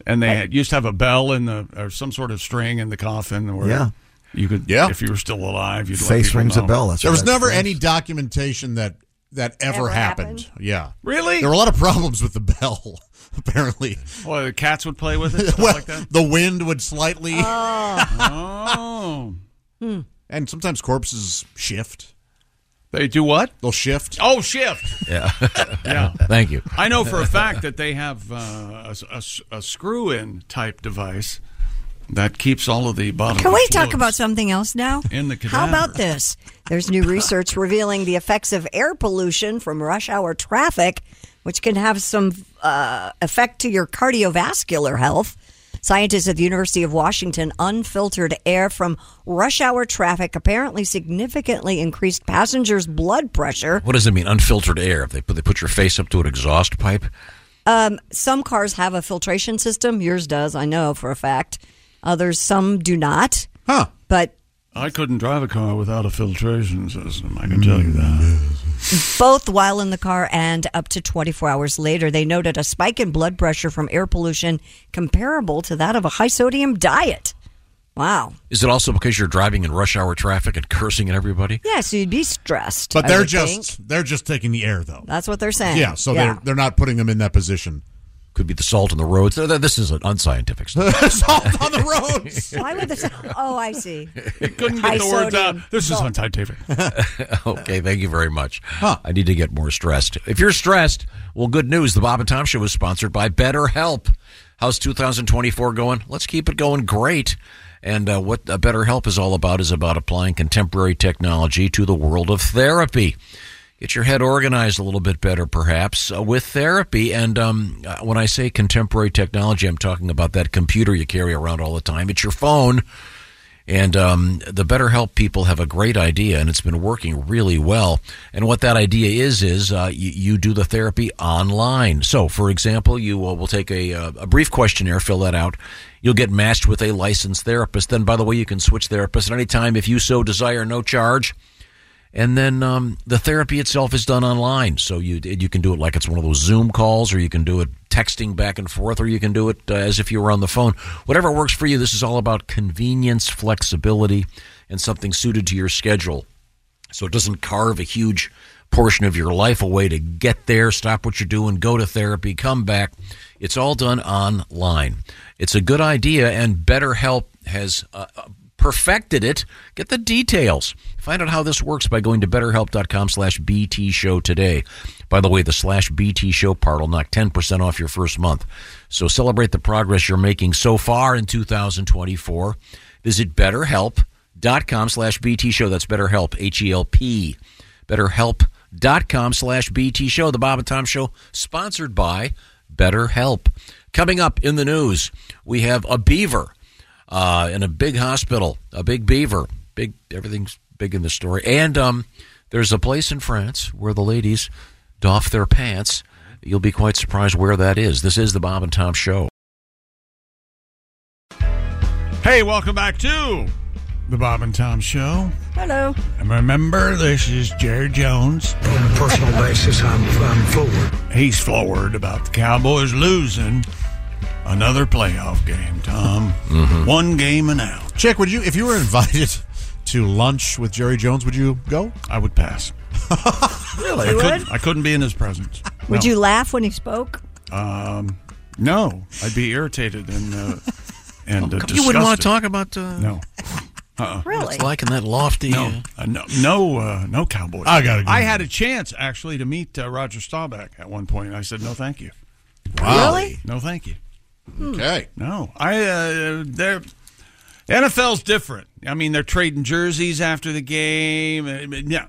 [SPEAKER 5] And they had, used to have a bell in the or some sort of string in the coffin where
[SPEAKER 9] Yeah.
[SPEAKER 5] you could yeah. if you were still alive, you'd let
[SPEAKER 6] Face
[SPEAKER 5] people
[SPEAKER 6] rings a
[SPEAKER 5] know.
[SPEAKER 6] bell, that's
[SPEAKER 9] there was never any documentation that that ever, happened. Yeah.
[SPEAKER 5] Really?
[SPEAKER 9] There were a lot of problems with the bell, apparently.
[SPEAKER 5] Boy, the cats would play with it, stuff
[SPEAKER 9] well,
[SPEAKER 5] like that.
[SPEAKER 9] the wind would slightly.
[SPEAKER 5] Oh.
[SPEAKER 3] Hmm.
[SPEAKER 9] And sometimes corpses shift.
[SPEAKER 5] They do what?
[SPEAKER 9] They'll shift.
[SPEAKER 5] Oh, shift.
[SPEAKER 7] Yeah.
[SPEAKER 5] Yeah.
[SPEAKER 7] Thank you.
[SPEAKER 5] I know for a fact that they have uh, a, screw in type device that keeps all of the bottom.
[SPEAKER 3] Can we talk about something else now?
[SPEAKER 5] in the cadaver?
[SPEAKER 3] How about this? There's new research revealing the effects of air pollution from rush hour traffic, which can have some uh, effect to your cardiovascular health. Scientists at the University of Washington unfiltered air from rush hour traffic apparently significantly increased passengers' blood pressure.
[SPEAKER 7] What does it mean? Unfiltered air. If they put they put your face up to an exhaust pipe.
[SPEAKER 3] Um, some cars have a filtration system. Yours does, I know for a fact. Others, some do not.
[SPEAKER 9] Huh.
[SPEAKER 3] But
[SPEAKER 5] I couldn't drive a car without a filtration system. I can tell you that.
[SPEAKER 3] both while in the car and up to 24 hours later. They noted a spike in blood pressure from air pollution comparable to that of a high sodium diet. Wow.
[SPEAKER 7] Is it also because you're driving in rush hour traffic and cursing at everybody?
[SPEAKER 3] Yeah, so you'd be stressed.
[SPEAKER 9] But
[SPEAKER 3] I
[SPEAKER 9] they're
[SPEAKER 3] would
[SPEAKER 9] just
[SPEAKER 3] think.
[SPEAKER 9] they're just taking the air though.
[SPEAKER 3] That's what they're saying.
[SPEAKER 9] Yeah, so they're they're not putting them in that position.
[SPEAKER 7] Could be the salt on the roads. Th- th- This is an unscientific stuff.
[SPEAKER 9] salt on the roads.
[SPEAKER 3] Why would this? Oh, I see.
[SPEAKER 5] You couldn't
[SPEAKER 3] High
[SPEAKER 5] get the words out.
[SPEAKER 3] sodium
[SPEAKER 5] This is
[SPEAKER 3] salt.
[SPEAKER 5] unscientific.
[SPEAKER 7] okay, thank you very much. I need to get more stressed. If you're stressed, well, good news. The Bob and Tom Show is sponsored by BetterHelp. How's 2024 going? Let's keep it going great. And uh, what uh, BetterHelp is all about is about applying contemporary technology to the world of therapy. Get your head organized a little bit better, perhaps, uh, with therapy. And um, uh, when I say contemporary technology, I'm talking about that computer you carry around all the time. It's your phone. And um, the BetterHelp people have a great idea, and it's been working really well. And what that idea is is uh, you, you do the therapy online. So, for example, you will, will take a, uh, a brief questionnaire, fill that out. You'll get matched with a licensed therapist. Then, by the way, you can switch therapists at any time if you so desire, no charge. And then um, the therapy itself is done online, so you you can do it like it's one of those Zoom calls, or you can do it texting back and forth, or you can do it uh, as if you were on the phone. Whatever works for you. This is all about convenience, flexibility, and something suited to your schedule. So it doesn't carve a huge portion of your life away to get there, stop what you're doing, go to therapy, come back. It's all done online. It's a good idea, and BetterHelp has uh, uh, perfected it. Get the details. Find out how this works by going to betterhelp.com slash BT show today. By the way, the slash BT show part will knock 10% off your first month. So celebrate the progress you're making so far in 2024. Visit BetterHelp dot com slash bt show that's betterhelp h-e-l-p betterhelp dot com slash bt show the bob and tom show sponsored by betterhelp coming up in the news we have a beaver uh, in a big hospital a big beaver big everything's big in the story and um, there's a place in france where the ladies doff their pants you'll be quite surprised where that is this is the bob and tom show
[SPEAKER 5] Hey, welcome back to Mm. the Bob and Tom Show.
[SPEAKER 3] Hello.
[SPEAKER 5] And remember, this is Jerry Jones.
[SPEAKER 20] On a personal basis, I'm, I'm forward.
[SPEAKER 5] He's forward about the Cowboys losing another playoff game, Tom.
[SPEAKER 7] Mm-hmm.
[SPEAKER 5] One game and out.
[SPEAKER 9] Chick, would you if you were invited to lunch with Jerry Jones, would you go?
[SPEAKER 5] I would pass.
[SPEAKER 3] Really?
[SPEAKER 5] I
[SPEAKER 3] You
[SPEAKER 5] couldn't,
[SPEAKER 3] would?
[SPEAKER 5] I couldn't be in his presence.
[SPEAKER 3] Would
[SPEAKER 5] No.
[SPEAKER 3] you laugh when he spoke?
[SPEAKER 5] Um, no, I'd be irritated and uh, and uh,
[SPEAKER 7] you wouldn't want
[SPEAKER 5] disgusted.
[SPEAKER 7] to talk about uh,
[SPEAKER 5] No. Uh-uh.
[SPEAKER 3] Really?
[SPEAKER 7] it's like in that lofty
[SPEAKER 5] No,
[SPEAKER 7] uh,
[SPEAKER 5] uh, no, no, uh, no cowboy.
[SPEAKER 7] I gotta go.
[SPEAKER 5] I had a chance actually to meet uh, Roger Staubach at one point. I said, "No, thank you."
[SPEAKER 9] Wow. Really? Hmm.
[SPEAKER 5] No, thank you.
[SPEAKER 9] Okay.
[SPEAKER 5] No, I. Uh, they're the NFL's different. I mean, they're trading jerseys after the game. I mean, No,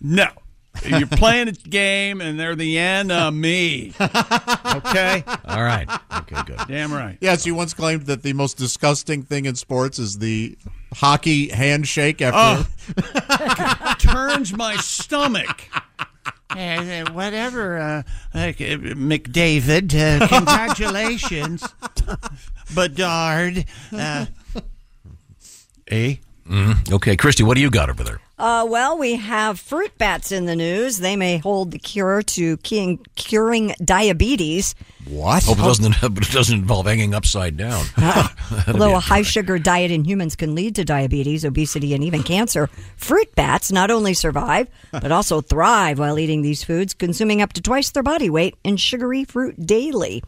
[SPEAKER 5] no. You're playing a game, and they're the enemy. Okay.
[SPEAKER 7] All right. Okay. Good.
[SPEAKER 5] Damn right.
[SPEAKER 9] Yes, you once claimed that the most disgusting thing in sports is the hockey handshake
[SPEAKER 5] Oh,
[SPEAKER 9] after
[SPEAKER 5] turns my stomach.
[SPEAKER 4] Eh, eh,
[SPEAKER 5] whatever, uh, like, uh, McDavid, uh, congratulations, Bedard. Uh, A.
[SPEAKER 7] Mm-hmm. Okay, Christy, what do you got over there?
[SPEAKER 3] Uh, well, we have fruit bats in the news. They may hold the cure to keying, curing diabetes.
[SPEAKER 9] What?
[SPEAKER 7] Hope it doesn't. Hope it doesn't involve hanging upside down. That'd be
[SPEAKER 3] Although
[SPEAKER 7] a-
[SPEAKER 3] a high sugar diet in humans can lead to diabetes, obesity, and even cancer, fruit bats not only survive, but also thrive while eating these foods, consuming up to twice their body weight in sugary fruit daily.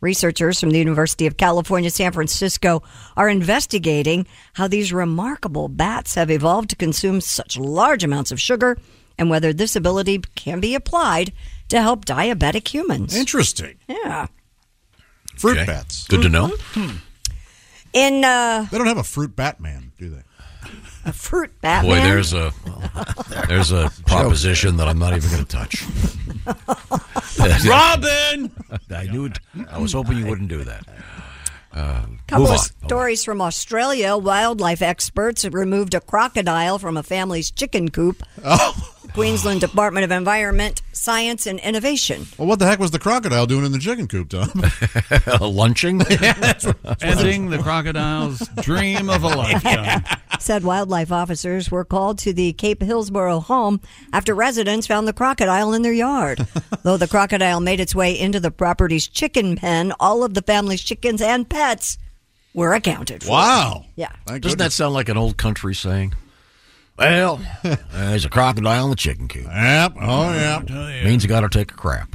[SPEAKER 3] Researchers from the University of California, San Francisco are investigating how these remarkable bats have evolved to consume such large amounts of sugar and whether this ability can be applied to help diabetic humans.
[SPEAKER 9] Interesting.
[SPEAKER 3] Yeah.
[SPEAKER 9] Fruit bats.
[SPEAKER 7] Good to know.
[SPEAKER 3] Hmm. In uh,
[SPEAKER 9] They don't have a fruit Batman, do they?
[SPEAKER 3] a fruit Batman.
[SPEAKER 7] Boy, there's a there's a proposition that I'm not even going to touch.
[SPEAKER 5] Robin!
[SPEAKER 7] I knew it. I was hoping you wouldn't do that. Uh,
[SPEAKER 3] Oh Couple
[SPEAKER 7] move
[SPEAKER 3] of
[SPEAKER 7] on.
[SPEAKER 3] stories from Australia. Wildlife experts have removed a crocodile from a family's chicken coop.
[SPEAKER 9] Oh.
[SPEAKER 3] Queensland Department of Environment, Science and Innovation.
[SPEAKER 9] Well, what the heck was the crocodile doing in the chicken coop, Tom?
[SPEAKER 7] Lunching?
[SPEAKER 5] Ending the crocodile's dream of a lifetime.
[SPEAKER 3] Said wildlife officers were called to the Cape Hillsborough home after residents found the crocodile in their yard. Though the crocodile made its way into the property's chicken pen, all of the family's chickens and pets were accounted for. Yeah.
[SPEAKER 7] Doesn't that sound like an old country saying? Well, there's a crocodile in the chicken coop.
[SPEAKER 9] Yep. Oh, yep.
[SPEAKER 7] Means you got to take a crap.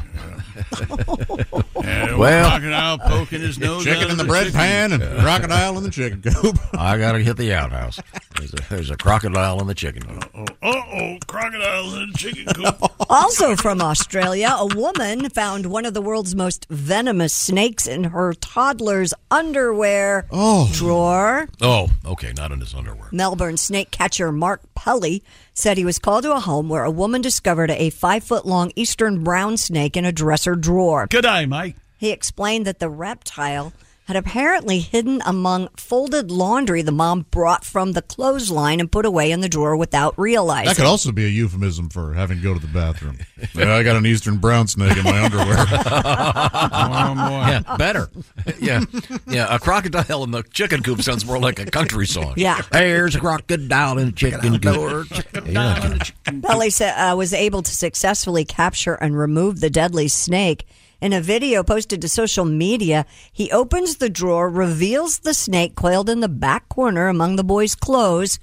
[SPEAKER 5] Yeah,
[SPEAKER 7] Well-
[SPEAKER 5] crocodile poking his nose.
[SPEAKER 9] Chicken
[SPEAKER 5] out
[SPEAKER 9] in
[SPEAKER 5] of
[SPEAKER 9] the bread pan and crocodile in the chicken coop.
[SPEAKER 7] I got to hit the outhouse. There's a, there's a crocodile in the chicken coop.
[SPEAKER 5] Uh oh, crocodiles in chicken coop.
[SPEAKER 3] Also from Australia, a woman found one of the world's most venomous snakes in her toddler's underwear drawer.
[SPEAKER 7] Oh, okay, not in his underwear.
[SPEAKER 3] Melbourne snake catcher Mark Pelly said he was called to a home where a woman discovered a five foot long eastern brown snake in a dresser drawer.
[SPEAKER 5] Good eye, Mike.
[SPEAKER 3] He explained that the reptile had apparently hidden among folded laundry the mom brought from the clothesline and put away in the drawer without realizing.
[SPEAKER 9] That could also be a euphemism for having to go to the bathroom. yeah, I got an eastern brown snake in my underwear. Oh,
[SPEAKER 5] Oh,
[SPEAKER 7] Yeah, better. Yeah, yeah. A crocodile in the chicken coop sounds more like a country song.
[SPEAKER 3] Yeah.
[SPEAKER 7] there's a crocodile in the chicken coop. Yeah.
[SPEAKER 3] Pelly sa- uh, was able to successfully capture and remove the deadly snake. In a video posted to social media, he opens the drawer, reveals the snake coiled in the back corner among the boy's clothes.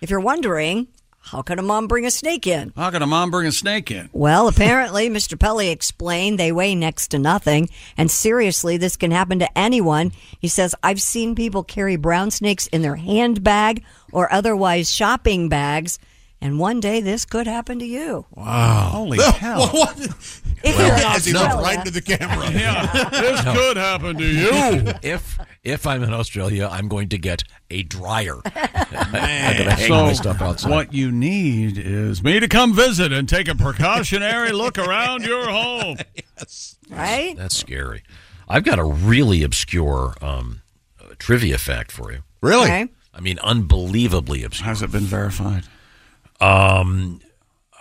[SPEAKER 3] If you're wondering, how could a mom bring a snake in?
[SPEAKER 5] How could a mom bring a snake in?
[SPEAKER 3] Well, apparently, Mr. Pelly explained they weigh next to nothing. And seriously, this can happen to anyone. He says, I've seen people carry brown snakes in their handbag or otherwise shopping bags. And one day this could happen to you.
[SPEAKER 5] Wow. Holy hell.
[SPEAKER 9] What?
[SPEAKER 3] If you're
[SPEAKER 9] As he
[SPEAKER 3] not
[SPEAKER 9] looked
[SPEAKER 3] well,
[SPEAKER 9] right
[SPEAKER 3] yeah.
[SPEAKER 9] into the camera.
[SPEAKER 5] Yeah, this could happen to you.
[SPEAKER 7] If if I'm in Australia, I'm going to get a dryer. I'm going to hang my stuff outside.
[SPEAKER 5] what you need is me to come visit and take a precautionary look around your home.
[SPEAKER 3] Right?
[SPEAKER 7] That's scary. I've got a really obscure um, uh, trivia fact for you.
[SPEAKER 9] Really?
[SPEAKER 3] Okay.
[SPEAKER 7] I mean, unbelievably obscure.
[SPEAKER 5] Has it been verified?
[SPEAKER 7] Um,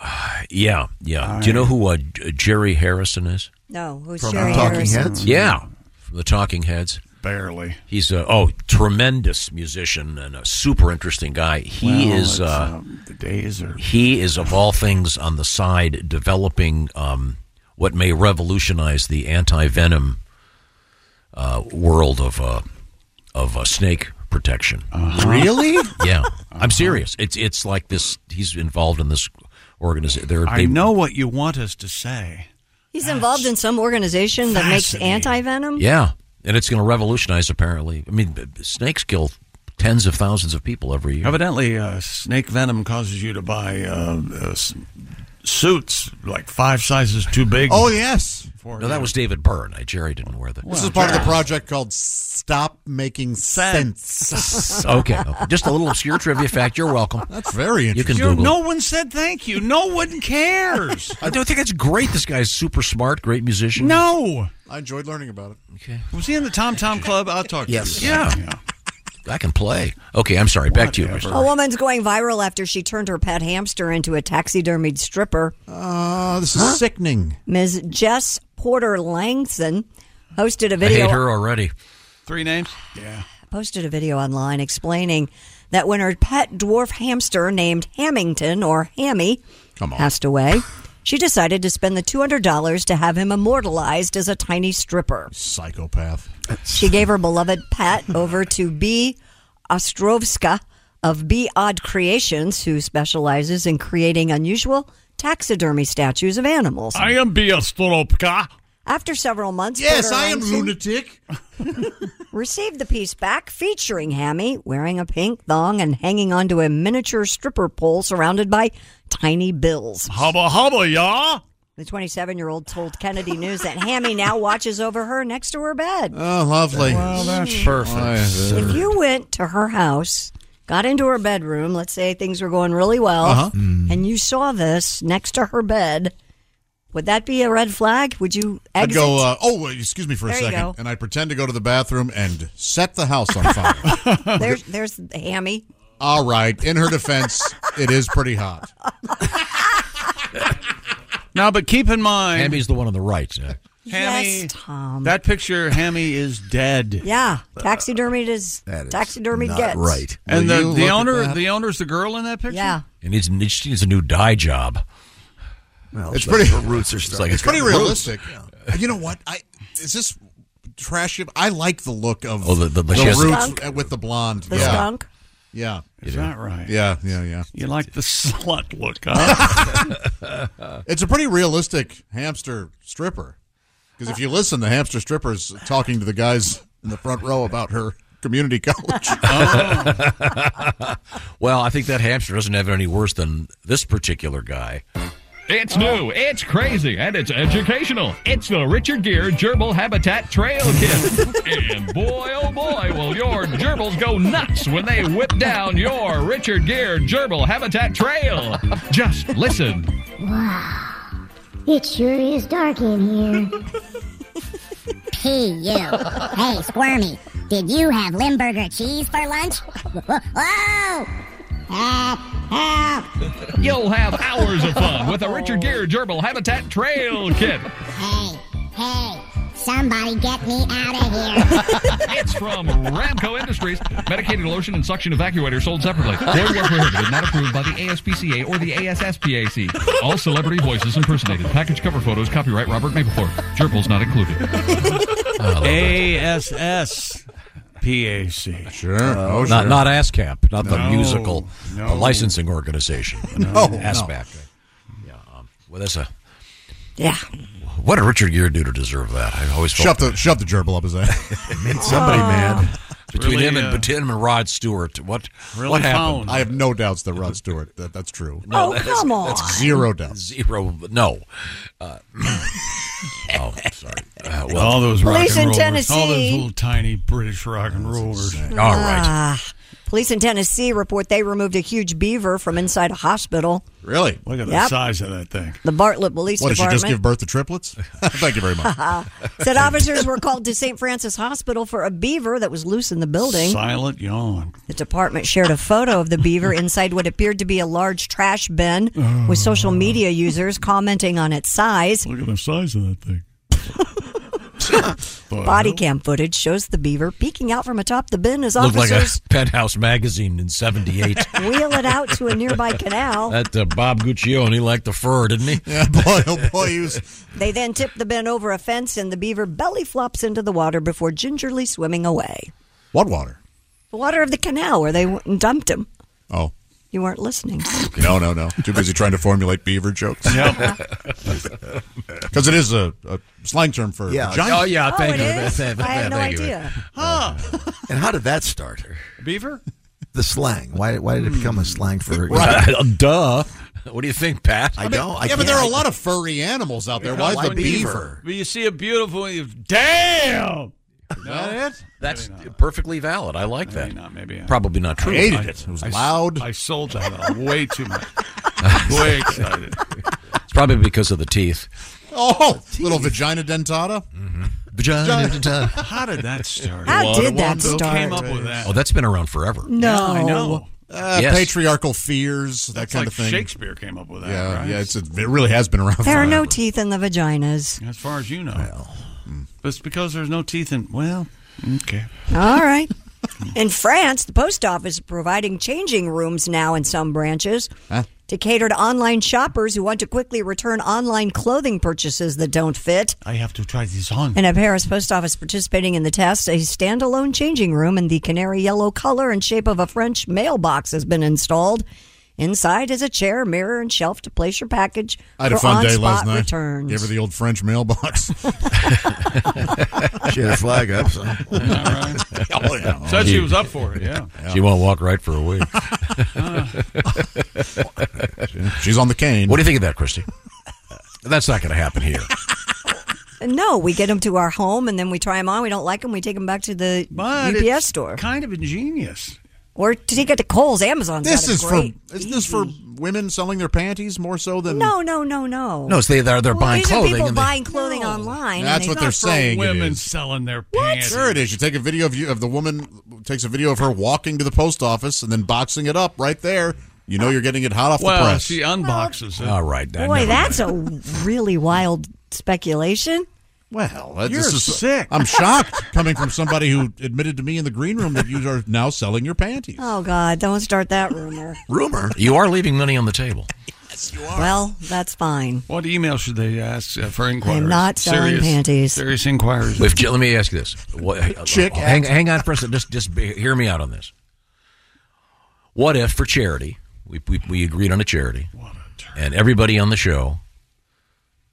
[SPEAKER 7] yeah, yeah. Do you know who uh, J- Jerry Harrison is?
[SPEAKER 3] No, who's
[SPEAKER 7] From
[SPEAKER 3] Jerry Harrison?
[SPEAKER 7] Yeah, from the Talking Heads.
[SPEAKER 5] Barely.
[SPEAKER 7] He's a oh tremendous musician and a super interesting guy. He
[SPEAKER 5] Well,
[SPEAKER 7] is
[SPEAKER 5] it's,
[SPEAKER 7] uh,
[SPEAKER 5] um, the days are.
[SPEAKER 7] he is of all things on the side developing um, what may revolutionize the anti venom uh, world of uh, of uh, snake protection.
[SPEAKER 5] Uh-huh.
[SPEAKER 9] Really?
[SPEAKER 7] Yeah, I'm serious. It's it's like this. He's involved in this organization.
[SPEAKER 5] I know what you want us to say.
[SPEAKER 3] He's involved in some organization that makes
[SPEAKER 5] Fascinating.
[SPEAKER 3] anti venom?
[SPEAKER 7] Yeah, and it's going to revolutionize. Apparently, I mean, b- b- snakes kill tens of thousands of people every year.
[SPEAKER 5] Evidently, uh, snake venom causes you to buy uh, uh, s- suits like five sizes too big.
[SPEAKER 9] Oh, yes.
[SPEAKER 7] No, that was David Byrne. I, Jerry didn't wear the.
[SPEAKER 9] This is part of the project called Stop Making Sense.
[SPEAKER 7] okay, okay. just a little obscure trivia fact. You're welcome.
[SPEAKER 9] That's very interesting.
[SPEAKER 7] You can Google.
[SPEAKER 5] no one said thank you. No one cares.
[SPEAKER 7] it. I don't think it's great. This guy's super smart, great musician.
[SPEAKER 5] No.
[SPEAKER 9] I enjoyed learning about it.
[SPEAKER 7] Okay.
[SPEAKER 5] Was he in the Tom Tom Club? I'll talk
[SPEAKER 7] Yes.
[SPEAKER 5] to you. about it.
[SPEAKER 7] I can play. Okay, I'm sorry. Back to you.
[SPEAKER 3] A woman's going viral after she turned her pet hamster into a taxidermied stripper.
[SPEAKER 9] Uh, this is sickening.
[SPEAKER 3] Ms. Jess Porter Langson hosted a
[SPEAKER 7] I
[SPEAKER 3] video
[SPEAKER 7] hate her already.
[SPEAKER 5] Three names? Yeah.
[SPEAKER 3] posted a video online explaining that when her pet dwarf hamster named Hammington or Hammy passed away, she decided to spend the $200 to have him immortalized as a tiny stripper.
[SPEAKER 9] Psychopath.
[SPEAKER 3] She gave her beloved pet over to B. Ostrovska of B. Odd Creations, who specializes in creating unusual taxidermy statues of animals.
[SPEAKER 5] I am Bia Stropka.
[SPEAKER 3] After several months,
[SPEAKER 9] Yes,
[SPEAKER 3] Porter
[SPEAKER 9] I am
[SPEAKER 3] Reinson
[SPEAKER 9] lunatic.
[SPEAKER 3] received the piece back featuring Hammy wearing a pink thong and hanging onto a miniature stripper pole surrounded by tiny bills.
[SPEAKER 5] Hubba hubba, y'all.
[SPEAKER 3] The 27 year old told Kennedy News that Hammy now watches over her next to her bed.
[SPEAKER 9] Oh, lovely.
[SPEAKER 3] Well, that's
[SPEAKER 9] perfect.
[SPEAKER 3] If you went to her house, got into her bedroom, let's say things were going really well,
[SPEAKER 9] Uh-huh.
[SPEAKER 7] Hmm.
[SPEAKER 3] and you saw this next to her bed, would that be a red flag? Would you
[SPEAKER 9] I'd
[SPEAKER 3] exit?
[SPEAKER 9] go, uh, oh, wait, excuse me for
[SPEAKER 3] There
[SPEAKER 9] a
[SPEAKER 3] you
[SPEAKER 9] second.
[SPEAKER 3] go.
[SPEAKER 9] And I'd pretend to go to the bathroom and set the house on fire.
[SPEAKER 3] there's, there's Hammy.
[SPEAKER 9] All right. In her defense, it is pretty hot.
[SPEAKER 5] Now, but keep in mind,
[SPEAKER 7] Hammy's the one on the right.
[SPEAKER 5] Hammy,
[SPEAKER 3] Yes, Tom.
[SPEAKER 5] Um, that picture, Hammy is dead.
[SPEAKER 3] yeah, taxidermied is, taxidermied gets.
[SPEAKER 7] Will
[SPEAKER 5] And the,
[SPEAKER 7] you
[SPEAKER 5] the
[SPEAKER 7] look at
[SPEAKER 5] owner,
[SPEAKER 7] that?
[SPEAKER 5] the owner's the girl in that picture.
[SPEAKER 3] Yeah.
[SPEAKER 7] It needs, it just needs a new dye job.
[SPEAKER 6] Well,
[SPEAKER 9] It's pretty-
[SPEAKER 7] her roots are
[SPEAKER 9] It's,
[SPEAKER 7] starting to
[SPEAKER 9] pretty
[SPEAKER 7] come out.
[SPEAKER 9] realistic. Uh, You know what? I is this trash? I like the look of
[SPEAKER 7] Oh, the- the- she has-
[SPEAKER 9] roots
[SPEAKER 7] Skunk?
[SPEAKER 9] with the blonde.
[SPEAKER 5] The
[SPEAKER 9] yeah.
[SPEAKER 5] skunk?
[SPEAKER 9] Yeah.
[SPEAKER 5] Is that right?
[SPEAKER 9] Yeah, yeah, yeah.
[SPEAKER 5] You like the slut look, huh?
[SPEAKER 9] it's a pretty realistic hamster stripper. Because if you listen, the hamster stripper's talking to the guys in the front row about her community college.
[SPEAKER 5] Oh.
[SPEAKER 7] well, I think that hamster doesn't have it any worse than this particular guy.
[SPEAKER 2] It's new, it's crazy, and it's educational. It's the Richard Gere Gerbil Habitat Trail Kit. and boy, oh boy, will your gerbils go nuts when they whip down your Richard Gere Gerbil Habitat Trail. Just listen.
[SPEAKER 24] Wow. It sure is dark in here. P you. Hey, Squirmy, did you have Limburger cheese for lunch? Whoa! Help! Help!
[SPEAKER 2] You'll have hours of fun with a Richard Gere Gerbil Habitat Trail Kit.
[SPEAKER 24] Hey, hey, somebody get me out of here.
[SPEAKER 2] It's from Ramco Industries. Medicated lotion and suction evacuator sold separately. Void where prohibited. Not approved by the ASPCA or the ASSPAC. All celebrity voices impersonated. Package cover photos. Copyright Robert Mapplethorpe. Gerbils not included.
[SPEAKER 5] A S S P A C.
[SPEAKER 9] Sure.
[SPEAKER 7] Uh, not not ASCAP, not the
[SPEAKER 5] oh, No,
[SPEAKER 7] musical
[SPEAKER 5] no.
[SPEAKER 7] uh, licensing organization.
[SPEAKER 5] No, no.
[SPEAKER 7] ASPAC. Yeah, um, well, that's a
[SPEAKER 3] yeah.
[SPEAKER 7] What did Richard Gere do to deserve that? I always felt
[SPEAKER 9] Shove the shove the gerbil up his ass.
[SPEAKER 7] made somebody
[SPEAKER 9] Ah.
[SPEAKER 7] mad. Between
[SPEAKER 9] Really,
[SPEAKER 7] him and
[SPEAKER 9] uh,
[SPEAKER 7] between him and Rod Stewart, what
[SPEAKER 9] Really
[SPEAKER 7] what happened?
[SPEAKER 9] found. I have no doubts that Rod Stewart. That, that's true.
[SPEAKER 3] Oh,
[SPEAKER 7] No, that's- That's
[SPEAKER 9] zero doubts.
[SPEAKER 7] Zero. No. Uh, oh, sorry. Uh, well,
[SPEAKER 5] all those rock
[SPEAKER 3] Police
[SPEAKER 5] and
[SPEAKER 3] in
[SPEAKER 5] rollers, all
[SPEAKER 3] Tennessee.
[SPEAKER 5] those little tiny British rock and rollers.
[SPEAKER 3] Ah. Police in Tennessee report they removed a huge beaver from inside a hospital.
[SPEAKER 9] Really?
[SPEAKER 5] Look at the
[SPEAKER 3] Yep.
[SPEAKER 5] size of that thing.
[SPEAKER 3] The Bartlett Police
[SPEAKER 9] What did she
[SPEAKER 3] Department
[SPEAKER 9] just give birth to triplets? Thank you very much.
[SPEAKER 3] said officers were called to St. Francis Hospital for a beaver that was loose in the building.
[SPEAKER 5] Silent yawn.
[SPEAKER 3] The department shared a photo of the beaver inside what appeared to be a large trash bin, with social media users commenting on its size.
[SPEAKER 5] Look at the size of that thing.
[SPEAKER 3] Body cam footage shows the beaver peeking out from atop the bin as
[SPEAKER 7] looked like a
[SPEAKER 3] officers
[SPEAKER 7] penthouse magazine in '78.
[SPEAKER 3] wheel it out to a nearby canal.
[SPEAKER 7] That uh, Bob Guccione liked the fur, didn't he?
[SPEAKER 9] Yeah, boy, oh boy, he was
[SPEAKER 3] They then tip the bin over a fence, and the beaver belly flops into the water before gingerly swimming away.
[SPEAKER 9] What water?
[SPEAKER 3] The water of the canal where they went and dumped him.
[SPEAKER 9] Oh.
[SPEAKER 3] You weren't listening.
[SPEAKER 9] No, no, no. Too busy trying to formulate beaver jokes.
[SPEAKER 3] Yep.
[SPEAKER 9] Because it is a, a slang term for
[SPEAKER 13] Yeah.
[SPEAKER 9] giant.
[SPEAKER 13] Oh, yeah, Oh, thank it you. is?
[SPEAKER 3] I had no idea.
[SPEAKER 5] Huh.
[SPEAKER 13] And how did that start?
[SPEAKER 5] Beaver?
[SPEAKER 13] The slang. Why? Why did it become a slang for?
[SPEAKER 7] Duh. What do you think, Pat?
[SPEAKER 13] I don't. I
[SPEAKER 9] yeah, but
[SPEAKER 13] can't-
[SPEAKER 9] there are
[SPEAKER 13] I-
[SPEAKER 9] a lot of furry animals out there.
[SPEAKER 5] Yeah,
[SPEAKER 9] Why
[SPEAKER 5] why
[SPEAKER 9] the
[SPEAKER 5] beaver?
[SPEAKER 9] beaver?
[SPEAKER 5] But you see a beautiful one, you damn. Is that it?
[SPEAKER 7] That's perfectly valid. I like that.
[SPEAKER 5] Not, maybe I-
[SPEAKER 7] Probably not true.
[SPEAKER 5] I hated
[SPEAKER 7] I-
[SPEAKER 5] it. It was
[SPEAKER 7] I-
[SPEAKER 5] loud. I sold that on way too much. way excited.
[SPEAKER 7] It's probably because of the teeth.
[SPEAKER 9] Oh, little vagina dentata.
[SPEAKER 7] Vagina dentata.
[SPEAKER 5] Mm-hmm. How did that start?
[SPEAKER 9] How
[SPEAKER 5] What-
[SPEAKER 9] did that
[SPEAKER 5] who came
[SPEAKER 9] start?
[SPEAKER 5] up with that?
[SPEAKER 7] Oh, that's been around forever.
[SPEAKER 3] No.
[SPEAKER 5] I know.
[SPEAKER 9] Uh,
[SPEAKER 7] Yes.
[SPEAKER 9] Patriarchal fears, that
[SPEAKER 5] That's
[SPEAKER 9] kind
[SPEAKER 5] like
[SPEAKER 9] of thing.
[SPEAKER 5] Shakespeare came up with that,
[SPEAKER 9] Yeah,
[SPEAKER 5] right?
[SPEAKER 9] yeah. It's a, it really has been around.
[SPEAKER 3] There are no
[SPEAKER 9] forever.
[SPEAKER 3] teeth in the vaginas.
[SPEAKER 5] As far as you know. But it's because there's no teeth in. Well, okay.
[SPEAKER 3] All right. In France, the post office is providing changing rooms now in some branches
[SPEAKER 9] Huh?
[SPEAKER 3] to cater to online shoppers who want to quickly return online clothing purchases that don't fit.
[SPEAKER 5] I have to try these on.
[SPEAKER 3] And a Paris post office participating in the test, a standalone changing room in the canary yellow color and shape of a French mailbox has been installed. Inside is a chair, mirror, and shelf to place your package
[SPEAKER 9] I had a
[SPEAKER 3] for
[SPEAKER 9] fun day
[SPEAKER 3] on-spot
[SPEAKER 9] last night.
[SPEAKER 3] returns.
[SPEAKER 9] Gave her the old French mailbox.
[SPEAKER 6] She had her flag up, so.
[SPEAKER 5] Oh, yeah. Said she was up for it, yeah.
[SPEAKER 7] She won't walk right for a week.
[SPEAKER 9] She's on the cane.
[SPEAKER 7] What do you think of that, Christy? That's not going to happen here.
[SPEAKER 3] No, we get them to our home and then we try them on. We don't like them. We take them back to the UPS store.
[SPEAKER 5] Kind of ingenious.
[SPEAKER 3] Or to take it to Kohl's. Amazon's
[SPEAKER 9] This
[SPEAKER 3] got a
[SPEAKER 9] is for
[SPEAKER 3] great.
[SPEAKER 9] isn't this for women selling their panties more so than
[SPEAKER 3] No, no, no, no.
[SPEAKER 7] No, it's they, they're, they're
[SPEAKER 3] Well,
[SPEAKER 7] buying
[SPEAKER 3] these
[SPEAKER 7] clothing.
[SPEAKER 3] are people
[SPEAKER 7] and they-
[SPEAKER 3] buying clothing online. and
[SPEAKER 9] That's
[SPEAKER 3] they-
[SPEAKER 9] what they're saying.
[SPEAKER 5] women
[SPEAKER 9] it is.
[SPEAKER 5] selling their pants.
[SPEAKER 9] Sure, it is. You take a video of you of the woman takes a video of her walking to the post office and then boxing it up right there. You know you're getting it hot off
[SPEAKER 5] Well,
[SPEAKER 9] the press.
[SPEAKER 5] she unboxes it.
[SPEAKER 7] All right,
[SPEAKER 3] Boy, that's a really wild speculation.
[SPEAKER 9] Well,
[SPEAKER 3] You're sick.
[SPEAKER 9] uh, I'm shocked coming from somebody who admitted to me in the green room that you are now selling your panties.
[SPEAKER 3] Oh God, don't start that rumor.
[SPEAKER 7] Rumor. You are leaving money on the table.
[SPEAKER 3] Well, that's fine.
[SPEAKER 5] What email should they ask uh, for inquiries?
[SPEAKER 3] not selling
[SPEAKER 5] serious,
[SPEAKER 3] panties.
[SPEAKER 5] Serious inquiries.
[SPEAKER 7] If, let me ask you this. What, uh,
[SPEAKER 5] Chick
[SPEAKER 7] hang,
[SPEAKER 5] act.
[SPEAKER 7] hang on for a second. Just, just be- hear me out on this. What if, for charity, we, we, we agreed on a charity, and everybody on the show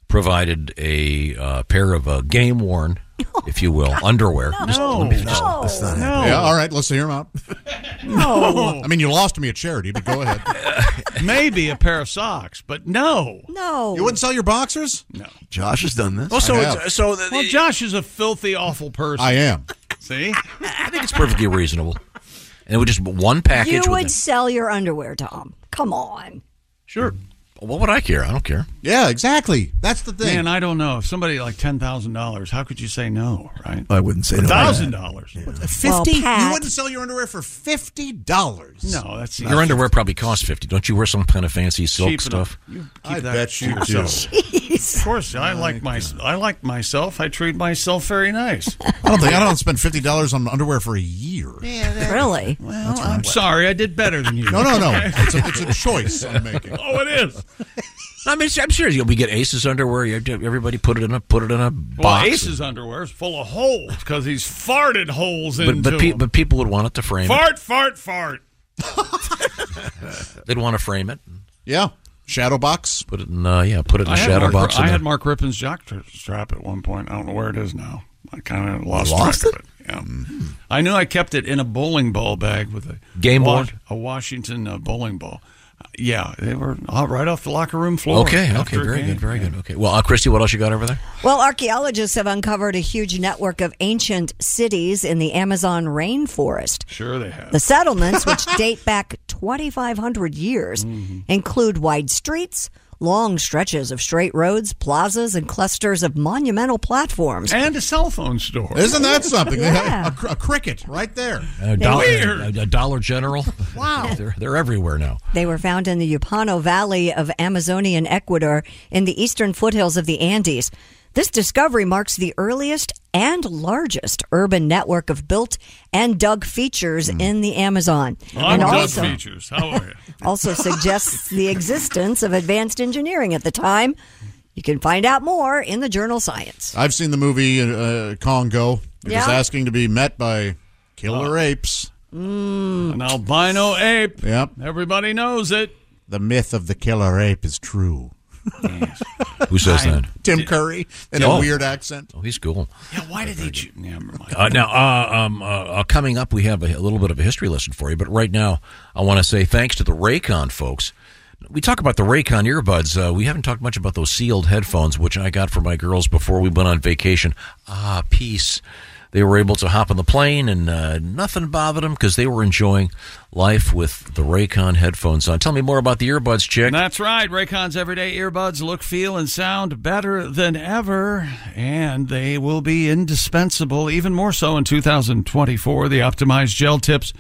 [SPEAKER 7] provided a uh, pair of uh, game worn, if you will, underwear. Just- let me just-
[SPEAKER 9] that's not
[SPEAKER 7] happening.
[SPEAKER 9] Yeah, all right, let's hear him out.
[SPEAKER 3] No.
[SPEAKER 9] I mean, you lost me at charity, but go ahead.
[SPEAKER 5] Maybe a pair of socks, but no.
[SPEAKER 3] No.
[SPEAKER 9] You wouldn't sell your boxers?
[SPEAKER 5] No.
[SPEAKER 6] Josh has done this.
[SPEAKER 5] Well, so it's-
[SPEAKER 7] so
[SPEAKER 5] well, Josh is a filthy, awful person.
[SPEAKER 9] I am.
[SPEAKER 5] See,
[SPEAKER 7] I think it's perfectly reasonable. And it would just one package.
[SPEAKER 3] You
[SPEAKER 7] with
[SPEAKER 3] would
[SPEAKER 7] them.
[SPEAKER 3] sell your underwear, Tom. Come on.
[SPEAKER 7] Sure. What would I care? I don't care.
[SPEAKER 9] Yeah, exactly. That's the thing.
[SPEAKER 5] Man, I don't know. If somebody like ten thousand dollars, how could you say no? Right?
[SPEAKER 6] I wouldn't say no to that.
[SPEAKER 5] thousand dollars.
[SPEAKER 9] Fifty?
[SPEAKER 3] Pat-
[SPEAKER 9] you wouldn't sell your underwear for fifty dollars?
[SPEAKER 5] No, that's
[SPEAKER 7] Your underwear probably costs fifty. Don't you wear some kind of fancy silk
[SPEAKER 5] Cheap
[SPEAKER 7] stuff?
[SPEAKER 5] enough. You
[SPEAKER 9] I
[SPEAKER 5] keep that
[SPEAKER 9] bet
[SPEAKER 5] to
[SPEAKER 9] you do.
[SPEAKER 5] yourself. Of course, I like my I like myself. I treat myself very nice.
[SPEAKER 9] I don't think I don't spend fifty dollars on underwear for a year.
[SPEAKER 3] Really?
[SPEAKER 5] Well, I'm sorry, I did better than you.
[SPEAKER 9] No, no, no. It's a, it's a choice I'm making.
[SPEAKER 5] oh, it is.
[SPEAKER 7] I mean, I'm sure you'll be get Aces underwear. You- Everybody put it in a put it in a
[SPEAKER 5] Well,
[SPEAKER 7] box.
[SPEAKER 5] Ace's underwear is full of holes because he's farted holes into
[SPEAKER 7] but but, pe- but people would want it to frame. it.
[SPEAKER 5] fart, fart, fart.
[SPEAKER 7] They'd want to frame it.
[SPEAKER 9] Yeah. Shadow box.
[SPEAKER 7] Put it in. Uh, yeah. Put it in a
[SPEAKER 5] I had
[SPEAKER 7] shadow
[SPEAKER 5] Mark-
[SPEAKER 7] box.
[SPEAKER 5] I
[SPEAKER 7] in
[SPEAKER 5] had
[SPEAKER 7] the-
[SPEAKER 5] Mark Rippon's jock tr- strap at one point. I don't know where it is now. I kind of lost,
[SPEAKER 7] lost Hmm.
[SPEAKER 5] track of it. Yeah. I knew I kept it in a bowling ball bag with a
[SPEAKER 7] Game
[SPEAKER 5] wa-
[SPEAKER 7] worn?
[SPEAKER 5] a Washington uh, bowling ball. Uh, Yeah, they were oh, all uh, right off the locker room floor.
[SPEAKER 7] okay. Okay.
[SPEAKER 5] after a
[SPEAKER 7] Very
[SPEAKER 5] game.
[SPEAKER 7] good. Very good. Okay. Well, uh, Christy, what else you got over there?
[SPEAKER 3] Well, archaeologists have uncovered a huge network of ancient cities in the Amazon rainforest.
[SPEAKER 5] Sure, they have.
[SPEAKER 3] The settlements, which date back 2,500 years,
[SPEAKER 5] Mm-hmm.
[SPEAKER 3] include wide streets, long stretches of straight roads, plazas, and clusters of monumental platforms.
[SPEAKER 5] And a cell phone store.
[SPEAKER 9] Isn't that something? They had
[SPEAKER 3] Yeah.
[SPEAKER 9] A, cr- a cricket right there.
[SPEAKER 7] A
[SPEAKER 3] dollar-
[SPEAKER 7] a, dollar General.
[SPEAKER 3] Wow.
[SPEAKER 7] they're, they're everywhere now.
[SPEAKER 3] They were found in the Yupano Valley of Amazonian Ecuador in the eastern foothills of the Andes. This discovery marks the earliest and largest urban network of built and dug features
[SPEAKER 7] Hmm.
[SPEAKER 3] in the Amazon.
[SPEAKER 5] I'm
[SPEAKER 3] and
[SPEAKER 5] Doug
[SPEAKER 3] also,
[SPEAKER 5] Features. How are you?
[SPEAKER 3] also suggests the existence of advanced engineering at the time. You can find out more in the journal Science.
[SPEAKER 9] I've seen the movie uh, Congo. It was
[SPEAKER 3] Yeah.
[SPEAKER 9] asking to be met by killer apes.
[SPEAKER 5] Oh. An albino ape.
[SPEAKER 9] Yep.
[SPEAKER 5] Everybody knows it.
[SPEAKER 9] The myth of the killer ape is true.
[SPEAKER 7] Who says that?
[SPEAKER 9] Tim Curry in a
[SPEAKER 7] Oh.
[SPEAKER 9] weird accent.
[SPEAKER 7] Oh, he's cool.
[SPEAKER 5] Yeah, why did they choose? Yeah, never mind.
[SPEAKER 7] Uh, now, uh, um, uh, uh, coming up, we have a, a little bit of a history lesson for you. But right now, I want to say thanks to the Raycon folks. We talk about the Raycon earbuds. Uh, we haven't talked much about those sealed headphones, which I got for my girls before we went on vacation. Ah, peace. They were able to hop on the plane and uh, nothing bothered them because they were enjoying life with the Raycon headphones on. Tell me more about the earbuds, chick.
[SPEAKER 5] That's right. Raycon's everyday earbuds look, feel, and sound better than ever, and they will be indispensable, even more so in 2024. The optimized gel tips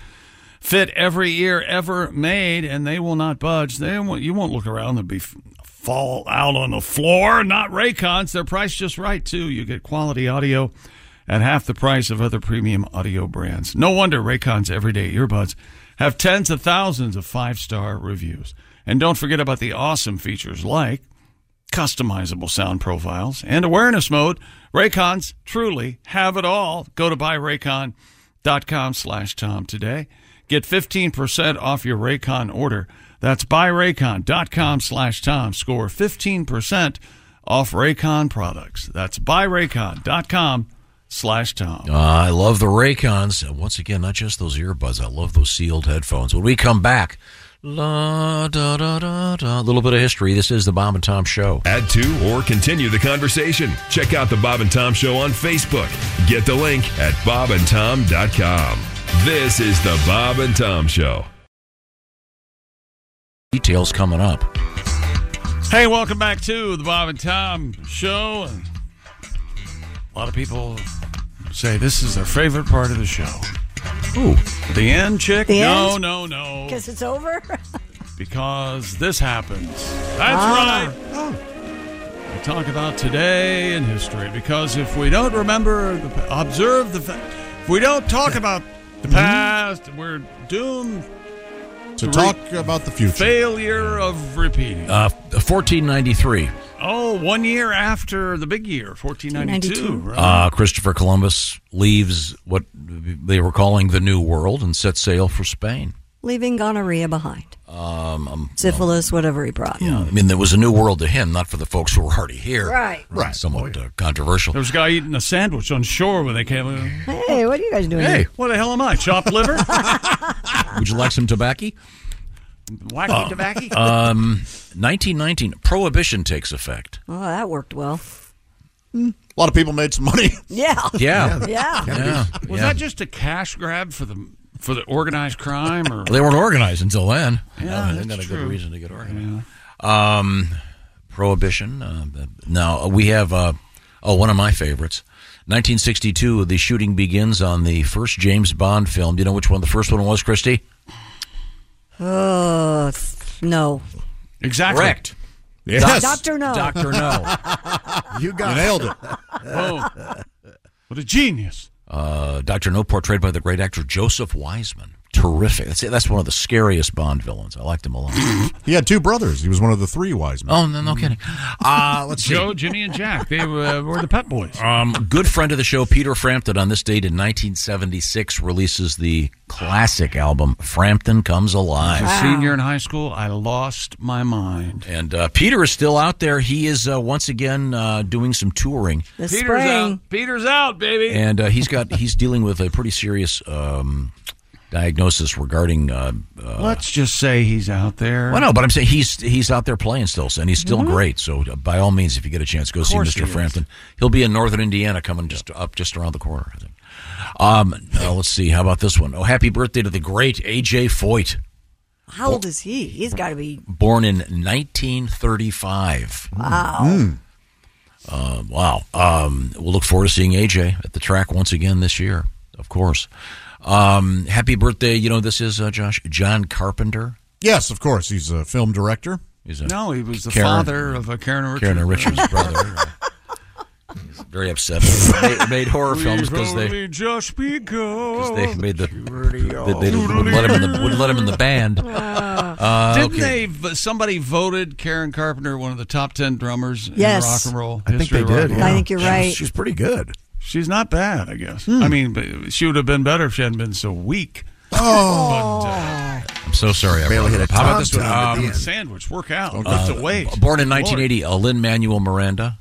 [SPEAKER 5] fit every ear ever made, and they will not budge. They won't, you won't look around and be fall out on the floor. Not Raycons. They're priced just right too. You get quality audio at half the price of other premium audio brands. No wonder Raycon's everyday earbuds have tens of thousands of five-star reviews. And don't forget about the awesome features like customizable sound profiles, and awareness mode. Raycons truly have it all. Go to buyraycon.com slash Tom today. Get 15% off your Raycon order. That's buyraycon.com slash Tom. Score 15% off Raycon products. That's buyraycon.com slash Tom.
[SPEAKER 7] Uh, I love the Raycons. And once again, not just those earbuds. I love those sealed headphones. When we come back, la da da da da. A little bit of history. This is the Bob and Tom Show.
[SPEAKER 15] Add to or continue the conversation. Check out the Bob and Tom Show on Facebook. Get the link at bobandtom.com. This is the Bob and Tom Show.
[SPEAKER 7] Details coming up.
[SPEAKER 5] Hey, welcome back to the Bob and Tom Show. And a lot of people say this is their favorite part of the show.
[SPEAKER 7] Ooh.
[SPEAKER 5] The end, chick?
[SPEAKER 3] The
[SPEAKER 5] no,
[SPEAKER 3] end?
[SPEAKER 5] no, no.
[SPEAKER 3] Because it's over?
[SPEAKER 5] Because this happens. That's
[SPEAKER 3] Ah.
[SPEAKER 5] right. We talk about today in history because if we don't remember, the, observe the fact, if we don't talk about the past, we're doomed
[SPEAKER 9] Mm-hmm. To
[SPEAKER 5] re-
[SPEAKER 9] talk about the future.
[SPEAKER 5] Failure of repeating.
[SPEAKER 7] Uh, 1493.
[SPEAKER 5] Oh, one year after the big year, 1492. Right?
[SPEAKER 7] Uh, Christopher Columbus leaves what they were calling the New World and sets sail for Spain.
[SPEAKER 3] Leaving gonorrhea behind.
[SPEAKER 7] Um, um,
[SPEAKER 3] Syphilis, whatever he brought.
[SPEAKER 7] yeah, I mean, there was a new world to him, not for the folks who were already here.
[SPEAKER 3] Right.
[SPEAKER 5] Right. Oh,
[SPEAKER 7] Somewhat uh, controversial.
[SPEAKER 5] There was a guy eating a sandwich on shore when they came. in.
[SPEAKER 3] Hey, what are you guys doing?
[SPEAKER 7] Hey.
[SPEAKER 3] here?
[SPEAKER 5] What the hell am I? Chopped liver?
[SPEAKER 7] Would you like some tobacco?
[SPEAKER 5] Wacky
[SPEAKER 7] Uh,
[SPEAKER 5] tobacco?
[SPEAKER 7] um, 1919, Prohibition takes effect.
[SPEAKER 3] Oh, that worked well.
[SPEAKER 9] A lot of people made some money.
[SPEAKER 3] Yeah.
[SPEAKER 7] Yeah.
[SPEAKER 3] Yeah.
[SPEAKER 7] Yeah.
[SPEAKER 5] Was
[SPEAKER 7] Yeah.
[SPEAKER 5] that just a cash grab for the for the organized crime? Or
[SPEAKER 7] They weren't organized until then.
[SPEAKER 5] Yeah,
[SPEAKER 7] isn't
[SPEAKER 5] that's
[SPEAKER 7] that a good
[SPEAKER 5] true.
[SPEAKER 7] reason to get
[SPEAKER 5] Yeah.
[SPEAKER 7] organized? Um, prohibition. Uh, now we have uh, oh, one of my favorites. 1962, the shooting begins on the first James Bond film. Do you know which one the first one was, Christy?
[SPEAKER 3] Oh, no.
[SPEAKER 5] Exactly.
[SPEAKER 7] Correct.
[SPEAKER 3] Yes. Doctor No.
[SPEAKER 7] Doctor No.
[SPEAKER 13] You got
[SPEAKER 7] nailed it.
[SPEAKER 5] What a genius.
[SPEAKER 7] Uh, Doctor No, portrayed by the great actor Joseph Wiseman. Terrific. That's that's one of the scariest Bond villains. I liked him a lot.
[SPEAKER 9] He had two brothers. He was one of the three wise men.
[SPEAKER 7] Oh no, no kidding. Uh, let's see.
[SPEAKER 5] Joe, Jimmy, and Jack. They were, were the Pet Boys.
[SPEAKER 7] Um, good friend of the show, Peter Frampton, on this date in 1976, releases the classic album "Frampton Comes Alive."
[SPEAKER 5] As a senior in high school, I lost my mind.
[SPEAKER 7] And uh, Peter is still out there. He is uh, once again uh, doing some touring,
[SPEAKER 5] Peter's out. Peter's out, baby.
[SPEAKER 7] and uh, he's got he's dealing with a pretty serious um, diagnosis regarding. Uh, uh,
[SPEAKER 5] Let's just say he's out there.
[SPEAKER 7] well, no, but I'm saying he's he's out there playing still, and he's still
[SPEAKER 5] Mhm.
[SPEAKER 7] great. So, uh, by all means, if you get a chance, go
[SPEAKER 5] Of
[SPEAKER 7] see
[SPEAKER 5] course he
[SPEAKER 7] Mr.
[SPEAKER 5] is.
[SPEAKER 7] Frampton. He'll be in Northern Indiana, coming just up just around the corner. I think. Um, uh, let's see. How about this one? Oh, happy birthday to the great AJ Foyt,
[SPEAKER 3] How old is he? He's got to be.
[SPEAKER 7] born in 1935.
[SPEAKER 3] Wow.
[SPEAKER 9] Hmm.
[SPEAKER 7] Uh, wow. Um, we'll look forward to seeing AJ at the track once again this year, of course. Um, happy birthday. You know, this is uh, Josh John Carpenter.
[SPEAKER 9] Yes, of course. He's a film director.
[SPEAKER 7] He's a
[SPEAKER 5] No, he was the
[SPEAKER 7] Karen-
[SPEAKER 5] father of a Karen Richards.
[SPEAKER 7] Karen Richards' brother. He's very upset. They made, horror films
[SPEAKER 5] We've
[SPEAKER 7] because they
[SPEAKER 5] only just oh. because
[SPEAKER 7] they made the they, they wouldn't let him in the wouldn't let him in the band. Uh,
[SPEAKER 5] Didn't
[SPEAKER 7] okay.
[SPEAKER 5] they? v- Somebody voted Karen Carpenter one of the top ten drummers
[SPEAKER 3] Yes.
[SPEAKER 5] in rock and roll.
[SPEAKER 3] I think
[SPEAKER 5] history
[SPEAKER 3] they
[SPEAKER 5] of rock
[SPEAKER 3] did,
[SPEAKER 5] and
[SPEAKER 3] yeah. I
[SPEAKER 5] roll.
[SPEAKER 3] think you're She's- right. Hmm. she's
[SPEAKER 13] pretty good.
[SPEAKER 5] She's not bad, I guess. I mean, but she would have been better if she hadn't been so weak.
[SPEAKER 3] Oh.
[SPEAKER 7] I'm so sorry. I
[SPEAKER 5] Barely
[SPEAKER 7] brought it
[SPEAKER 5] hit
[SPEAKER 7] up.
[SPEAKER 5] a
[SPEAKER 7] How about this one?
[SPEAKER 5] tom-tom at the
[SPEAKER 7] Um,
[SPEAKER 5] end. Sandwich, work out,
[SPEAKER 7] uh,
[SPEAKER 5] lift a weight.
[SPEAKER 7] Born in 1980, uh, Lin Manuel Miranda.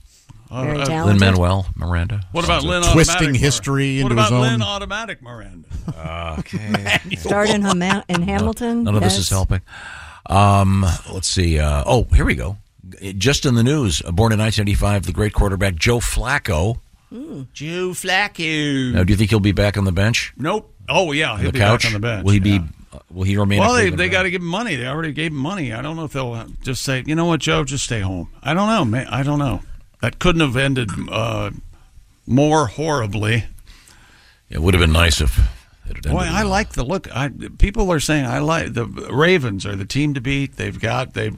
[SPEAKER 5] Uh, Very uh,
[SPEAKER 7] Lin
[SPEAKER 5] talented.
[SPEAKER 7] Manuel Miranda.
[SPEAKER 5] What about Lynn?
[SPEAKER 9] Twisting
[SPEAKER 5] Automatic
[SPEAKER 9] history
[SPEAKER 5] Miranda?
[SPEAKER 9] into
[SPEAKER 5] What
[SPEAKER 9] his
[SPEAKER 5] about Lynn
[SPEAKER 9] own.
[SPEAKER 5] Automatic Miranda?
[SPEAKER 7] Okay.
[SPEAKER 3] Starred in, Hama- in Hamilton.
[SPEAKER 7] None of this
[SPEAKER 3] Yes.
[SPEAKER 7] is helping. Um, let's see. Uh, oh, here we go. Just in the news, uh, born in 1985, the great quarterback Joe Flacco.
[SPEAKER 16] Hmm.
[SPEAKER 5] Joe Flacco.
[SPEAKER 7] Now, do you think he'll be back on the bench?
[SPEAKER 5] Nope. Oh yeah,
[SPEAKER 7] on
[SPEAKER 5] he'll
[SPEAKER 7] the
[SPEAKER 5] be
[SPEAKER 7] couch?
[SPEAKER 5] back on the bench.
[SPEAKER 7] Will he be? uh, Will he remain? a
[SPEAKER 5] Well, they,
[SPEAKER 7] Cleveland
[SPEAKER 5] they
[SPEAKER 7] Brown?
[SPEAKER 5] got to give him money. They already gave him money. I don't know if they'll uh, just say, you know what, Joe, just stay home. I don't know, man. I don't know. That couldn't have ended uh, more horribly.
[SPEAKER 7] It would have been nice if. It had
[SPEAKER 5] Boy,
[SPEAKER 7] ended.
[SPEAKER 5] I like the look. I, people are saying I like the Ravens are the team to beat. They've got they,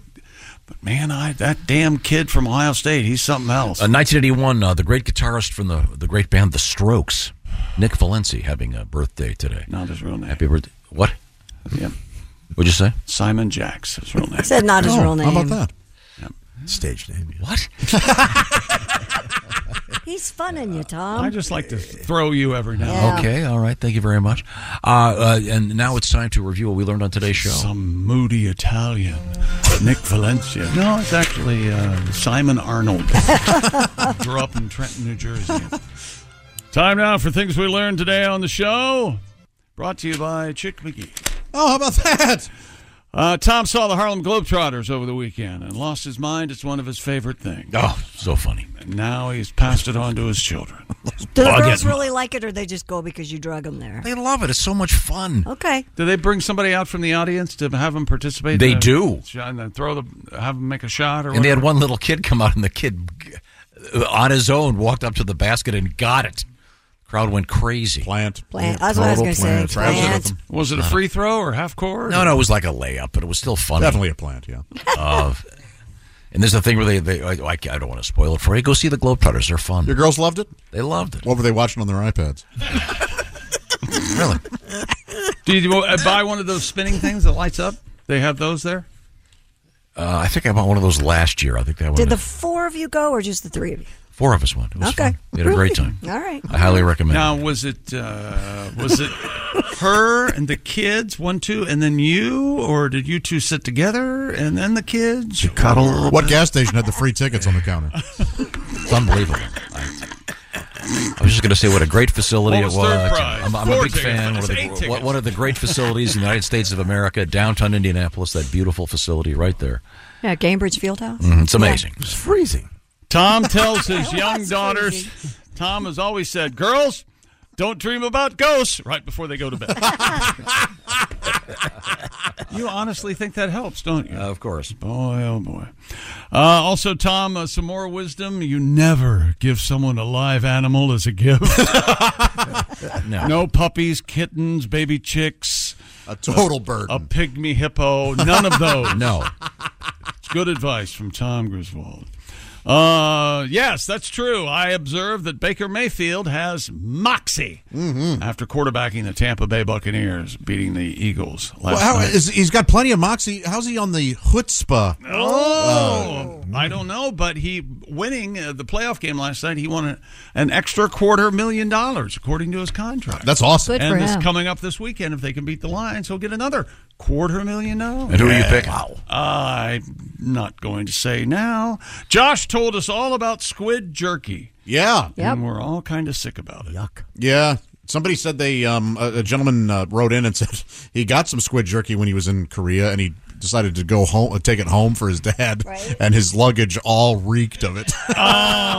[SPEAKER 5] but man, I that damn kid from Ohio State, he's something else.
[SPEAKER 7] Uh, 1981, uh, the great guitarist from the the great band The Strokes, Nick Valenci, having a birthday today.
[SPEAKER 5] Not his real name.
[SPEAKER 7] Happy birthday! What?
[SPEAKER 5] Yeah.
[SPEAKER 7] What'd you say?
[SPEAKER 5] Simon Jacks, his real name. Oh,
[SPEAKER 3] Said not his real name.
[SPEAKER 7] that?
[SPEAKER 13] Stage name.
[SPEAKER 7] What?
[SPEAKER 3] He's funning you, Tom.
[SPEAKER 5] I just like to throw you every now.
[SPEAKER 3] Yeah.
[SPEAKER 7] Okay, all right. Thank you very much. Uh, uh, and now it's time to review what we learned on today's show.
[SPEAKER 5] Some moody Italian, Nick Valencia. No, it's actually uh, Simon Arnold. Grew up in Trenton, New Jersey. Time now for things we learned today on the show. Brought to you by Chick McGee.
[SPEAKER 9] Oh, how about that?
[SPEAKER 5] Uh, Tom saw the Harlem Globetrotters over the weekend and lost his mind. It's one of his favorite things.
[SPEAKER 7] Oh, so funny.
[SPEAKER 5] And now he's passed it on to his children.
[SPEAKER 3] Do the girls really like it, or they just go because you drug them there?
[SPEAKER 7] They love it. It's so much fun.
[SPEAKER 3] Okay.
[SPEAKER 5] Do they bring somebody out from the audience to have them participate?
[SPEAKER 7] They
[SPEAKER 5] Uh,
[SPEAKER 7] do.
[SPEAKER 5] sh- And then throw the have them make a shot or.
[SPEAKER 7] And they had
[SPEAKER 5] whatever?
[SPEAKER 7] one little kid come out, and the kid uh, on his own walked up to the basket and got it. Crowd went crazy. Uh-huh.
[SPEAKER 9] Plant.
[SPEAKER 3] Plant. That's what I was gonna say. Plant.
[SPEAKER 5] Was it a free throw or half court?
[SPEAKER 7] No, no, it was like a layup, but it was still funny.
[SPEAKER 9] Definitely a plant, yeah.
[SPEAKER 7] Uh, and there's the thing where they, they I, I don't want to spoil it for you. Go see the Globetrotters. They're fun.
[SPEAKER 9] Your girls loved it?
[SPEAKER 7] They loved it.
[SPEAKER 9] What were they watching on their iPads?
[SPEAKER 7] really?
[SPEAKER 5] Did you uh, buy one of those spinning things that lights up? They have those there.
[SPEAKER 7] Uh, I think I bought one of those last year. I think that one.
[SPEAKER 3] Did the four of you go, or just the three of you?
[SPEAKER 7] four of us went. It was
[SPEAKER 3] Okay.
[SPEAKER 7] fun. We had a great time.
[SPEAKER 3] All right.
[SPEAKER 7] I highly recommend.
[SPEAKER 5] Now, was it uh, was it her and the kids one two, and then you, or did you two sit together and then the kids? You
[SPEAKER 9] Cuddle. What gas station had the free tickets on the counter?
[SPEAKER 7] It's unbelievable. I was just going to say what a great facility
[SPEAKER 9] What was
[SPEAKER 7] it
[SPEAKER 9] third
[SPEAKER 7] was.
[SPEAKER 9] prize?
[SPEAKER 7] I'm, I'm a
[SPEAKER 9] Four
[SPEAKER 7] big
[SPEAKER 9] tickets.
[SPEAKER 7] fan. One of,
[SPEAKER 9] That's eight
[SPEAKER 7] the,
[SPEAKER 9] tickets.
[SPEAKER 7] one- one of the great facilities in the United States of America, downtown Indianapolis, that beautiful facility right there.
[SPEAKER 3] Yeah, Cambridge Fieldhouse.
[SPEAKER 7] Mhm, it's amazing. It's
[SPEAKER 13] freezing.
[SPEAKER 5] Tom tells his young daughters. Tom has always said, "Girls, don't dream about ghosts." Right before they go to bed. you honestly think that helps, don't you?
[SPEAKER 7] of course.
[SPEAKER 5] Boy, oh boy. Uh, also, Tom, uh, some more wisdom. You never give someone a live animal as a gift.
[SPEAKER 7] no.
[SPEAKER 5] puppies, kittens, baby chicks.
[SPEAKER 9] A total burden.
[SPEAKER 5] A pygmy hippo. None of those.
[SPEAKER 7] no.
[SPEAKER 5] It's good advice from Tom Griswold. Uh, yes, that's true. I observed that Baker Mayfield has moxie after quarterbacking the Tampa Bay Buccaneers, beating the Eagles last
[SPEAKER 9] Well, how,
[SPEAKER 5] night.
[SPEAKER 9] is, he's got plenty of moxie. How's he on the chutzpah?
[SPEAKER 5] Oh, I don't know, but he winning uh, the playoff game last night. He won a, an extra quarter million dollars according to his contract.
[SPEAKER 9] That's awesome. Good
[SPEAKER 5] and
[SPEAKER 9] for
[SPEAKER 5] this
[SPEAKER 9] him.
[SPEAKER 5] coming up this weekend, if they can beat the Lions, he'll get another quarter million dollars.
[SPEAKER 7] And who are you picking? Wow.
[SPEAKER 5] I'm not going to say now. Josh told us all about squid jerky.
[SPEAKER 9] Yeah.
[SPEAKER 5] and we're all kind of sick about it.
[SPEAKER 9] Yuck. Yeah. Somebody said they, um, a, a gentleman uh, wrote in and said he got some squid jerky when he was in Korea and he decided to go home, uh, take it home for his dad, and his luggage all reeked of it.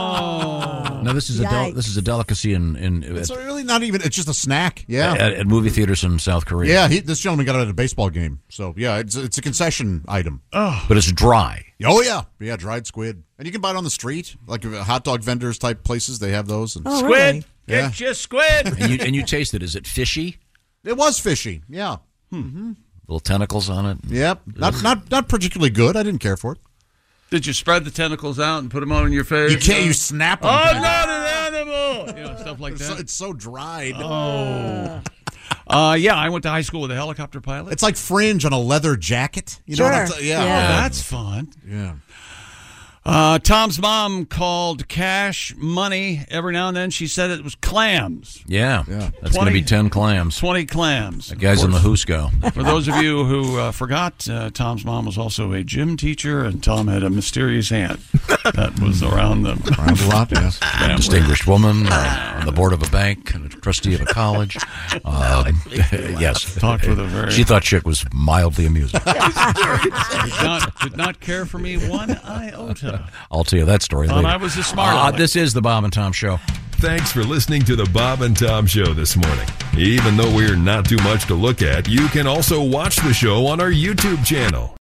[SPEAKER 7] Now this is a del- this is a delicacy in in
[SPEAKER 9] it's
[SPEAKER 7] at,
[SPEAKER 9] really not even, it's just a snack. Yeah.
[SPEAKER 7] at, at movie theaters in South Korea.
[SPEAKER 9] yeah. He, this gentleman got it at a baseball game. So, yeah, it's, it's a concession item.
[SPEAKER 7] but it's dry.
[SPEAKER 9] Oh, yeah. Yeah, dried squid. And you can buy it on the street, like uh, hot dog vendors type places. They have those. And
[SPEAKER 5] Oh, Squid. really?
[SPEAKER 9] Yeah.
[SPEAKER 5] Get your squid.
[SPEAKER 7] And you, and you taste it. Is it fishy?
[SPEAKER 9] It was fishy. Yeah.
[SPEAKER 5] Hmm.
[SPEAKER 9] Mm-hmm.
[SPEAKER 7] Little tentacles on it.
[SPEAKER 9] Yep. Not not not particularly good. I didn't care for it.
[SPEAKER 5] Did you spread the tentacles out and put them on your face?
[SPEAKER 9] You can't- you snap 'em.
[SPEAKER 5] I'm not an animal. You know, stuff like that. It's so,
[SPEAKER 9] dried.
[SPEAKER 5] Oh. Uh, yeah, I went to high school with a helicopter pilot.
[SPEAKER 9] It's like fringe on a leather jacket. You know what I'm
[SPEAKER 5] Sure.
[SPEAKER 9] saying? Yeah.
[SPEAKER 5] Yeah. That's fun.
[SPEAKER 9] Yeah.
[SPEAKER 5] Uh, Tom's mom called cash money every now and then. She said it was clams.
[SPEAKER 7] Yeah. That's going to
[SPEAKER 5] 20
[SPEAKER 7] be ten clams.
[SPEAKER 5] Twenty clams.
[SPEAKER 7] That guy's in the
[SPEAKER 5] Of
[SPEAKER 7] Hoosco.
[SPEAKER 5] course. For those of you who uh, forgot, uh, Tom's mom was also a gym teacher, and Tom had a mysterious aunt that was around them.
[SPEAKER 9] Around a lot, yes.
[SPEAKER 7] distinguished woman uh, on the board of a bank and a trustee of a college. Um, yes,
[SPEAKER 5] Talked with a very-
[SPEAKER 7] She thought Chick was mildly amusing.
[SPEAKER 5] did, not, did not care for me one iota.
[SPEAKER 7] I'll tell you that story
[SPEAKER 5] Thought
[SPEAKER 7] later.
[SPEAKER 5] I was the smart
[SPEAKER 7] Uh,
[SPEAKER 5] aleck.
[SPEAKER 7] this is the Bob and Tom Show.
[SPEAKER 15] Thanks for listening to the Bob and Tom Show this morning. Even though we're not too much to look at, you can also watch the show on our YouTube channel.